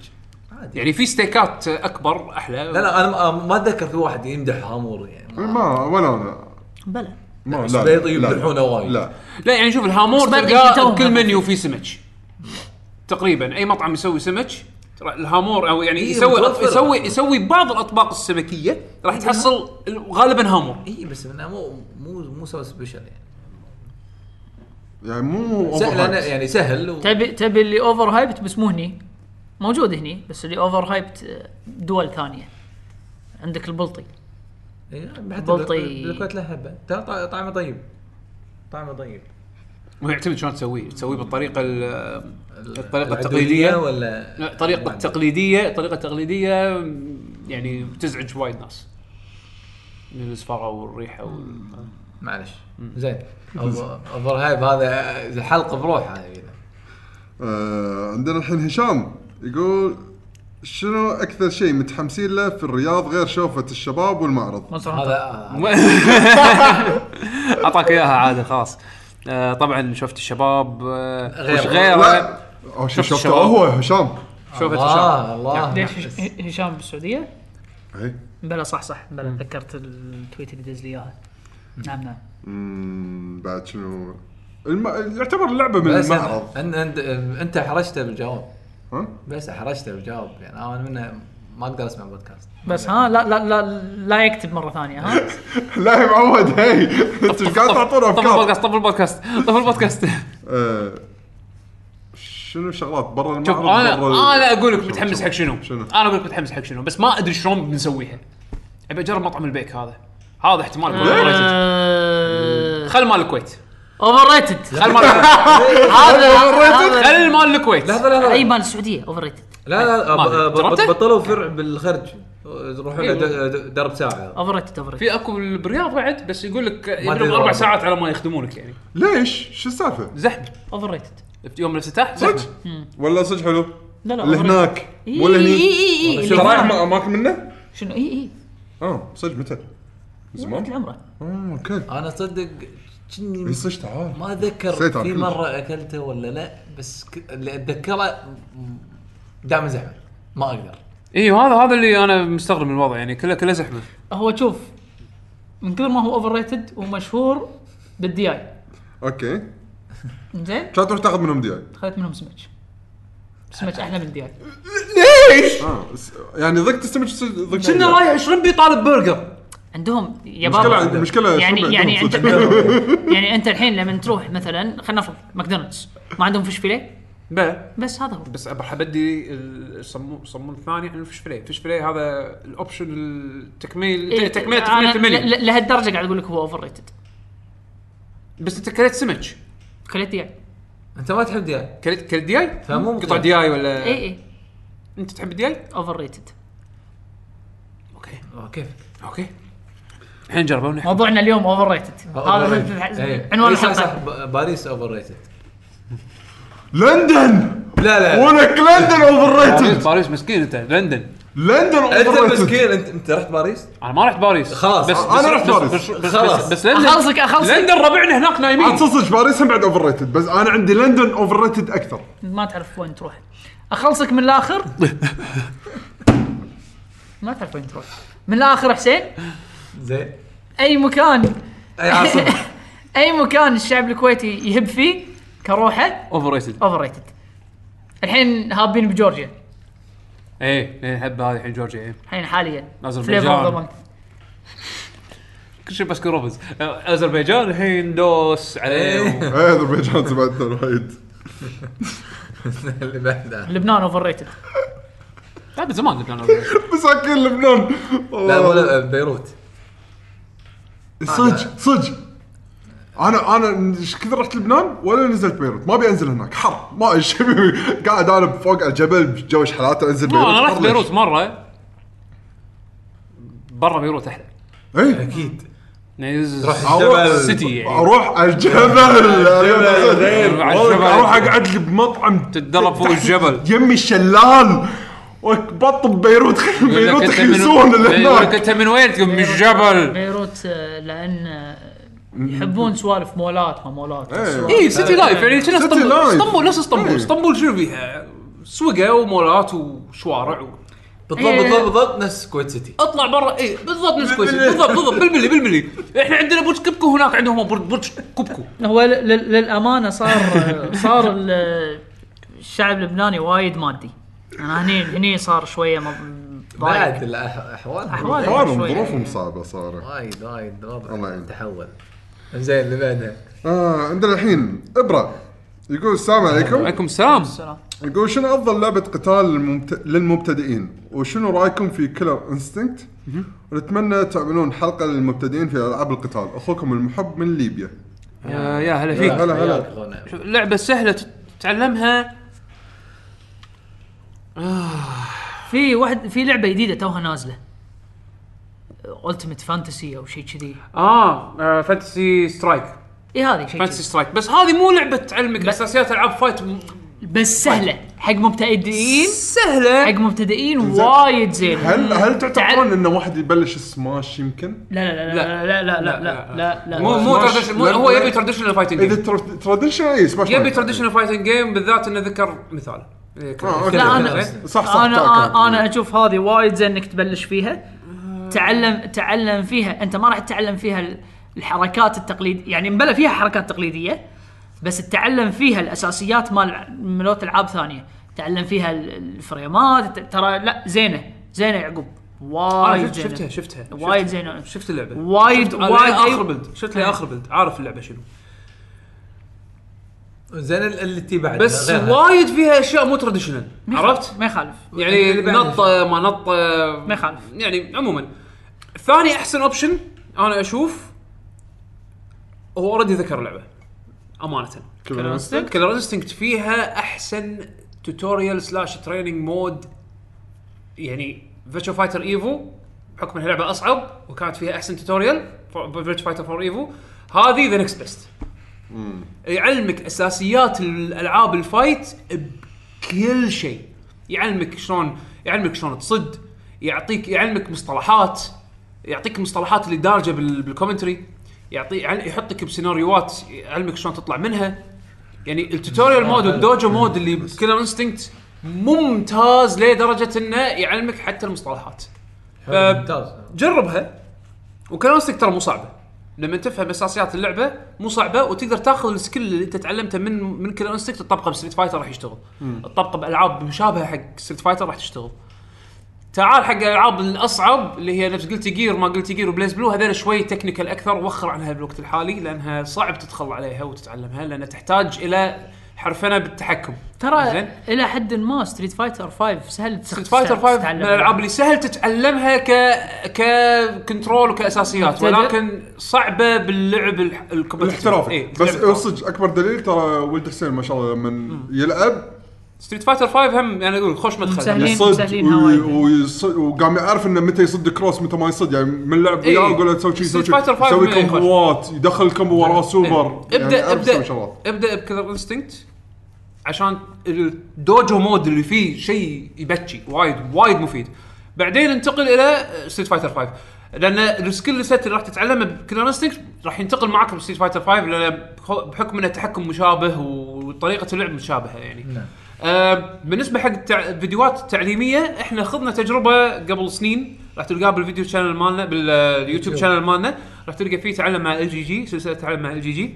S5: عادي
S2: يعني في ستيكات اكبر احلى
S5: لا لا انا ما- ما اتذكر في واحد يمدح هامور يعني
S3: ما ولا انا
S4: بلى
S3: ما لا لا،
S5: السبيطي
S3: لا.
S5: يمدحونه وايد
S3: لا
S2: لا يعني شوف الهامور
S4: بس بعد
S2: تلقاه
S4: يشتوهم
S2: بكل
S4: هامور.
S2: منيو فيه سمك تقريبا اي مطعم يسوي سمك ترى الهامور او يعني
S5: إيه،
S2: يسوي
S5: متوفرة.
S2: يسوي يسوي بعض الاطباق السمكيه راح تحصل غالبا هامور
S5: اي إيه، بس انه مو مو مو سوى سبيشل يعني
S3: يعني مو
S5: سهل
S3: overhyped.
S5: أنا يعني سهل و...
S4: تبي تبي اللي اوفر هايبت بس مو هني موجود هني بس اللي اوفر هايبت دول ثانيه عندك البلطي
S5: إيه، حتى
S4: بلطي.
S5: بال- بالكويت له هبه ترى طع- طعمه طيب طعمه طيب
S2: ويعتمد شلون تسويه تسويه بالطريقه ال- الطريقه
S5: العدوية يعني.
S2: التقليديه
S5: ولا
S2: لا، الطريقه
S5: ولا-
S2: التقليديه الطريقه التقليديه يعني تزعج وايد ناس من الزفاره والريحه وال...
S5: معلش زين اوفر هايب هذا الحلقه بروحها هذه.
S3: آه، عندنا الحين هشام يقول شنو اكثر شيء متحمسين له في الرياض غير شوفه الشباب والمعرض؟
S4: مونستر هانتر.
S5: هذا
S2: اعطاك اياها عاده خلاص آه، طبعا شفت الشباب آه،
S5: غير-
S2: وش غيره
S3: لا أو شو-
S2: شفت
S3: شفته
S2: الشباب.
S3: هو هشام
S2: شوفت الشباب
S5: الله الله
S4: ليش هش- هشام بالسعوديه؟
S3: إيه.
S4: بلى صح صح بلى تذكرت التويت اللي دز لي اياها نعم نعم
S3: أمم، بعد شنو الم... يعتبر اللعبه من
S5: بس
S3: المعرض
S5: أنا- أن- أن- انت حرجته بالجواب
S3: ها؟
S5: بس حرجته بالجواب يعني انا منه ما اقدر اسمع بودكاست
S4: بس ها لا لا لا لا يكتب مره ثانيه ها
S3: لا يا معود هي انت ايش قاعد تعطونا
S2: طب
S3: افكار؟
S2: البودكاست طب البودكاست طب البودكاست
S3: آه، شنو شغلات برا المعرض
S2: شوف انا
S3: برا-
S2: انا اقول لك
S3: شوف،
S2: متحمس
S3: شوف.
S2: حق شنو
S3: شنو؟
S2: انا اقول لك متحمس حق شنو بس ما ادري شلون بنسويها ابي اجرب مطعم البيك هذا هذا احتمال يكون overrated.
S4: آه،
S2: خل مال الكويت
S4: اوفر ريتد
S2: خل مال الكويت
S4: هذا
S2: خل مال الكويت
S5: لحظه لحظه
S4: اي
S5: لا
S4: مال السعوديه اوفر ريتد
S5: لا
S2: ما في.
S5: ب- ب-
S2: جربته؟
S5: بطلوا فرع بالخرج روحوا
S2: إيه.
S5: ل- درب ساعه
S4: اوفر ريتد اوفر ريتد
S2: في اكو بالرياض بعد بس يقول لك يضرب
S5: أدري
S2: اربع
S5: والله.
S2: ساعات على ما يخدمونك يعني
S3: ليش؟ شو السالفه؟
S2: زحمه
S4: اوفر ريتد
S2: في يوم الافتتاح زحمه
S3: صدق؟ ولا صدق حلو؟
S4: لا لا
S3: اللي
S4: overrated.
S3: هناك
S4: إي
S3: ولا
S4: إي
S2: إيه.
S3: هني
S4: إي إي إي،
S3: ترى
S4: اللي
S3: رايح
S4: هناك.
S3: مع- اماكن منه؟
S4: شنو اي اي
S3: اه صدق متى؟
S4: مثل
S3: زمان؟
S4: عمره
S3: اه اوكي
S5: انا صدق جني
S3: اي صدق تعال
S5: ما اتذكر
S3: سيطر.
S5: في مره اكلته ولا لا بس ك- اللي اتذكره م- دائما زحمه ما اقدر
S2: ايوه هذا هذا اللي انا مستغرب من الوضع يعني كله كله زحمه
S4: هو شوف من كثر ما هو اوفر ريتد ومشهور بالدي اي
S3: اوكي
S4: زين
S3: كان تروح تاخذ منهم دياي
S4: خذيت منهم سمك سمك احلى من الدي اي
S3: اه س- يعني ضقت السمك ضقت
S2: كنا رايح 20 بي طالب برجر
S4: عندهم
S3: مشكلة
S4: يابان
S3: عندي مشكلة
S4: يعني
S3: شرب
S4: يعني
S3: عندهم
S4: انت
S3: صدق.
S4: يعني انت الحين لما تروح مثلا خلينا نفرض ماكدونالدز ما عندهم فيش فيليه
S2: بلى
S4: بس هذا هو
S2: بس راح ابدي الصمون الصمون الثاني يعني عن الفش فلي فش فلي هذا الاوبشن التكميل تكميل تكميل
S4: إيه، أنا
S2: المنيو
S4: ل- ل- لهالدرجه قاعد اقول لك هو اوفر ريتد
S2: بس انت كلت سمك
S4: كليت دي اي
S5: انت ما تحب دياي
S2: كلت كلت دياي
S5: فمو
S2: قطع دياي ولا
S3: إيه.
S4: اي اي
S2: انت تحب الدياي
S4: اوفر ريتد
S2: اوكي
S5: آه، كيف
S2: اوكي الحين جربوا ونحكي.
S4: موضوعنا اليوم اوفر ريتد هذا
S5: إيه.
S4: هو عنوان
S5: إيه، صح، صح،
S4: الحلقه
S5: ب- باريس اوفر ريتد
S3: لندن
S5: لا لا
S3: ولك لندن اوفر ريتد
S2: باريس باريس مسكين انت لندن
S3: لندن اوفر
S5: انت
S3: ريتد
S5: مسكين انت انت رحت باريس؟
S2: انا ما رحت باريس
S5: خلاص،
S2: بس
S3: أنا
S2: بس-
S3: رحت
S2: بس-
S3: باريس.
S2: بس- بس- بس-
S5: خلاص.
S2: بس لندن
S4: اخلصك اخلصك
S2: لندن ربعنا هناك نايمين
S3: عاد صدق باريس هم بعد اوفر ريتد بس انا عندي لندن اوفر ريتد اكثر
S4: ما تعرف وين تروح اخلصك من الاخر ما تعرف وين تروح من الاخر حسين
S5: زين
S4: اي مكان
S5: اي عاصمه
S4: اي مكان الشعب الكويتي يهب فيه كروحه
S2: اوفر ريتد
S4: اوفر ريتد الحين هابين بجورجيا
S2: ايه ايه حبه هذه الحين جورجيا إيه.
S4: الحين حاليا
S2: أذربيجان.
S4: Flavor of the month.
S2: كل شيء بس كروبز اذربيجان الحين دوس عليه
S3: ايه اذربيجان سمعتنا الوحيد
S5: اللي بعدها
S4: لبنان اوفر ريتد
S2: لا من زمان لبنان أوفر ريتد.
S3: مساكين لبنان
S5: لا ولا بيروت
S3: صدق صدق انا انا ايش كثر رحت لبنان ولا نزلت بيروت ما ابي انزل هناك حر ما ايش قاعد انا فوق الجبل بجو حالات انزل بيروت
S2: لا، انا
S3: حر
S2: رحت
S3: ليش؟
S2: بيروت مره برا بيروت احلى
S3: ايه
S5: اكيد
S2: يعني ز-
S5: رحت
S2: ز-
S5: الجبل.
S2: سيتي يعني
S3: اروح على الجبل
S5: غير.
S2: على الجبل.
S3: والله اروح اقعد لي بمطعم
S2: تتدرب فوق الجبل
S3: يمي الشلال وبط ببيروت بيروت
S2: يقولك أنت من-
S3: يخيسون اللي
S2: يقولك
S3: هناك إيه.
S2: انت من وين تقول من الجبل
S4: بيروت آه، لان آه، يحبون سوالف مولات ما مولات
S3: إيه.
S2: اي سيتي لايف يعني كنا
S3: سيتي
S2: اسطنبول
S3: لايف.
S2: اسطنبول نفس اسطنبول
S3: إيه.
S2: اسطنبول شنو فيها؟ سوقه ومولات وشوارع و...
S5: بالضبط بالضبط بالضبط نفس كويت سيتي
S2: اطلع برا اي بالضبط نفس كويس بالضبط بالضبط بالملي بالملي احنا عندنا برج كبكو هناك عندهم برج برج كبكو
S4: هو ل- ل- للامانه صار آه، صار ال- الشعب اللبناني وايد مادي انا هني هني صار شويه مض- ضايق
S5: بعد الاحوال
S4: أحوال.
S3: حوارهم
S4: شوي.
S3: ظروفهم صعبه صارت
S5: وايد وايد
S3: الله
S5: وضع
S3: يعين.
S5: تحول زين اللي بعدها
S3: آه عندنا الحين ابره يقول السلام عليكم
S2: عليكم السلام
S4: السلام
S3: يقول شنو افضل لعبه قتال للممت- للمبتدئين وشنو رايكم في كلر انستنكت ونتمنى تعملون حلقه للمبتدئين في العاب القتال اخوكم المحب من ليبيا
S2: آه، يا هلا فيك
S3: هلا، هلا.
S5: يا غنى.
S2: شوف، لعبه سهله تت- تتعلمها
S4: في واحد في لعبه جديده توها نازله التيمت فانتسي او شيء كذي
S2: اه فانتسي سترايك
S4: اي هذه شيء
S2: فانتسي
S4: كذي.
S2: سترايك بس هذه مو لعبه تعلمك اساسيات العاب فايت م-
S4: بس سهله حق مبتدئين
S2: سهله
S4: حق مبتدئين وايد زين
S3: هل هل تعتقدون
S4: تعال-
S3: ان واحد يبلش سماش يمكن؟
S4: لا لا لا لا لا لا لا لا لا
S2: مو مو
S3: سماش.
S2: traditional- مو-
S3: لا،
S2: هو
S3: لا.
S2: يبي تراديشنال فايتنج
S3: اذا
S2: جيم
S3: تر- تراديشنال اي سماش
S2: يبي
S3: ماركت.
S2: تراديشنال فايتنج جيم بالذات انه ذكر مثال إيه،
S3: آه، أوكي.
S4: لا، أنا-
S2: زين؟
S3: صح صح
S4: انا
S3: تعال، تعال.
S4: أنا- انا اشوف هذه وايد زين انك تبلش فيها تعلم تعلم فيها انت ما راح تتعلم فيها ال- الحركات التقليد يعني مبلا فيها حركات تقليديه بس تتعلم فيها الاساسيات مال ملوت العاب ثانيه تعلم فيها ال- الفريمات ت- ترى لا زينه زينه يا يعقوب
S2: انا
S4: وايد
S2: آه، شفت- شفتها
S4: زينه
S2: شفتها
S4: وايد زينه
S2: شفت اللعبه
S4: وايد-
S2: شفت- أنا
S4: وايد-
S2: اخر
S4: أي-
S2: بلد شفت لي اخر بلد عارف اللعبه شنو
S5: زين ال- اللي تي بعد
S2: بس
S5: غيرها.
S2: وايد فيها اشياء مو تراديشنال
S4: ما يخالف-
S2: عرفت؟
S4: ما يخالف
S2: يعني
S5: اللي بعد
S2: نطه ما نطه
S4: ما يخالف.
S2: يعني عموما ثاني احسن اوبشن انا اشوف هو اوريدي ذكر اللعبه امانه
S3: كلنا.
S2: كلر انستنكت فيها احسن توتوريال سلاش تريننج مود يعني فيرتشو فايتر ايفو بحكم انها لعبه اصعب وكانت فيها احسن توتوريال فيرتشو فايتر 4 ايفو هذه ذا نكست بيست يعلمك اساسيات الالعاب الفايت بكل شيء يعلمك شلون يعلمك شلون تصد يعطيك يعلمك مصطلحات يعطيك مصطلحات اللي دارجه بال- بالكومنتري يعطي يعل- يحطك بسيناريوهات يعلمك شلون تطلع منها يعني التوتوريال مود والدوجو مود اللي بكلر انستنكت ممتاز لدرجه انه يعلمك حتى المصطلحات
S5: حلو، ممتاز
S2: جربها وكلامستك ترى مو صعبه لما تفهم اساسيات اللعبه مو صعبه وتقدر تاخذ السكيل اللي انت تعلمته من من كلر انستكت تطبقه بستريت فايتر راح يشتغل تطبقه بالعاب مشابهه حق ستريت فايتر راح تشتغل تعال حق الالعاب الاصعب اللي هي نفس قلت جير ما قلت جير وبليز بلو هذول شوي تكنيكال اكثر وخر عنها بالوقت الحالي لانها صعب تدخل عليها وتتعلمها لانها تحتاج الى حرفنه بالتحكم
S4: ترى
S2: زين؟
S4: الى حد ما ستريت فايتر 5 سهل
S2: ستريت فايتر 5 من الالعاب اللي سهل تتعلمها ك ككنترول وكاساسيات
S4: مبتدئ.
S2: ولكن صعبه باللعب الح- الكومبتيتيف
S3: الاحترافي
S2: إيه،
S3: بس
S2: باللعب
S3: صدق اكبر دليل ترى ولد حسين ما شاء الله لما يلعب
S2: ستريت فايتر 5 هم يعني اقول خوش
S4: مسهلين.
S2: مدخل
S3: يصد
S4: مسهلين
S3: وي-
S4: هوايد.
S3: ويصد وقام يعرف انه متى يصد كروس متى ما يصد يعني من لعب وياه
S2: إيه.
S3: يقول له تسوي شيء
S2: Street
S3: تسوي شيء
S2: Fighter 5
S3: يسوي
S2: من يخش.
S3: كمبوات يدخل كمبو وراه سوبر
S2: إيه.
S3: يعني
S2: ابدا
S3: يعرف يسوي
S2: ابدا
S3: شغلات
S2: ابدا بكذا انستنكت عشان الدوجو مود اللي فيه شيء يبكي وايد وايد مفيد بعدين انتقل الى ستريت فايتر 5 لان السكيل سيت اللي راح تتعلمه بكلر انستنكت راح ينتقل معك بستريت فايتر 5 لان بخ- بحكم انه تحكم مشابه وطريقه اللعب مشابهه يعني نعم. آه بالنسبه حق التع... الفيديوهات التعليميه احنا خضنا تجربه قبل سنين راح تلقاها بالفيديو شانل مالنا باليوتيوب شانل مالنا راح تلقى فيه تعلم مع ال جي جي سلسله تعلم مع ال جي جي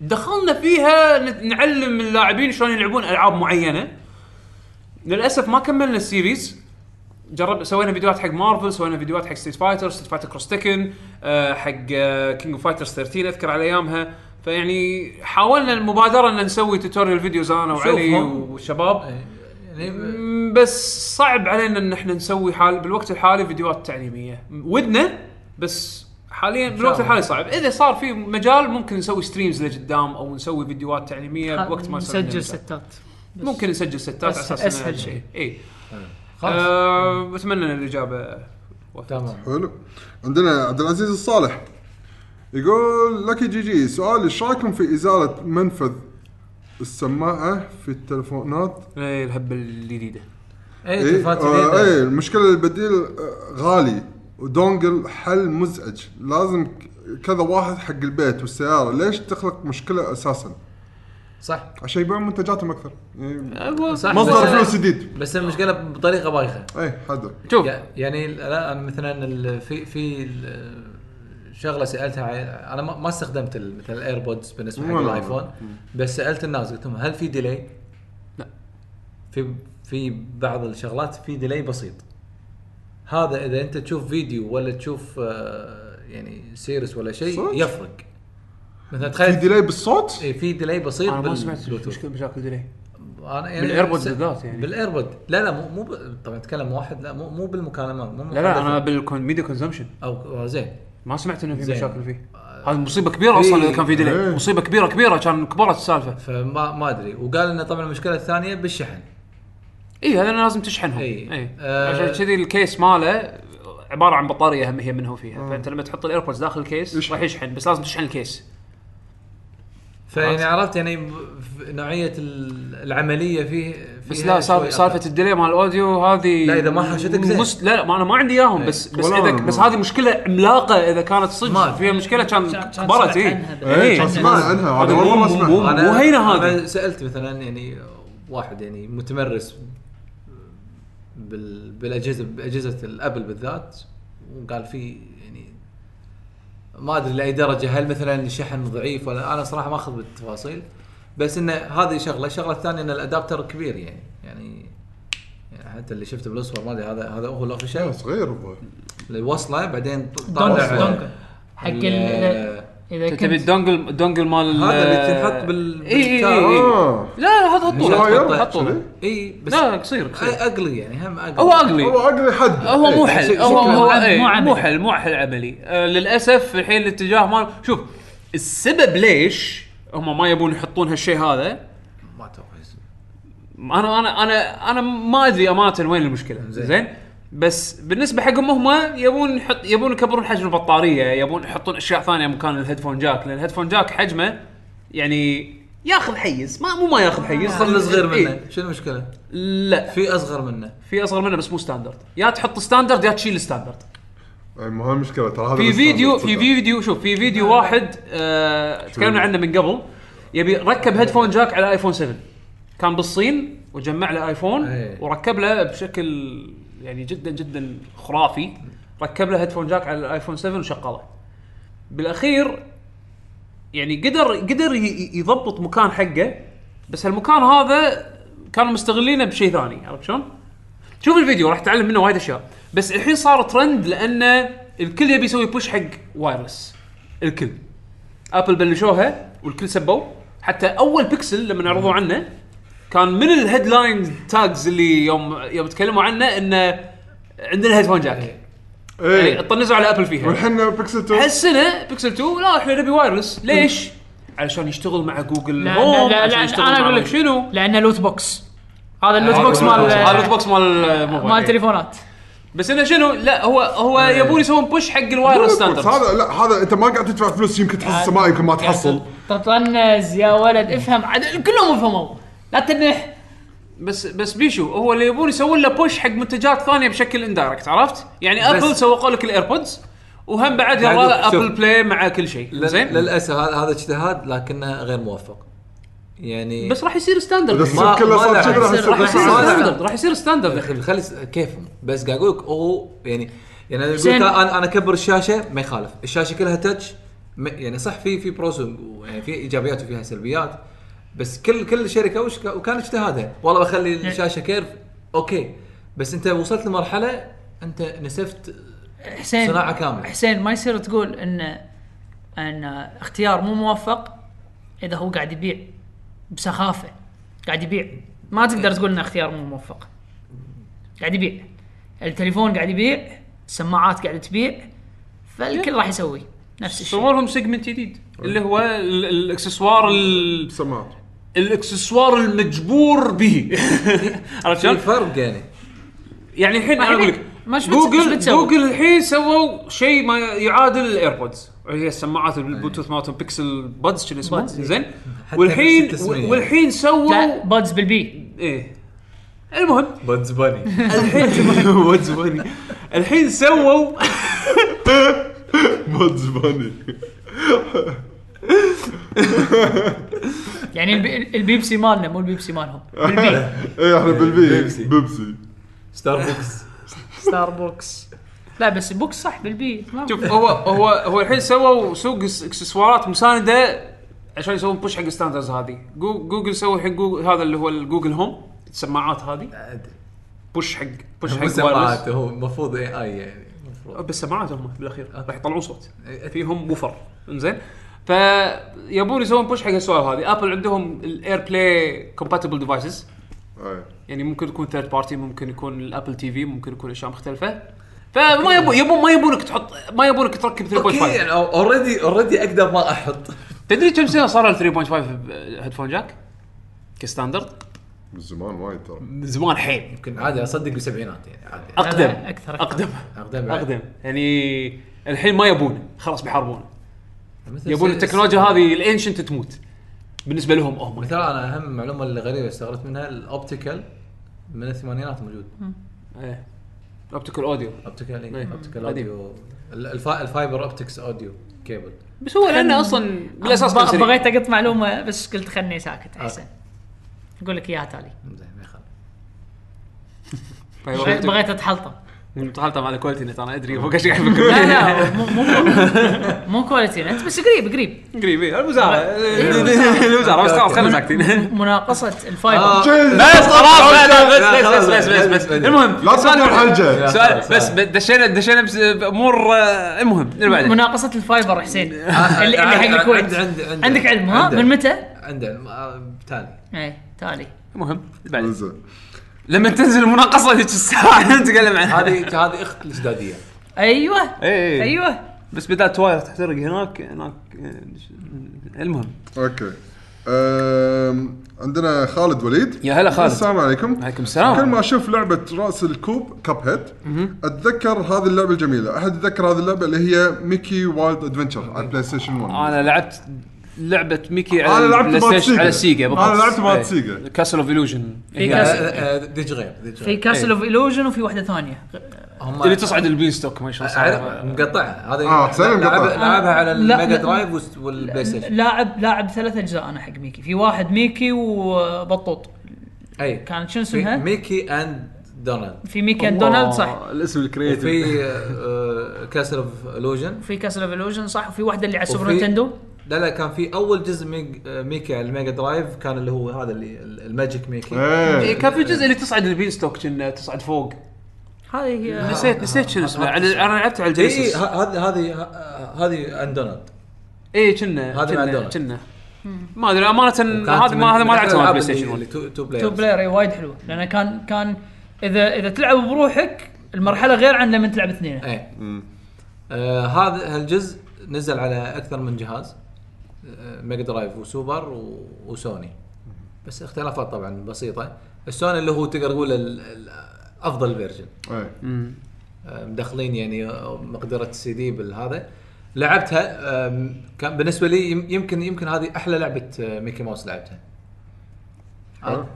S2: دخلنا فيها نت- نعلم اللاعبين شلون يلعبون العاب معينه للاسف ما كملنا السيريز جرب سوينا فيديوهات حق مارفل سوينا فيديوهات حق ستيت فايتر ستيت فايتر كروس تكن آه، حق كينج اوف فايترز 13 اذكر على ايامها فيعني حاولنا المبادره ان نسوي توتوريال فيديوز انا وعلي
S5: شوفهم.
S2: والشباب
S5: يعني
S2: م، إيه، بس صعب علينا ان احنا نسوي حال بالوقت الحالي فيديوهات تعليميه ودنا بس حاليا بالوقت
S5: الله.
S2: الحالي صعب اذا صار في مجال ممكن نسوي ستريمز لقدام او نسوي فيديوهات تعليميه بوقت ما يصير عندنا
S4: نسجل
S2: مجال.
S4: ستات
S2: ممكن نسجل ستات على
S4: أسهل-
S2: اساس إنه
S4: أسهل شيء.
S2: اي
S5: خلاص
S2: إيه. آه، اتمنى ان الاجابه
S5: تمام
S3: حلو عندنا عبد العزيز الصالح يقول لك جي جي سؤال ايش رايكم في ازاله منفذ السماعه في التلفونات
S2: اي الهبه الجديده إيه،
S5: اي
S3: اي
S5: تلفات
S3: آه
S5: جديده
S3: اي المشكله البديل آه، غالي ودونجل حل مزعج لازم ك- كذا واحد حق البيت والسياره ليش تخلق مشكله اساسا
S5: صح
S3: عشان يبيعون منتجاتهم اكثر يعني
S5: صح
S3: مصدر
S5: بس-
S3: فلوس جديد إيه،
S5: بس المشكله بطريقه بايخه
S3: اي حذر
S2: شوف
S5: يع- يعني ال- لا أنا مثلا ال- في في ال- شغله سالتها ع- انا ما ما استخدمت ال- مثلا الايربودز بالنسبه حق
S3: ولا أنا.
S5: الايفون بس سالت الناس قلت لهم هل في ديلي؟
S2: لا.
S5: في في بعض الشغلات في ديلي بسيط هذا اذا انت تشوف فيديو ولا تشوف آه، يعني سيريس ولا شيء
S3: صدق؟
S5: يفرق مثلا
S3: في
S5: تخيل
S3: ديلي بالصوت
S5: إيه، في ديلي بسيط
S2: انا ما
S5: بال-
S2: سمعت
S5: Bluetooth.
S2: مشكله مشاكل ديلي
S5: انا يعني
S2: بالإيربود
S5: س-
S2: بالذات يعني.
S5: بالايربود لا لا مو مو ب- طبعا اتكلم واحد لا مو مو بالمكالمات مو
S2: لا لا انا بالميديا كونسبشن
S5: او زين
S2: ما سمعت انه في
S5: زين.
S2: مشاكل فيه هذه مصيبه كبيره اصلا
S5: إيه.
S2: اذا كان في ديلي
S3: إيه.
S2: مصيبه كبيره كبيره كان كبرت السالفه
S5: فما ما ادري وقال انه طبعا المشكله الثانيه بالشحن
S2: اي إيه، هذا أنا لازم تشحنهم
S5: إي.
S2: اي
S5: آه.
S2: عشان كذي الكيس ماله عباره عن بطاريه هم هي منه
S5: آه.
S2: فيها فانت لما تحط الايربودز داخل الكيس
S3: يشحن.
S2: راح يشحن بس لازم تشحن الكيس
S5: فيعني عرفت يعني ب- ف- نوعيه ال- العمليه فيه
S2: بس
S5: فيها
S2: لا
S5: شوي
S2: سالفه سالفه
S5: أقل.
S2: الديلي مال الاوديو هذه
S5: لا، إذا ما حاشتك زين. إيه.
S2: مس... لا لا ما انا ما عندي اياهم بس بس
S3: ولا
S2: اذا
S3: أنا
S2: بس
S3: ما-
S2: هذه مشكله عملاقه اذا كانت صدق
S5: ما-
S2: فيها مشكله كان
S4: كان- كان
S2: كبرت إيه.
S4: سمعت
S2: اي
S4: عنها بس.
S3: اي
S2: إي.
S3: إيه، كان سمعت عنها
S2: إيه. هذا
S3: هذا اول
S2: مو-
S3: مره
S2: مو- مو-
S3: اسمعها
S5: أنا-
S2: وهينا هذه.
S5: أنا سالت مثلا يعني واحد يعني متمرس بال بالاجهزه باجهزه الابل بالذات وقال في يعني ما ادري لاي درجه هل مثلا الشحن ضعيف ولا انا صراحه ما اخذ بالتفاصيل بس انه هذه شغله، الشغله الثانيه ان الادابتر كبير يعني يعني يعني حتى اللي شفته بالاصفر ما ادري هذا هذا هو
S3: لا،
S5: الاوفيشال
S3: صغير هو.
S5: الوصله بعدين ط-
S4: دونجل
S5: طالع
S4: دونجل حق ال- اذا
S9: تبي
S4: كنت
S9: الدونجل الدونجل مال
S5: هذا
S2: آه،
S5: اللي تنحط بال
S2: إيه،
S9: اي اي اي
S3: اه
S2: لا هذا هالطول
S3: صغير؟
S2: هالطول
S5: اي بس
S2: لا قصير قصير
S5: اقلي يعني هم اقلي
S2: هو اقلي
S3: هو اقل حد
S2: هو مو
S3: إيه.
S2: حل
S5: شكله
S2: هو
S4: مو
S2: هو
S4: عملي.
S2: إيه،
S4: مو عملي.
S2: مو حل مو حل عملي آه، للاسف الحين الاتجاه مال شوف السبب ليش هم ما يبون يحطون هالشيء هذا
S5: ما توقعت
S2: انا انا انا انا ما ادري امانه وين المشكله
S5: زين.
S2: زين, بس بالنسبه حقهم هم يبون يحط يبون يكبرون حجم البطاريه يبون يحطون اشياء ثانيه مكان الهيدفون جاك لان الهيدفون جاك حجمه يعني ياخذ حيز ما مو ما ياخذ حيز
S5: صار صغير
S2: إيه.
S5: منه شنو المشكله؟
S2: لا
S5: في اصغر منه
S2: في اصغر منه بس مو ستاندرد يا تحط ستاندرد يا تشيل ستاندرد
S3: إيه، مو هاي المشكله ترى هذا
S2: في
S3: بس
S2: فيديو
S3: صدق.
S2: في فيديو شوف في فيديو واحد آه تكلمنا عنه من قبل يبي ركب هيدفون جاك على ايفون 7 كان بالصين وجمع له ايفون
S5: إيه.
S2: وركب له بشكل يعني جدا جدا خرافي ركب له هيدفون جاك على الايفون 7 وشغله بالاخير يعني قدر قدر ي- ي- يضبط مكان حقه بس هالمكان هذا كانوا مستغلينه بشيء ثاني عرفت شلون؟ شوف الفيديو راح تتعلم منه وايد اشياء بس الحين صار ترند لان الكل يبي يسوي بوش حق وايرلس الكل ابل بلشوها والكل سبوا حتى اول بيكسل لما عرضوا عنه كان من الهيدلاين تاجز اللي يوم يوم تكلموا عنه انه عندنا هيدفون جاك يعني
S3: ايه
S2: طنزوا على ابل فيها
S3: والحين بيكسل 2
S2: هالسنه بيكسل 2 لا احنا نبي وايرلس ليش؟ علشان يشتغل مع جوجل
S4: لا،
S2: هوم
S4: لا، لا،
S2: عشان
S4: لا،
S2: يشتغل
S4: أنا
S2: مع
S4: أقول لك
S2: شنو؟
S4: لانه لوت بوكس هذا اللوت
S2: هذا
S4: بوكس
S2: اللوت بوكس. هذا اللوت
S4: مال
S2: بوكس مال الموبايل.
S4: مال تليفونات
S2: بس انه شنو؟ لا هو هو يبون يسوون بوش حق الوايرلس ستاندرد
S3: هذا لا هذا انت ما قاعد تدفع فلوس يمكن
S2: يعني
S3: تحصل ما يمكن ما تحصل
S4: تطنز يا ولد افهم عاد كلهم فهموا لا تنح
S2: بس بس بيشو هو اللي يبون يسوون له بوش حق منتجات ثانيه بشكل اندايركت عرفت؟ يعني
S5: بس-
S2: ابل سوقوا لك الايربودز وهم بعد
S5: قاعد
S2: يلا
S5: أقول- شوف.
S2: ابل بلاي مع كل شيء
S5: لل-
S2: زين
S5: للاسف هذا هذا اجتهاد لكنه غير موفق يعني
S2: بس راح يصير ستاندرد
S3: بس
S5: ما-
S3: كله
S5: ما
S3: صار
S5: لا،
S3: كذا راح
S5: يصير-
S3: يصير
S2: راح يصير
S5: ما- لا.
S2: ستاندرد راح يصير ستاندرد
S5: اخي بخلي س- كيفهم بس قاعد اقول لك هو يعني يعني أنا قلت
S4: زين.
S5: انا انا اكبر الشاشه ما يخالف الشاشه كلها تاتش يعني صح في في بروس و- يعني في ايجابيات وفيها سلبيات بس كل كل شركه وش كا- وكان اجتهادها والله بخلي الشاشه كيرف اوكي بس انت وصلت لمرحله انت نسفت
S4: حسين
S5: صناعة كاملة.
S4: حسين ما يصير تقول ان ان اختيار مو موفق اذا هو قاعد يبيع بسخافه قاعد يبيع ما تقدر تقول ان اختيار مو موفق قاعد يبيع التليفون قاعد يبيع السماعات قاعد تبيع فالكل راح يسوي نفس الشيء
S2: سووا لهم سيجمنت جديد اللي هو ال- الاكسسوار ال-
S3: سماعات
S2: الاكسسوار المجبور به عرفت
S5: في
S2: شلون؟
S5: فرق يعني
S2: يعني الحين انا اقول لك
S4: ما شو بتس- شو
S2: جوجل
S4: بتسوي؟
S2: جوجل الحين سووا شيء ما يعادل الايربودز هي السماعات البلوتوث مالتهم بيكسل بادز شنو اسمه
S4: بادز.
S2: زين
S5: حتى
S2: والحين
S5: نفس التسمية.
S2: والحين
S4: لا
S2: سووا
S4: بادز بالبي
S2: ايه المهم
S5: بادز باني
S2: الحين واتس funny. الحين سووا
S3: ما تزباني
S4: يعني البي- البيبسي مالنا مو البيبسي مالهم بالبي
S3: ايه
S2: إيه،
S3: احنا بالبي
S5: بيبسي.
S3: بيبسي
S5: ستاربكس
S4: ستاربوكس لا بس البوكس صح بالبي ما-
S2: شوف هو هو هو الحين سووا سوق اكس- اكسسوارات مسانده عشان يسوون بوش حق الستاندرز هذه جو- جوجل سووا الحين جوجل- هذا اللي هو الجوجل هوم السماعات هذه بوش حق بوش حق
S5: مو
S2: وايرلس
S5: سماعات هو المفروض اي اي يعني المفروض
S2: بس سماعات هم بالاخير راح يطلعون صوت
S5: إيه.
S2: فيهم وفر انزين فيبون يسوون بوش حق السؤال هذه ابل عندهم الاير بلاي كومباتبل ديفايسز
S3: إيه.
S2: يعني ممكن يكون ثيرد بارتي ممكن يكون الابل تي في ممكن يكون اشياء مختلفه فما يبون يبون ما يبونك تحط ما يبونك تركب 3.5
S5: اوكي يعني اوريدي اوريدي اقدر ما احط
S2: تدري كم سنه صار ال 3.5 هيدفون جاك؟ كستاندرد
S3: من زمان وايد ترى
S2: من زمان حيل
S5: يمكن عادي اصدق بالسبعينات يعني عادي
S2: اقدم
S4: لا، لا، أكثر، أكثر.
S2: اقدم
S5: اقدم
S2: اقدم يعني الحين ما يبون خلاص بيحاربون
S5: مثل
S2: يبون
S5: س-
S2: التكنولوجيا هذه الانشنت تموت بالنسبه لهم هم
S5: مثلا انا اهم معلومه اللي غريبه استغربت منها الاوبتيكال من الثمانينات موجود
S2: اوبتيكال اوديو
S5: اوبتيكال
S2: إيه.
S5: إيه. اوبتيكال
S2: قديم.
S5: اوديو ال- الفا... الفايبر اوبتكس اوديو كيبل
S2: بس هو لانه اصلا بالاساس كان
S4: ب-
S2: سريع.
S4: بغيت اقط معلومه بس قلت خلني ساكت احسن اقول لك اياها تالي
S5: زين ما يخالف
S2: فيبغى-
S4: بغيت اتحلطم
S2: متغلطه مع الكواليتي نت انا ادري فوق ايش قاعد يفكر
S4: لا لا مو مو مو كواليتي انت بس قريب قريب
S2: قريب إيه، الوزاره الوزاره بس خلاص خلينا ساكتين
S4: مناقصه الفايبر
S2: بس خلاص لا، لا، بس
S10: لا،
S2: بس بس
S10: لا،
S2: بس بس بس
S10: لا، لا.
S2: المهم
S3: لا تسوي الحلجه
S2: سؤال بس دشينا دشينا بس بامور آه، المهم اللي بعده
S4: مناقصه الفايبر حسين اللي اللي حق الكويت
S10: عند- عند- عند-
S4: آه، عندك علم ها
S10: عند-
S4: من متى؟
S10: عند علم آه، تالي
S4: ايه تالي
S2: المهم اللي بعده
S3: زين
S2: لما تنزل المناقصه ذيك الساعه نتكلم عنها
S5: هذه هذه اخت الازداديه
S4: ايوه
S2: اي اي
S4: ايوه
S2: بس بدات تواير تحترق هناك هناك آه، المهم
S3: اوكي أم، عندنا خالد وليد
S2: يا هلا خالد.
S3: السلام عليكم
S2: عليكم السلام.
S3: كل ما اشوف لعبه راس الكوب كاب هيد اتذكر هذه اللعبه الجميله احد يتذكر هذه اللعبه اللي هي ميكي وايلد ادفنتشر على بلاي ستيشن 1
S2: انا لعبت لعبه ميكي
S3: أنا
S2: على
S3: لعبت
S2: البلاي
S3: مالت
S2: ستيشن
S3: سيجا.
S2: على سيجا بالضبط.
S3: أنا لعبت مالت
S2: إيه.
S3: سيجا.
S2: كاسل اوف الوجن
S4: في كاس
S5: آه، ديج غير ديج
S4: في
S5: غير
S4: كاسل اوف الوجن وفي واحده ثانيه
S5: هم
S2: اللي تصعد البين ستوك ما شاء الله
S5: اعرف
S2: صار.
S5: مقطعها هذا
S3: آه، حسين مقطع.
S5: لعبها- لعبها على
S4: لا، لا.
S5: الميجا درايف والس- والبلاي ستيشن
S4: لاعب لاعب ثلاث اجزاء انا حق ميكي في واحد ميكي وبطوط
S5: اي
S4: كانت شنو
S5: في
S4: اسمها؟
S5: ميكي اند دونالد
S4: في ميكي اند دونالد صح
S2: آه، الاسم الكريتيف
S5: في كاسل اوف الوجن
S4: في كاسل اوف الوجن صح وفي واحده اللي على سوبر
S5: وفي-
S4: نينتندو
S5: لا لا كان في اول جزء ميج- آه، ميكي على الميجا درايف كان اللي هو هذا اللي الماجيك ميكي
S3: إيه.
S2: كان في جزء اللي تصعد البين ستوك كنا تصعد فوق
S4: آه. هذه هي
S2: نسيت نسيت شنو
S4: آه.
S2: اسمه على- انا لعبت على
S5: اي
S2: الجيسس
S5: إيه، هذه هذه ه- هذه اند دونالد
S2: اي إيه، كنا
S5: هذه مع
S2: كنا
S5: الدولار.
S2: كنا ما ادري امانه هذه ما هذه ما لعبتها مع بلاي ستيشن 1
S5: تو
S4: تو
S5: بلاير
S4: بلاير إي، وايد حلوه لانه كان كان اذا اذا تلعب بروحك المرحله غير عن لما تلعب اثنين
S2: إيه.
S5: ايه آه، هذا هالجزء نزل على اكثر من جهاز آه، ميجا درايف وسوبر و- وسوني بس اختلافات طبعا بسيطه السوني اللي هو تقدر تقول ال- ال- افضل فيرجن
S3: إيه.
S5: آه، مدخلين يعني مقدره السي دي بالهذا لعبتها آم، كان بالنسبه لي يم- يمكن يمكن هذه احلى لعبه آه، ميكي ماوس لعبتها آه،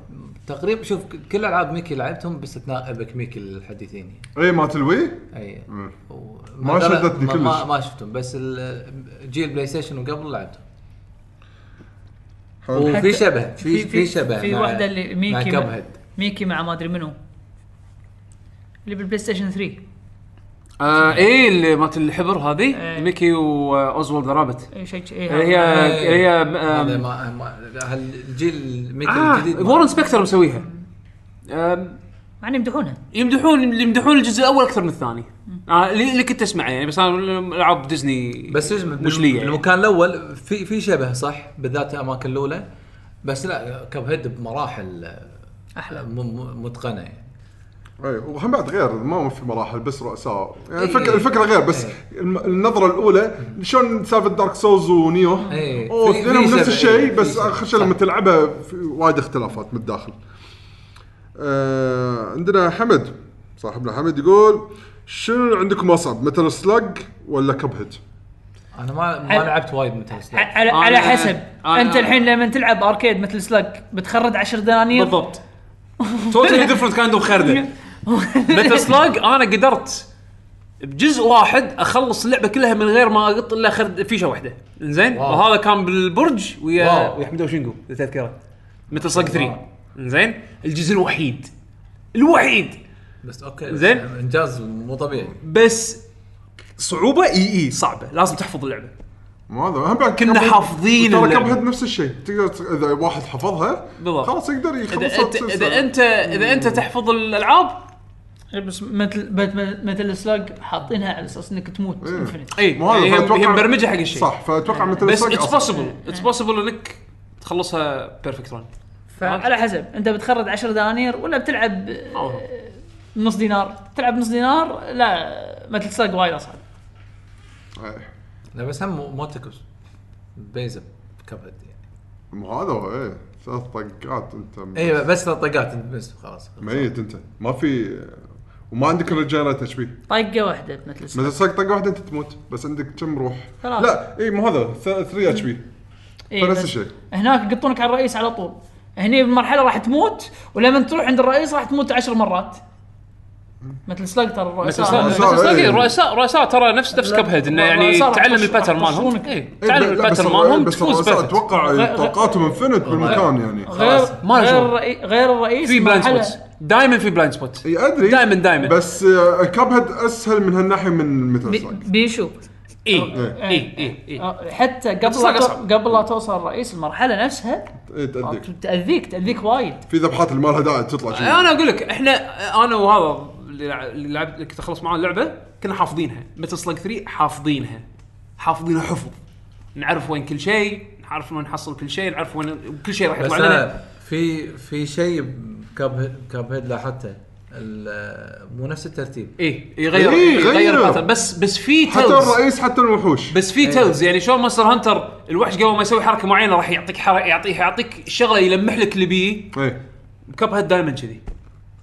S5: تقريبا شوف كل العاب ميكي لعبتهم باستثناء ابك ميكي الحديثين يعني.
S3: اي مالت إيه، الوي
S5: اي
S3: مم.
S5: و-
S3: ما شدتني
S5: ما-
S3: كلش.
S5: ما, ما شفتهم بس ال- جيل بلاي ستيشن وقبل لعبتهم
S3: حلو.
S5: وفي شبه في
S4: في-
S5: في شبه
S4: في
S5: مع-
S4: واحده اللي
S5: مع
S4: ميكي
S5: كاب
S4: مع
S5: هيد
S4: ميكي مع ما ادري منو اللي بالبلاي ستيشن 3
S2: اي آه، إيه، اللي مالت الحبر هذه
S4: إيه. آه.
S2: ميكي واوزولد رابت
S4: اي شيء شيء
S2: هي
S4: هذا.
S2: آه، هي
S5: إيه. هذا
S2: آم،
S5: ما ما- هالجيل ميكي الجديد
S2: آه
S5: ما-
S2: وورن سبكتر مسويها آم،
S4: مع انهم يمدحونها
S2: يمدحون يمدحون الجزء الاول اكثر من الثاني آه اللي اللي كنت اسمعه يعني بس انا العاب ديزني
S5: بس شو اسمه
S2: مش لي يعني
S5: المكان الاول في في شبه صح بالذات الاماكن الاولى بس لا كاب هيد بمراحل آه، احلى متقنه يعني
S3: اي إيه، وهم بعد غير ما في مراحل بس رؤساء يعني
S5: إي.
S2: إيه،
S3: الفكره الفكره غير بس الم- النظره الاولى شلون سالفه دارك سولز ونيو
S2: إيه.
S5: إي.
S3: اوه
S5: في-
S3: اثنينهم
S5: في
S3: نفس
S5: شبه. إي،
S3: الشيء
S5: في
S3: بس
S5: شبه.
S3: اخر شيء لما تلعبها في وايد اختلافات من الداخل آه عندنا حمد صاحبنا حمد يقول شنو عندكم اصعب مثل سلاج ولا كب هيد؟
S5: انا ما ما
S4: حل-
S5: لعبت وايد مثل
S4: ع-
S5: سلاج
S4: على
S2: أنا-
S4: على حسب
S2: أنا-
S4: انت الحين لما تلعب اركيد مثل سلاج بتخرج 10 دنانير
S2: بالضبط توتالي ديفرنت كايند اوف خرده متل سلاج انا قدرت بجزء واحد اخلص اللعبه كلها من غير ما اقط الا خرد فيشه واحده زين
S5: واو.
S2: وهذا كان بالبرج ويا
S5: واو.
S2: ويا حمد وشنقو اذا تذكره متل سلاج 3 زين الجزء الوحيد الوحيد
S5: بس اوكي
S2: زين.
S5: انجاز مو طبيعي
S2: بس صعوبه اي اي صعبه لازم تحفظ اللعبه
S3: ما هذا هم بعد
S2: كنا
S3: Cuphead-
S2: حافظين
S3: ترى
S2: اللعبة.
S3: كب هيد نفس الشيء تقدر ت- اذا واحد حفظها
S2: بالضبط.
S3: خلاص يقدر
S2: اذا انت
S3: يخلصها
S2: اذا انت اذا انت تحفظ الالعاب
S4: بس مثل مثل- مثل سلاج حاطينها على اساس انك تموت infinite.
S2: اي
S3: مو هذا،
S2: هي
S3: فأتوقع-
S2: هي مبرمجه إيه، حق الشيء إيه.
S3: صح فاتوقع مثل
S2: بس
S3: سلاج
S2: اتس
S3: أصعب.
S2: بوسيبل
S4: إيه.
S2: اتس بوسيبل انك تخلصها بيرفكت ران
S4: فعلى حسب انت بتخرج 10 دنانير ولا بتلعب
S3: إيه.
S4: نص دينار تلعب نص دينار لا مثل سلاج وايد اصعب
S3: إي.
S5: لا بس هم مو تكبس بيزب كاب هيد يعني
S3: مو هذا هو ايه ثلاث طقات انت
S2: إيه.
S5: ايوه بس طقات بس خلاص
S3: ميت انت ما في وما عندك رجالة تشبيه
S4: طقه واحده مثل سلاج
S3: مثل صدق طقه واحده انت تموت بس عندك كم روح
S4: ثلاثة.
S3: لا اي مو هذا 3 اتش بي
S4: إيه
S3: فنفس
S4: بس
S3: الشيء.
S4: هناك يقطونك على الرئيس على طول هني بالمرحله راح تموت ولما تروح عند الرئيس راح تموت 10 مرات مثل سلاج ترى آه، الرؤساء
S2: مثل
S3: الرؤساء.
S2: مثل
S3: إيه.
S2: سلاجي، الرؤساء الرؤساء ترى نفس نفس
S4: لا،
S2: كب هيد انه يعني
S4: الرؤساء راح
S2: تعلم
S4: يطش-
S2: الباترن
S4: راح
S2: مالهم
S4: يطشونك.
S2: إيه،
S3: إيه،
S2: تعلم
S3: لا، بس
S2: الباترن
S3: الرؤ-
S2: مالهم
S3: بس
S2: تفوز
S3: الرؤساء
S2: باترن
S3: اتوقع طاقاتهم انفنت بالمكان يعني
S4: غير
S2: ما له
S4: غير
S2: شغل.
S4: الرئي- غير الرئيس
S2: في بلايند
S4: مرحلة-
S2: سبوتس دائما في بلايند سبوت
S3: اي ادري
S2: دايماً- دايماً.
S3: إيه، بس آه، كاب هيد اسهل من هالناحيه من مثل
S4: بي-
S3: سلاج
S4: بيشو
S2: اي
S3: إيه.
S2: اي اي اي
S4: آه، حتى قبل لا
S2: بتصير
S4: تو-
S2: أصعب.
S4: قبل لا توصل الرئيس المرحله نفسها
S3: إيه، تأديك
S4: تاذيك تاذيك وايد
S3: في ذبحات اللي ما لها داعي تطلع شيء
S2: انا اقول لك احنا انا وهذا اللي لع- اللي لعبت اللي كنت اخلص معاه اللعبه كنا حافظينها مثل سلاج 3 حافظينها حافظينها حفظ نعرف وين كل شيء نعرف وين نحصل كل شيء نعرف وين كل شيء راح
S5: بس
S2: يطلع لنا
S5: أنا في في شيء كاب كاب هيد لاحظته ال- آه، مو نفس الترتيب
S2: ايه يغير
S3: إيه،
S2: إيه يغير
S3: غيره.
S2: الباترن. بس بس في
S3: حتى
S2: تيلز
S3: الرئيس إيه. حتى الوحوش
S2: بس في تيلز يعني شلون مونستر هانتر الوحش قبل ما يسوي حركه معينه راح يعطيك حركه يعطيك يعطيك شغله يلمح لك اللي بيه
S3: ايه
S2: كاب هيد دائما كذي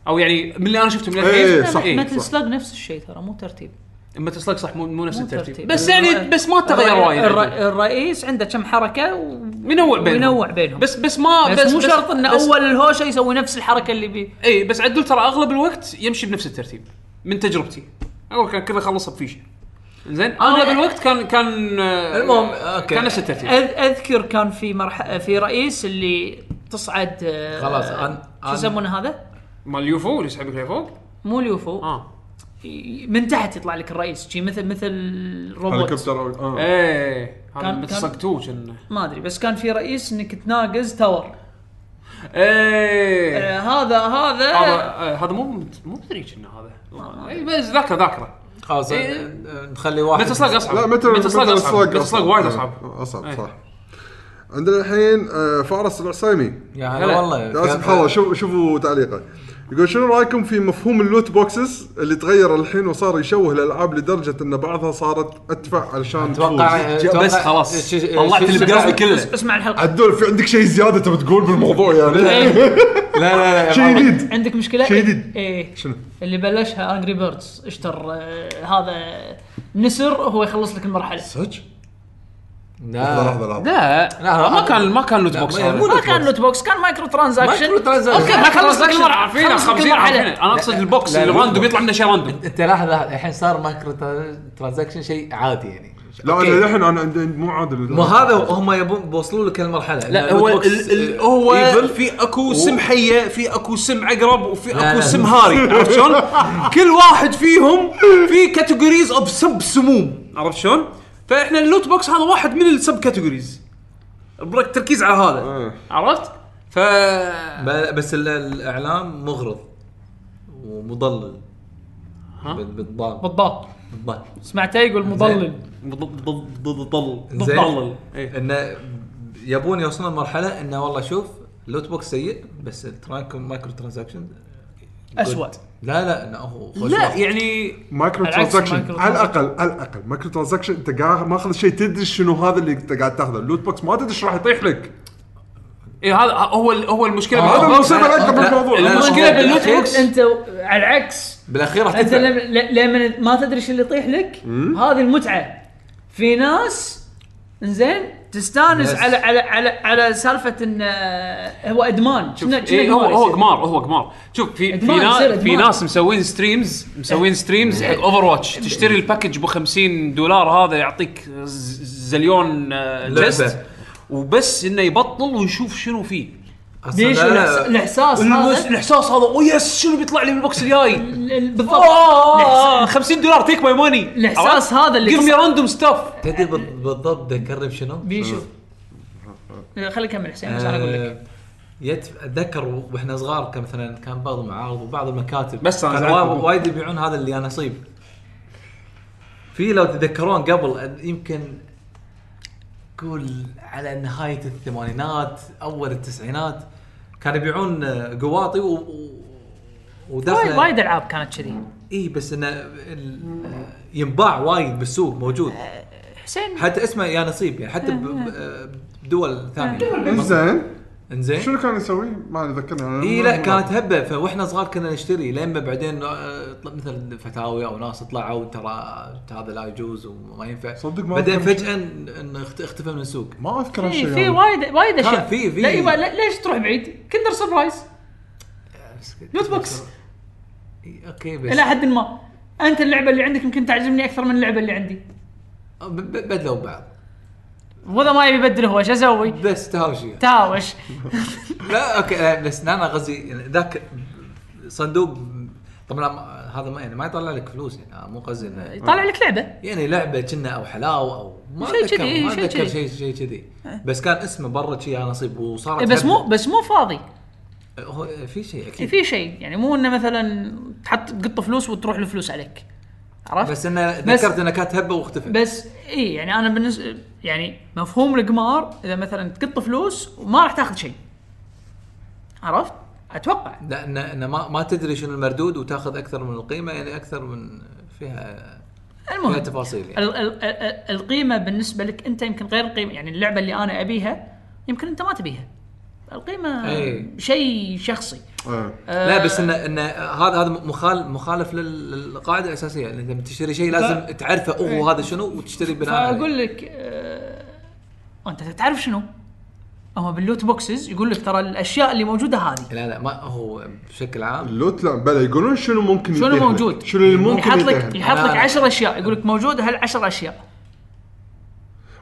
S2: او يعني من اللي انا شفته من
S3: إيه،
S2: الحين
S3: صح.
S2: إيه.
S4: مثل سلاج نفس الشيء ترى مو ترتيب
S2: اما تسلك صح مو مو نفس
S4: مو
S2: الترتيب
S4: ترتيب.
S2: بس يعني بس ما تغير
S4: الرئي-
S2: وايد
S4: الر-
S2: عندي.
S4: الرئيس عنده كم حركه و...
S2: ينوع بينهم
S4: وينوع بينهم
S2: بس بس ما
S4: بس, مو شرط ان
S2: بس-
S4: اول الهوشه يسوي نفس الحركه اللي بيه
S2: اي بس عدول ترى اغلب الوقت يمشي بنفس الترتيب من تجربتي اول كان كله خلصها بفيشه زين اغلب الوقت كان كان آه،
S5: المهم، أوكي.
S2: كان نفس الترتيب
S4: أذ... اذكر كان في مرحله في رئيس اللي تصعد آه،
S5: خلاص، أنا-
S4: شو يسمونه هذا؟
S2: مال اليوفو اللي يسحبك لفوق
S4: مو اليوفو
S2: اه
S4: ي- من تحت يطلع لك الرئيس شي مثل مثل روبوت
S3: هليكوبتر أو- آه.
S2: ايه هذا
S4: كان-
S2: مثل
S4: كان-
S2: سلاك 2 كان
S4: ما ادري بس كان في رئيس انك تناقز تاور
S3: إيه.
S2: ايه
S4: آه هذا هذا
S2: هذا آه، هذا مو مو مدري كنا هذا إي، بس ذاكره ذاكره
S5: خلاص
S2: إيه.
S5: ن- نخلي واحد
S2: متل سلاج اصعب
S3: لا متى
S2: متل سلاج اصعب متل سلاج وايد اصعب
S3: اصعب
S2: إيه.
S3: صح عندنا الحين آه، فارس العسيمي
S5: يا هلا والله
S3: لا سبحان الله شوف شوفوا تعليقه يقول شنو رايكم في مفهوم اللوت بوكسز اللي تغير الحين وصار يشوه الالعاب لدرجه ان بعضها صارت ادفع علشان
S5: اتوقع
S3: تفوز.
S5: أتوقع- آه،
S2: بس خلاص
S5: ش- ش-
S2: طلعت
S5: ش-
S2: البقاز كله
S4: اسمع الحلقه
S3: عدول في عندك شيء زياده تبي تقول بالموضوع يعني
S5: لا لا لا
S3: شيء جديد
S4: إيه، عندك مشكله؟
S3: شيء جديد.
S4: ايه
S3: شنو؟
S4: اللي بلشها انجري بيردز اشتر آه هذا نسر هو يخلص لك المرحله
S3: صدق؟ لحظه
S5: لا
S3: لحظه لحظه
S2: لا
S5: لا،
S2: ما كان ما كان لوت بوكس
S5: لا،
S2: هذا.
S5: مو-
S4: ما كان لوت بوكس كان مايكرو ترانزاكشن
S5: مايكرو ترانزاكشن.
S4: اوكي ما خلص لك المرحله
S2: عارفينه
S4: خلص لك
S2: 50
S4: المرحلة.
S2: عارفينه انا اقصد
S5: لا،
S2: البوكس
S5: لا،
S2: اللي
S5: لا،
S2: راندوم يطلع منه شيء راندوم
S5: انت لحظه لحظه الحين صار مايكرو ترانزاكشن شيء عادي يعني
S3: لا انا للحين انا عندي عندي مو عادل
S5: ما هذا هم يبون بوصلوا لك المرحله
S2: لا هو ال ال هو في اكو سم حيه في اكو سم عقرب وفي
S5: لا،
S2: اكو
S5: لا.
S2: سم هاري عرفت شلون؟ كل واحد فيهم في كاتيجوريز اوف سب سموم عرفت شلون؟ فاحنا اللوت بوكس هذا واحد من السب كاتيجوريز التركيز على هذا
S3: آه.
S2: عرفت؟ ف
S5: بس ال- الاعلام مغرض ومضلل بال- بالضال
S4: بالضبط
S5: بالضال
S4: سمعته يقول مضلل
S2: بضل
S5: زين.
S2: بضل
S5: انه يبون يوصلون لمرحله انه والله شوف اللوت بوكس سيء بس الترانك مايكرو ترانزاكشن
S4: اسود
S5: لا لا انه هو خوش
S2: لا
S5: واحد.
S2: يعني
S3: مايكرو
S4: على عكس
S3: ترانزاكشن
S4: المايكرو
S3: على الاقل على الاقل مايكرو ترانزاكشن انت قاعد ماخذ شيء تدري شنو هذا اللي انت قاعد تاخذه اللوت بوكس ما تدري إيش راح يطيح لك
S2: إيه هذا هو ال- هو المشكله
S3: هذا
S2: باللوت بوكس.
S3: المصيبه الاكبر
S5: لا،
S3: بالموضوع
S5: لا،
S2: المشكله باللوت بوكس
S4: انت على العكس
S5: بالاخير راح
S4: انت
S5: تدفع.
S4: لما لما ما تدري شو اللي يطيح لك هذه المتعه في ناس زين تستانس
S5: يس.
S4: على على على على سالفه ان آه، هو ادمان
S2: شوف
S4: كنا- كنا
S2: إيه هو
S4: قمار
S2: هو
S4: يصير.
S2: قمار هو قمار شوف في في
S4: إدمان،
S2: ناس
S4: يصير
S2: في
S4: إدمان.
S2: ناس مسوين ستريمز مسوين ستريمز حق اوفر واتش تشتري الباكج ب 50 دولار هذا يعطيك ز- زليون آه،
S5: لعبة.
S2: جست وبس انه يبطل ويشوف شنو فيه
S5: أصلاً
S4: ليش
S5: لا، لا،
S4: الإحس- الاحساس
S2: والمس-
S4: هذا
S2: الاحساس هذا او يس شنو بيطلع لي بالبوكس الجاي
S4: ال- ال- بالضبط
S2: آه،
S4: الإحساس-
S2: 50 دولار تيك ماي ماني
S4: الإحساس هذا اللي
S2: جيف مي
S4: تص-
S2: راندوم ستاف
S5: تدري بال- بالضبط ذكرني بشنو؟
S4: بيشو خلي كمل حسين عشان اقول لك
S5: آه، يت اتذكر واحنا صغار كان مثلا كان بعض المعارض وبعض المكاتب
S2: بس أنا
S5: كان
S2: زعلان.
S5: وا- وايد يبيعون هذا اللي انا نصيب في لو تتذكرون قبل آه، يمكن قول على نهايه الثمانينات اول التسعينات كانوا يبيعون آه، قواطي و, و...
S4: وايد
S5: ودخله
S4: وايد العاب كانت كذي
S5: اي بس انه ال- ينباع وايد بالسوق موجود
S4: حسين
S5: حتى اسمه يا نصيب يعني حتى ب- ب- آه، بدول
S3: آه.
S5: ثانيه
S3: زين
S5: انزين
S3: شنو كان يسوي؟ ما ذكرني
S5: اي لا كانت هبه فاحنا صغار كنا نشتري لما بعدين آه، طل- مثل فتاوي او ناس طلعوا ترى هذا لا يجوز وما ينفع
S3: صدق ما
S5: بعدين
S3: أذكر.
S5: فجاه إن- إن اخت- اختفى من السوق
S3: ما يعني. اذكر
S4: في
S3: هالشيء
S4: في
S3: أنا.
S4: وايد وايد إيوه، اشياء
S5: في- في.
S4: لا يبا- لا- ليش تروح بعيد؟ كندر سربرايز لوت بوكس
S5: إي، اوكي بس
S4: الى حد ما انت اللعبه اللي عندك يمكن تعجبني اكثر من اللعبه اللي عندي
S5: آه، ب- ب- بدلوا بعض
S4: وذا ما يبي يبدل هو شو اسوي؟
S5: بس تهاوشي
S4: تهاوش
S5: لا اوكي لا بس انا قصدي يعني ذاك صندوق طبعا ما- هذا ما يعني ما يطلع لك فلوس يعني مو قصدي انه
S4: يطلع لك لعبه
S5: يعني لعبه كنا او حلاوه او ما
S4: شيء
S5: اتذكر
S4: كذي،
S5: ما
S4: شيء
S5: اتذكر
S4: كذي.
S5: شيء شيء كذي بس كان اسمه برا شيء على نصيب
S4: إيه،
S5: وصارت
S4: بس مو
S5: هبة.
S4: بس مو فاضي
S5: هو في شيء
S4: إيه،
S5: اكيد
S4: في شيء يعني مو انه مثلا تحط تقط فلوس وتروح الفلوس عليك عرفت؟
S5: بس انه
S4: بس-
S5: ذكرت انها كانت هبه واختفت
S4: بس اي يعني انا بالنسبه يعني مفهوم القمار اذا مثلا تقط فلوس وما راح تاخذ شيء عرفت؟ اتوقع
S5: لا إن- إن ما ما تدري شنو المردود وتاخذ اكثر من القيمه يعني اكثر من فيها
S4: المهم
S5: فيها تفاصيل يعني
S4: ال- ال- ال- القيمه بالنسبه لك انت يمكن غير القيمه يعني اللعبه اللي انا ابيها يمكن انت ما تبيها القيمه
S5: أي.
S4: شيء شخصي
S3: آه.
S5: لا بس ان ان هذا هذا مخالف مخالف لل- للقاعده الاساسيه يعني انت لما تشتري شيء لازم تعرفه
S4: إيه.
S5: هو هذا شنو وتشتري بناء عليه.
S4: فاقول لك آه، انت تعرف شنو؟ هو باللوت بوكسز يقول لك ترى الاشياء اللي موجوده هذه
S5: لا لا ما هو بشكل عام
S3: اللوت لا بلا يقولون شنو ممكن
S4: شنو
S3: يتيح لك.
S4: موجود؟
S3: شنو اللي ممكن
S4: يحط لك
S3: يتيح لك
S4: يحط لك
S5: أنا-
S4: 10 اشياء يقول لك موجود هالعشر اشياء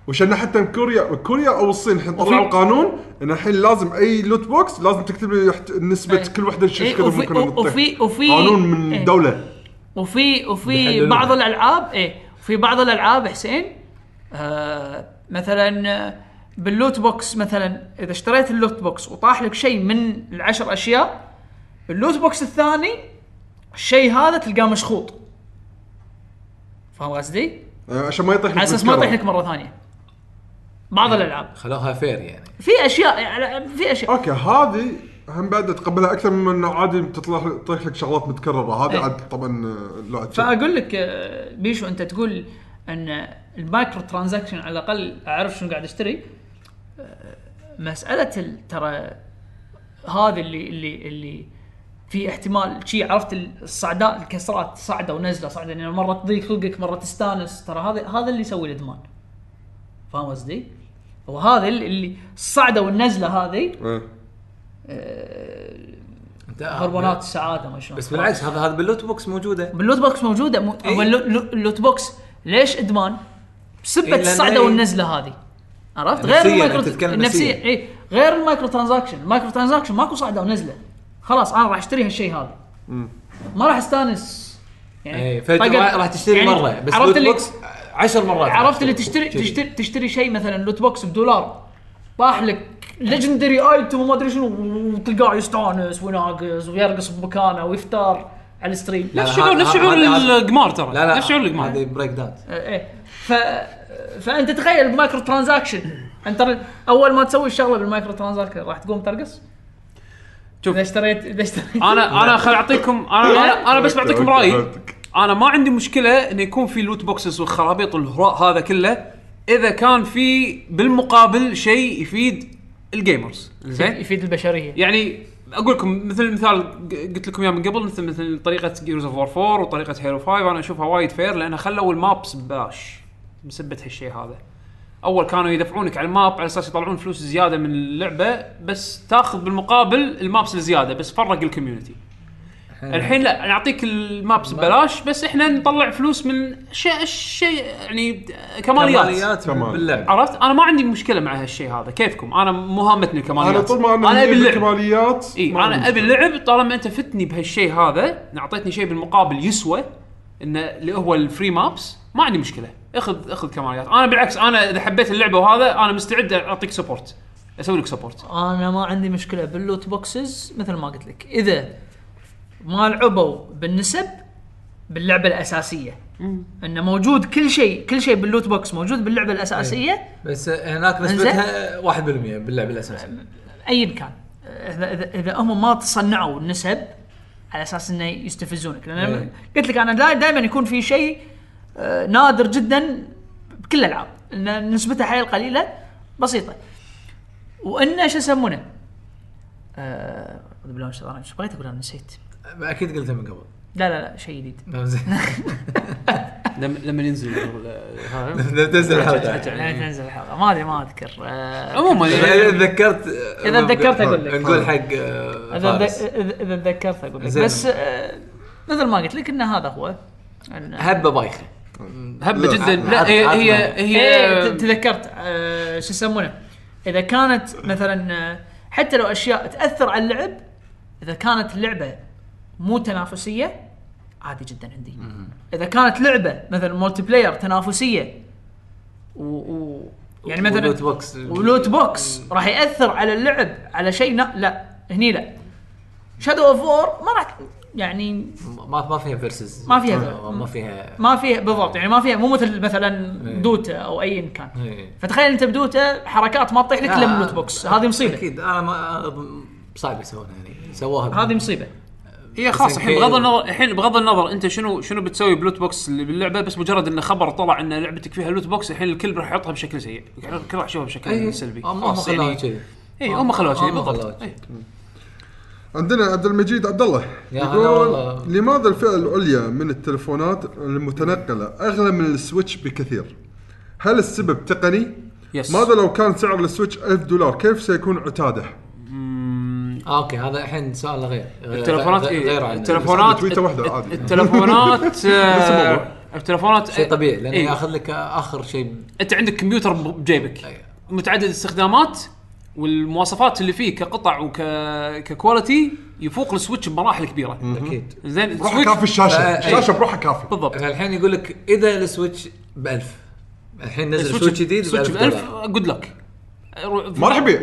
S3: وشان حتى كوريا كوريا او الصين الحين طلعوا قانون ان الحين لازم اي لوت بوكس لازم تكتب لي يحت- نسبه
S4: إيه.
S3: كل وحده شو
S4: إيه،
S3: كذا
S4: وفي-
S3: ممكن يطيح.
S4: وفي- وفي-
S3: قانون من
S4: إيه.
S3: دوله
S4: وفي وفي
S5: يحللون.
S4: بعض الالعاب ايه في بعض الالعاب حسين آه مثلا آه، باللوت بوكس مثلا اذا اشتريت اللوت بوكس وطاح لك شيء من العشر اشياء اللوت بوكس الثاني الشيء هذا تلقاه مشخوط فاهم قصدي؟
S3: آه، عشان ما يطيح لك
S4: على اساس ما يطيح
S3: بالكرة.
S4: لك مره ثانيه بعض
S3: إيه.
S4: الالعاب
S5: خلوها فير يعني
S4: في اشياء يعني في اشياء
S3: اوكي هذه هم بعد اتقبلها اكثر من انه عادي تطلع تطيح لك شغلات متكرره هذا
S4: إيه.
S3: عاد طبعا آه، لا أتشك.
S4: فاقول لك آه، بيشو انت تقول ان المايكرو ترانزاكشن على الاقل اعرف شنو قاعد اشتري آه، مساله ال- ترى هذا اللي اللي اللي في احتمال شي عرفت الصعداء الكسرات صعده ونزله صعده يعني مره تضيق خلقك مره تستانس ترى هذا هذا اللي يسوي الادمان فاهم قصدي؟ وهذا اللي- اللي الصعده والنزله هذه
S3: آه.
S5: انت
S4: هرمونات السعاده ما شلون
S5: آه، بس بالعكس هذا هذا باللوت بوكس موجوده
S4: باللوت بوكس موجوده مو...
S5: إيه.
S4: أو اللو- اللو- اللوت بوكس ليش ادمان؟
S5: إيه،
S4: بسبه
S5: لأن
S4: الصعده
S5: إيه.
S4: والنزله هذه عرفت؟ غير
S5: نفسياً،
S4: المايكرو
S5: أنت تتكلم
S4: النفسيه
S5: نفسياً.
S4: اي غير المايكرو ترانزاكشن، المايكرو ترانزاكشن ماكو صعده ونزله خلاص انا راح اشتري هالشيء هذا ما راح استانس
S5: اي
S4: طقت-
S5: فجاه إيه، راح تشتري
S4: يعني
S5: مره بس
S4: عرفت
S5: لوت
S4: اللي
S5: بوكس عشر مرات
S4: عرفت اللي تشتري
S5: كذي.
S4: تشتري تشتري شيء مثلا لوت بوكس بدولار طاح لك ليجندري ايتم وما ادري شنو وتلقاه يستانس ويناقص ويرقص بمكانه ويفتر على الستريم
S5: لا،
S2: نفس
S5: هذا-
S2: شعور نفس
S5: هذا-
S2: شعور
S5: هذا-
S2: القمار ترى
S5: لا لا
S2: نفس شعور القمار
S5: هذه بريك دانس
S4: ايه ف فانت تخيل بمايكرو ترانزاكشن انت ر- اول ما تسوي الشغله بالمايكرو ترانزاكشن راح تقوم ترقص
S2: شوف.
S4: اذا اشتريت اذا اشتريت
S2: انا انا خل اعطيكم انا انا, أنا بس بعطيكم
S3: أوكي،
S2: رايي
S3: فهمتك.
S2: انا ما عندي مشكله انه يكون في لوت بوكسز والخرابيط والهراء هذا كله اذا كان في بالمقابل شيء يفيد الجيمرز زين
S4: يفيد البشريه
S2: يعني اقول لكم مثل مثال ق- قلت لكم اياه من قبل مثل مثل طريقه جيرز اوف وور 4 وطريقه هيرو 5 انا اشوفها وايد فير لان خلوا المابس بباش بسبه هالشيء هذا اول كانوا يدفعونك على الماب على اساس يطلعون فلوس زياده من اللعبه بس تاخذ بالمقابل المابس الزياده بس فرق الكوميونتي الحين لا نعطيك المابس ببلاش بس احنا نطلع فلوس من شيء شيء يعني كماليات
S5: كماليات باللعب
S2: عرفت انا ما عندي مشكله مع هالشيء هذا كيفكم انا مهمتني الكماليات
S3: انا طول ما انا
S2: انا ابي اللعب
S3: الكماليات
S2: اي
S3: ما عندي
S2: انا ابي
S3: مشكلة.
S2: اللعب طالما انت فتني بهالشيء هذا إن اعطيتني شيء بالمقابل يسوى انه اللي هو الفري مابس ما عندي مشكله اخذ اخذ كماليات انا بالعكس انا اذا حبيت اللعبه وهذا انا مستعد اعطيك سبورت اسوي لك سبورت
S4: انا ما عندي مشكله باللوت بوكسز مثل ما قلت لك اذا ما لعبوا بالنسب باللعبه الاساسيه انه موجود كل شيء كل شيء باللوت بوكس موجود باللعبه الاساسيه
S5: بس هناك نسبتها 1% باللعب الاساسي
S4: ايا كان اذا اذا, إذا هم ما تصنعوا النسب على اساس انه يستفزونك لان أنا
S5: إيه.
S4: قلت لك انا دائما يكون في شيء آه، نادر جدا بكل الالعاب ان نسبته حيل قليله بسيطه وانه شو يسمونه؟ آه، أعوذ بالله من الشيطان الرجيم. شو بغيت اقول انا نسيت
S5: اكيد قلتها من قبل
S4: لا لا لا شيء جديد
S5: ما زين.
S2: لما لما ينزل
S5: تنزل الحلقه
S4: لا تنزل الحلقه ما ادري ما اذكر آه،
S2: عموما
S5: اذا
S2: يعني
S5: تذكرت
S4: إذا تذكرت أقول لك.
S5: نقول حق
S4: اذا
S5: آه،
S4: إذا-
S5: فارس.
S4: اذا إذا تذكرت اقول لك
S5: زين.
S4: بس آه، مثل ما قلت لك ان هذا هو إن-
S5: هبه بايخه هبه
S3: لا،
S5: جدا لا
S11: عاد-
S5: هي
S11: عاد
S5: هي,
S11: ما-
S4: ايه
S5: هي
S4: تذكرت آه، شو يسمونه اذا كانت مثلا آه، حتى لو اشياء تاثر على اللعب اذا كانت اللعبه مو تنافسيه عادي جدا عندي اذا كانت لعبه مثلا مولتي بلاير تنافسيه و, و يعني مثلا
S5: ولوت بوكس.
S4: ولوت بوكس راح ياثر على اللعب على شيء نا- لا هني لا شادو اوف وور ما راح يعني
S5: ما ما فيها فيرسز
S4: ما فيها.
S5: ما فيها
S4: ما فيها بالضبط يعني ما فيها مو مثل مثلا
S5: إيه.
S4: دوتا او ايا كان
S5: إيه. آه.
S4: فتخيل انت بدوتا حركات ما تطيح لك الا من
S5: لا.
S4: لوت بوكس هذه مصيبه
S5: اكيد انا ما صعب يسوونها يعني سووها
S4: هذه مصيبه
S2: هي خلاص الحين
S5: إنك-
S2: بغض النظر الحين بغض النظر انت شنو شنو بتسوي بلوت بوكس اللي باللعبه بس مجرد انه خبر طلع ان لعبتك فيها لوت بوكس الحين الكل راح يحطها بشكل سيء الكل راح يشوفها بشكل
S5: أي،
S2: سلبي
S5: هم- هم
S2: خلاص
S5: خلوها
S2: يعني-
S5: كذي.
S2: اي هم خلوها كذي
S5: هم خلوها
S2: بالضبط إيه.
S5: كذي.
S2: إي.
S3: عندنا عبد المجيد عبد الله
S5: يا هلا
S3: يقول
S5: والله.
S3: لماذا الفئه العليا من التلفونات المتنقله اغلى من السويتش بكثير؟ هل السبب تقني؟
S2: يس.
S3: ماذا لو كان سعر السويتش 1000 دولار كيف سيكون عتاده؟
S5: آه، اوكي هذا الحين سؤال غير غير-
S2: التلفونات
S5: غير- غير
S2: إيه،
S5: عن
S2: التلفونات
S3: تويتة واحدة عادي.
S2: التلفونات آه،
S3: نفس الموضوع.
S2: التلفونات
S5: شيء طبيعي لانه
S2: إيه.
S5: ياخذ لك اخر شيء
S2: انت عندك كمبيوتر ب- بجيبك
S5: أي.
S2: متعدد الاستخدامات والمواصفات اللي فيه كقطع وك ككواليتي يفوق السويتش بمراحل كبيره
S5: اكيد
S2: زين
S3: بروحه
S2: السويتش
S3: كافي الشاشه،
S2: إيه.
S5: آه، أي.
S3: الشاشه بروحه كافي
S2: بالضبط
S5: الحين يقول لك اذا السويتش ب 1000 الحين نزل سويتش جديد ب
S2: سويتش ب
S5: 1000
S2: 1000
S5: دولار.
S2: جود لك
S3: ما راح يبيع.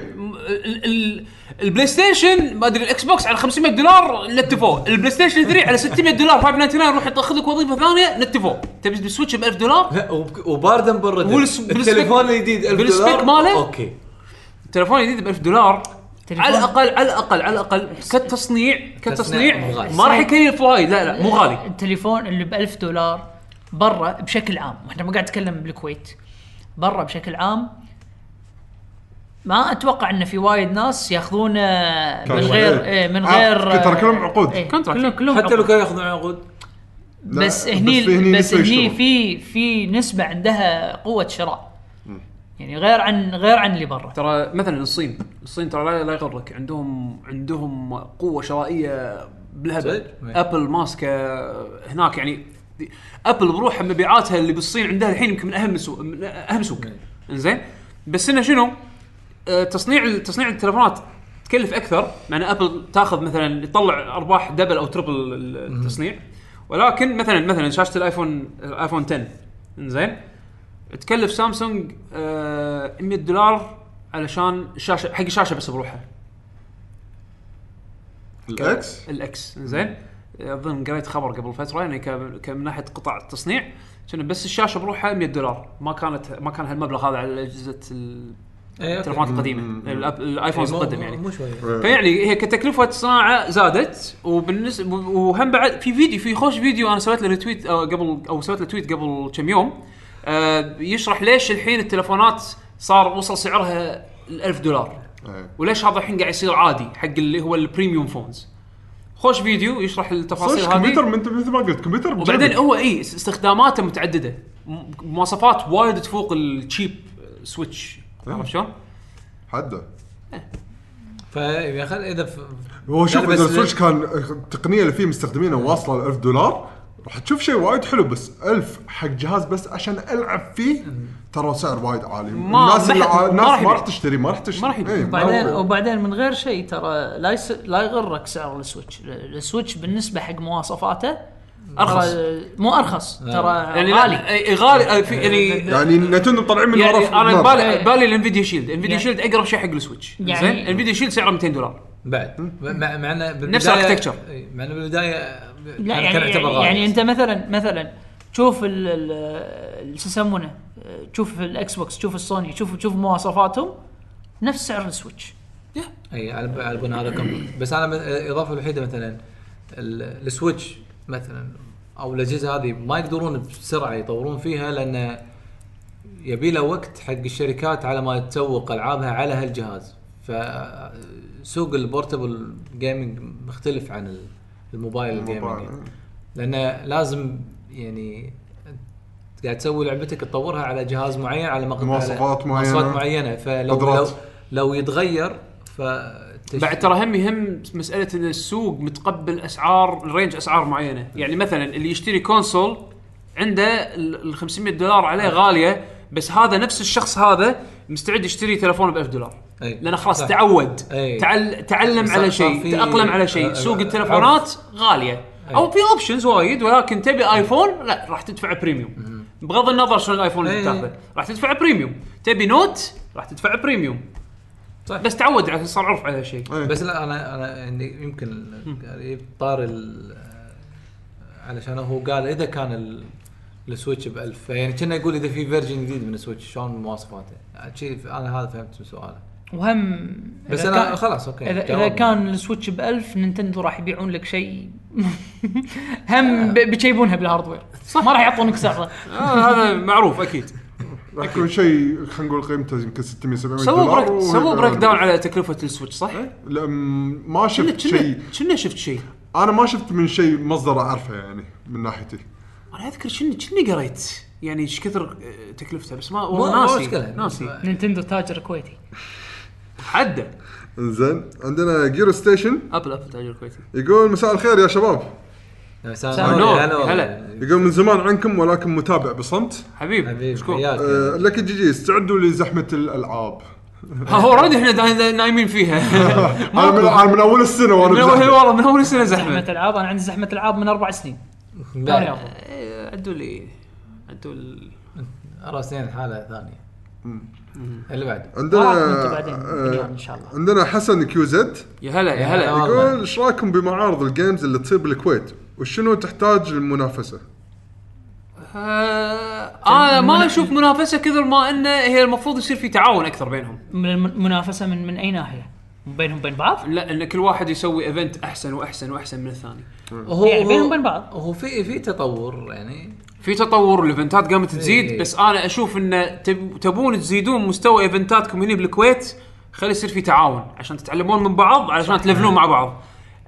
S2: البلاي ستيشن ما ادري الاكس بوكس على 500 دولار نت فوق البلاي ستيشن 3 على 600 دولار 599 روح تاخذ لك وظيفه ثانيه نت فوق تبي السويتش ب 1000 دولار
S5: لا وب- وباردا مبردا
S2: والس- بالسبيك-
S5: التليفون الجديد 1000
S2: بالسبيك
S5: دولار
S2: ماله؟
S5: اوكي
S2: تليفون جديد ب 1000 دولار
S4: تليفون.
S2: على الاقل على الاقل على الاقل كتصنيع كتصنيع
S5: مو غالي.
S2: ما راح يكلف وايد لا لا مو غالي
S4: التليفون اللي ب 1000 دولار برا بشكل عام احنا ما قاعد نتكلم بالكويت برا بشكل عام ما اتوقع ان في وايد ناس ياخذونه من
S3: كاش.
S4: غير إيه، من
S3: آه،
S4: غير
S3: ترى كلهم عقود.
S4: إيه،
S2: كونتراكت.
S4: كلهم كلهم
S5: حتى
S4: عقود.
S5: لو كانوا ياخذون عقود
S3: لا،
S4: بس هني
S3: في
S4: بس
S3: نسبة
S4: هني
S3: يشتغل.
S4: في في نسبه عندها قوه شراء يعني غير عن غير عن اللي برا
S2: ترى مثلا الصين الصين ترى لا- لا يغرك عندهم عندهم قوه شرائيه بالهبل
S5: صدق؟
S2: ابل ماسكه هناك يعني ابل بروحها مبيعاتها اللي بالصين عندها الحين يمكن من اهم سوق من اهم سوق زين بس انه شنو؟ آه، تصنيع تصنيع التلفونات تكلف اكثر مع ان ابل تاخذ مثلا يطلع ارباح دبل او تربل التصنيع ولكن مثلا مثلا شاشه الايفون الايفون 10 زين تكلف سامسونج آه 100 دولار علشان الشاشه حق الشاشه بس بروحها
S3: الاكس
S2: الاكس زين اظن قريت خبر قبل فتره يعني ك- كان من ناحيه قطع التصنيع كان بس الشاشه بروحها 100 دولار ما كانت ما كان هالمبلغ هذا على اجهزه
S5: إيه، أوكي.
S2: التليفونات القديمه الأب- الايفون
S5: مو-
S2: القدم يعني
S5: مو شويه
S2: فيعني هي كتكلفه صناعه زادت وبالنسبه وهم بعد في فيديو في خوش فيديو انا سويت له ريتويت آه، قبل او سويت له تويت قبل كم يوم آه، يشرح ليش الحين التلفونات صار وصل سعرها ال 1000 دولار وليش هذا الحين قاعد يصير عادي حق اللي هو البريميوم فونز خوش فيديو يشرح التفاصيل
S3: صدق كمبيوتر
S2: هذه
S3: من- مثل ما قلت كمبيوتر
S2: وبعدين
S3: بجيبك.
S2: هو اي استخداماته متعدده م- مواصفات وايد تفوق التشيب سويتش عرفت شلون؟
S3: حده
S5: فيعني خل اذا ف-
S3: هو شوف
S5: لا، بس
S3: اذا السويتش كان التقنيه اللي فيه مستخدمينها واصله ل 1000 دولار راح تشوف شيء وايد حلو بس 1000 حق جهاز بس عشان العب فيه ترى سعر وايد عالي
S2: ما-
S3: الناس
S2: ما
S3: اللي
S2: حد- ما
S3: ع- الناس
S2: راح
S3: ما
S2: يبيع.
S3: راح تشتري ما راح تشتري
S2: ما راح يبيع. طيب.
S3: إيه،
S4: وبعدين
S3: هو-
S4: وبعدين من غير شيء ترى لا يس... لا يغرك سعر السويتش السويتش بالنسبه حق مواصفاته
S2: أرخص.
S4: ترى مو ارخص ترى
S2: يعني
S4: يعني
S2: لا
S4: غالي
S2: إي، غالي آه، في يعني
S3: يعني نتندو طالعين من
S2: يعني
S3: ورا
S2: انا
S3: بالي
S2: ببالي ببالي الانفيديا شيلد انفيديا
S4: يعني-
S2: شيلد اقرب شيء حق السويتش
S4: يعني-
S2: زين انفيديا شيلد سعره 200 دولار
S5: بعد مع مع انه بالبدايه
S2: نفس الاركتكتشر.
S5: إي، مع انه بالبدايه كان
S4: لا
S5: كان
S4: يعني,
S5: يعتبر
S4: يعني,
S5: غالي
S4: يعني انت مثلا مثلا تشوف ال ال- شو يسمونه تشوف الاكس بوكس تشوف السوني تشوف تشوف مواصفاتهم نفس سعر السويتش
S5: اي على ب- على بناء هذا كم بس انا الاضافه الوحيده مثلا ال- السويتش مثلا او الاجهزه هذه ما يقدرون بسرعه يطورون فيها لان يبي له وقت حق الشركات على ما تسوق العابها على هالجهاز فسوق البورتبل جيمنج مختلف عن ال- الموبايل جيمنج لانه لازم يعني قاعد تسوي لعبتك تطورها على جهاز معين على مقدار
S3: مواصفات معينة.
S5: مواصفات معينه فلو لو,
S3: قدرات.
S5: لو يتغير ف
S2: بعد ترى هم يهم مساله ان السوق متقبل اسعار رينج اسعار معينه يعني مثلا اللي يشتري كونسول عنده ال 500 دولار عليه غاليه بس هذا نفس الشخص هذا مستعد يشتري تلفون ب 1000 دولار
S5: أي.
S2: لانه خلاص
S5: صح.
S2: تعود
S5: أي.
S2: تعل... تعلم
S5: صح-
S2: على
S5: صح
S2: شيء
S5: إيه. في-
S2: تاقلم على شيء
S5: آه،
S2: سوق
S5: آه، إيه.
S2: التلفونات غاليه او في اوبشنز وايد ولكن تبي ايفون لا راح تدفع بريميوم بغض النظر شلون الايفون اللي
S5: أي.
S2: تاخذه راح تدفع بريميوم تبي نوت راح تدفع بريميوم
S5: صح.
S2: بس تعود على صار عرف على هالشيء
S5: بس لا انا انا يعني يمكن ال- يعني طار ال- علشان هو قال اذا كان ال- السويتش ب 1000 يعني كنا يقول اذا في فيرجن جديد من السويتش شلون مواصفاته؟ شي انا هذا فهمت من سؤاله
S4: وهم
S5: بس
S4: إذا
S5: انا
S4: كان-
S5: خلاص اوكي
S2: يعني
S4: اذا اذا
S5: جاوبنا.
S4: كان السويتش ب 1000 نينتندو راح يبيعون لك شيء هم ب- بيشيبونها بالهاردوير صح ما راح يعطونك سعره
S2: آه، هذا معروف اكيد
S3: راح يكون شيء خلينا نقول قيمته يمكن 600 700
S2: سووا
S3: دولار
S2: بريك
S3: وهيك
S2: سووا بريك
S3: أنا-
S2: داون على تكلفه السويتش صح؟
S5: إيه.
S3: لا م- ما
S2: كنا
S3: شفت
S2: كنا
S3: شيء
S2: كنا شفت شيء
S3: انا ما شفت من شيء مصدر اعرفه يعني من ناحيتي
S2: انا اذكر كنا كنا قريت يعني ايش كثر آه، تكلفته بس ما
S5: مو-
S2: والله
S5: مو
S2: ناسي
S5: مشكلة.
S2: ناسي
S4: نينتندو تاجر كويتي
S2: حده
S3: زين عندنا جير ستيشن
S2: ابل ابل تاجر كويتي
S3: يقول مساء الخير يا شباب
S5: بس أنا-
S4: سلام.
S5: هلا-
S2: هلا.
S5: هلا
S3: يقول من زمان عنكم ولكن متابع بصمت
S2: حبيبي
S5: حبيبي
S2: مشكور
S5: حياك.
S3: أه لك جي جي استعدوا لزحمه الالعاب
S2: ها هو اوريدي احنا دا- نايمين فيها
S3: انا من, أنا من اول السنه
S2: من
S3: وانا
S2: اول
S3: بزحمة.
S2: والله من اول سنه
S4: زحمه
S2: زحمه
S4: العاب انا عندي زحمه العاب من اربع سنين توني
S5: لا،
S4: أفضل.
S2: إيه، عدوا لي عدوا ال-
S5: راسين حاله ثانيه يعني اللي بعده
S3: عندنا
S4: آه، أنت بعدين.
S3: آه،
S4: إن شاء الله.
S3: عندنا حسن كيو زد
S2: يا هلا يا
S5: يا
S2: هلا
S5: هلا.
S3: يقول ايش رايكم بمعارض الجيمز اللي تصير بالكويت وشنو تحتاج المنافسه؟
S2: آه، انا ما اشوف منافسه كثر ما انه هي المفروض يصير في تعاون اكثر بينهم
S4: من المنافسه من من اي ناحيه بينهم بين بعض
S2: لا ان كل واحد يسوي ايفنت احسن واحسن واحسن من الثاني
S5: هو
S4: يعني
S5: هو-
S4: بينهم وبين بعض.
S5: هو في في تطور يعني
S2: في تطور الايفنتات قامت تزيد
S5: إيه.
S2: بس انا اشوف ان تب- تبون تزيدون مستوى ايفنتاتكم هنا بالكويت خلي يصير في تعاون عشان تتعلمون من بعض علشان تلفلون مع بعض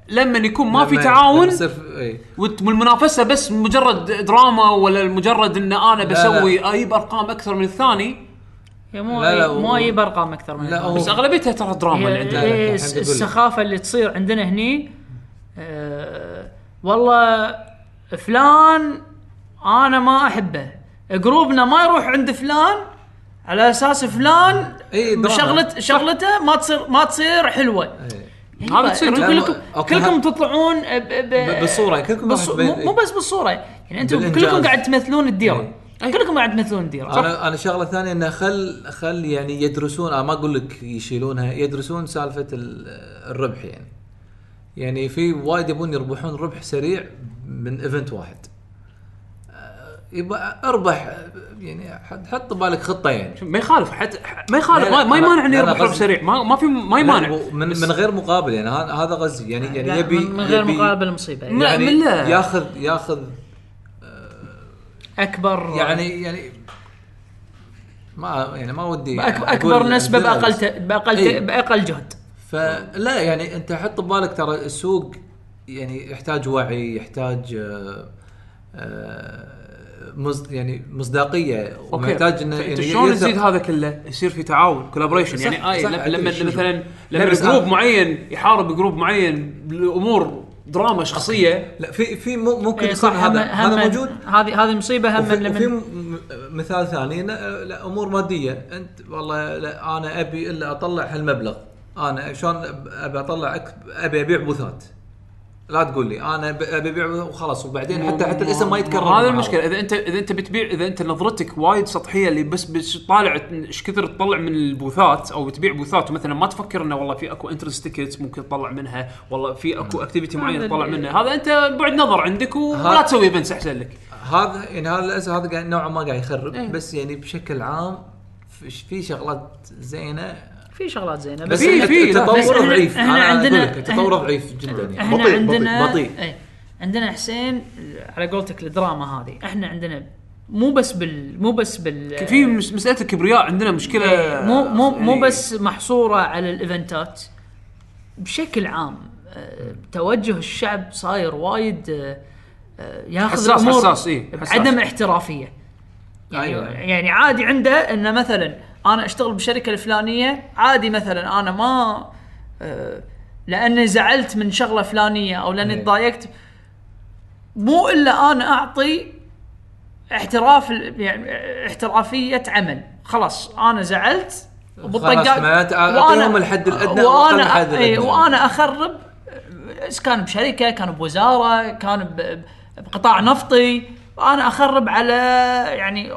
S2: لما يكون ما في
S5: لما-
S2: تعاون
S5: لما يصير في- إيه.
S2: والت- والمنافسه بس مجرد دراما ولا مجرد ان انا بسوي اجيب ارقام اكثر من الثاني
S4: يا مو
S5: لا، لا،
S4: ما
S5: هو-
S4: يجيب ارقام اكثر من
S5: لا، هو-
S2: بس اغلبيتها ترى دراما اللي
S4: هي-
S2: عندنا
S4: هي
S5: الحين
S4: الس-
S5: بقول لك.
S4: السخافه اللي تصير عندنا هني أه والله فلان انا ما احبه جروبنا ما يروح عند فلان على اساس فلان
S5: إي، دراما.
S4: شغلت شغلته ما تصير ما تصير حلوه
S5: إيه.
S4: يعني
S2: هذا
S4: ما-
S2: تصير
S4: أنتوا
S5: دراما.
S4: كلكم
S5: أوكي،
S4: كلكم
S5: ها-
S4: تطلعون ب- ب-
S5: ب- بالصورة، كلكم
S4: بالص-
S5: واحد بين-
S4: مو- مو بس بالصوره يعني انتم
S5: بالإنجاز. إيه.
S4: كلكم قاعد تمثلون الديره
S2: إي.
S4: كلكم قاعد تمثلون الديره
S5: انا انا شغله ثانيه انه خل خل يعني يدرسون انا ما اقول لك يشيلونها يدرسون سالفه ال- الربح يعني يعني في وايد يبون يربحون ربح سريع من ايفنت واحد آه، يبقى اربح آه، يعني حط- حط بالك خطه يعني
S2: ما يخالف حتى ما يخالف
S5: لا،
S2: ما,
S5: لا،
S2: ما
S5: أنا-
S2: يمانع اني
S5: لا، لا،
S2: اربح ربح
S5: قصدي-
S2: سريع ما, ما في ما يمانع
S5: لا، من من غير مقابل يعني هذا هذا غزي يعني يعني
S4: لا،
S5: يبي
S4: من من غير
S5: يبي
S4: مقابل مصيبه يعني.
S2: لا،
S5: يعني
S2: من لا.
S5: ياخذ ياخذ
S4: اكبر
S5: يعني يعني ما يعني ما ودي
S4: أك-
S5: أقول
S4: اكبر نسبه
S5: أمثلة،
S4: باقل
S5: بس-
S4: ت- باقل
S5: إيه.
S4: ت- باقل جهد
S5: فلا يعني انت حط ببالك ترى السوق يعني يحتاج وعي يحتاج آه، آه، مصد يعني مصداقيه
S2: اوكي
S5: ويحتاج انه
S2: فأنت
S5: يعني
S2: شلون
S5: يثق-
S2: تزيد هذا كله؟ يصير في تعاون كولابريشن
S5: صح،
S2: يعني اي
S5: صح،
S2: لما-
S5: أدري
S2: لما
S5: شو-
S2: مثلا لما
S5: بس
S2: جروب
S5: أنا-
S2: معين يحارب جروب معين بالامور دراما شخصيه
S5: لا في في مو- ممكن
S4: إيه
S5: يكون
S4: صح هم
S5: هذا
S4: هم
S5: هذا موجود
S4: هذه هذه مصيبه هم
S5: وفي
S4: لما
S5: وفي م- م- مثال ثاني إن- لا امور ماديه انت والله لا انا ابي الا اطلع هالمبلغ انا شلون أب- ابي اطلع أك- ابي ابيع بوثات لا تقول لي انا أب- ابي ابيع بوثات وخلاص وبعدين حتى حتى الاسم ما يتكرر
S2: هذا
S5: معاهم.
S2: المشكله اذا انت اذا انت بتبيع اذا انت نظرتك وايد سطحيه اللي بس بس طالع ايش كثر تطلع من البوثات او تبيع بوثات ومثلا ما تفكر انه والله في اكو انترست تيكتس ممكن تطلع منها والله في اكو اكتيفيتي معينه
S4: هذا
S2: تطلع
S4: اللي-
S2: منها هذا انت بعد نظر عندك ولا
S5: هذا-
S2: تسوي ايفنتس احسن لك
S5: هذا يعني هذا للاسف هذا قاعد نوعا ما قاعد يخرب
S2: إيه.
S5: إيه؟ بس يعني بشكل عام في- في شغلات زينه
S4: في شغلات زينه
S5: بس
S4: بس
S2: في-
S5: إن
S2: في، لا،
S4: بس
S5: التطور
S4: إحنا-
S5: ضعيف
S4: إحنا
S5: انا
S4: عندنا-
S5: عندنا لك التطور
S4: إحنا-
S5: ضعيف جدا يعني
S4: احنا
S3: بطيء،
S4: عندنا
S5: بطيء.
S4: إيه. عندنا حسين على قولتك الدراما هذه احنا عندنا مو بس بال مو بس بال
S2: في مس- مساله الكبرياء عندنا مشكله
S4: إيه، مو مو مو
S2: يعني-
S4: بس محصوره على الايفنتات بشكل عام آه، توجه الشعب صاير وايد آه، آه، ياخذ
S2: حساس-
S4: الأمور
S2: حساس، إيه، حساس.
S4: بعدم احترافيه يعني,
S5: أيوة.
S4: يعني عادي عنده انه مثلا انا اشتغل بشركه الفلانيه عادي مثلا انا ما آه، لاني زعلت من شغله فلانيه او
S5: إيه.
S4: لاني تضايقت مو الا انا اعطي احتراف ال- يعني احترافيه عمل خلاص انا زعلت
S5: خلاص، معناته أعطيهم الحد الأدنى وأقل الحد
S4: وانا اي
S5: الأدنى.
S4: وانا اخرب إذا كان بشركه كان بوزاره كان ب- بقطاع نفطي انا اخرب على يعني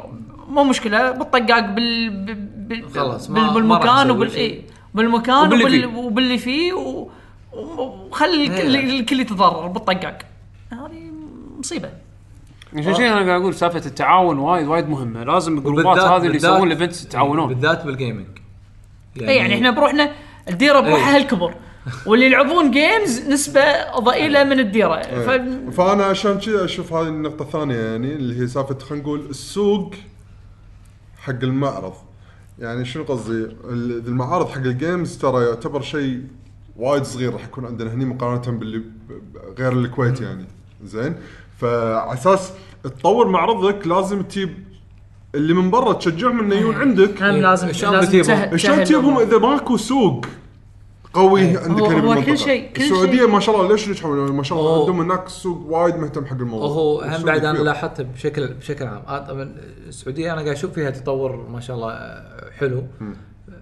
S4: مو مشكله بالطقاق بال ب- ب-
S5: خلاص، ما-
S4: بال-
S5: ما راح
S4: بالمكان
S5: نسوي
S4: وبال
S5: شيء.
S4: إي، بالمكان
S2: وباللي
S4: وبال-
S2: فيه.
S4: وباللي فيه و- وخلي
S5: إيه.
S4: الكل- الكل يتضرر بالطقاق هذه إيه، مصيبه
S2: عشان كذا انا قاعد اقول سالفه التعاون وايد وايد مهمه لازم الجروبات
S5: بالذات-
S2: هذه اللي
S5: بالذات-
S2: يسوون الايفنتس يتعاونون
S5: بالذات بالجيمنج
S4: اي يعني احنا بروحنا الديره بروحها
S5: إيه.
S4: الكبر واللي يلعبون جيمز نسبه ضئيله من الديره
S5: إيه.
S4: ف...
S3: فانا إيه. عشان كذا اشوف هذه النقطه الثانيه يعني اللي هي سالفه خلينا نقول السوق حق المعرض يعني شنو قصدي ال- المعارض حق الجيمز ترى يعتبر شيء وايد صغير راح يكون عندنا هني مقارنه باللي ب- ب- غير الكويت يعني زين فعلى اساس تطور معرضك لازم تجيب اللي من برا تشجعهم انه يجون عندك
S4: هم لازم
S5: طيب، شلون
S4: لازم
S5: بتجيبهم؟
S4: تسهل-
S3: شلون
S4: تسهل
S3: تجيبهم
S4: الأمور.
S3: اذا ماكو سوق قوي عندك
S4: هو-
S3: هنا
S4: هو
S3: بالمنطقة.
S4: كل شيء- كل شيء.
S3: السعوديه ما شاء الله ليش نجحوا ما شاء الله
S5: أوه.
S3: عندهم هناك سوق وايد مهتم حق الموضوع
S5: وهو هم
S3: السوق
S5: بعد انا
S3: كبير.
S5: لاحظت بشكل بشكل عام آه طبعا السعوديه انا قاعد اشوف فيها تطور ما شاء الله آه، حلو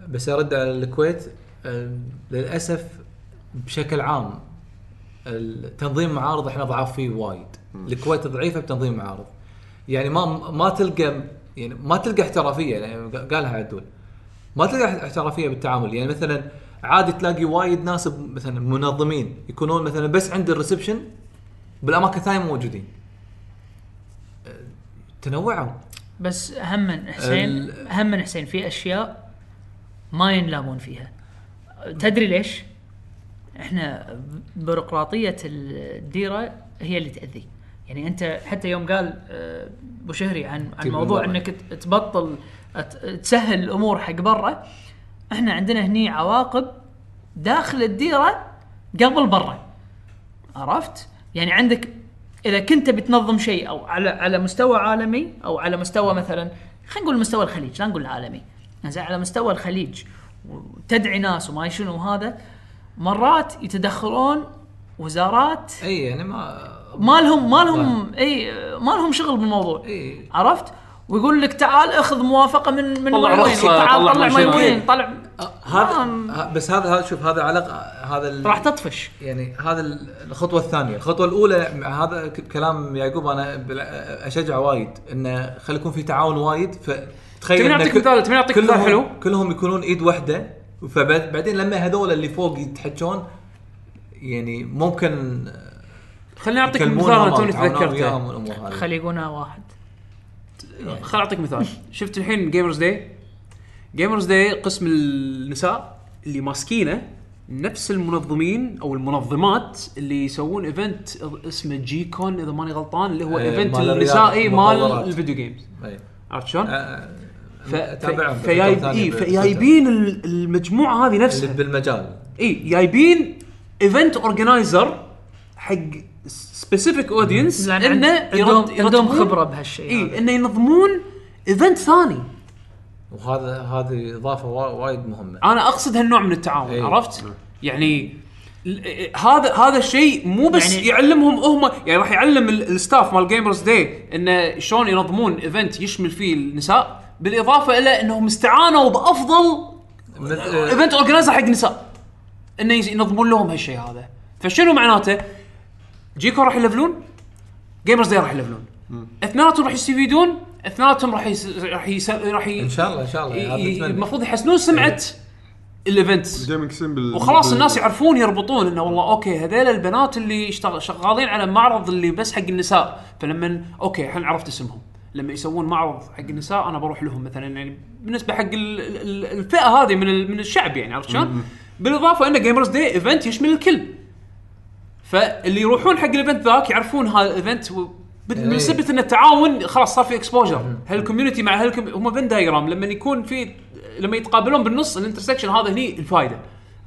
S5: بس ارد على الكويت آه، للاسف بشكل عام تنظيم معارض احنا ضعاف فيه وايد الكويت ضعيفه بتنظيم معارض يعني ما ما تلقى يعني ما تلقى احترافيه يعني قالها عدول ما تلقى احترافيه بالتعامل يعني مثلا عادي تلاقي وايد ناس ب- مثلا منظمين يكونون مثلا بس عند الريسبشن بالاماكن الثانيه مو موجودين أه، تنوعوا
S4: بس هم حسين
S5: ال-
S4: هم حسين في اشياء ما ينلامون فيها تدري ليش؟ احنا بيروقراطيه الديره هي اللي تاذي يعني انت حتى يوم قال آه، ابو شهري عن عن
S5: تجيب
S4: موضوع
S5: من برا.
S4: انك ت- تبطل ت- تسهل الامور حق برا احنا عندنا هني عواقب داخل الديره قبل برا عرفت؟ يعني عندك اذا كنت بتنظم شيء او على على مستوى عالمي او على مستوى مثلا خلينا نقول مستوى الخليج لا نقول العالمي يعني زين على مستوى الخليج وتدعي ناس وما شنو وهذا مرات يتدخلون وزارات
S5: اي يعني ما
S4: ما لهم ما لهم اي ما لهم شغل بالموضوع
S5: إي.
S4: عرفت؟ ويقول لك تعال اخذ موافقه من من
S2: طلع
S4: ما وين
S2: رخصة،
S4: تعال
S2: طلع ما
S4: طلع ما
S2: شنو.
S4: وين طلع
S5: أه، هذا
S4: آم.
S2: نعم.
S5: ه- بس هذا هذا شوف هذا علاقه هذا ال-
S4: راح تطفش
S5: يعني هذا ال- الخطوه الثانيه، الخطوه الاولى مع هذا ك- كلام يعقوب انا بال- اشجع وايد انه خلي يكون في تعاون وايد فتخيل
S2: تبي
S5: إن
S2: نعطيك
S5: كل-
S2: مثال- تبي نعطيك مثال
S5: كلهم-
S2: حلو؟
S5: كلهم يكونون ايد واحده فبعدين لما هذول اللي فوق يتحجون يعني ممكن
S2: خليني اعطيك مثال
S5: يكلمونهم
S2: انا
S5: أو
S2: توني
S5: يتعاونون
S2: تذكرته
S5: وياهم والأمور هذه.
S4: خلي يقولنا واحد
S5: إيه.
S2: خل اعطيك مثال شفت الحين جيمرز داي جيمرز داي قسم النساء اللي ماسكينه نفس المنظمين او المنظمات اللي يسوون ايفنت اسمه جي كون اذا ماني غلطان اللي هو
S5: إيه،
S2: ايفنت
S5: مال الرياضة،
S2: النسائي مال
S5: المطورات.
S2: الفيديو جيمز
S5: أي.
S2: عرفت شلون؟
S5: أ-
S2: ف-
S5: أتابعهم
S2: ف-
S5: بخطوة
S2: فيايب-
S5: ثانية
S2: إيه،
S5: بال-
S2: فيايبين ال- المجموعه هذه
S5: اللي
S2: نفسها إيه،
S5: بالمجال
S2: اي جايبين ايفنت اورجنايزر حق سبيسيفيك اودينس
S4: لأن عند-
S2: انه يرد-
S4: عندهم- عندهم
S2: يرتبون-
S4: خبرة بهالشيء هذا.
S2: اي انه إيه، ينظمون ايفنت ثاني
S5: وهذا هذه اضافه وا- وايد مهمه
S2: انا اقصد هالنوع من التعاون
S5: إي.
S2: عرفت؟ يعني ال- إيه، هذا هذا الشيء مو بس يعني
S4: يعني-
S2: يعلمهم هم يعني راح يعلم ال- الستاف مال جيمرز داي انه شلون ينظمون ايفنت يشمل فيه النساء بالاضافه الى انهم استعانوا بافضل
S5: مثل-
S2: ايفنت اورجنايزر حق نساء انه يس- ينظمون لهم هالشيء هذا فشنو معناته؟ جيكو راح يلفلون جيمرز داي راح يلفلون اثنيناتهم راح يستفيدون اثنيناتهم راح يس... راح يس... راح ي...
S5: ان شاء الله ان شاء الله هذا
S2: ي-
S5: أتمنى.
S2: المفروض يحسنون سمعه الايفنت
S3: جيمنج سين بال...
S2: وخلاص
S3: بال-
S2: الناس يعرفون يربطون انه والله اوكي هذيل البنات اللي يشتغل- شغالين على معرض اللي بس حق النساء فلما اوكي الحين عرفت اسمهم لما يسوون معرض حق النساء انا بروح لهم مثلا يعني بالنسبه حق ال- ال- الفئه هذه من ال- من الشعب يعني عرفت شلون؟ بالاضافه ان جيمرز داي ايفنت يشمل الكل فاللي يروحون حق الايفنت ذاك يعرفون هذا الايفنت و... بد-
S5: إيه.
S2: بسبب ان التعاون خلاص صار في اكسبوجر هالكوميونتي مع هالكم هم فين دايجرام لما يكون في لما يتقابلون بالنص الانترسكشن هذا هني الفائده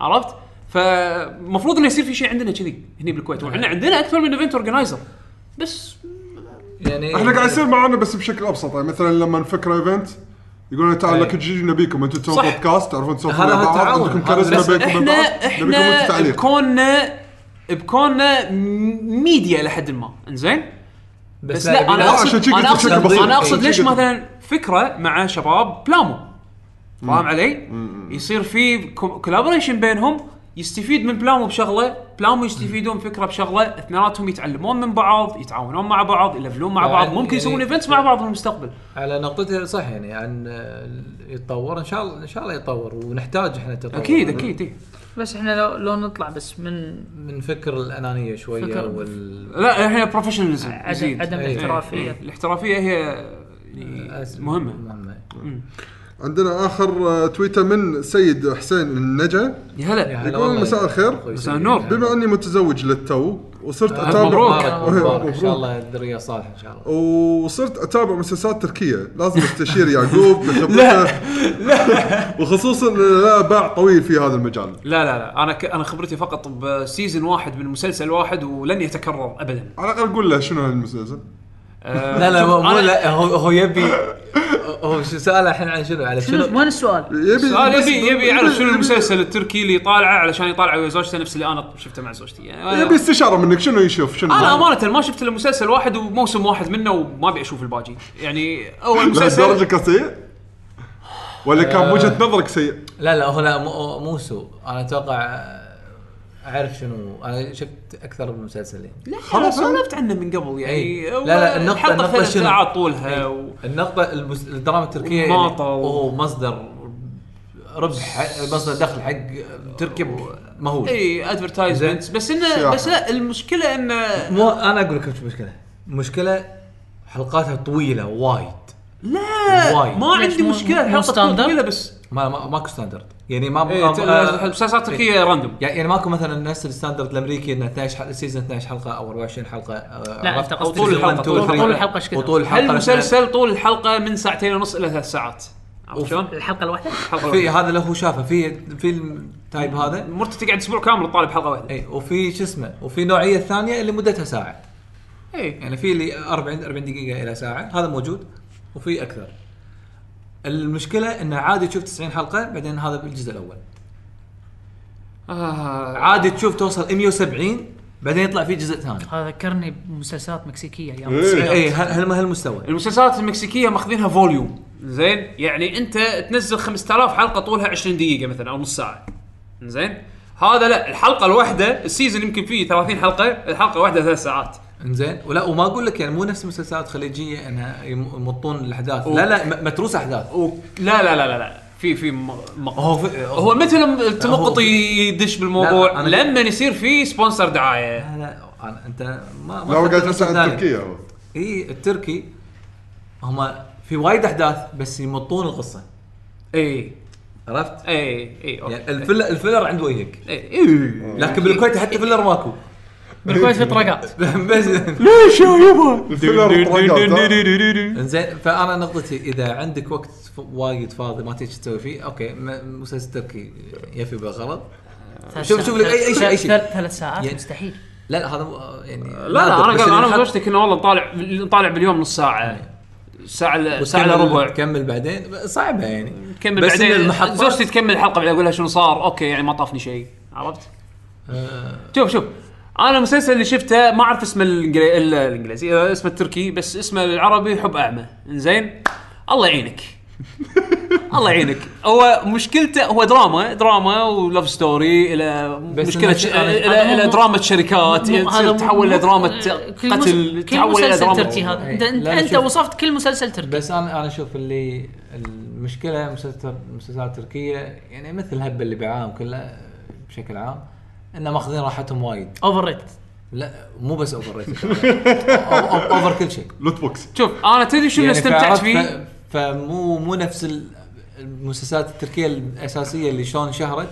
S2: عرفت؟ فالمفروض انه يصير في شيء عندنا كذي هني بالكويت وعندنا عندنا اكثر من ايفنت اورجنايزر بس
S5: يعني
S3: احنا قاعد يصير معنا بس بشكل ابسط يعني مثلا لما نفكر ايفنت يقولون تعال لك تجي نبيكم انتم تسوون
S2: صح.
S3: بودكاست تعرفون تسولفون
S12: هذا-
S3: مع
S12: هذا
S3: بعض
S12: تعاون.
S3: عندكم
S12: هذا
S3: كاريزما
S12: بس
S3: بينكم
S2: احنا
S3: وبين بعض نبيكم انتم
S2: احنا
S3: تعليق
S2: بكوننا بكوننا م- ميديا لحد ما انزين بس,
S12: بس
S5: يعني
S2: لا انا
S3: لا، يعني عشان
S2: اقصد
S3: شي قلت
S2: انا
S3: لك
S2: اقصد
S3: شكل بسيط.
S2: انا اقصد
S3: شي
S2: ليش
S3: قلت لك.
S2: مثلا فكره مع شباب بلامو فاهم علي؟ يصير في كولابوريشن بينهم يستفيد من بلامو بشغله، بلامو يستفيدون فكره بشغله، اثنيناتهم يتعلمون من بعض، يتعاونون مع بعض، يلفلون مع بعض،
S5: يعني-
S2: ممكن يسوون
S5: يعني-
S2: ايفنتس مع بعض في المستقبل.
S5: على نقطتها صح يعني عن آه، يتطور ان شاء الله ان شاء الله يتطور ونحتاج احنا التطور
S2: اكيد اكيد إيه.
S4: بس احنا لو, لو نطلع بس من
S5: من فكر الانانيه شويه
S4: فكر.
S5: وال
S2: لا احنا بروفيشناليزم
S4: عدم, عدم
S5: إيه.
S4: الاحترافيه
S2: الاحترافيه هي يعني مهمه
S5: مهمه
S3: عندنا اخر آه، تويتر من سيد حسين النجا
S2: يا هلا
S5: يا هلا
S3: يقول
S5: والله.
S3: مساء الخير
S5: أخوي
S2: مساء
S5: سيد.
S2: النور.
S3: بما اني متزوج للتو وصرت
S5: آه،
S3: اتابع
S2: مبروك.
S5: مبارك مبارك ان شاء الله الذريه صالحه ان شاء الله
S3: وصرت اتابع مسلسلات تركيه لازم استشير يعقوب لا وخصوصا إن لا باع طويل في هذا المجال
S2: لا لا لا انا ك... انا خبرتي فقط بسيزون واحد من مسلسل واحد ولن يتكرر ابدا
S3: على الاقل قول له شنو هالمسلسل
S2: آه،
S5: لا لا
S2: شوف،
S5: مو مو
S2: أنا-
S5: لا هو هو يبي هو شو ساله الحين عن شنو على شنو
S4: شنو وين السؤال؟
S3: يبي
S2: سؤال
S3: بس-
S2: يبي يبي يعرف شنو
S3: يبي-
S2: المسلسل التركي اللي طالعه علشان يطالعه ويا زوجته نفس اللي انا شفته مع زوجتي يعني
S3: يبي استشاره منك شنو يشوف شنو
S2: انا امانه ما شفت الا مسلسل واحد وموسم واحد منه وما ابي اشوف الباقي يعني اول
S3: لهالدرجه
S2: مسلسل
S3: كان سيء ولا
S2: آه.
S3: كان وجهه نظرك سيء
S5: لا لا هو لا مو مو سوء انا اتوقع آه، اعرف شنو انا شفت اكثر من مسلسل يعني
S2: لا،
S3: خلاص.
S2: سولفت عنه من قبل يعني
S5: إي. إيه. لا، لا، النقطة-
S2: الحلقه
S5: النقطة
S2: ثلاث
S5: شنو؟
S2: ساعات طولها و...
S5: النقطة المس... الدراما التركية
S2: وماطل.
S5: هو مصدر ربح مصدر دخل حق تركيا مهول
S2: اي ادفرتايزمنتس إيه، بس انه
S3: سياحة.
S2: بس لا المشكله انه
S5: مو انا اقول لك مش مشكلة المشكلة حلقاتها طويلة وايد
S2: لا
S5: وايد.
S2: ما
S4: ليش
S2: عندي
S4: مو-
S2: مشكله
S4: مو
S2: الحلقه تكون
S4: ستاندرد؟
S2: طويله بس
S5: ما ما ماكو ستاندرد يعني ما
S2: إي،
S5: ما-
S2: ت-
S5: آه،
S2: المسلسلات التركيه راندوم
S5: يعني يعني ماكو مثلا نفس الستاندرد الامريكي انه 12 حلقة سيزون 12 حلقة او 24 حلقة آه،
S4: لا،
S5: عرفت؟
S4: أنت قصدك
S2: طول
S5: سيزون
S2: الحلقة،
S5: 1، 2،
S2: طول-
S5: 3.
S4: طول الحلقة إيش كذا؟
S5: وطول الحلقة
S2: المسلسل طول الحلقه من ساعتين ونص الى ثلاث ساعات عرفت شلون؟
S4: الحلقه الواحده
S2: الحلقه
S5: في
S2: الواحدة.
S5: هذا اللي هو شافه في في التايب هذا
S2: مرت تقعد اسبوع كامل تطالب حلقه واحده
S5: اي وفي شو اسمه وفي نوعيه ثانيه اللي مدتها ساعه
S2: اي
S5: يعني في اللي 40 40 دقيقه الى ساعه هذا موجود وفي اكثر المشكله انه عادي تشوف 90 حلقه بعدين هذا بالجزء الاول
S2: آه
S5: عادي تشوف توصل 170 بعدين يطلع في جزء ثاني
S4: هذا ذكرني بمسلسلات مكسيكيه ايام
S3: إيه.
S5: اي هل هل- هالمستوى
S2: المسلسلات المكسيكيه ماخذينها فوليوم زين يعني انت تنزل 5000 حلقه طولها 20 دقيقه مثلا او نص ساعه زين هذا لا الحلقه الواحده السيزون يمكن فيه 30 حلقه الحلقه الواحده ثلاث ساعات
S5: انزين ولا وما اقول لك يعني مو نفس المسلسلات الخليجيه انها يم- يمطون الاحداث لا لا م- متروسه احداث
S2: و... لا لا لا لا لا في في م- مقطع
S5: هو في-
S2: هو مثل التمقط
S5: هو-
S2: يدش بالموضوع
S5: لا، أنا-
S2: لما يصير في سبونسر دعايه
S5: لا لا أنا- انت ما ما
S3: لا هو قاعد
S5: تفكر
S3: يسال
S5: بشكل
S3: عن
S5: ثاني.
S3: تركيا هو
S5: اي إيه، التركي هم في وايد احداث بس يمطون القصه
S2: اي
S5: عرفت؟
S2: اي اي اوكي
S5: يعني الفيلر الفيلر عند وجهك
S2: إي، إي.
S5: لكن بالكويت حتى فيلر ماكو
S4: بالكويت في طرقات
S5: بس
S3: الفيلر طرقات، ها؟
S5: زين فانا نقطتي اذا عندك وقت ف- وايد فاضي ما تدري شو تسوي فيه اوكي م- مسلسل تركي يفي بالغرض شوف- شوف لك أي- أي شيء- أي شيء.
S4: ثلاث ساعات
S5: يعني-
S4: مستحيل
S5: لا لا هذا مو- يعني
S2: لا لا انا قاعد- انا
S5: وزوجتي
S2: وزوجتي كنا والله نطالع نطالع باليوم نص ساعه ساعه إلا- ساعه الا ربع
S5: تكمل بعدين صعبه يعني
S2: تكمل
S5: بس إن
S2: بعدين
S5: المحطات-
S2: زوجتي تكمل الحلقه بعدين اقول لها شنو صار اوكي يعني ما طافني شيء عرفت؟
S4: آه.
S2: شوف شوف انا المسلسل اللي شفته ما اعرف اسمه الانجلي- ال- الانجليزي آه، اسمه التركي بس اسمه العربي حب اعمى زين الله يعينك الله يعينك هو مشكلته هو دراما دراما ولاف ستوري الى
S5: بس
S2: مشكله
S5: إنه-
S2: ش...
S5: هذا
S2: الى,
S4: مو-
S2: إلى درامه
S5: آه،
S2: شركات
S4: مو- هذا
S2: تصير
S4: مو-
S2: تحول الى
S4: مو-
S2: درامه
S4: كل مس-
S2: قتل
S4: كل
S2: تحول الى
S4: مسلسل
S2: دراما
S4: تركي هذا
S5: إيه.
S4: انت انت,
S5: لا، لا،
S4: أنت
S5: شوف.
S4: وصفت كل مسلسل تركي
S5: بس انا انا اشوف اللي المشكله مسلسل المسلسلات التركيه يعني مثل الهبه اللي بعام كله بشكل عام انه ماخذين راحتهم وايد
S4: اوفر ريتد
S5: لا مو بس اوفر ريتد اوفر كل شيء
S3: لوت بوكس
S2: شوف انا تدري
S4: يعني
S2: شنو استمتعت
S5: فعرفت-
S2: فيه؟
S5: ف- فمو مو نفس ال- المسلسلات التركيه الاساسيه اللي شلون شهرت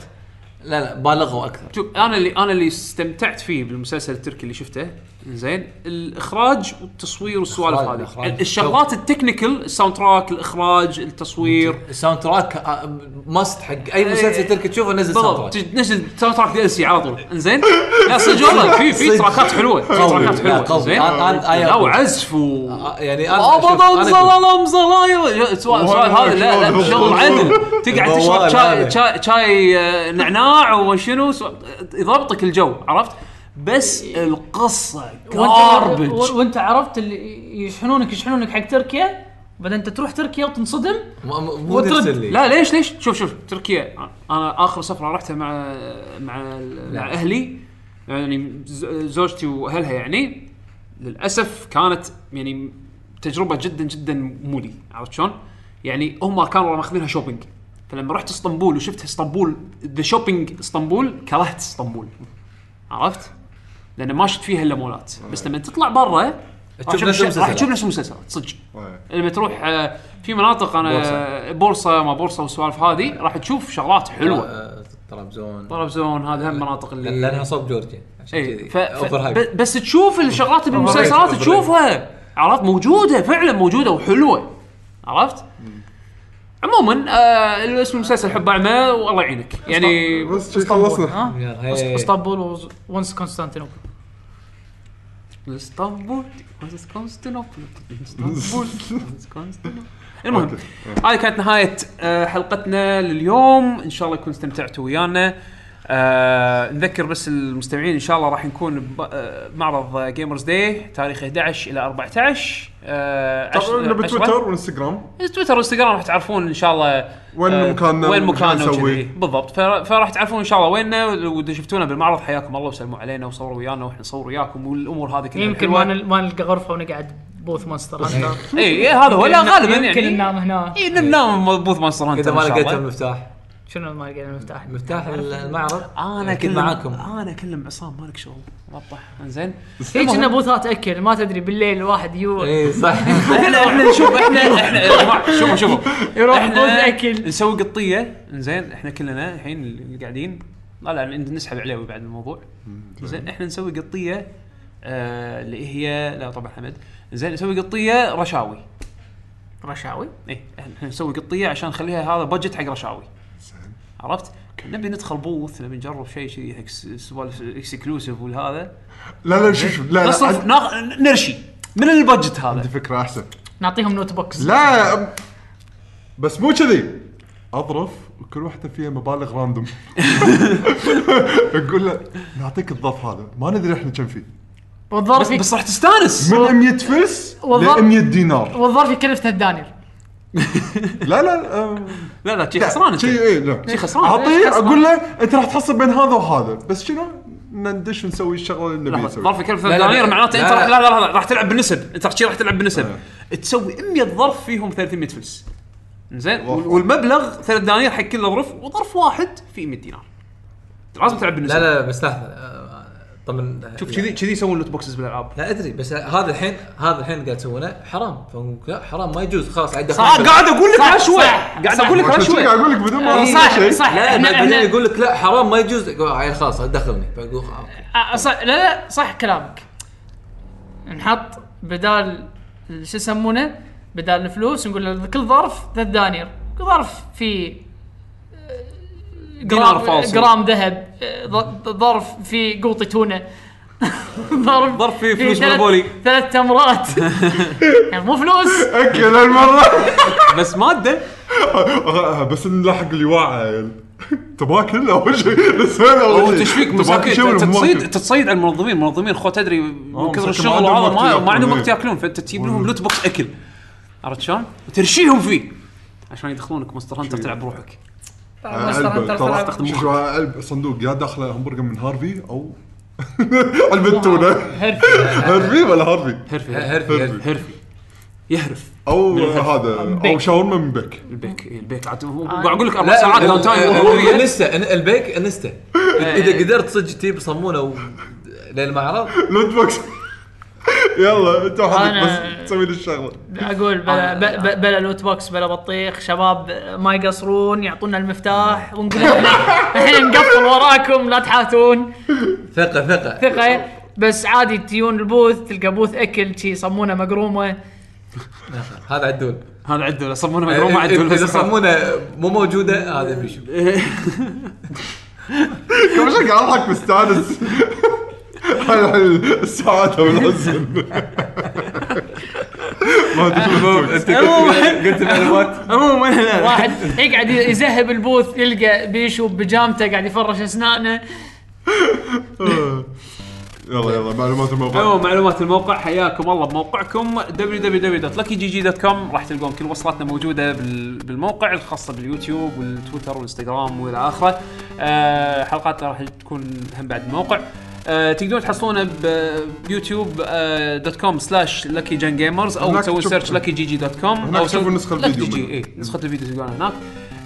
S5: لا لا بالغوا اكثر
S2: شوف انا اللي انا اللي استمتعت فيه بالمسلسل التركي اللي شفته زين الاخراج والتصوير والسوالف
S7: إخراج-
S2: هذه
S7: إخراج.
S2: الشغلات التكنيكال الساوند تراك الاخراج التصوير
S7: الساوند تراك آه، ماست حق اي مسلسل ترك تشوفه نزل ساوند
S2: إيه. بالضبط
S7: تراك
S2: تنزل ساوند تراك دي ال سي على طول انزين لا صدق والله في في
S7: صدق.
S2: تراكات حلوه في
S7: قوي.
S2: تراكات
S7: لا،
S2: حلوه
S7: قوي.
S2: زين
S7: أنا- أنا- أنا-
S2: لا وعزف و
S7: آه، يعني انا أشوف-
S2: ابدا
S7: أنا أقول-
S2: ظلام ظلايا سؤال سؤال هذا لا لا شغل عدل تقعد تشرب
S7: الموال
S2: شاي
S7: هذا.
S2: شاي, شاي آه، نعناع وشنو سو- يضبطك الجو عرفت بس القصه
S4: إيه. وانت
S2: garbage.
S4: و- وانت عرفت اللي يشحنونك يشحنونك حق تركيا بعدين انت تروح تركيا وتنصدم
S7: مو- مو- مو
S4: وترد.
S7: نفس اللي
S2: لا ليش ليش شوف شوف تركيا انا اخر سفره رحتها مع مع مع اهلي يعني ز- زوجتي واهلها يعني للاسف كانت يعني تجربه جدا جدا مولي عرفت شلون؟ يعني هم كانوا ماخذينها شوبينج فلما رحت اسطنبول وشفت اسطنبول ذا شوبينج اسطنبول كرهت اسطنبول عرفت؟ لان ما شفت فيها الا مولات بس لما تطلع برا راح تشوف
S7: نفس
S2: الش- راح
S7: المسلسلات.
S2: تشوف نفس المسلسلات صدق لما تروح آه، في مناطق انا بورصه, بورصة ما بورصه والسوالف هذه راح تشوف شغلات حلوه
S7: آه، طرابزون
S2: طرابزون هذه هم مناطق اللي
S7: لانها صوب جورجيا عشان
S2: اي
S7: كذي
S2: إيه، ف... ف...
S7: اوفر هايب
S2: ب- بس تشوف الشغلات اللي بالمسلسلات
S7: Overrated.
S2: تشوفها عرفت موجوده فعلا موجوده وحلوه عرفت؟ عموما آه اللي اسم المسلسل حب اعمى والله يعينك يعني
S3: بس شي خلصنا
S4: ها
S7: يا إيه.
S4: أس-
S5: إيه.
S7: هي.
S4: اسطنبول وز- وانس كونستانتينوبل
S2: اسطنبول كونستانتينوبل اسطنبول كونستانتينوبل المهم هذه كانت نهايه آه، حلقتنا لليوم ان شاء الله يكون استمتعتوا ويانا آه نذكر بس المستمعين ان شاء الله راح نكون ب- آه، معرض جيمرز داي تاريخ 11 الى 14 آه
S3: طبعا
S2: عشر-
S3: إنه بتويتر
S2: عشرة.
S3: وانستغرام
S2: تويتر وانستغرام راح تعرفون ان شاء الله
S3: وين
S2: آه،
S3: مكاننا
S2: وين مكاننا
S3: وش نسوي.
S2: وكذي. بالضبط فر- فراح تعرفون ان شاء الله ويننا واذا شفتونا بالمعرض حياكم الله وسلموا علينا وصوروا ويانا واحنا نصور وياكم والامور هذه
S5: إيه.
S2: كلها
S4: يمكن
S2: الحلوة.
S4: ما نل- ما نلقى غرفه ونقعد بوث مونستر هانتر
S2: اي إيه، هذا هو لا
S4: يمكن-
S2: غالبا
S4: يمكن إيه.
S2: يعني
S4: ننام هنا
S2: اي ننام مضبوط مونستر هانتر
S7: اذا ما
S2: إن شاء
S7: لقيت
S2: الله.
S7: المفتاح
S4: شنو ما لقينا المفتاح
S7: مفتاح المعرض
S2: انا
S7: أكيد
S2: اكلم
S7: معاكم.
S2: انا اكلم عصام مالك شغل وضح إيه، انزين
S4: هي كنا بوثات اكل ما تدري بالليل الواحد يو
S5: إيه.
S7: اي إيه، صح
S2: احنا احنا شوف احنا احنا يا جماعة، شوفوا شوفوا
S4: يروح
S2: إحنا
S4: بوث اكل
S2: نسوي قطيه انزين احنا كلنا الحين اللي قاعدين لا لا ن- نسحب عليه بعد الموضوع زين احنا نسوي قطيه آه، اللي هي لا طبعا حمد زين نسوي قطيه رشاوي
S4: رشاوي
S2: اي احنا إيه، نسوي قطيه عشان نخليها هذا بادجت حق رشاوي عرفت؟ نبي ندخل بوث نبي نجرب شيء كذي حق س- سوالف اكسكلوسيف والهذا
S3: لا لا شوف شوف لا لا
S2: نصرف
S3: عندي
S2: ناخ- نرشي من البادجت هذا
S3: فكره احسن
S4: نعطيهم نوت بوكس
S3: لا أم- بس مو كذي اظرف وكل واحده فيها مبالغ راندوم نقول له نعطيك الظرف هذا ما ندري احنا كم فيه
S4: والظرف
S2: بس,
S4: يك-
S2: بس راح تستانس
S3: من 100 فلس
S4: والله-
S3: ل 100 دينار
S4: والظرف يكلف ثلاث دنانير
S3: لا لا أم،
S2: لا لا شي خسران انت
S3: شي اي لا
S2: شي خسران.
S3: اعطيه اقول له انت راح تحصل بين هذا وهذا بس شنو ندش ونسوي الشغله اللي نبي نسويها
S2: ظرف كلف
S7: لا،
S2: دنانير
S7: لا.
S2: معناته انت
S7: لا،
S2: راح
S7: لا.
S2: لا لا لا راح تلعب بالنسب انت راح شي راح تلعب بالنسب تسوي 100 ظرف فيهم 300 فلس زين
S3: والله.
S2: والمبلغ ثلاث دنانير حق كل ظرف وظرف واحد فيه 100 دينار لازم تلعب بالنسب
S7: لا لا بس لحظه آه، طبعا
S2: شوف كذي كذي يسوون لوت بوكسز بالالعاب
S7: لا ادري بس هذا الحين هذا الحين قاعد يسوونه حرام فنقول لا، حرام ما يجوز خلاص قاعد
S2: آه،
S7: يدخلون
S2: قاعد اقول لك
S4: صح،
S2: رشوه
S4: صح،
S2: قاعد
S4: صح.
S2: اقول لك
S3: عشان كذا
S2: رشوه
S3: قاعد اقول لك بدون
S2: آه،
S3: ما
S4: إي،
S3: أسوي شيء.
S4: صح
S7: لا
S4: احنا
S7: بعد بعدين
S4: احنا
S7: يقول لك لا حرام ما يجوز يقول عيل خلاص دخلني فاقول آه، أوكي.
S4: آه، صح لا لا صح كلامك نحط بدال شو يسمونه بدال الفلوس نقول له كل ظرف ثلاث دنانير كل ظرف فيه آه،
S2: دينار
S4: جرام
S2: فاصل.
S4: جرام ذهب آه، ظ- ظرف فيه قوطي تونه ظرف
S2: ظرف فيه فلوس
S4: ثلاث-
S2: مونوبولي.
S4: ثلاث تمرات يعني مو فلوس
S3: اكل هالمره
S2: بس ماده
S3: آه، بس نلاحق اللي واعي تباكل اول شيء بس هذا
S2: هو
S3: اول شيء
S2: تشفيك
S3: تباكل
S2: مساكين
S3: شيء ولا
S2: أنت
S3: مو
S2: تصيد
S3: ماكل؟
S2: أنت تصيد على المنظمين المنظمين خو تدري من
S3: آه،
S2: كثر
S3: مساكين ما
S2: الشغل
S3: عندهم
S2: وهذا ما ما
S3: وقت ياكلون،
S2: عندهم وقت
S3: إيه.
S2: ياكلون فانت تجيب لهم لوت بوكس اكل عرفت شلون؟ وترشيهم فيه عشان يدخلونك مستر هانتر تلعب بروحك
S3: آه،
S4: مونستر
S3: علبة.
S4: هانتر
S3: ترى
S4: تلعب.
S3: تستخدم شو- شو علبة صندوق يا داخله همبرجر من هارفي او علبه تونه
S4: هرفي.
S3: هارفي ولا هارفي
S2: هرفي
S7: هرفي هرفي.
S2: هرفي يهرف
S3: او
S2: من الهرفي.
S3: هذا او
S4: بيك.
S3: شاورما من بك
S2: البيك إيه، البيك عاد هو- قاعد اقول لك اربع
S7: لا
S2: ساعات داون تايم
S7: تايم
S2: أسبوعية.
S7: انستا إن- البيك انستا اذا قدرت صدق تجيب صمونه و- للمعرض
S3: لود بوكس يلا انت وحدك
S4: أنا-
S3: بس تسوي لي الشغله
S4: اقول بلا ب- ب- بلا لوت بوكس بلا بطيخ شباب ما يقصرون يعطونا المفتاح ونقول احنا نقفل وراكم لا تحاتون
S7: ثقه ثقه
S4: ثقه بس عادي تيون البوث تلقى بوث اكل شي صمونه مقرومه
S7: هذا عدول
S6: هذا عدول صمونه مقرومه عدول
S7: اذا صمونه مو موجوده هذا بيشو
S3: قبل شوي قاعد اضحك مستانس على السعاده والحزن ما أدري شو بسوي.
S7: انت قلت قلت معلومات
S6: عموما لا، لا.
S4: واحد يقعد يزهب البوث يلقى بيشو بجامته قاعد يفرش اسنانه
S3: يلا يلا
S2: طيب.
S3: معلومات الموقع
S2: عموما معلومات الموقع حياكم الله بموقعكم www.luckygg.com راح تلقون كل وصلاتنا موجوده بال- بالموقع الخاصه باليوتيوب والتويتر والانستغرام والى اخره آه، حلقاتنا راح تكون هم بعد الموقع آه، تقدرون تحصلونه بيوتيوب آه، دوت كوم سلاش لكي جن جيمرز او
S3: هناك
S2: تسوي
S3: تشوف-
S2: سيرش لكي جي جي دوت كوم
S3: هناك تشوفوا النسخة الفيديو منه.
S2: اي نسخه إيه، الفيديو تلقونها هناك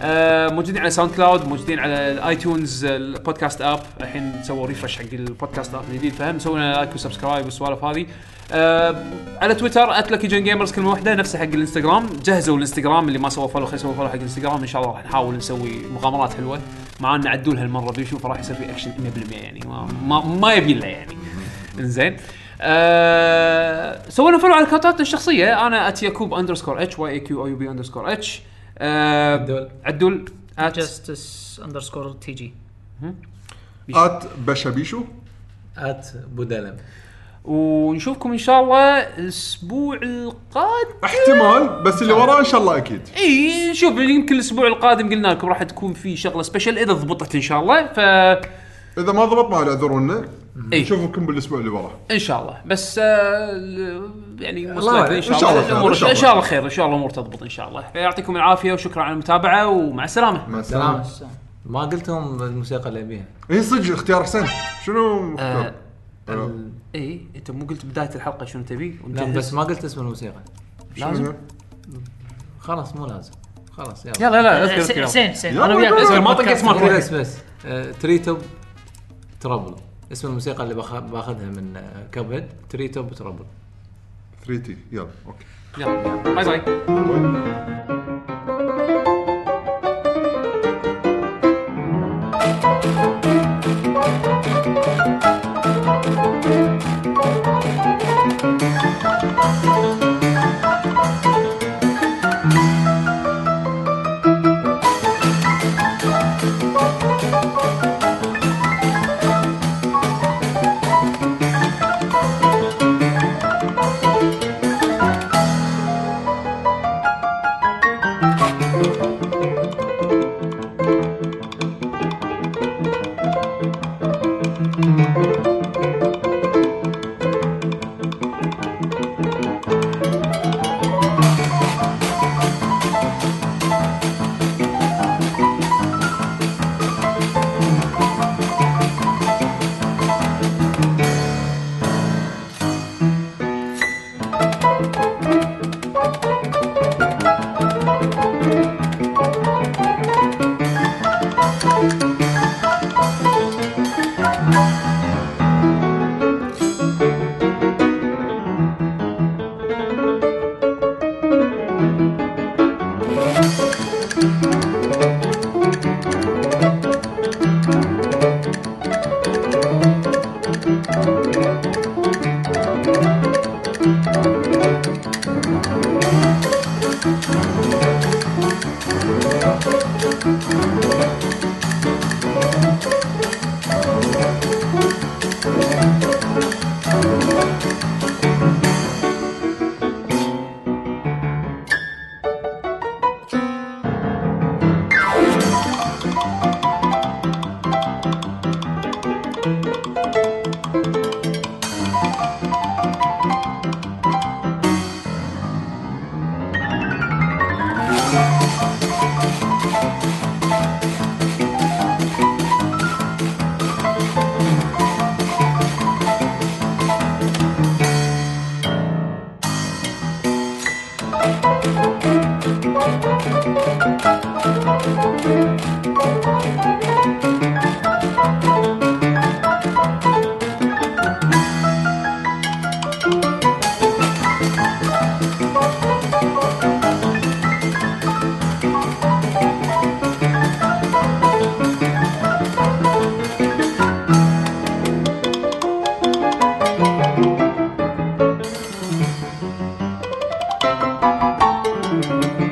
S2: آه، موجودين على ساوند كلاود موجودين على الايتونز البودكاست اب الحين سووا ريفرش حق البودكاست اب الجديد فهم سوينا لايك وسبسكرايب والسوالف هذه آه، على تويتر @لكي جن جيمرز كلمه واحده نفسه حق الانستغرام جهزوا الانستغرام اللي ما سوى فولو خليه يسوي فولو حق الانستغرام ان شاء الله راح نحاول نسوي مغامرات حلوه معانا عدول هالمره بيشوف راح يصير في اكشن 100% يعني ما ما, ما يبي له يعني انزين آه سوينا فولو على الكونتات الشخصيه انا ات يكوب اندرسكور اتش واي اي كيو او يو بي اندرسكور اتش
S7: عدول.
S2: آه، عدول ات
S4: جاستس اندرسكور تي جي
S3: ات بشابيشو
S7: ات بودلم
S2: ونشوفكم ان شاء الله الاسبوع القادم
S3: احتمال بس اللي وراه ان شاء الله اكيد
S2: اي شوف يمكن الاسبوع القادم قلنا لكم راح تكون في شغله سبيشل اذا ضبطت ان شاء الله ف
S3: اذا ما ضبط ما اعذرونا
S2: إيه.
S3: نشوفكم بالاسبوع اللي وراه
S2: ان شاء الله بس آه، يعني
S5: الله
S2: مصلحة ان شاء
S3: إن شاء
S2: الله
S3: الله خير،
S2: الامور
S3: إن شاء
S2: ان
S3: الله.
S2: شاء الله خير ان شاء الله الامور تضبط ان شاء الله يعطيكم العافيه وشكرا على المتابعه ومع السلامه
S3: مع السلامه
S7: سلام ما قلتهم الموسيقى اللي ابيها
S3: اي إيه، صدق اختيار حسين شنو
S2: آه،
S3: مختار؟ أه.
S2: اي انت إيه، مو قلت بدايه الحلقه شنو تبي
S7: لا
S2: ونجهز؟
S7: بس ما قلت اسم الموسيقى
S2: لازم
S7: خلاص مو لازم خلاص يلا
S2: يلا لا اذكر
S4: حسين
S2: اذكر
S4: حسين حسين
S3: يلا
S4: انا وياك
S3: يلا.
S4: أذكر
S2: ما
S4: البودكاست.
S2: طقيت مرة.
S7: بس بس تريتوب ترابل Uh, اسم الموسيقى اللي بخ- باخذها من uh, كاب هيد تريتوب ترابل
S3: 3 تي يلا اوكي
S2: يلا باي باي
S3: باي. العاب